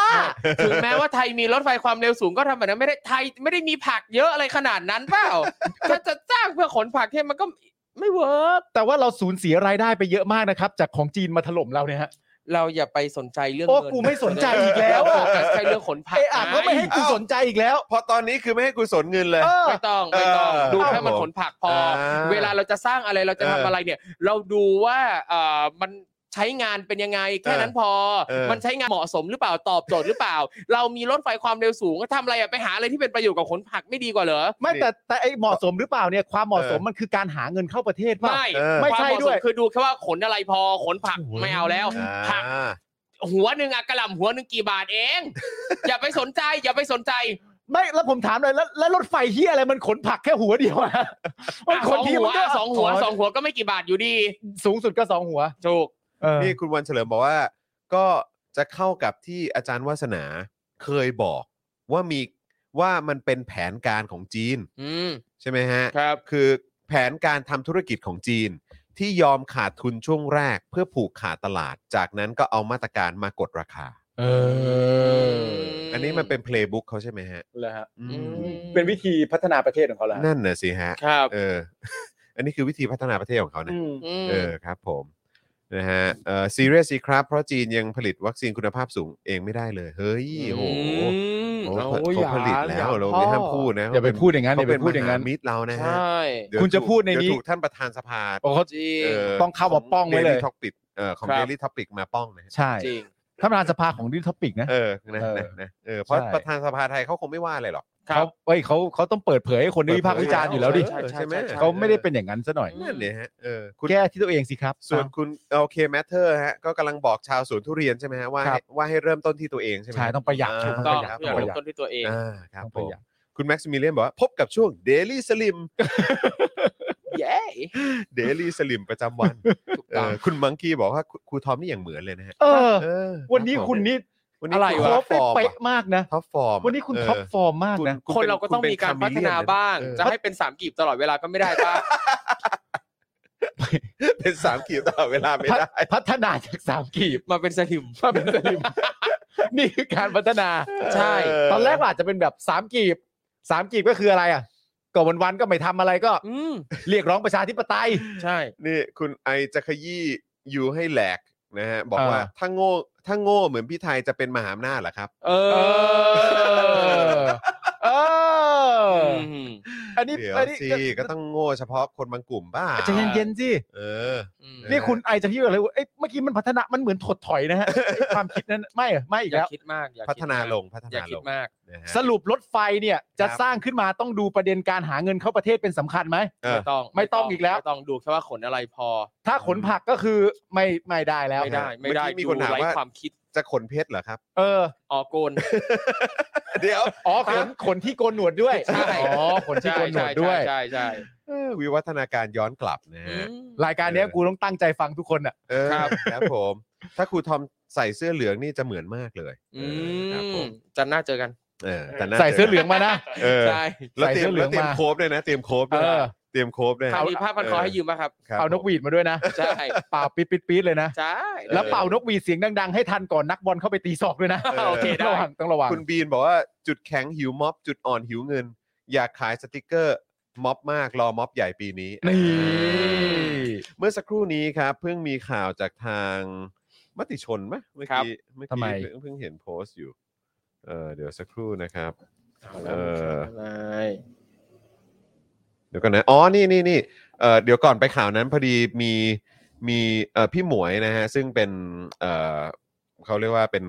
(laughs) ถึงแม้ว่าไทยมีรถไฟความเร็วสูงก็ทำแบบนั้นไม่ได้ไทยไม่ได้มีผักเยอะอะไรขนาดนั้นเปล่า (laughs) ถ้าจะจ้างเพื่อขนผักเนี่ยมันก็ไม่เวิร์ก แต่ว่าเราสูญเสียรายได้ไปเยอะมากนะครับ จากของจีนมาถล่มเราเนี่ยฮะ เราอย่าไปสนใจเรื่อง โอ้ เงิน กูไม่สนใจอีกแล้ว เรา อะ โฟกัสแค่เรื่องขนผัก เออะก็ไม่ให้กูสนใจอีกแล้ว พอตอนนี้คือไม่ให้กูสนเงินเลย เออ ไม่ต้องไม่ต้อง เออ ดูแค่มัน ครับผม ขนผักพอ อ่า เวลาเราจะสร้างอะไรเราจะทำ เอออ อะไรเนี่ย เราดูว่าเอ่อมันใช้งานเป็นยังไงแค่นั้นพอ เออ มันใช้งานเหมาะสมหรือเปล่าตอบโจทย์หรือเปล่า เรามีรถไฟความเร็วสูงก็ทำอะไรอะไปหาอะไรที่เป็นประโยชน์กับขนผักไม่ดีกว่าเหรอ ไม่ นี่ แต่แต่ไอเหมาะสมหรือเปล่าเนี่ยความเหมาะสม เออ มันคือการหาเงินเข้าประเทศเปล่ะ ไม่ เออ ไม่ ความ ใช่ เหมาะส ด้วย คือดูแค่ว่าขนอะไรพอขนผัก โอ้โห ไม่เอาแล้ว อ่า ผักหัวหนึ่งอะกระหล่ำหัวหนึ่งกี่บาทเอง (laughs) อย่าไปสนใจอย่าไปสนใจ ไม่แล้วผมถามเลยแล้วแล้วรถไฟเฮียอะไรมันขนผักแค่หัวเดียว (laughs) อะมัน อะ ข ส น อง ที หัว มันก็ สองหัวสองหัวก็ไม่กี่บาทอยู่ดี สูงสุดก็สองหัว ถูก เออ นี่คุณวันเฉลิมบอกว่าก็จะเข้ากับที่อาจารย์วาสนาเคยบอกว่ามีว่ามันเป็นแผนการของจีน อืม ใช่ไหมฮะ ครับ คือแผนการทำธุรกิจของจีน ที่ยอมขาดทุนช่วงแรกเพื่อผูกขาดตลาด จากนั้นก็เอามาตรการมากดราคา เออ อันนี้มันเป็นเพลย์บุ๊กเขาใช่ไหมฮะ แล้วฮะ อืม เป็นวิธีพัฒนาประเทศของเขาแล้ว นั่นน่ะสิฮะ ครับ เอ (laughs) อ อันนี้คือวิธีพัฒนาประเทศของเขานะ ม เออครับผมนะฮะเออซีเรียสสิครับ เพราะจีนยังผลิตวัคซีนคุณภาพสูงเองไม่ได้เลย เฮ้ยโอ้โห ม โอ้โหเขา โอ้ย เขาผลิตแล้วเราไม่ห้ามพูดนะ อย่าไปพูดอย่างนั้นอ เขา ย่าไป เป็น พูดอย่างนั้น มหมิตรเรานะฮะใช่ เดี๋ยว คุณจะพูดในนี้ เยวถูกท่านประธานสภา โอ้เขา จริง ต้องเข้ามาป้องไว้เลย ท็อปิกเออของ ครั เด บ ลี่ท็อปิกมาป้องนะฮะ ใช่ จริง ท่านประธานสภาของดิทอปิกนะ เออนะ เออ นะนะเออเพราะ ใช่ ประธานสภาไทยเขาคงไม่ว่าอะไรหรอก ครัเขาบเอ้ยเขาเขาต้องเปิดเผยให้คนได้วิพากษ์วิจารณ์อยู่แล้วดิ ใช่ใช่ใช่ เขาไม่ได้เป็นอย่างนั้นซะหน่อย นั่นเนี่ยฮะเออคุณ แก้ที่ตัวเองสิครับ ส่วนคุณโอเคแมทเทอร์ฮะก็กำลังบอกชาวสวนทุเรียนใช่ไหมฮะว่า ครับ ให้ว่าให้เริ่มต้นที่ตัวเองใช่ไหม ใช่ต้องประหยัด า ถูก ถูก ต้ ต้ อ อง ง ประหยัดต้องประหอย่าลงยัด ต้นที่ตัวเอง อ่าครับ ต้อง ผ ประ ม หยัด คุณแม็กซ์มิเลียนบอกว่าพบกับช่วง Daily (laughs) Slim เย้ Daily Slim ประจำวัน ถูก เอ ต้อง อคุณมังคีบอกว่าครูครูทอมนี่อย่างเหมือนเลยนะฮะ เออ เออ วันนี้ รับผม คุณนี่ วันนี้ อะไร คุณ วะ ท็อปฟอร์ม เป๊ะมากนะ ท็อปฟอร์ม วันนี้คุณ เ ท็อปฟอร์มมาก คุณณนะคน ป็ เราก็ต้อง ณป็ มีกาครมิ พัฒ เลีย นา เลยะ บ้าง เออ จะให้เป็นสามกีบตลอดเวลาก็ไม่ได้ป่ะ เป็นสามขีดตลอดเวลาไม่ได้ พัฒนาจากสามกีบ มาเป็นสลิม มาเป็นสลิม นี่คือการพัฒนา ใช่ เออ ตอนแรกเราอาจจะเป็นแบบสามกีบสามกีบก็คืออะไรอ่ะก็วันๆก็ไม่ทำอะไรก็ (laughs) อืม เรียกร้องประชาธิปไตย ใช่ นี่คุณไอจะขยี้อยู่ให้แหลกนะฮะบอก เออ ว่าถ้าโง่ถ้าโง่เหมือนพี่ไทยจะเป็นมหาอำนาจเหรอครับ เอ เอ อ อ เออ ม อันนี้ เดี๋ยว อันนี้ สิก็ต้องโง่เฉพาะคนบางกลุ่มบ้า ใจเย็นๆสิ เออ อืม นี่ นี่คุณไอจะคิดอะไรวะเอ้ยเมื่อกี้มันพัฒนา มันเหมือนถดถอยนะฮะ (laughs) ไอ้ความคิดนั้นไม่อะไม่อีก อย่า แล้ว คิดมากอย่ พั คิด ฒนาม ก ลงพัฒ อย่า นา คิ ล ด ง มาก นะฮะ สรุปรถไฟเนี่ยจะ ครับ สร้างขึ้นมาต้องดูประเด็นการหาเงินเข้าประเทศเป็นสำคัญไหม เออ ไม่ต้อง ไม่ต้องอีกแล้ว ไม่ต้องดูแค่ว่าขนอะไรพอ ถ้าขนผักก็คือไม่ไม่ได้แล้ว ไม่ได้ไม่ได้ เมื่อกี้มีคนถาม ดูไร้ ว่า ความคิด จะขนเพชรเหรอครับ (laughs) เออ ออกโกน เดี๋ยว อ๋อขนขนที่โกนหนวดด้วย ใช่ อ๋อขนที่ ใช่ โกนหนว ใช่ ดด้วย ใช่ใช่ เออวิวัฒนาการย้อนกลับนะฮะ อืม รายการเนี้ยกูต้องตั้งใจฟังทุกคนอ่ะ เออ ครับ ครับผม ถ้าครูทอมใส่เสื้อเหลืองนี่จะเหมือนมากเลยเอ อื อครับผม ม จันทร์หน้าเจอกัน เออแต่น่า ใส่เสื้อเหลืองมานะ เออ ใช่ แล้วเตรียม ใส่เสื้อเหลื แล้ อ ว ง เตรียม มา โคฟด้วยนะเตรียมโคฟ เอ ด้วย อ เตรียมโคบด้วย คราวนี้ภาพมันขอให้ยืมมาครับ ครับ เอานกหวีดมาด้วยนะ ใช่ เป่าปี๊ดปี๊ดปี๊ดเลยนะ ใช่ แล้วเป่านกหวีดเสียงดังๆ ให้ทันก่อนนักบอลเข้าไปตีศอกด้วยนะ โอเคได้ ต้องระวังต้องระวัง คุณบีนบอกว่าจุดแข็งหิวม็อบ จุดอ่อนหิวเงิน อยากขายสติกเกอร์ม็อบมากรอม็อบใหญ่ปีนี้ นี่ เมื่อสักครู่นี้ครับ เพิ่งมีข่าวจากทางมติชนไหมเมื่อกี้เมื่อ ทำไม กี้เพิ่งเพิ่งเห็นโพสต์อยู่เออเดี๋ยวสักครู่นะครับ เออ อะไร เดี๋ยวก่อนนะอ๋อนี่นี่นี่เออเดี๋ยวก่อนไปข่าวนั้นพอดีมีมีเออพี่หมวยนะฮะซึ่งเป็นเออเขาเรียกว่าเป็น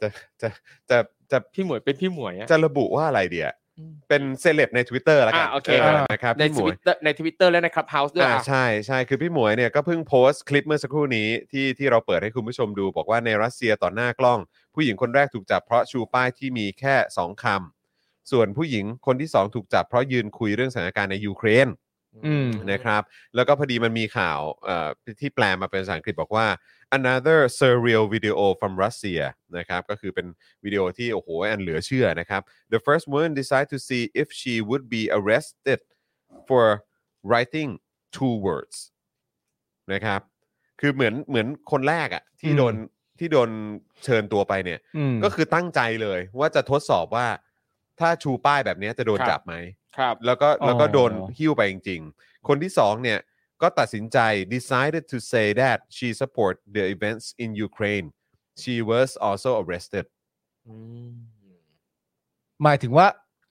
จะจะจะจะ พี่หมวยเป็นพี่หมวยอะ จะระบุว่าอะไรเดีย อืม เป็นเซเลบใน Twitter แล้วกัน อ่ะโอเค นะครับ ใน พี่ห ท มว วิ ย ตเตอร์ในทวิตเตอร์และในคลับเฮาส์ด้วย อ่า อะ ใช่ใช่คือพี่หมวยเนี่ยก็เพิ่งโพสต์คลิปเมื่อสักครู่นี้ที่ที่เราเปิดให้คุณผู้ชมดู บอกว่าในรัสเซียต่อหน้ากล้อง ผู้หญิงคนแรกถูกจับเพราะชูป้ายที่มีแค่ 2คำส่วนผู้หญิงคนที่ 2 ถูกจับเพราะยืนคุยเรื่องสถานการณ์ในยูเครน อืม นะครับ แล้วก็พอดีมันมีข่าวเอ่อที่แปลมาเป็นภาษาอังกฤษบอกว่า another surreal video from Russia นะครับก็คือเป็นวิดีโอที่โอ้โหอันเหลือเชื่อนะครับ the first woman decided to see if she would be arrested for writing two words นะครับ คือเหมือนเหมือนคนแรกอะที่ อืม โดนที่โดนเชิญตัวไปเนี่ย อืม ก็คือตั้งใจเลยว่าจะทดสอบว่าถ้าชูป้ายแบบเนี้ยจะโดนจับไหม ครับ แล้วก็แล้วก็โดนหิ้วไปจริงๆ คนที่สองเนี่ยก็ตัดสินใจ decided to say that she support the events in Ukraine she was also arrested หมายถึงว่า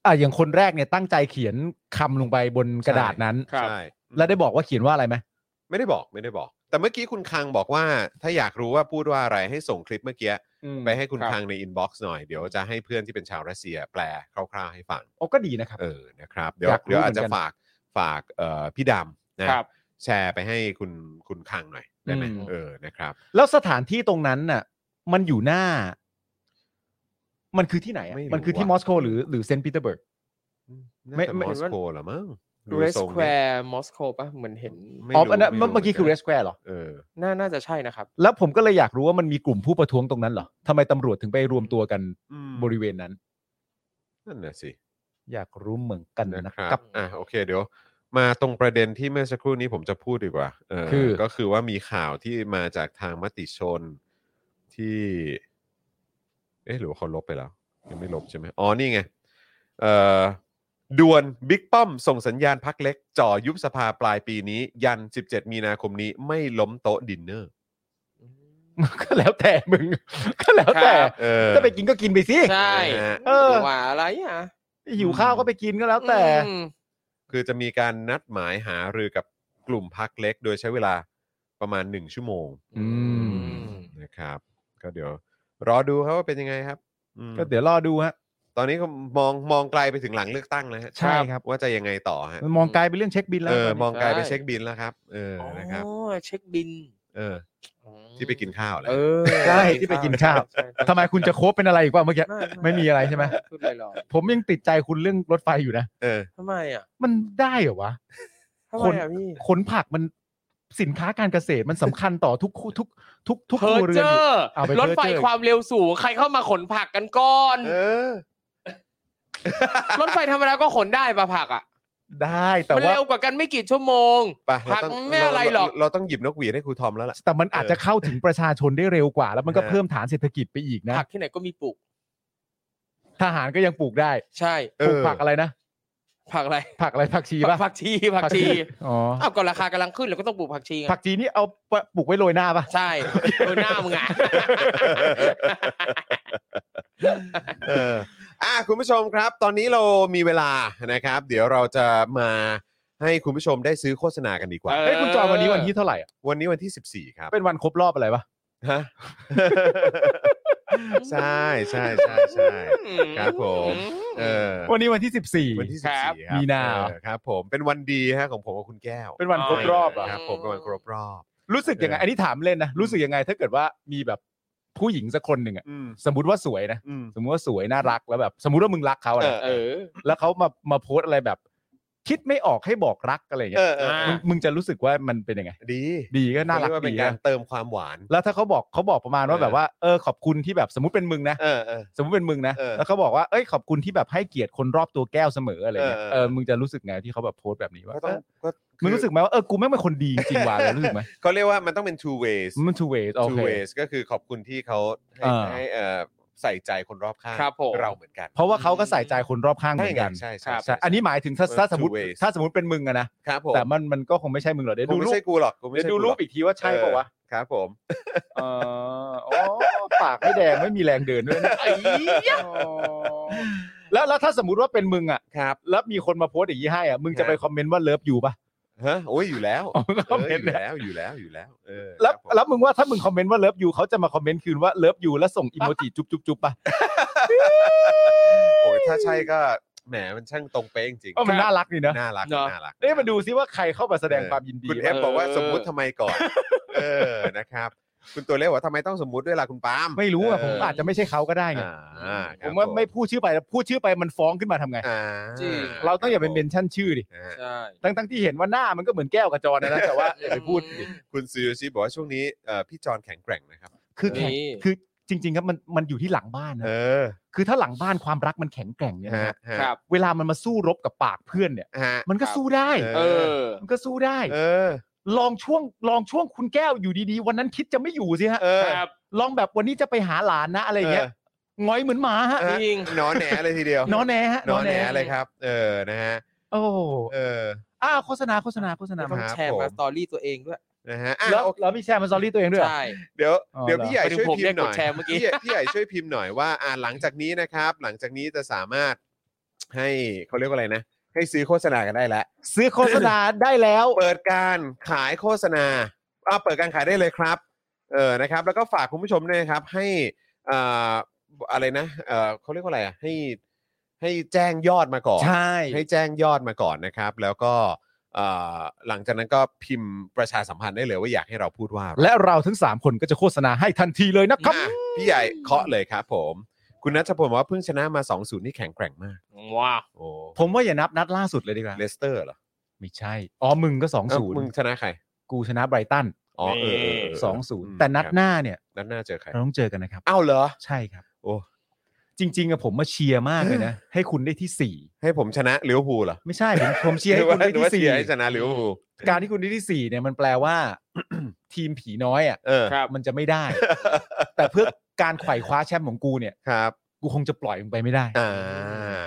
อ่ะอย่างคนแรกเนี่ยตั้งใจเขียนคำลงไปบนกระดาษนั้น ครับ ใช่ แล้วได้บอกว่าเขียนว่าอะไรไหม ไม่ได้บอกไม่ได้บอก แต่เมื่อกี้คุณคังบอกว่า ถ้าอยากรู้ว่าพูดว่าอะไรให้ส่งคลิปเมื่อกี้ ไปให้คุณ ครับ คังในอินบ็อกซ์หน่อย เดี๋ยวจะให้เพื่อนที่เป็นชาวรัสเซียแปลคร่าวๆให้ฟัง โอ้ก็ดีนะครับ เออนะครับ เดี๋ยว อยากรู้ เดี๋ยวอาจจะ เหมือนกัน ฝากฝากเอ่อพี่ดำนะครับ แชร์ไปให้คุณคุณคังหน่อยได้ไหม อืม เออนะครับ แล้วสถานที่ตรงนั้นน่ะ มันอยู่หน้า มันคือที่ไหนอะ ไม่รู้ มันคือที่ ว่ะ มอสโกหรือหรือเซนต์ปีเตอร์เบิร์ก ไม่ น่าจะ ไม่ มอสโกเหรอมั้งดู เรส ทรง แค นี่ยว ร์มอสโกป่ะ เหมือนเห็น ไม่ อ๋อ รู้ อันนั้น ไ เมื่อกี้คือเรสแควร์เหรอ เออ น่าน่าจะใช่นะครับ แล้วผมก็เลยอยากรู้ว่ามันมีกลุ่มผู้ประท้วงตรงนั้นเหรอทำไมตำรวจถึงไปรวมตัวกัน อืม บริเวณนั้น นั่นน่ะสิ อยากรู้เหมือนกัน นะ นะ ครั ค บ รับ (laughs) อ่ะโอเคเดี๋ยว มาตรงประเด็นที่เมื่อสักครู่นี้ผมจะพูดดีกว่าเออ คือ ก็คือว่ามีข่าวที่มาจากทางมติชนที่ เอ๊ะหรือว่าเขาลบไปแล้ว ยังไม่ลบใช่ไหมอ๋อนี่ไงเอ่อดวนบิ๊กป้อมส่งสัญญาณพักเล็ก จ่อยุบสภาปลายปีนี้ ยัน 17 มีนาคมนี้ไม่ล้มโต๊ะดินเนอร์ ก็แล้วแต่มึง ก็แล้วแต่ ครับ เออ จะไปกินก็กินไปสิ ใช่ นะฮะ เออ หว่าอะไรอ่ะ หิวข้าวก็ไปกินก็แล้วแต่ อืม คือจะมีการนัดหมายหารือกับกลุ่มพักเล็ก โดยใช้เวลาประมาณ 1 ชั่วโมง อืม นะครับ ก็เดี๋ยวรอดูครับว่าเป็นยังไงครับอืม ก็เดี๋ยวรอดูฮะ ตอนนี้ก็มองมองไกลไปถึงหลังเลือกตั้งแล้วฮะ ใช่ครับ ว่าจะยังไงต่อฮะ มันมองไกลไปเรื่องเช็คบินแล้ว เออ ตนนี้ มองไกลไป ใช่ เช็คบินแล้วครับ เออนะครับ อ๋อเช็คบิน เออ ที่ไปกินข้าวแหละ เออ ใช่ที่ไปกินข้าว ใช่ ทำไมคุณจะโคบเป็นอะไรอีกว่าเมื่อกี้ ไม่มีอะไรใช่ไหม พูดลอย ผมยังติดใจคุณเรื่องรถไฟอยู่นะ เออ ๆทำไมอ่ะ มันได้เหรอวะ ทำไมอ่ะพี่ ขนผักมันสินค้าการเกษตรมันสำคัญต่อทุกคู่ทุก ทุกทุก เพคอรัว ร์ เรื เจ อนออยู่ ร์ เอาไป รถไฟ Perjure ความเร็วสูงใครเข้ามาขนผักกันก่อน เออ รถไฟธรรมดาก็ขนได้ปะผักอ่ะ ได้แต่ มัน ว่า เร็วกว่ากันไม่กี่ชั่วโมง ไปเรา ผัก ต้อง ไม่อะไรหรอก เาเราต้องหยิบนกหวีดให้ครูทอมแล้วล่ะ แต่มันอาจจะเข้าถึงประชาชนได้เร็วกว่า แล้วมันก็ เออ เพิ่มฐานเศรษฐกิจไปอีกนะ ผักที่ไหนก็มีปลูก ทหารก็ยังปลูกได้ ใช่ เอ ปลูก อ ผักอะไรนะ ผักอะไร ผักอะไรผักชีปะ ผักชีผักชี อ๋อ อ้าวก็ราคากำลังขึ้นเราก็ต้องปลูกผักชีไง ผักชีนี่เอาปลูกไว้โรยหน้าปะ ใช่ดูหน้ามึงอ่ะ เอออ่ะคุณผู้ชมครับ ตอนนี้เรามีเวลานะครับ เดี๋ยวเราจะมาให้คุณผู้ชมได้ซื้อโฆษณากันดีกว่า เออ เฮ้ยคุณจอยวันนี้วันที่เท่าไหร่อะ วันนี้วันที่ 14 ครับ เป็นวันครบรอบอะไรปะ (laughs) ฮะ ใช่ใช่ใช่ใช่ ครับผม เออ วันนี้วันที่สิบสี่ วันที่ ค สิ รั บบ สี่ครับ มีนาเหรอ เออครับ ผมเป็นวันดีฮะของผมกับคุณแก้ว เป็นวันครบรอบเหรอ ครับผมเป็นวันครบรอบ รู้สึกยังไงอันนี้ถามเล่นนะรู้สึกยังไงถ้าเกิดว่ามีแบบผู้หญิงสักคนหนึ่งอะ อืม สมมติว่าสวยนะ อืม สมมติว่าสวยน่ารักแล้วแบบ สมมติว่ามึงรักเขาอะนะ เออ แล้วเขามามาโพสต์อะไรแบบ คิดไม่ออกให้บอกรักอะไรอย่าง เอ เงี้ย อเออ มึงมึงจะรู้สึกว่ามันเป็นยังไง ดี ดีก็น่ารัก เยว่เป็ ดี นการ นะ เติมความหวาน แล้วถ้าเขาบอกเขาบอกประมาณว่า เออ แบบว่าเออขอบคุณที่แบบสมมติเป็นมึงนะ เออเออ สมมติเป็นมึงนะ เออ แล้วเขาบอกว่า เอ้ยขอบคุณที่แบบให้เกียรติคนรอบตัวแก้วเสมออะไรเงี้ย เออ เออ มึงจะรู้สึกไงที่เขาแบบโพสต์แบบนี้ว่า ก็ต้อง เออ ก็ มึงรู้สึกไหมว่า เออ กูไม่งเป็นคนดีจริงว่ะอะไรรู้สึกไหม เขาเรียกว่ามันต้องเป็น two ways มัน two ways โอ two เค ways ก็คือขอบคุณที่เขาให้ อ่า ให้เอ่อใส่ใจคนรอบข้าง ครับผม เราเหมือนกัน เพราะว่าเขาก็ใส่ใจคนรอบข้างเหมือนกัน ใช่ไง ค ใช่ รับ ใช่ ใช่อันนี้หมายถึงถ้าถ้าสมมติ เออ two ways ถ้าสมมติเป็นมึงอะนะ ครับผม แต่มันมันก็คงไม่ใช่มึงหรอกเดี๋ยว กู ดูรู ไม่ ป ใช่กูหรอกกูไม่ เดี๋ยว ใช่ ดู กูห รู อ ป ก อีกทีว่าใช่ปะวะ ครับ ผม เอออ๋อปากไม่แดงไม่มีแรงเดินด้วยนะอ๋อแล้วแล้วถ้าสมมติว่าเป็นมึงอะ ครับ แล้วมีคนมาโพสต์อย่างนี้ให้อะมึงจะไปคอมเมนต์ว่าเลิฟอยู่ปะ ฮะโอ้ยอยู่แล้ว อ๋อก็ เอออนเป็ยู่ นะ แล้วอยู่แล้วอยู่แล้วเออ แล้ว ครับผม แล้วมึงว่าถ้ามึงคอมเมนต์ว่าเลิฟยูเขาจะมาคอมเมนต์คืนว่าเลิฟยูแล้วส่งอีโมจิจุ๊บจุ๊บจุ๊บป่ะ โอ้ยถ้าใช่ก็แหมมันช่างตรงเป๊ะจริง เออมันน่ารักดีนะ น่ารัก เนอะ น่ารัก นี่มาดูซิว่าใครเข้ามาแสดงความยินดี คุณเอ บ้าง ฟ เออ บอกว่าสมมุติทำไมก่อน เออนะครับ คุณตัวเล็กบอกว่าทำไมต้องสมมุติด้วยล่ะคุณปาล์ม ไม่รู้อ่ะ เ ผมอาจจะไม่ใช่เขาก็ได้ไง อ่าค ผ รับ มว่าไม่พูดชื่อไปแล้วพูดชื่อไปมันฟ้องขึ้นมาทำไง อ่า จริง เราต้องอย่าเป็นเมนชั่นชื่อดิ อ่า ใช่ ทั้งทั้งที่เห็นว่าหน้ามันก็เหมือนแก้วกับจอนะ (laughs) นะแต่ว่าอย่าไปพูดดิ คุณซูโยชิบอกว่าช่วงนี้เอ่อพี่จอนแข็งแกร่งนะครับ คือแข็ง นี่ คือจริง ๆ ครับมันมันอยู่ที่หลังบ้านนะ เออ คือถ้าหลังบ้านความรักมันแข็งแกร่งเนี่ย ฮะ นะ ฮะ ครับ เวลามันมาสู้รบกับปากเพื่อนเนี่ย ฮะ มันก็สู้ได้ เอ เออ มันก็สู้ได้ เออ ลองช่วงลองช่วงคุณแก้วอยู่ดีๆ วันนั้นคิดจะไม่อยู่สิฮะ เออ ครับ ลองแบบวันนี้จะไปหาหลานนะอะไรอย่างเงี้ย เอ งอยเหมือนหมาฮะ เออ จริง หนอนแหนเลยทีเดียวน อนแหนฮะ หนอนแหนเลยครับ เออนะฮะ โอ้โห เออ อ้าวโฆษณาโฆษณาโฆษณา ค มา รับ แชร์ ผม มาสตอรี่ตัวเองด้วย นะฮะอ่ะ แล้ว โอเค แล้วมีแชร์มาซอรี่ตัวเองด้วยเหรอ ใช่ เดี๋ยว อ๋อ เดี๋ยว เหรอ พี่ใหญ่ ไปถึง ช่วย ผม พิม เรีย พ์ ก หน่อย กดแชร์เมื่อกี้ พี่ใหญ่พี่ใหญ่ช่วยพิมพ์หน่อยว่าอ่าหลังจากนี้นะครับ หลังจากนี้จะสามารถให้เขาเรียกว่าอะไรนะ ให้ซื้อโฆษณากันได้แล้ว ซื้อโฆษณาได้แล้ว เปิดการขายโฆษณาอ่าเปิดการขายได้เลยครับเออนะครับ แล้วก็ฝากคุณผู้ชมด้วยนะครับ ให้อ่าอะไรนะเออเขาเรียกว่าอะไรอ่ะให้ให้แจ้งยอดมาก่อน ใช่ ให้แจ้งยอดมาก่อนนะครับ แล้วก็เอ่อหลังจากนั้นก็พิมพ์ประชาสัมพันธ์ได้เลยว่าอยากให้เราพูดว่าอะไร และเราทั้ง 3 คนก็จะโฆษณาให้ทันทีเลยนะครับ อ่ะพี่ใหญ่เคาะเลยครับผม คุณนัทพลบอกว่าเพิ่งชนะมา 2-0 นี่แข็งแกร่งมาก ว้าว โอ้ ผมว่าอย่านับนัดล่าสุดเลยดีกว่า เลสเตอร์เหรอ ไม่ใช่อ๋อมึงก็2อ เอ้า ศูนย์ มึงชนะใคร กูชนะไบรตัน อ๋อเออเออเออ สองศูนย์ ม แต่นัด ครับ หน้าเนี่ย นัดหน้าเจอใคร เราต้องเจอกันนะครับ อ้าวเหรอ ใช่ครับ โอ้ จริงๆอะผมมาเชียร์มากเลยนะ ให้คุณได้ที่สี่ ให้ผมชนะลิเวอร์พูลเหรอ ไม่ใช่ผมผมเชียร์ให้คุณได้ หรือว่าหรือว่าที่สี่ เชียร์ให้ชนะลิเวอร์พูล การที่คุณได้ที่สี่เนี่ยมันแปลว่า (coughs) ทีมผีน้อยอะ เออ มันจะไม่ได้ (laughs) แต่เพื่อการไขว่คว้าแชมป์ของกูเนี่ย ครับ กูคงจะปล่อยมึงไปไม่ได้ อ่า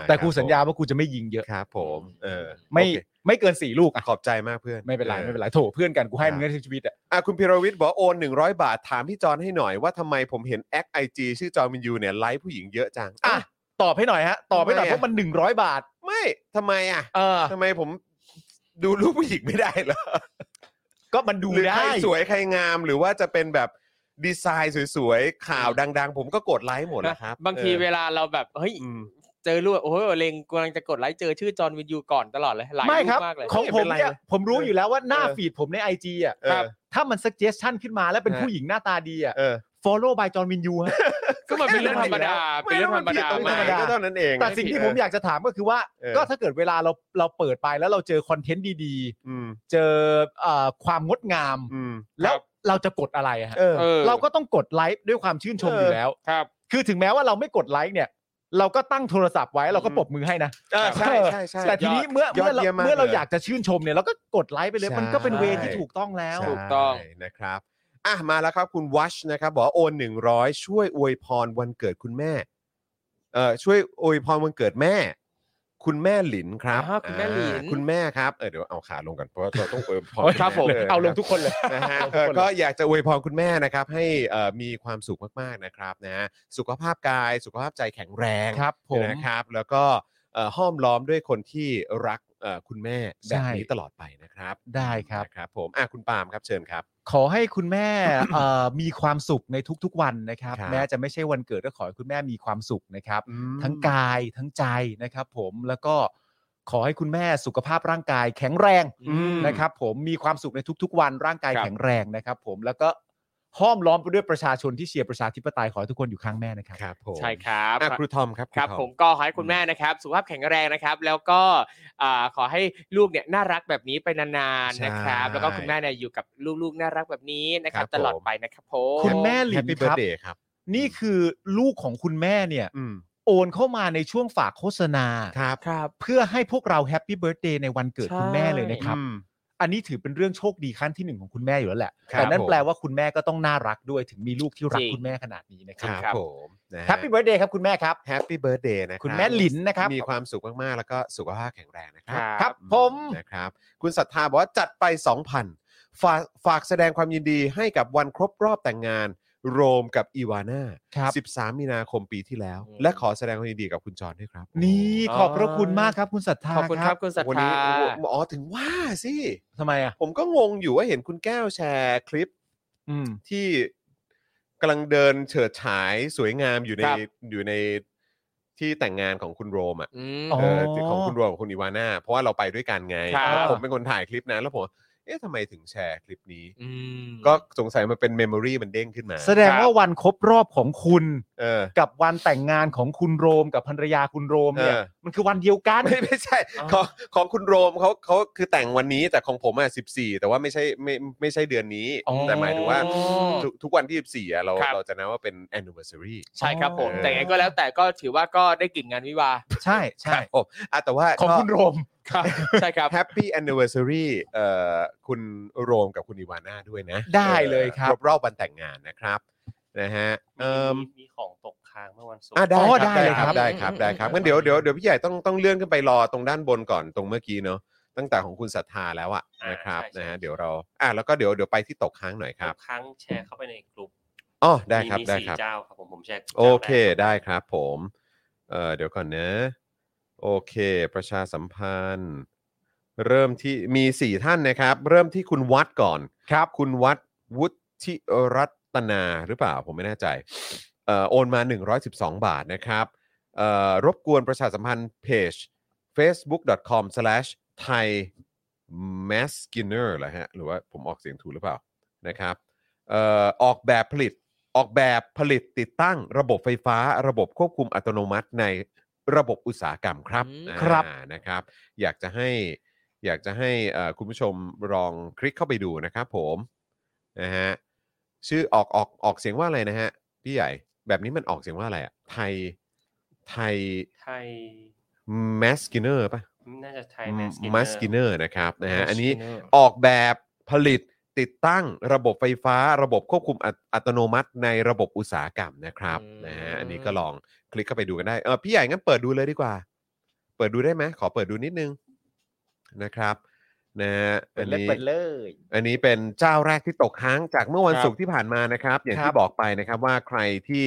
แต่กู รับ สัญญาว่ากูจะไม่ยิงเยอะ ครับผมเออ ไม่ โอเค ไม่เกินสี่ลูกอะ ขอบใจมากเพื่อน ไม่เป็นไร ออ ไม่เป็นไรโถเพื่อนกันกูให้มึงได้ทั้งชีวิตอะ อ่ะคุณพิรวิทย์บอกโอน 100 บาทถามพี่จอนให้หน่อยว่าทำไมผมเห็นแอคไอจีชื่อจอนมินยูเนี่ยไลฟ์ผู้หญิงเยอะจัง อ่ะ อ่ะ ตอบให้หน่อยฮะตอบให้หน่อย ทำไมอะ เพราะมันหนึ่งร้อยบาท ไม่ทำไมอ่ะ เออ ทำไมผมดูรูปผู้หญิงไม่ได้เหรอ ก็มันดู หรือ ได้ ใครสวยใครงามหรือว่าจะเป็นแบบดีไซน์สวยๆ ข่าวดัง ๆ ผมก็กดไลค์หมดแห นะ ละครับ บางที เว เวลาเราแบบเฮ้ย ม เจอรูปโอ้โหเล็งกำลังจะกดไลค์เจอชื่อจอห์นวินยูก่อนตลอดเลยหลาย ไม่ รูป ครับ มากเลย ของผมเนี่ยผมรู้อยู่แล้วว่าหน้า เออ ฟีดผมในไอจีอะ เออ ครับถ้ามัน suggestion ขึ้นมาแล้วเป็นผู้หญิงหน้าตาดีอะ เออ follow by จอห์นวินยูฮะ ก็มันเป็นเรื่องธรรมดาเป็นเรื่องธรรมดา ไแล้วนผิตงไหน มาก ก็เท่านั้นเอง แต่สิ่งที่ผมอยากจะถามก็คือว่า เออ ก็ถ้าเกิดเวลาเราเราเปิดไปแล้วเราเจอคอนเทนต์ดี อืม ๆ เจอเอ่อความงดงาม อืม แล้วเราจะกดอะไรอะฮะ เออ เออ เราก็ต้องกดไลค์ด้วยความชื่นชม เออ อ อ ยู่แล้ว ครับ คือถึงแม้ว่าเราไม่กดไลค์เนี่ย เราก็ตั้งโทรศัพท์ไว้เราก็ปรบมือให้นะ เออใช่ใช่ใช่ แต่ทีนี้เมื่อย อ เมื่ดอเรา เยี่ยมมาก เมื่อเรา เลย อยากจะชื่นชมเนี่ยเราก็กดไลค์ไปเลย ใช่ มันก็เป็นเวที่ถูกต้องแล้ว ใช่ ถูกต้อง นะครับอ่ะมาแล้วครับคุณวัชนะครับบอกว่าโอน 100 ช่วยอวยพรวันเกิดคุณแม่เอ่อช่วยอวยพรวันเกิดแม่ คุณแม่หลินครับ อ่าคุณแม่หลิน อ่าคุณแม่ครับเออเดี๋ยวเอาขาลงก่อนเพราะว่าเราต้องอวยพร โอ้ย ณ ครับผม แด้ย เอาล นะ ง ค ทุกคนเลย รับนะฮะ เอาลงทุกคน เออ เลย ก็อยากจะอวยพรคุณแม่นะครับ ให้เอ่อมีความสุขมากๆนะครับนะฮะสุขภาพกายสุขภาพใจแข็งแรง ครับผม นะครับ แล้วก็เอ่อห้อมล้อมด้วยคนที่รักเอ่อคุณแม่แบบนี้ ใช่ ตลอดไปนะครับ ได้ครับ นะครับ ผมอ่ะคุณปาล์มครับเชิญครับ ขอให้คุณแม่ (coughs) เอ่อมีความสุขในทุกๆวันนะครับ ครับ แม้จะไม่ใช่วันเกิดก็ขอให้คุณแม่มีความสุขนะครับ อืม ทั้งกายทั้งใจนะครับ ผมแล้วก็ขอให้คุณแม่สุขภาพร่างกายแข็งแรง อืม นะครับ ผมมีความสุขในทุกๆ วันร่างกาย ครับ แข็งแรงนะครับ ผมแล้วก็ ห้อมล้อมไปด้วยประชาชนที่เชียร์ประชาธิปไตยขอให้ทุกคนอยู่ข้างแม่นะครับ ครับผม ใช่ครับ อ่ะครูทอมครับ ครับ ทอ ผมก็ขอให้คุณแม่นะครับ สุขภาพแข็งแรงนะครับ แล้วก็อ่าขอให้ลูกเนี่ยน่ารักแบบนี้ไปนาน ใช่ ๆนะครับ แล้วก็คุณแม่เนี่ยอยู่กับลูกๆน่ารักแบบนี้นะครับ ครับผม ตลอดไปนะครับผม คุณแม่หลี แฮปปี้ ค เบิร์ รัดบเดย์ครับ นี่คือลูกของคุณแม่เนี่ย อืม โอนเข้ามาในช่วงฝากโฆษณา ครับ ครับ เพื่อให้พวกเราแฮปปี้เบิร์ a เดย์ในวันเกิด ใช่ คุณแม่เลยนะครับ อืม อันนี้ถือเป็นเรื่องโชคดีขั้นที่หนึ่งของคุณแม่อยู่แล้วแหละ ครับ แต่นั่น ผม แปลว่าคุณแม่ก็ต้องน่ารักด้วยถึงมีลูกที่รัก จริง คุณแม่ขนาดนี้นะค ค รั รั บบ ครับ ผมนะฮะ แฮปปี้เบิร์ a เดย์ครับคุณแม่ครับ แฮปปี้เบิร์ดเดย์นะครับ คุณแม่หลินนะครับ มีความสุขมาก ๆ แล้วก็สุขภาพแข็งแรงนะครั ครับ ครับผม นะครับ คุณศรัทธาบอกว่าจัดไป 2,000 ฝากฝากแสดงความยินดีให้กับวันครบรอบแต่งงาน โรมกับอีวาน่า ครับ 13 มีนาคมปีที่แล้ว อืม และขอแสดงความยินดีกับคุณจอนด้วยครับ นี่ขอบพระคุณมากครับคุณศรัทธา ขอบคุณครับคุณศรัท วัน ธา นี้อ๋อถึงว่าสิ ทำไมอ่ะ ผมก็งงอยู่ว่าเห็นคุณแก้วแชร์คลิป อืม ที่กำลังเดินเฉิดฉายสวยงามอยู่ใน ครับ อยู่ในที่แต่งงานของคุณโรมอ่ะ อืม อ๋อ เออของคุณรวมกับคุณอีวาน่าเพราะว่าเราไปด้วยกันไง ครับ แล้วผมเป็นคนถ่ายคลิปนั้นแล้วผมว่าเอ๊ะทำไมถึงแชร์คลิปนี้ ม ก็สงสัยมันเป็นเมมโมรีมันเด้งขึ้นมา แสดงว่าวันครบรอบของคุณ เออ กับวันแต่งงานของคุณโรมกับภรรยาคุณโรมเนี่ย เออ มันคือวันเดียวกัน (laughs) ไม่ไม่ใช่ของของคุณโรมเขาเขาคือแต่งวันนี้แต่ของผมอ่ะสิบสี่แต่ว่าไม่ใช่ไม่ไม่ใช่เดือนนี้ อ๋อ แต่หมายถึงว่าทุกทุกวันที่สิบสี่อ่ะเรา ครับ เราจะนับว่าเป็น anniversary ใช่ครับผม เออ แต่ยังไงก็แล้วแต่ก็ถือว่าก็ได้กลิ่นงานวิวาห์ ใช่ใช่ ผมอ่ะแต่ว่า ของคุณโรม ครับ ใช่ครับ แฮปปี้แอนนิเวอร์ซรีเอ่อคุณโรมกับคุณอีวาน่าด้วยนะ ได้เลยครับ ครบรอบวันแต่งงานนะครับนะฮะเอิ่ม มีมีของตกค้างเมื่อวันศุกร์ อ่ะได้ อ๋อ ครับได้คได้เลยครั รับบ ได้ครับได้ครับงั้นเดี๋ยวเดี๋ยวเดี๋ยวพี่ใหญ่ต้องต้องเลื่อนขึ้นไปรอตรงด้านบนก่อนตรงเมื่อกี้เนาะตั้งแต่ของคุณศรัทธาแล้วอะ อ่าน นะครับ ใช่ใช่ นะฮะเดี๋ยวเราอ่ะแล้วก็เดี๋ยวเดี๋ยวไปที่ตกค้างหน่อยครับ ตกค้างแชร์เข้าไปในกลุ่ม อ๋อได้ครับ มีมี ได้ สี่ ครับ เจ้าครับผมผมแชร์จ้าแรก โอเคได้ครับผมเออเดี๋ยวก่อนนะ โอเค ประชาสัมพันธ์ เริ่มที่มีสี่ท่านนะครับ เริ่มที่คุณวัดก่อนครับ คุณวัดวุฒิรัตนาหรือเปล่าผมไม่แน่ใจเอ่อโอนมา 112 บาทนะครับเอ่อรบกวนประชาสัมพันธ์เพจ facebook.com/thai m a s k i n e r เหรอฮะหรือว่าผมออกเสียงถูกหรือเปล่านะครับ เอ่อออกแบบผลิตออกแบบผลิตติดตั้งระบบไฟฟ้า ระบบควบคุมอัตโนมัติในระบบอุตสาหกรรมครับ อืม อ่า ครับ นะครับ อยากจะให้อยากจะให้เอ่อคุณผู้ชมลองคลิกเข้าไปดูนะครับผมนะฮะชื่อออกออกออกเสียงว่าอะไรนะฮะพี่ใหญ่แบบนี้มันออกเสียงว่าอะไรอะไทยไทย ไทย แมสกินเนอร์ป่ะ น่าจะไทย มัสกินเนอร์นะครับนะฮะอันนี้ มัสกิเร์ ออกแบบผลิตติดตั้งระบบไฟฟ้า ระบบควบคุมอัตอัตโนมัติในระบบอุตสาหกรรมนะครับ อืม นะฮะอันนี้ก็ลองคลิกเข้าไปดูกันได้เออพี่ใหญ่งั้นเปิดดูเลยดีกว่า เปิดดูได้ไหมขอเปิดดูนิดนึงนะครับนะฮะอันนี้ เปิดเลย อันนี้เป็นเจ้าแรกที่ตกค้างจากเมื่อวัน ครับ ศุกร์ที่ผ่านมานะครับ อย่าง ครั ที่ บ บอกไปนะครับว่าใครที่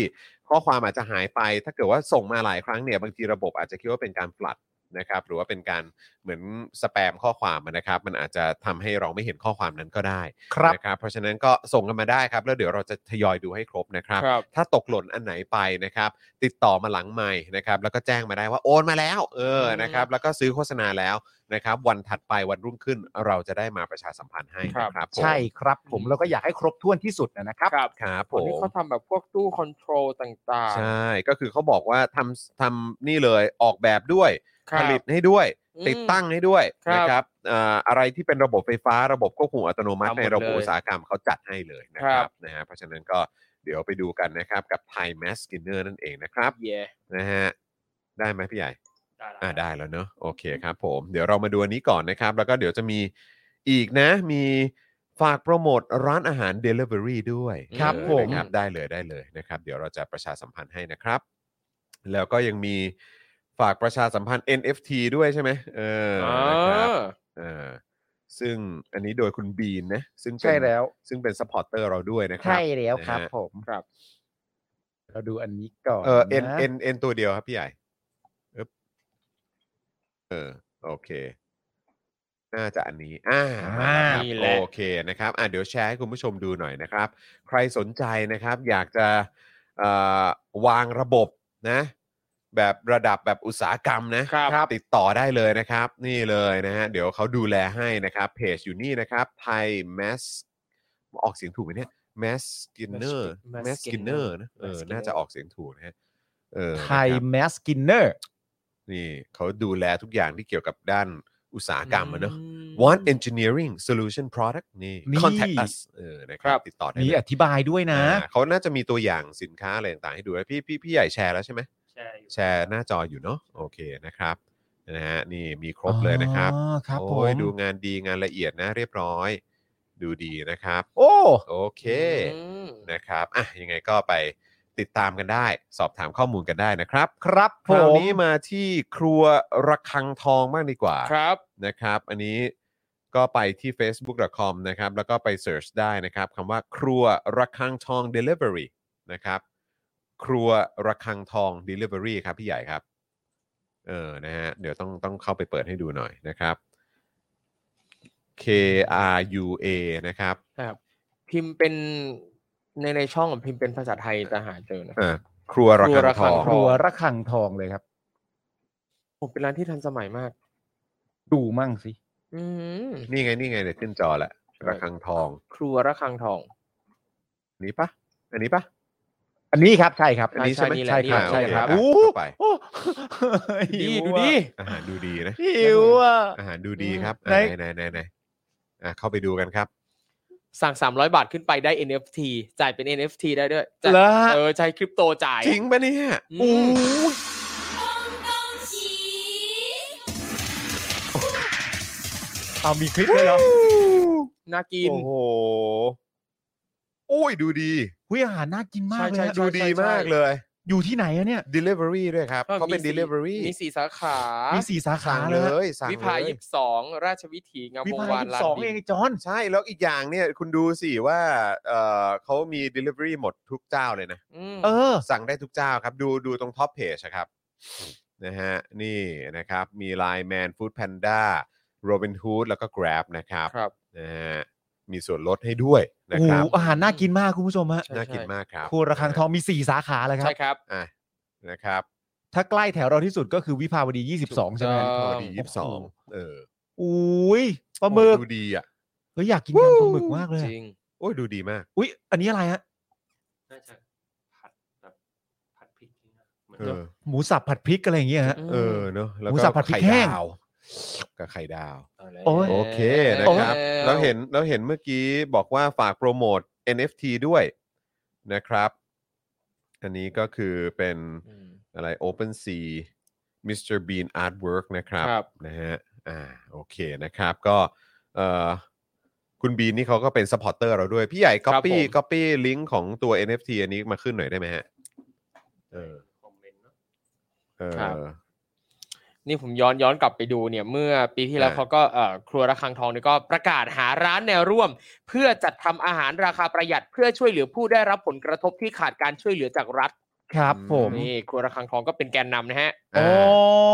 ข้อความอาจจะหายไป ถ้าเกิดว่าส่งมาหลายครั้งเนี่ยบางทีระบบอาจจะคิดว่าเป็นการปลัด นะครับหรือว่าเป็นการเหมือนสแปมข้อความอะนะครับ มันอาจจะทำให้เราไม่เห็นข้อความนั้นก็ได้ ครับ นะครับ เพราะฉะนั้นก็ส่งกันมาได้ครับ แล้วเดี๋ยวเราจะทยอยดูให้ครบนะครับ ครับ ถ้าตกหล่นอันไหนไปนะครับ ติดต่อมาหลังใหม่นะครับ แล้วก็แจ้งมาได้ว่าโอนมาแล้ว เออ อืม นะครับ แล้วก็ซื้อโฆษณาแล้วนะครับ วันถัดไปวันรุ่งขึ้นเราจะได้มาประชาสัมพันธ์ให้ ครับ นะครับผม ใช่ครับผมแล้วก็อยากให้ครบถ้วนที่สุดนะครับ ครับ ครับผ วันนี้ ม เขาทำแบบพวกตู้คอนโทรลต่างๆ ใช่ก็คือเขาบอกว่าทำทำนี่เลยออกแบบด้วย ครับ ผลิตให้ด้วย อืม ติดตั้งให้ด้วย ครับ นะครับอ่าอะไรที่เป็นระบบไฟฟ้าระบบควบคุมอัตโนมัติ ทำหมด ในระบบ เลย อุตสาหกรรมเขาจัดให้เลยนะค ครั รับบ นะฮะเพราะฉะนั้นก็เดี๋ยวไปดูกันนะครับกับ Thai Mass Skinner นั่นเองนะครับ เย่ นะฮะได้ไหมพี่ใหญ่ ได้แล้ว อ่าได้แล้วเนอะโอเคครับผม เดี๋ยวเรามาดูอันนี้ก่อนนะครับ แล้วก็เดี๋ยวจะมีอีกนะ มีฝากโปรโมทร้านอาหาร Delivery ด้วย ครับ เออ ผม นะครับได้เลยได้เลยนะครับ เดี๋ยวเราจะประชาสัมพันธ์ให้นะครับ แล้วก็ยังมีฝากประชาสัมพันธ์ NFT ด้วยใช่ไหมเออ อ่ นะครับ า เออซึ่งอันนี้โดยคุณบีนนะซึ่งเป็น ใช่แล้ว ซึ่งเป็นซัพพอร์ตเตอร์เราด้วยนะครั ใช่แล้วครับ นะฮะ ผมครับเราดูอันนี้ก่อน เออเอ็นะ เอ็นเอ็นตัวเดียวครับพี่ใหญ่อึ๊บเออโอเค น่าจะอันนี้ อ่ามาแล้วครับ นี่แหละ โอเคนะครับ อ่าเดี๋ยวแชร์ให้คุณผู้ชมดูหน่อยนะครับ ใครสนใจนะครับ อยากจะเอ่อวางระบบนะ แบบระดับแบบอุตสาหกรรมนะ ครับ ติดต่อได้เลยนะครับ นี่เลยนะฮะเดี๋ยวเขาดูแลให้นะครับ เพจอยู่นี่นะครับไทยแมสออกเสียงถูกไหมเนี่ย แมสกินเนอร์ Mass แมสกินเนอ Skinner ร์นะเออ Mass Skinner น่าจะออกเสียงถูกนะฮะเออ ไทย นะครับ แมสกินเนอร์ นี่เขาดูแลทุกอย่างที่เกี่ยวกับด้านอุตสาหกรรมอะเนอะ Want Engineering Solution Product นี่ นี่ Contact us เออนะครั ครับ บ ติดต่อได้ มี เล อย ธิบายด้วยนะ อ่าเขาน่าจะมีตัวอย่างสินค้าอะไรต่างๆให้ดูแล้วพี่พี่พี่ใหญ่แชร์แล้วใช่ไหม ใช่อยู่ แชร์หน้าจออยู่เนาะโอเคนะครับนะฮะนี่มีครบเลยนะครับ อ๋อครับ โอ้ย ผม ดูงานดีงานละเอียดนะเรียบร้อย ดูดีนะครับ โอ้ โอเค อืม นะครับอ่ะยังไงก็ไปติดตามกันได้ สอบถามข้อมูลกันได้นะครับ ครับ ค ผ ราว ม นี้มาที่ครัวระคังทองบ้างดีกว่า ครับ นะครับ อันนี้ก็ไปที่ facebook.com นะครับ แล้วก็ไป search ได้นะครับคำว่าครัวระคังทอง delivery นะครับ ครัวระคังทอง delivery ครับพี่ใหญ่ครับ เออ นะฮะ เดี๋ยวต้องต้องเข้าไปเปิดให้ดูหน่อยนะครับ K R U A นะครับ ครับ พิมพ์เป็นในในช่องอะพิมพ์เป็นภาษาไทยจะหาเจอนะ อ่าครัวระคังทอง ครัวระคังทองเลยครับ ผมเป็นร้านที่ทันสมัยมาก ดูมั่งสิ อืม นี่ไง นี่ไงเดี๋ยวขึ้นจอแหละระคังทอง ครัวระฆังทอง นี้ปะอันนี้ปะ อันนี้ครับ ใช่ครับ อันนี้ใช่ไหม ใช่นี่แหละ ใช่ครั นี่แหละใช่ครับ โอเ อู้ เข้าไป โอ้ (laughs) ดี หิว ดู อะ ดิ อาหารดูดีนะ หิวอ่ะ อาหารดูดี อืม ครับ ใน อ่ะไหนไหนไหนไหนอ่ะเข้าไปดูกันครับ สั่ง 300 บาทขึ้นไปได้ NFT จ่ายเป็น NFT ได้ด้วยจ่าย แล้ว เออใช้คริปโตจ่าย จริงปะเนี่ย อืม อู้ เอามีคลิปด้วยเหรอ น่ากิน โอ้โหโอ้ยดูดี หุยอาหารน่ากินมากเล ใช่ ย ใช่ ดู ดู ดีมากเลย อยู่ที่ไหนอะเนี่ย Delivery ด้วยครับเขาเป็น สี่ Delivery มีสี่สาขา มีสี่สาขา สั่ง เล เลย ยสั่ง วิ เล ภาย ย ยี่สิบสองราชวิถีงาม วิ วภาวงาน ยี่สิ ลา บสอง น เอง ดิน ไอ้จอน ใช่แล้วอีกอย่างเนี่ยคุณดูสิว่าเออเขามี Delivery หมดทุกเจ้าเลยนะ อืม เออ สั่งได้ทุกเจ้าครับ ดูดูตรงท็อปเพจครับนะฮะนี่นะครับมี Line Man Food Panda Robin Hood แล้วก็ Grab นะครับ ครับ นะฮะมีส่วนลดให้ด้วยนะ โอ้ ค โห รับ อาหารน่ากินมากคุณผู้ชมฮะ ใช่ น่ากินมากครับ ครัวระคังทองมีสี่สาขาเลยครับ ใช่ครับ อ่ะนะครับ ถ้าใกล้แถวเราที่สุดก็คือวิภาวดี 22 ใช่ไหม ถูกต้ พองดียี่สิบสองเออ อุ้ยปลาหมึก โอ้ยดูดีอ่ะ เฮ้ยอยากกินยำปลาหมึกมากเลย จ อะ ริง โอ้ยดูดีมาก อุ้ยอันนี้อะไรฮะ น่าจะผัดแบบผัดพริกนี่นะเหมือน เอ กับ อ หมูสับผัดพริกอะไรอย่างเงี้ยฮะ เออเนอะแล้ว หมู ก็ สับผัดพริก ไข่ แห้ง ดาวกับไข่ดาว เอาแล้ว โอ้ย โอเคนะครับ แล้ว แล้วเห็นแล้วเห็นเมื่อกี้บอกว่าฝากโปรโมท NFT ด้วยนะครับ อันนี้ก็คือเป็น อืม อะไร OpenSea Mr Bean Artwork นะครับ ครับ นะฮะอ่าโอเคนะครับก็เอ่อคุณบีนนี่เขาก็เป็น s u p p อร์เตอร์เราด้วย พี่ใหญ่ Copy ผม Copy ลิงก์ของตัว NFT อันนี้มาขึ้นหน่อยได้ไหมฮะเออ คอมเมนต์เนอะ เออ ครับ นี่ผมย้อนย้อนกลับไปดูเนี่ยเมื่อปีที่แล้ว อ่า เขาก็เอ่อครัวระฆังทองเนี่ยก็ประกาศหาร้านแนวร่วม เพื่อจัดทำอาหารราคาประหยัดเพื่อช่วยเหลือผู้ได้รับผลกระทบที่ขาดการช่วยเหลือจากรัฐ ครับผม นี่ครัวระฆังทองก็เป็นแกนนำนะฮะ โอ้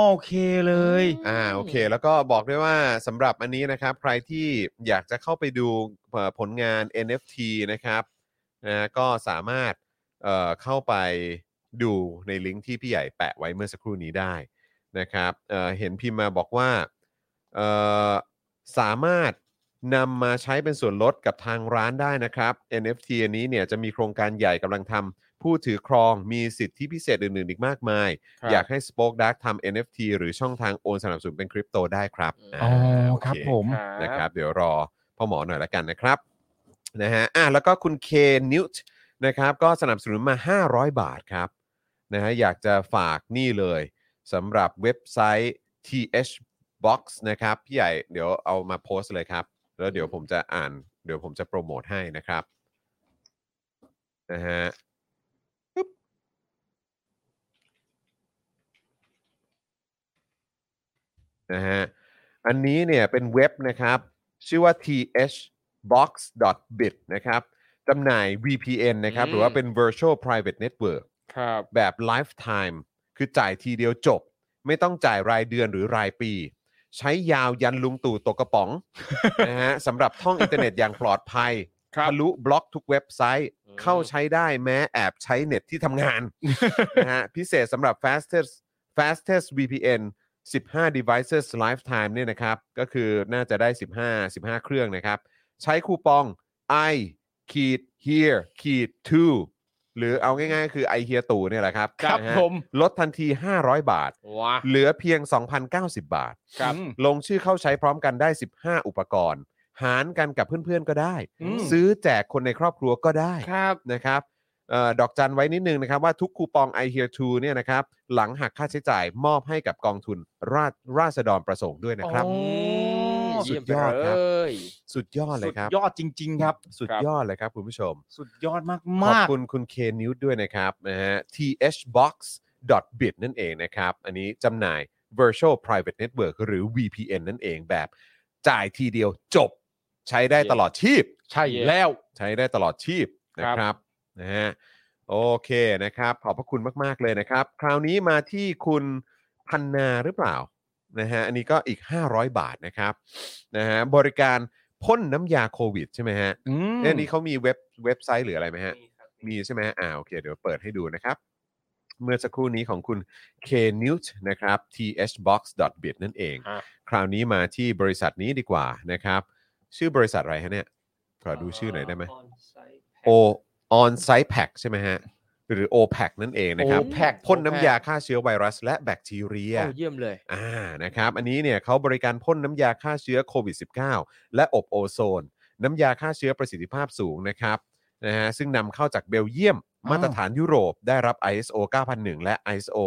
โอเคเลย อ่าโอเค แล้วก็บอกด้วยว่าสำหรับอันนี้นะครับ ใครที่อยากจะเข้าไปดูเอ่อผลงาน NFT นะครับนะก็สามารถเอ่อเข้าไปดูในลิงก์ที่พี่ใหญ่แปะไว้เมื่อสักครู่นี้ได้นะครับเอ่อเห็นพิมพ์มาบอกว่าเอ่อสามารถนำมาใช้เป็นส่วนลดกับทางร้านได้นะครับ NFT อันนี้เนี่ยจะมีโครงการใหญ่กำลังทำผู้ถือครองมีสิทธิพิเศษอื่นๆอีกมากมาย อยากให้ Spoke Dark ทำ NFT หรือช่องทางโอนสนับสนุนเป็นคริปโตได้ครับ อืม อ๋อา โอเ ครับผม นะครับ เดี๋ยวรอพ่อหมอหน่อยละกันนะครับนะฮะอ่ะแล้วก็คุณเคนิวต์นะครับ ก็สนับสนุนมา 500 บาทครับนะฮะอยากจะฝากนี่เลยสำหรับเว็บไซต์ th box นะครับ พี่ใหญ่เดี๋ยวเอามาโพสต์เลยครับ แล้วเดี๋ยวผมจะอ่าน เดี๋ยวผมจะโปรโมทให้นะครับนะฮะ นะฮะ อันนี้เนี่ยเป็นเว็บนะครับ ชื่อว่า thbox.bit นะครับจำหน่าย VPN นะครับ อืม หรือว่าเป็น virtual private network ครับ แบบ lifetime คือจ่ายทีเดียวจบ ไม่ต้องจ่ายรายเดือนหรือรายปี ใช้ยาวยันลุงตู่ตกกระป๋อง (laughs) นะฮะสำหรับท่องอินเทอร์เน็ตอย่างปลอดภัย ครับ ทะลุบล็อกทุกเว็บไซต์ อืม เข้าใช้ได้แม้แอบใช้เน็ตที่ทำ (laughs) งาน นะฮะพิเศษสำหรับ fastest fastest VPN 15 devices lifetime เนี่ยนะครับ ก็คือน่าจะได้ 15 15 เครื่องนะครับ ใช้คูปอง I ขีด here ขีด to หรือเอาง่ายๆก็คือไอเฮียตู่เนี่ยแหละครับ ครับ นะฮะ ผม ลดทันที 500 บาท ว้า เหลือเพียง 2,090 บาท ครับ อืม ลงชื่อเข้าใช้พร้อมกันได้ 15 อุปกรณ์ หารกันกับเพื่อนๆก็ได้ อืม ซื้อแจกคนในครอบครัวก็ได้ ครับ นะครับเอ่อดอกจันไว้นิดนึงนะครับว่าทุกคูปอง i h e r e to เนี่ยนะครับ หลังหักค่าใช้จ่ายมอบให้กับกองทุนราชราษฎรประสงค์ด้วยนะครับ โอ้ สุดยอดครับ เยี่ยมไปเลย สุดยอดเลยครับ สุยอดจริง ๆ ครับ สุดยอดเลยครับคุณผู้ชม สุดยอดมาก ขอบ มาก คุณคุณเคนิวด้วยนะครับนะฮะ thbox.bit นั่นเองนะครับ อันนี้จำหน่าย virtual private network หรือ VPN นั่นเองแบบจ่ายทีเดียวจบ ใช้ได้ตลอดชีพ ใช่แล้ว ใช้ได้ตลอดชีพนะครับนะฮะโอเคนะครับ ขอบพระคุณมาก ๆ เลยนะครับ คราวนี้มาที่คุณพันนาหรือเปล่านะฮะอันนี้ก็อีก 500 บาทนะครับนะฮะบริการพ่นน้ำยาโควิดใช่ไหมฮะ อืม เอ๊ะอันนี้เขามีเว็บเว็บไซต์หรืออะไรไหมฮะ มีครับ มีใช่ไหมอ่าโอเค เดี๋ยวเปิดให้ดูนะครับ เมื่อสักครู่นี้ของคุณ k n e w t นะครับ thbox.bit นั่นเอง อ่ะ คราวนี้มาที่บริษัทนี้ดีกว่านะครับ ชื่อบริษัทอะไรฮะเนี่ย ขอดูชื่อหน่อยได้ไหม อนไซต์แพ็ค O on site pack ใช่ไหมฮะ หรือ OPAC นั่นเองนะครับ โอ้ pack พ่น OPAC น้ำยาฆ่าเชื้อไวรัส และแบคทีเรีย โอ้เยี่ยมเลย อ่า นะครับ อันนี้เนี่ยเขาบริการพ่นน้ำยาฆ่าเชื้อโควิด -19 และอบโอโซน น้ำยาฆ่าเชื้อประสิทธิภาพสูงนะครับนะฮะซึ่งนำเข้าจากเบลเยียม อ้าว มาตรฐานยุโรปได้รับ ISO 9001 และ ISO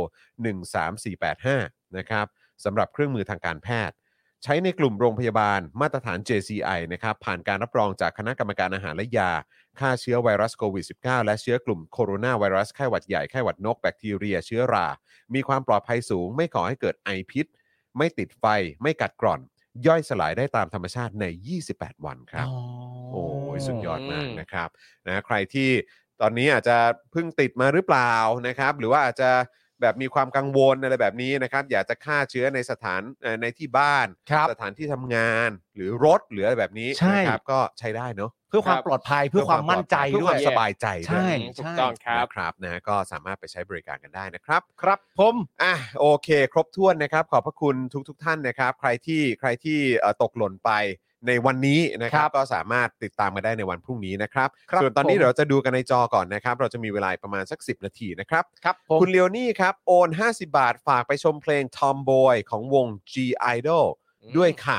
13485 นะครับสำหรับเครื่องมือทางการแพทย์ ใช้ในกลุ่มโรงพยาบาลมาตรฐาน JCI นะครับผ่านการรับรองจากคณะกรรมการอาหารและยา ฆ่าเชื้อไวรัสโควิด -19 และเชื้อกลุ่มโคโรนาไวรัสไข้หวัดใหญ่ ไข้หวัดนก แบคทีเรีย เชื้อรา มีความปลอดภัยสูง ไม่ก่อให้เกิดไอพิษ ไม่ติดไฟ ไม่กัดกร่อน ย่อยสลายได้ตามธรรมชาติใน 28 วันครับ โอ้ยสุดยอดมาก อืม นะครับนะใครที่ตอนนี้อาจจะเพิ่งติดมาหรือเปล่านะครับ หรือว่าอาจจะแบบมีความกังวลอะไรแบบนี้นะครับ อยากจะฆ่าเชื้อในสถานเอ่อในที่บ้าน ครับ สถานที่ทำงานหรือรถหรืออะไรแบบนี้ ใช่ นะครับก็ใช้ได้เนอะ เพื่อความ ครับ ปลอดภัยเพื่อความมั่นใจ เพื่อควด้วาย มสบายใจ ใช่ ด้วย ถูกต้องครับ นะครับนะก็สามารถไปใช้บริการกันได้นะครับ ครับผม อ่ะโอเค ครบถ้วนนะครับ ขอบพระคุณทุกทท่านนะครับ ใครที่ใครที่เอ่อตกหล่นไปในวันนี้นะครับ ครับ ก็สามารถติดตามมาได้ในวันพรุ่งนี้นะครับ ครับ ส่วนตอนนี้ ผม เดี๋ยวเราจะดูกันในจอก่อนนะครับ เราจะมีเวลาประมาณสัก 10 นาทีนะครับ ครับผม คุณเลโอนี่ครับ โอน 50 บาทฝากไปชมเพลง Tomboy ของวง G Idol ด้วยค่ะ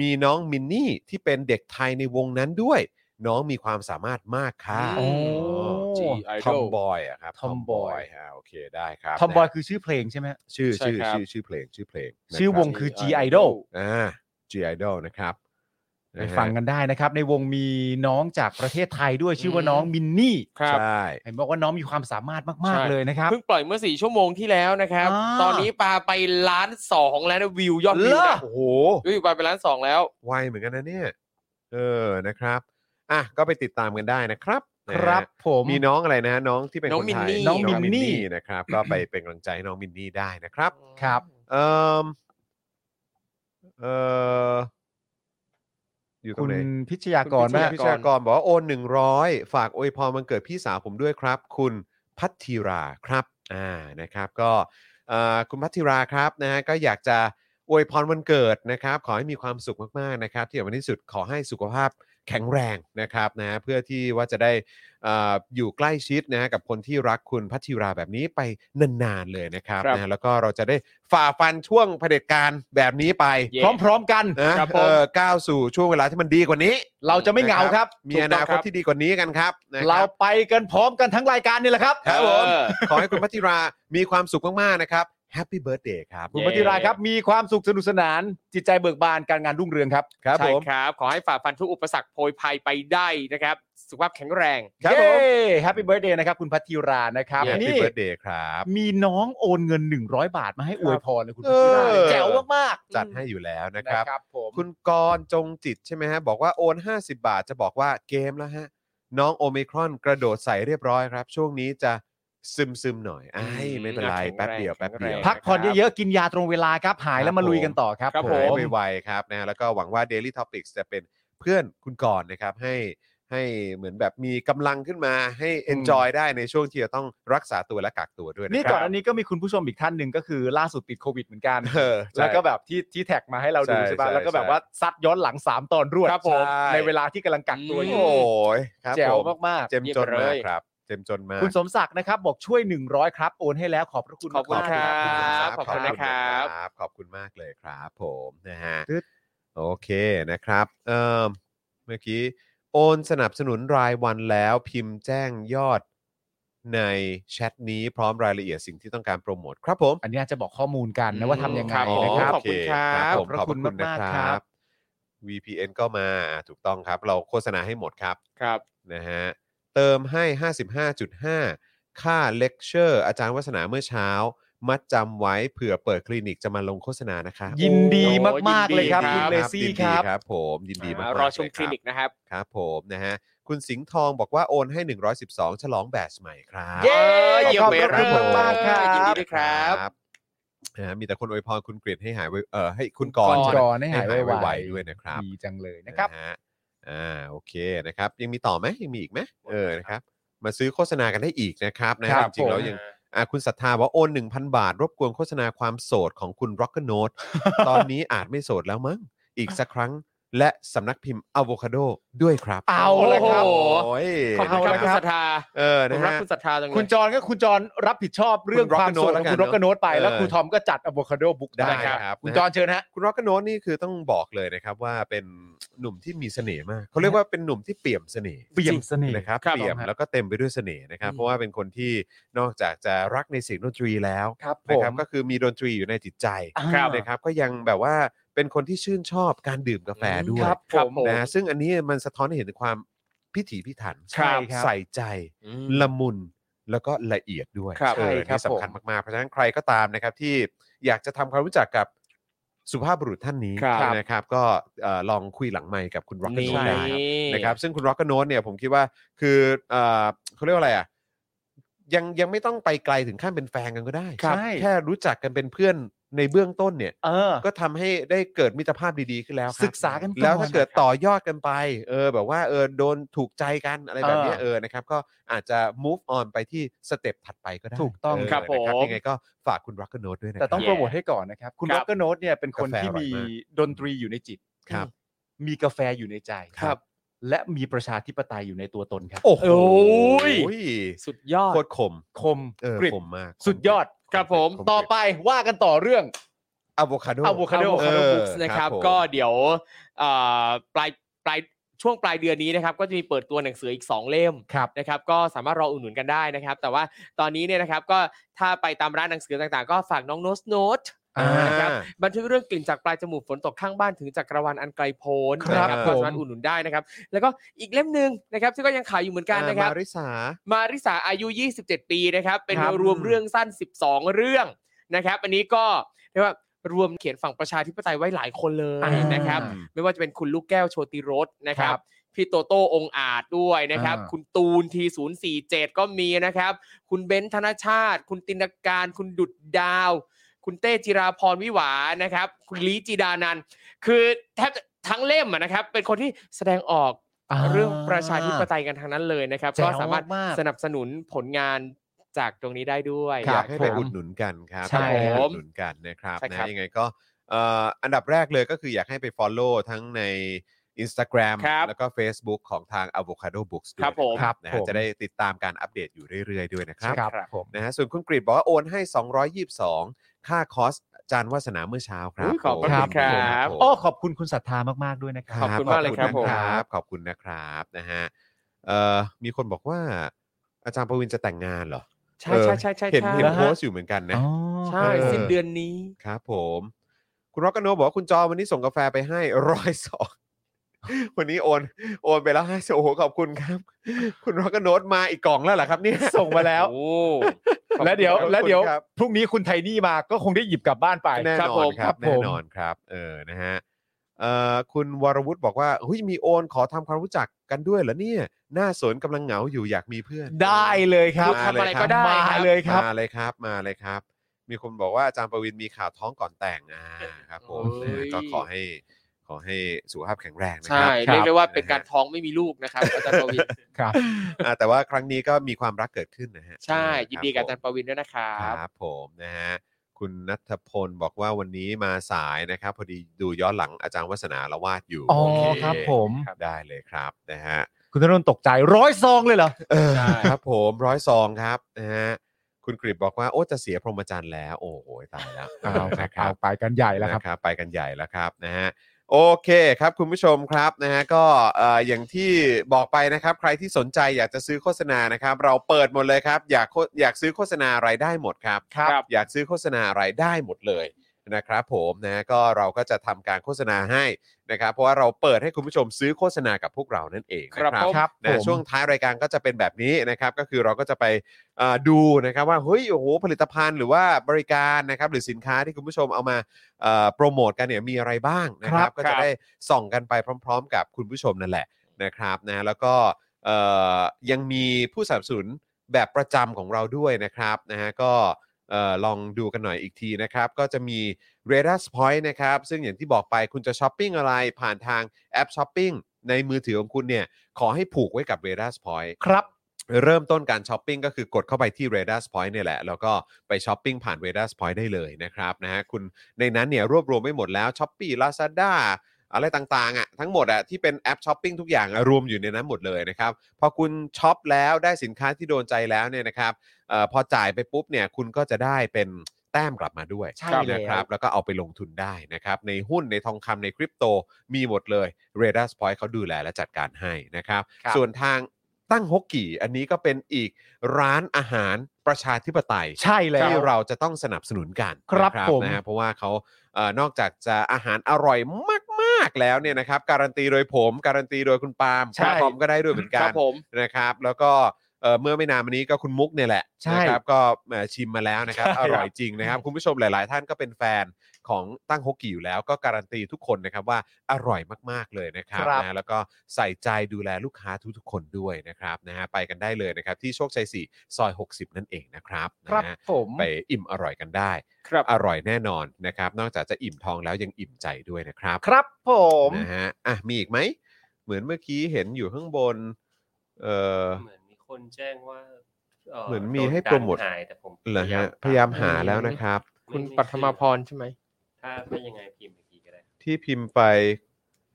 มีน้องมินนี่ที่เป็นเด็กไทยในวงนั้นด้วย น้องมีความสามารถมากค่ะ โอ้ โอ้ G ทอม Idol บอยอะครับ Tomboy อ่ะโอเคได้ครับ ทอมบอย นะ คือชื่อเพลงใช่ไหมฮะ ชื่อ ใช่ ชื่อ ครับ ชื่อชื่อเพลงชื่อเพลงนะครับ ชื่อวงคือ G Idol อ่า G Idol นะครับ ไปฟัง นะฮะ กันได้นะครับ ในวงมีน้องจากประเทศไทยด้วยชื่อว่า อืม น้องมินนี่ ครับ ใช่ เห็นบอกว่าน้องมีความสามารถมาก ใช่ ๆเลยนะครับ เพิ่งปล่อยเมื่อ 4 ชั่วโมงที่แล้วนะครับ อ่า ตอนนี้ปาไปล้านสองแล้วนะวิวยอดวิวนะ โอ้โห วิวปาไปล้านสองแล้ว ไวเหมือนกันนะเนี่ย เออ นะครับ อ่ะ ก็ไปติดตามกันได้นะครับ ครับ นะฮะ ผม มีน้องอะไรนะฮะน้องที่เป็น น้อง คไทย มินนี่ น้องมินนี่ นะครับ ก็ไปเป็นกำลังใจให้น้องมินนี่ได้นะครับ ครับ เอ่อเอ่ออยู่ตร คุ ง ณ ไหน พิชยากร คุณ นะ พิชยพิฮะชยากรบอกว่าโอนหนึ่งร้อยฝากอวยพรวันเกิดพี่สาวผมด้วยครับ คุณพัทธีราครับ อ่า นะครับ ก็เอ่อคุณพัทธีราครับนะฮะก็อยากจะอวยพรวันเกิดนะครับ ขอให้มีความสุขมากๆนะครับ ที่อย่างวันที่สุดขอให้สุขภาพแข็งแรงนะครับนะฮะเพื่อที่ว่าจะได้ เอ่ออยู่ใกล้ชิดนะฮะกับคนที่รักคุณพัทธิราแบบนี้ไปนานๆเลยนะครับ ครับ นะฮะแล้วก็เราจะได้ฝ่าฟันช่วงเผด็จการแบบนี้ไป เย้ พร้อมๆกัน นะครับ ผม เออก้าวสู่ช่วงเวลาที่มันดีกว่านี้ เราจะไม่เหงาครับ มีอนาคตที่ดีกว่านี้กันครับนะค เรา รับ ไปกันพร้อมกันทั้งรายการนี่แหละครับ ครับผม เออ ขอให้คุณพัทธิรามีความสุขมากๆนะครับแฮปปี้เบิร์ดเดย์ครับ คุณปฏิราครับมีความสุขสนุกสนาน จิตใจเบิกบานการงานรุ่งเรืองครับ ครับ ใช่ ผม ครับ ขอให้ฝ่าฟันทุกอุปสรรคโพยภัยไปได้นะครับ สุขภาพแข็งแรง ครับผม แฮปปี้เบิร์ดเดย์นะครับ คุณพัทธิรานะครับ แฮปปี้ นี่ เบิร์ดเดย์ครับ มีน้องโอนเงิน 100 บาทมาให้อวยพรเลยคุณพัทธิรา เออ แจ๋วมาก จัดให้อยู่แล้ว ๆ นะครั นะ บ ครับผม คุณกรณ์จงจิตใช่ไหมฮะ บอกว่าโอน 50 บาทจะบอกว่าเกมแล้วฮะ น้องโอมิครอนกระโดดใส่เรียบร้อยครับ ช่วงนี้จะซึมซึมๆหน่อยไอ้ย อืม ไม่เป็นไร แข็งแรง แป๊บเดียวแป๊บเดียว แข็งแรง พักผ่อน รับ เยอะๆ กินยาตรงเวลาครับ หายแล้วมาลุยกันต่อครับ ครับ หายไวๆครับนะแล้วก็หวังว่า Daily Topics จะเป็นเพื่อนคุณก่อนนะครับ ให้ ให้เหมือนแบบมีกำลังขึ้นมาให้ enjoy ได้ในช่วงที่จะต้องรักษาตัวและกักตัวด้วย นี่ นะค ก่ รั อบ นอันนี้ก็มีคุณผู้ชมอีกท่านหนึ่งก็คือล่าสุดติดโควิดเหมือนกัน เออใช่ แล้วก็แบบที่ที่แท็กมาให้เราดู ใช่ ใช่ป่ะ ใช่ แล้วก็แบบ ใช่ ว่าซัดย้อนหลัง 3 ตอนรวด ครับผม ใช่ในเวลาที่กำลังกักตัวอ โอ้ ยู่ โหครับ แจ๋ว ผม มาก เจมจนมากครับ เจมจนมาก ๆ คุณสมศักดิ์นะครับบอกช่วย 100 ครับ โอนให้แล้วขอบพระคุณ ขอบคุณ มากๆ ครับ ณสมศักดิ์ ขอบคุณขนะอบคุณครับ ขอบคุณมากเลยครับผมนะฮะ ตึ๊ด โอเคนะครับเอ่มเมื่อกี้โอนสนับสนุนรายวันแล้วพิมพ์แจ้งยอดในแชทนี้พร้อมรายละเอียดสิ่งที่ต้องการโปรโมทครับผม อันนี้อาจจะบอกข้อมูลกันนะว่าทำยังไง ครับผม นะค อ๋อ รับ โเ ข ผมขอบอบคุณครับพระคุณนะ มาก ค ๆครั รับ บ VPN ก็มาถูกต้องครับ เราโฆษณาให้หมดครับ ครับ นะฮะเติมให้ 55.5 ค่าเลคเชอร์ อาจารย์วัฒนาเมื่อเช้า มัดจำไว้เผื่อเปิดคลินิกจะมาลงโฆษณานะคะ ยินดี โอ้โห มาก ๆ เลยครับ ยินคุณดีครับ เลซี่ ยิน ค ดี รับ ครับ ผมยินดีมากๆ รอชม เย คลินิกนะครับ ครับ ผมนะฮะคุณสิงห์ทองบอกว่าโอนให้ 112 ฉลองแบตชใหม่ครับ เย้เยี่ยม ขอบ เว พระ ร คุณ อ มากๆครับ ยินดีด้วยครับ นะฮะมีแต่คนอวยพรคุณกรีดให้หายไวเออให้คุณกร คุณ ใช่ ก ไหม รให้หาย ให้หาย ไว ไวๆ ๆ ด้วยนะครับ ดีจังเลยนะครับ ฮอ่าโอเคนะครับ ยังมีต่อไหมยังมีอีกไหมเออนะครับ มาซื้อโฆษณากันได้อีกนะครับนะฮะ ครับ จริงๆ ผม แล้วยังอ่ะคุณศรัทธาบอกว่าโอน 1,000 บาท รบกวนโฆษณาความโสดของคุณ Rock n o t e ตอนนี้อาจไม่โสดแล้วมั้งอีกสักครั้งและสำนักพิมพ์ Avocado ด้วยครับ เอาละครับ โอ้ย ขอบคุณครับคุณศรัทธา เออ ผ นะ มรัก ฮะ คุณศรัทธาจังเลย คุณจอนก็คุณจอนรับผิดชอบเรื่อง คุณ ความโสด Rock ของ and คุ Roll ณร็อกโนตไป เออ แล้วครูทอมก็จัดอะโวคาโดบุ๊กได้ ได้ครับ คุณจอนเชิญฮะ คุณร็อกโนตนี่คือต้องบอกเลยนะครับว่าเป็นหนุ่มที่มีเสน่ห์มากเขาเรียกว่าเป็นหนุ่มที่เปี่ยมเสน่ห์ เปี่ยมเสน่ห์ นะครับ ครับ เปี่ยม ผมฮะ แล้วก็เต็มไปด้วยเสน่ห์นะครับ อืม เพราะว่าเป็นคนที่นอกจากจะรักในเสียงดนตรีแล้ว ครับผ นะ ม ครับก็คือมีดนตรีอยู่ในจิตใจ อ่า ครับ นะครับก็ยังแบบว่าเป็นคนที่ชื่นชอบการดื่มกาแฟด้วย ครับ ครับ ผม นะฮะซึ่งอันนี้มันสะท้อนให้เห็นถึงความพิถีพิถัน ใช่ครับ ใส่ใจ อืม ละมุนแล้วก็ละเอียดด้วย ครับ เออ ใช่ครับ นี่สำคัญ ผม มากๆ เพราะฉะนั้นใครก็ตามนะครับที่อยากจะทำความรู้จักกับสุภาพบุรุษท่านนี้ ครับ นะครับ ก็เอ่อลองคุยหลังไมค์กับคุณร็อกเกอ นี่ ร์ได้ นะครับซึ่งคุณร็อกก n โนตเนี่ยผมคิดว่าคือเอ่อเขาเรียกว่าอะไรอ่ะยังยังไม่ต้องไปไกลถึงขั้นเป็นแฟนกันก็ได้ ครับ แค่รู้จักกันเป็นเพื่อนในเบื้องต้นเนี่ย เออ ก็ทำให้ได้เกิดมิตรภาพดีๆขึ้นแล้วครับ ศึกษากันก่อน แล้วถ้าเกิดต่อยอดกันไปเออแบบว่าเออโดนถูกใจกันอะไรแบบเนี้ย เออ เออนะครับก็อาจจะ move on ไปที่สเต็ปถัดไปก็ได้ ถูกต้องครับเนะ ผม ยังไงก็ฝากคุณร็อกก n โนตด้วยนะค แต่ รับ ต้องโปรโมทให้ก่อนนะครับ คุณ ครั ร็ บ อกเกอร์โนตเนี่ยเป็นคนที่ กาแฟอร่อย มี มาก ดนตรีอยู่ในจิต ครับ มีกาแฟอยู่ในใจ ครับ และมีประชาธิปไตยอยู่ในตัวตนครับ โอ้โห โอ้ย สุดยอด โคตรคม คม เออก ริบ คมมาก สุดยอด ครับผม คกริบ ต่อไปว่ากันต่อเรื่อง อะโวคาโด Avocado เอ Avocado อ Books นะครับ ผม ก็เดี๋ยวเอ่อปลายปลายช่วงปลายเดือนนี้นะครับก็จะมีเปิดตัวหนังสืออีก 2 เล่ม ครับ นะครับก็สามารถรออุดหนุนกันได้นะครับ แต่ว่าตอนนี้เนี่ยนะครับก็ถ้าไปตามร้านหนังสือต่างๆ ก็ฝากน้องโนสโนต อ่า นะครับบันทึกเรื่องกลิ่นจากปลายจมูกฝนตกข้างบ้านถึงจักรวาลอันไกลโพ้น ครับ นะ ผมก็สามารถอุดหนุนได้นะครับ แล้วก็อีกเล่มหนึ่งนะครับซึ่งก็ยังขายอยู่เหมือนกันนะครับ อ่มาริสา มาริสาอายุ 27 ปีนะครับ เป็น ครับ รวมเรื่องสั้น 12 เรื่องนะครับ อันนี้ก็เรียกว่ารวมเขียนฝั่งประชาธิปไตยไว้หลายคนเลย อ่าน นะครับ ไม่ว่าจะเป็นคุณลูกแก้วโชติรสนะครับ ครับ พี่โตโต้องค์อาจด้วยนะครับ อ่า คุณตูนทีศูนย์สี่เจ็ดก็มีนะครับ คุณเบนซ์ธนชาติ คุณตินการ คุณดุดดาว คุณเต้จิราพรวิหวานะครับ คุณลีจีดานันท์คือแทบจะทั้งเล่มอะนะครับ เป็นคนที่แสดงออก เรื่องประชาธิปไตยกันทางนั้นเลยนะครับ แจ๋ว ก็สามารถ มากๆ สนับสนุนผลงานจากตรงนี้ได้ด้วย ค อ รั ยา บ กให้ไป ผม อุดหนุนกันครับ ใช่ อยากให้ไป ครับ อุดหนุนกันนะครับ ใช่ครั นะ บ ยังไงก็เอ่ออันดับแรกเลยก็คืออยากให้ไป Follow ทั้งใน Instagram ครับ แล้วก็ Facebook ของทาง Avocado Books ด้วย ครับผม นะครับนะ ครั ฮะ บผม จะได้ติดตามการอัปเดตอยู่เรื่อยๆด้วยนะครับ ครับผม นะฮะส่วนคุณกรีดบอกว่าโอนให้ 222 ค่าคอร์สจานวาสนาเมื่อเช้าครับ อุ๊ยขอบพระ ผม คุณครับ ผม โอ้ขอบคุณคุณศรัทธามาก ๆ ด้วยนะครั รั บบ ขอณมากเลยครับผม ขอณนะขอบคุณนะครับนะฮะเอ่อมีคนบอกว่า อาจารย์ประวินจะแต่งงานเหรอ ใช่ เออ ใช่ใช่ใช่ เห็นเห็น ใช่ โพสต์อยู่เหมือนกันนะ อ๋อ ใช่ เออ สิ้นเดือนนี้ ครับผม คุณร็อกกนโนบอกว่าคุณจอวันนี้ส่งกาแฟไปให้ร้อยสอง (laughs) วันนี้โอน โอนไปแล้วห้าสิบโอ้โหขอบคุณครับ คุณร็อกกนโนมาอีกกล่องแล้วเหรอครับเนี่ย ส่งมาแล้ว โอ้ แล้วเดี๋ยว ขอบคุณ แล้วเดี๋ยว ครับ พรุ่งนี้คุณไทนี่มาก็คงได้หยิบกลับบ้านไป แน่น ครับ อนผม ครับ ครั แน่ บผม นอนครับ เออนะฮะเอ่อคุณวรวุฒิบอกว่าเฮ้ยมีโอนขอทำความรู้จักกันด้วยเหรอเนี่ยหน้าสนกำลังเหงาอยู่อยากมีเพื่อน ได้เลยครับ คือทำอะไรก็ได้ มา ครับ เลยครับ มาเลยครับมาเลยครับ มีคนบอกว่าอาจารย์ประวินมีข่าวท้องก่อนแต่งอ่าครับผม โอ้ย นะก็ขอให้ ขอให้สุขภาพแข็งแรงนะค ใช่ รั เรียกได้ว่าเป็นการท้องไม่มีลูกนะครับอาจารย์ประวิน ครับ อ่าแต่ว่าครั้งนี้ก็มีความรักเกิดขึ้นนะฮะ ใช่ยินดีกับอา ค จา รับรย์ประวินด้วยนะครั ผม บ ครับผมนะฮะคุณนัทพลบอกว่าวันนี้มาสายนะครับ พอดีดูย้อนหลังอาจารย์วัฒนาละวาดอยู่ อ๋อ โเ ครับผม ได้เลยครับนะฮะ คุณธนนท์ตกใจร้อยซองเลยเหรอ เออ ใช่ ครับผมร้อยซองครับนะฮะคุณกริบบอกว่า โอ้จะเสียพรหมจรรย์แล้ว โอ้โหตายแล้ว เอา (laughs) นะค เอา รับ ไปกันใหญ่แล้วครับ นะครับ ไปกันใหญ่แล้วครับนะฮะโอเคครับ คุณผู้ชมครับนะฮะก็เอ่ออย่างที่บอกไปนะครับ ใครที่สนใจอยากจะซื้อโฆษณานะครับ เราเปิดหมดเลยครับ อยากโฆอยากซื้อโฆษณาอะไรได้หมดครับ ครับ อยากซื้อโฆษณาอะไรได้หมดเลยนะครับผมนะก็เราก็จะทำการโฆษณาให้นะครับ เพราะว่าเราเปิดให้คุณผู้ชมซื้อโฆษณากับพวกเรานั่นเองนะ ครับผม ครับผ นะ ม ช่วงท้ายรายการก็จะเป็นแบบนี้นะครับ ก็คือเราก็จะไปเอ่อดูนะครับว่าเฮ้ยโอ้โหผลิตภัณฑ์หรือว่าบริการนะครับหรือสินค้าที่คุณผู้ชมเอามาเอ่อโปรโมทกันเนี่ยมีอะไรบ้างนะครั ครับ บ ก็จะได้ส่องกันไปพร้อม ๆ กับคุณผู้ชมนั่นแหละนะครับนะแล้วก็เอ่อยังมีผู้สนับสนุนแบบประจำของเราด้วยนะครับนะฮะก็เอ่อลองดูกันหน่อยอีกทีนะครับ ก็จะมี r a d a r Point นะครับ ซึ่งอย่างที่บอกไปคุณจะช้อปปิ้งอะไรผ่านทางแอปช้อปปิ้งในมือถือของคุณเนี่ย ขอให้ผูกไว้กับ r a d a r Point ครับ เริ่มต้นการช้อปปิ้งก็คือกดเข้าไปที่ r a d a r Point เนี่ยแหละ แล้วก็ไปช้อปปิ้งผ่าน r a d a r Point ได้เลยนะครับนะฮะคุณในนั้นเนี่ยรวบรวมไว้หมดแล้ว s h อ p e e Lazada อะไรต่างๆอ่ะทั้งหมดอ่ะที่เป็นแอปช้อปปิ้งทุกอย่างอะรวมอยู่ในนั้นหมดเลยนะครับ พอคุณช็อปแล้วได้สินค้าที่โดนใจแล้วเนี่ยนะครับเออพอจ่ายไปปุ๊บเนี่ยคุณก็จะได้เป็นแต้มกลับมาด้วย ใช่แล้ว นะครับแล้วก็เอาไปลงทุนได้นะครับในหุ้นในทองคำในคริปโตมีหมดเลย r a d a r Point เขาดูแลและจัดการให้นะครับ ครับ ส่วนทางตั้งฮกกี่อันนี้ก็เป็นอีกร้านอาหารประชาธิปไตย ใช่แล้ว ที่เราจะต้องสนับสนุนกัน ครับ นะ ผม นะฮะเพราะว่าเขาเออนอกจากจะอาหารอร่อยมากๆแล้วเนี่ยนะครับ การันตีโดยผมการันตีโดยคุณปาล์มคุใช่ณปอมก็ได้ด้วยเหมือน ค กั รั น บผม นะครับ แล้วก็เอ่อเมื่อไม่นานมานี้ก็คุณมุกเนี่ยแหละ ใช่ นะครับก็เอ่อชิมมาแล้วนะครับ ใช่ อร่อยจริงนะครับ คุณผู้ชมหลาย ๆ ท่านก็เป็นแฟนของตั้งฮกกี่อยู่แล้ว ก็การันตีทุกคนนะครับว่าอร่อยมากๆเลยนะครับ ครับ นะแล้วก็ใส่ใจดูแลลูกค้าทุกๆ คนด้วยนะครับนะฮะไปกันได้เลยนะครับที่โชคชัย4ซอย 60 นั่นเองนะครับ ครับ นะฮะ ผม ไปอิ่มอร่อยกันได้ ครับ อร่อยแน่นอนนะครับ นอกจากจะอิ่มท้องแล้วยังอิ่มใจด้วยนะครับ ครับผม นะฮะอ่ะมีอีกไหม เหมือนเมื่อกี้เห็นอยู่ข้างบน เออ เหมือนมีคนแจ้งว่า เหมือนมีให้โปรโมท นหายแต่ผม เหรอฮะพยายามหาแล้วนะครับ คุณปัทมาพรใช่ไหม ถ้าไม่ยังไงพิมพ์อีกทีก็ได้ ที่พิมพ์ไป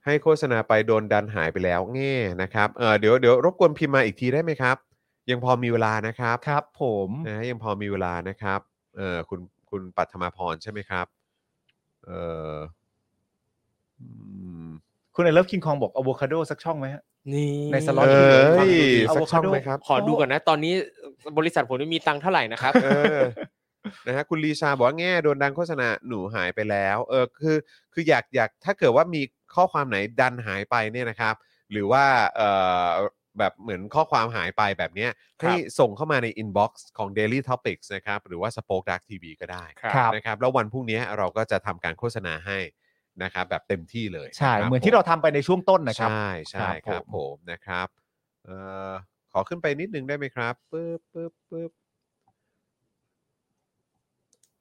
ให้โฆษณาไปโดนดันหายไปแล้วแง่นะครับเออเดี๋ยวเดี๋ยวรบกวนพิมพ์มาอีกทีได้ไหมครับ ยังพอมีเวลานะครับ ครับผม นะฮะยังพอมีเวลานะครับเออคุณคุณปัทมาพรใช่ไหมครับเอออืม คุณไอเลิฟคิงคองบอกอะโวคาโดสักช่องไหมฮะ นี่ ในสล็อต เอ้ย เอา สัก อะ ช่ คา อง โด ไหมครับ ขอดูก่อนนะ ตอนนี้บริษัทผมไม่มีตังค์เท่าไหร่นะครับ เออนะฮะคุณลีชาบอกว่าแง่โดนดันโฆษณาหนูหายไปแล้ว เออคือคืออยากอยากถ้าเกิดว่ามีข้อความไหนดันหายไปเนี่ยนะครับ หรือว่าเออแบบเหมือนข้อความหายไปแบบเนี้ย ครับ ให้ส่งเข้ามาในอินบ็อกซ์ของ Daily Topics นะครับ หรือว่า Spoke Dark TV ก็ได้ ครับ นะครับ แล้ววันพรุ่งนี้เราก็จะทำการโฆษณาให้นะครับ แบบเต็มที่เลย ใช่ คบ เหมือน ผ ที่เราทำไปในช่วงต้นนะครับ ใช่ใช่ค ครั รับบผ ผม นะครับเอ่อขอขึ้นไปนิดนึงได้ไหมครับปึ๊บปึ๊บปึ๊บ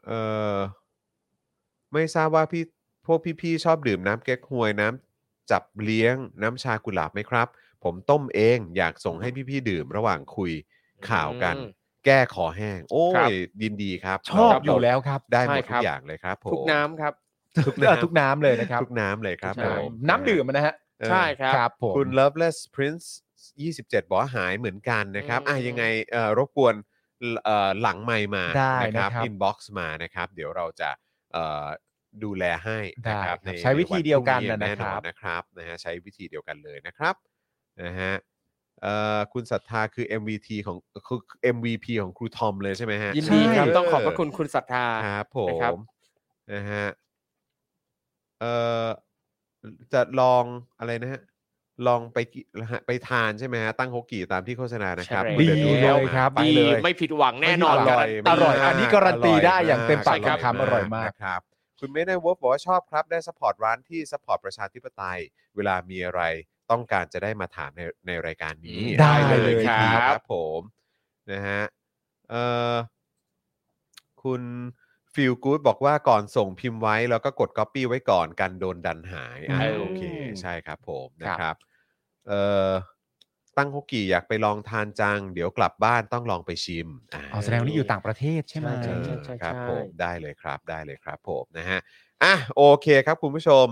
เอ่อไม่ทราบว่าพี่พวกพี่ๆชอบดื่มน้ำเก๊กฮวยน้ำจับเลี้ยงน้ำชากุหลาบไหมครับ ผมต้มเองอยากส่งให้พี่ๆดื่มระหว่างคุยข่าวกัน อืม แก้คอแห้ง โอ้ ครั ย บ ยินดีครับ ชอบ เรา อยู่แล้วครับ ได้หม ใช่ ด ค ทุ รับ กอย่างเลยครับผม ทุกน้ำครับ ทุก เออ น้ำ ทุกน้ำเลยนะครับ ทุกน้ำเลยครับ ใช่ ผม น้ำดื่มอะนะฮะ เออ ใช่ครับ ครับผม คุณ Loveless Prince 27 บอกว่าหายเหมือนกันนะครับ อ่ะ อืม ยังไงเอ่อรบกวนเอ่อหลังไมค์มา ได้ นะครับ นะครับ inbox มานะครับ เดี๋ยวเราจะเอ่อดูแลให้นะครับ ได้ครับใช้วิธีเดียวกันน่ะ ใวัพรุ่ง นะครับ แอนะครับนะฮะใช้วิธีเดียวกันเลยนะครับนะฮะเอ่อคุณศรัทธาคือ MVT ของคือ MVP ของครูทอมเลยใช่ไหมฮะ ยินดีครับ ใช่ ต้องขอบพระคุณคุณศรัทธา ครับผ นะครับ มนะฮะเอ่อจะลองอะไรนะฮะลองไปกิไปทานใช่ไหมฮะตั้งฮกกี่ตามที่โฆษณานะครับ ใช่ คุณดี๋ว ดีเลยครับ ไป ดี เลย ไม่ผิดหวังแน่นอน อ ค ร่ รั อบ ย อร่อยอันนี้การันตีได้อย่างเต็มปาใช่กเต็มคำอร่อยมาก นะครับ คุณไม่ได้วอฟบอกว่าชอบครับ ได้สปอร์ตร้านที่สปอร์ตประชาธิปไตย เวลามีอะไรต้องการจะได้มาถามในในรายการนี้ ได้ เลยครับ ครับผมนะฮะเอ่อคุณ ฟิลกู๊ดบอกว่าก่อนส่งพิมพ์ไว้แล้วก็กด Copy ไว้ก่อนกันโดนดันหายอ่า อืม โอเค ใช่ครับผมนะ ค ครับ รับเอ่อตั้งฮกกี้อยากไปลองทานจัง เดี๋ยวกลับบ้านต้องลองไปชิมา อ๋อแสดงว่านี่อยู่ต่างประเทศใช่ไหม เอ ใช่ อ ใช่ ครับผมได้เลยครับได้เลยครับผมนะฮะอ่ะโอเคครับคุณผู้ชม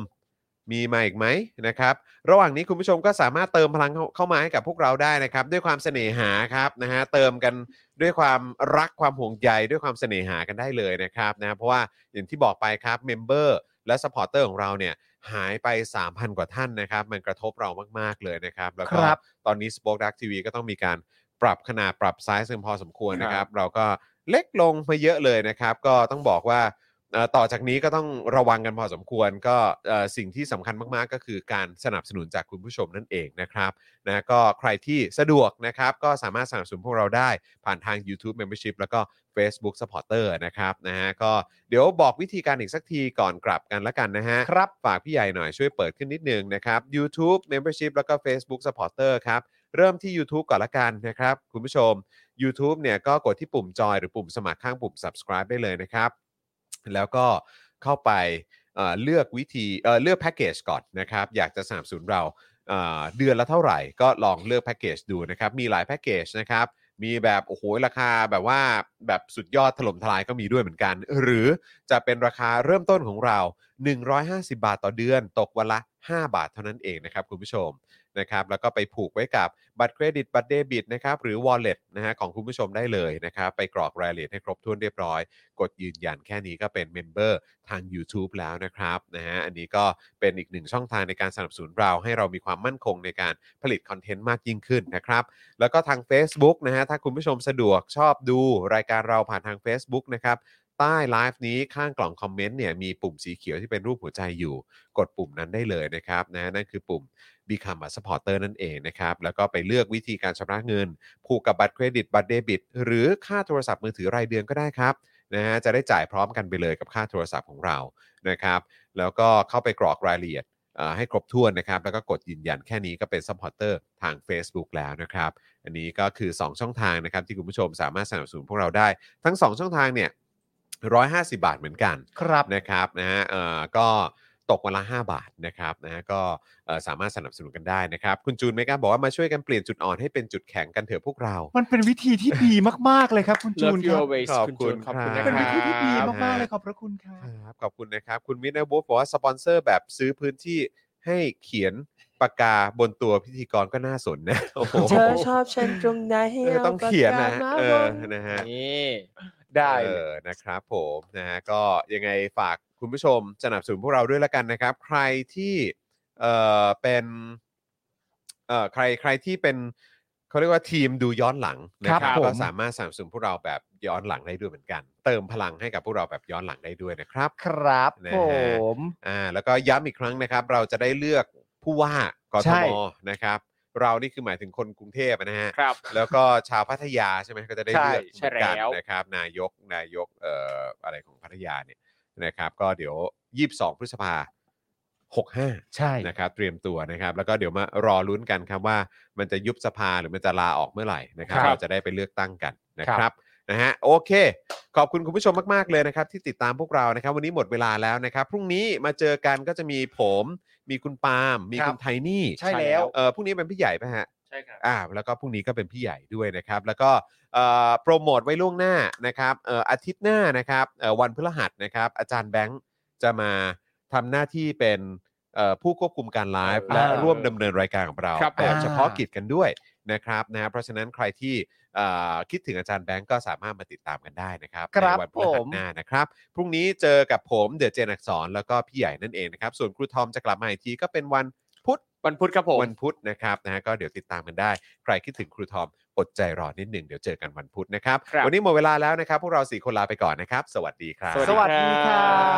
มีมาอีกไหมนะครับ ระหว่างนี้คุณผู้ชมก็สามารถเติมพลังเข้าเข้ามาให้กับพวกเราได้นะครับ ด้วยความเสน่หาครับนะฮะเติมกันด้วยความรักความห่วงใยด้วยความเสน่หากันได้เลยนะครับนะเพราะว่าอย่างที่บอกไปครับเมมเบอร์และสปอร์เตอร์ของเราเนี่ยหายไป 3,000 กว่าท่านนะครับ มันกระทบเรามาก ๆ เลยนะครับแล้วก็ ครับ ตอนนี้ Spoke Dark TV ก็ต้องมีการปรับขนาดปรับไซส์กันพอสมควรนะครับ เราก็เล็กลงมาเยอะเลยนะครับ ก็ต้องบอกว่า เอ่อต่อจากนี้ก็ต้องระวังกันพอสมควรก็เอ่อสิ่งที่สำคัญมากๆ ก็คือการสนับสนุนจากคุณผู้ชมนั่นเองนะครับนะก็ใครที่สะดวกนะครับ ก็สามารถสนับสนุนพวกเราได้ผ่านทาง YouTube Membership แล้วก็ Facebook Supporter นะครับนะฮะก็เดี๋ยวบอกวิธีการอีกสักทีก่อนกลับกันละกันนะฮะครับฝากพี่ใหญ่หน่อยช่วยเปิดขึ้นนิดนึงนะครับ YouTube Membership แล้วก็ Facebook Supporter ครับ เริ่มที่ YouTube ก่อนละกันนะครับ คุณผู้ชม YouTube เนี่ยก็กดที่ปุ่มจอยหรือปุ่มสมัครข้างปุ่ม subscribe ได้เลยนะครับ แล้วก็เข้าไปเอ่อเลือกวิธีเอ่อเลือกแพ็กเกจก่อนนะครับ อยากจะสนับสนุนเราเอ่อเดือนละเท่าไหร่ก็ลองเลือกแพ็กเกจดูนะครับ มีหลายแพ็กเกจนะครับ มีแบบโอ้โหราคาแบบว่าแบบสุดยอดถล่มทลายก็มีด้วยเหมือนกัน หรือจะเป็นราคาเริ่มต้นของเรา 150 บาทต่อเดือน ตกวันละ 5 บาทเท่านั้นเองนะครับคุณผู้ชม นะครับแล้วก็ไปผูกไว้กับบัตรเครดิตบัตรเดบิตนะครับหรือ wallet นะฮะของคุณผู้ชมได้เลยนะครับไปกรอกรายละเอียดให้ครบถ้วนเรียบร้อย กดยืนยันแค่นี้ก็เป็นเมมเบอร์ทาง YouTube แล้วนะครับนะฮะอันนี้ก็เป็นอีกหนึ่งช่องทางในการสนับสนุนเรา ให้เรามีความมั่นคงในการผลิตคอนเทนต์มากยิ่งขึ้นนะครับ แล้วก็ทาง Facebook นะฮะถ้าคุณผู้ชมสะดวกชอบดูรายการเราผ่านทาง Facebook นะครับใต้ไลฟ์นี้ข้างกล่องคอมเมนต์เนี่ยมีปุ่มสีเขียวที่เป็นรูปหัวใจอยู่ กดปุ่มนั้นได้เลยนะครับนะฮะนั่นคือปุ่ม Become a supporter นั่นเองนะครับ แล้วก็ไปเลือกวิธีการชำระเงิน ผูกกับบัตรเครดิต บัตรเดบิต หรือค่าโทรศัพท์มือถือรายเดือนก็ได้ครับนะฮะจะได้จ่ายพร้อมกันไปเลยกับค่าโทรศัพท์ของเรานะครับ แล้วก็เข้าไปกรอกรายละเอียดเอ่อให้ครบถ้วนนะครับ แล้วก็กดยืนยันแค่นี้ก็เป็น supporter ทาง Facebook แล้วนะครับ อันนี้ก็คือ 2 ช่องทางนะครับ ที่คุณผู้ชมสามารถสนับสนุนพวกเราได้ ทั้ง 2 ช่องทางเนี่ย150 บาทเหมือนกัน ครับ นะครับนะฮะเอ่อก็ตกวันละ 5 บาทนะครับนะฮะก็เอ่อสามารถสนับสนุนกันได้นะครับ คุณจูนเมกาบอกว่ามาช่วยกันเปลี่ยนจุดอ่อนให้เป็นจุดแข็งกันเถอะพวกเรา มันเป็นวิธีที่ดีมากๆเลยครับ คุณจู Love น you ครับ always ขอบ คุณ คุ จู ณ นขอบคุณ ครั นะ บ ค เป็นวิ รั ธีที่ดี บ มากๆเลยขอบพระคุณครับ ครับขอบคุณนะครับ คุณมิเนอร์บุ๊บอกว่าสปอนเซอร์แบบซื้อพื้นที่ให้เขียนปากกาบนตัวพิธีกรก็น่าสนนะโอ้โห เธอชอบฉันตรงไหนให้ เออ เอา ต้องเขียนนะ ปากกามา เอ ว อง นะฮะ นี่ ได้ เอ เลย อนะครับผมนะฮะก็ยังไงฝากคุณผู้ชมสนับสนุนพวกเราด้วยละกันนะครับ ใครที่เอ่อเป็นเอ่อใครใครที่เป็นเขาเรียกว่าทีมดูย้อนหลังนะครับ ครับผม ก็สามารถสนับสนุนพวกเราแบบย้อนหลังได้ด้วยเหมือนกัน เติมพลังให้กับพวกเราแบบย้อนหลังได้ด้วยนะครับ ครับ นะฮะ ผม อ่าแล้วก็ย้ำอีกครั้งนะครับ เราจะได้เลือกผู้ว่ากท ใช่ มนะครับ เรานี่คือหมายถึงคนกรุงเทพนะฮะ ครับ แล้วก็ชาวพัทยาใช่ไหมก็จะได้เลือก ใช่ เหมือนกัน ใช่แล้ว นะครับ นายกนายกเอ่ออะไรของพัทยาเนี่ยนะครับ ก็เดี๋ยว 22 พฤษภา65 ใช่ นะครับเตรียมตัวนะครับ แล้วก็เดี๋ยวมารอลุ้นกันครับว่า มันจะยุบสภาหรือมันจะลาออกเมื่อไหร่นะครับ ครับ เราจะได้ไปเลือกตั้งกันนะครับนะฮะโอเค ขอบคุณคุณผู้ชมมากๆเลยนะครับ ที่ติดตามพวกเรานะครับ วันนี้หมดเวลาแล้วนะครับ พรุ่งนี้มาเจอกันก็จะมีผม มีคุณปาล์มมีคุณไทนี่ ใช่แล้ว เออพรุ่งนี้เป็นพี่ใหญ่ป่ะฮะ ใช่ครับ อ่าแล้วก็พรุ่งนี้ก็เป็นพี่ใหญ่ด้วยนะครับ แล้วก็เอ่อโปรโมทไว้ล่วงหน้านะครับเอ่ออาทิตย์หน้านะครับเอ่อวันพฤหัสนะครับ อาจารย์แบงค์จะมาทำหน้าที่เป็นเอ่อผู้ควบคุมการไลฟ์ อ่า และร่วมดำเนินรายการของเรา ครับ แบบ อ่า เฉพาะกิจกันด้วยนะครับนะเพราะฉะนั้นใครที่เอ่อคิดถึงอาจารย์แบงค์ก็สามารถมาติดตามกันได้นะครับ ครับ ในวัพฤหัสหน้านะครับ พรุ่งนี้เจอกับผมเดอะเจนอักสอนแล้วก็พี่ใหญ่นั่นเองนะครับส่วนครูทอมจะกลับมาอีกทีก็เป็นวันพุธ วันพุธครับผม วันพุธนะครับนะฮะก็เดี๋ยวติดตามกันได้ ใครคิดถึงครูทอมอดใจรอนิดหนึ่งเดี๋ยวเจอกันวันพุธนะครับ ครับ วันนี้หมดเวลาแล้วนะครับ พวกเราสี่คนลาไปก่อนนะครับ สวัสดีครับ สวัสดี สวัสดีครับ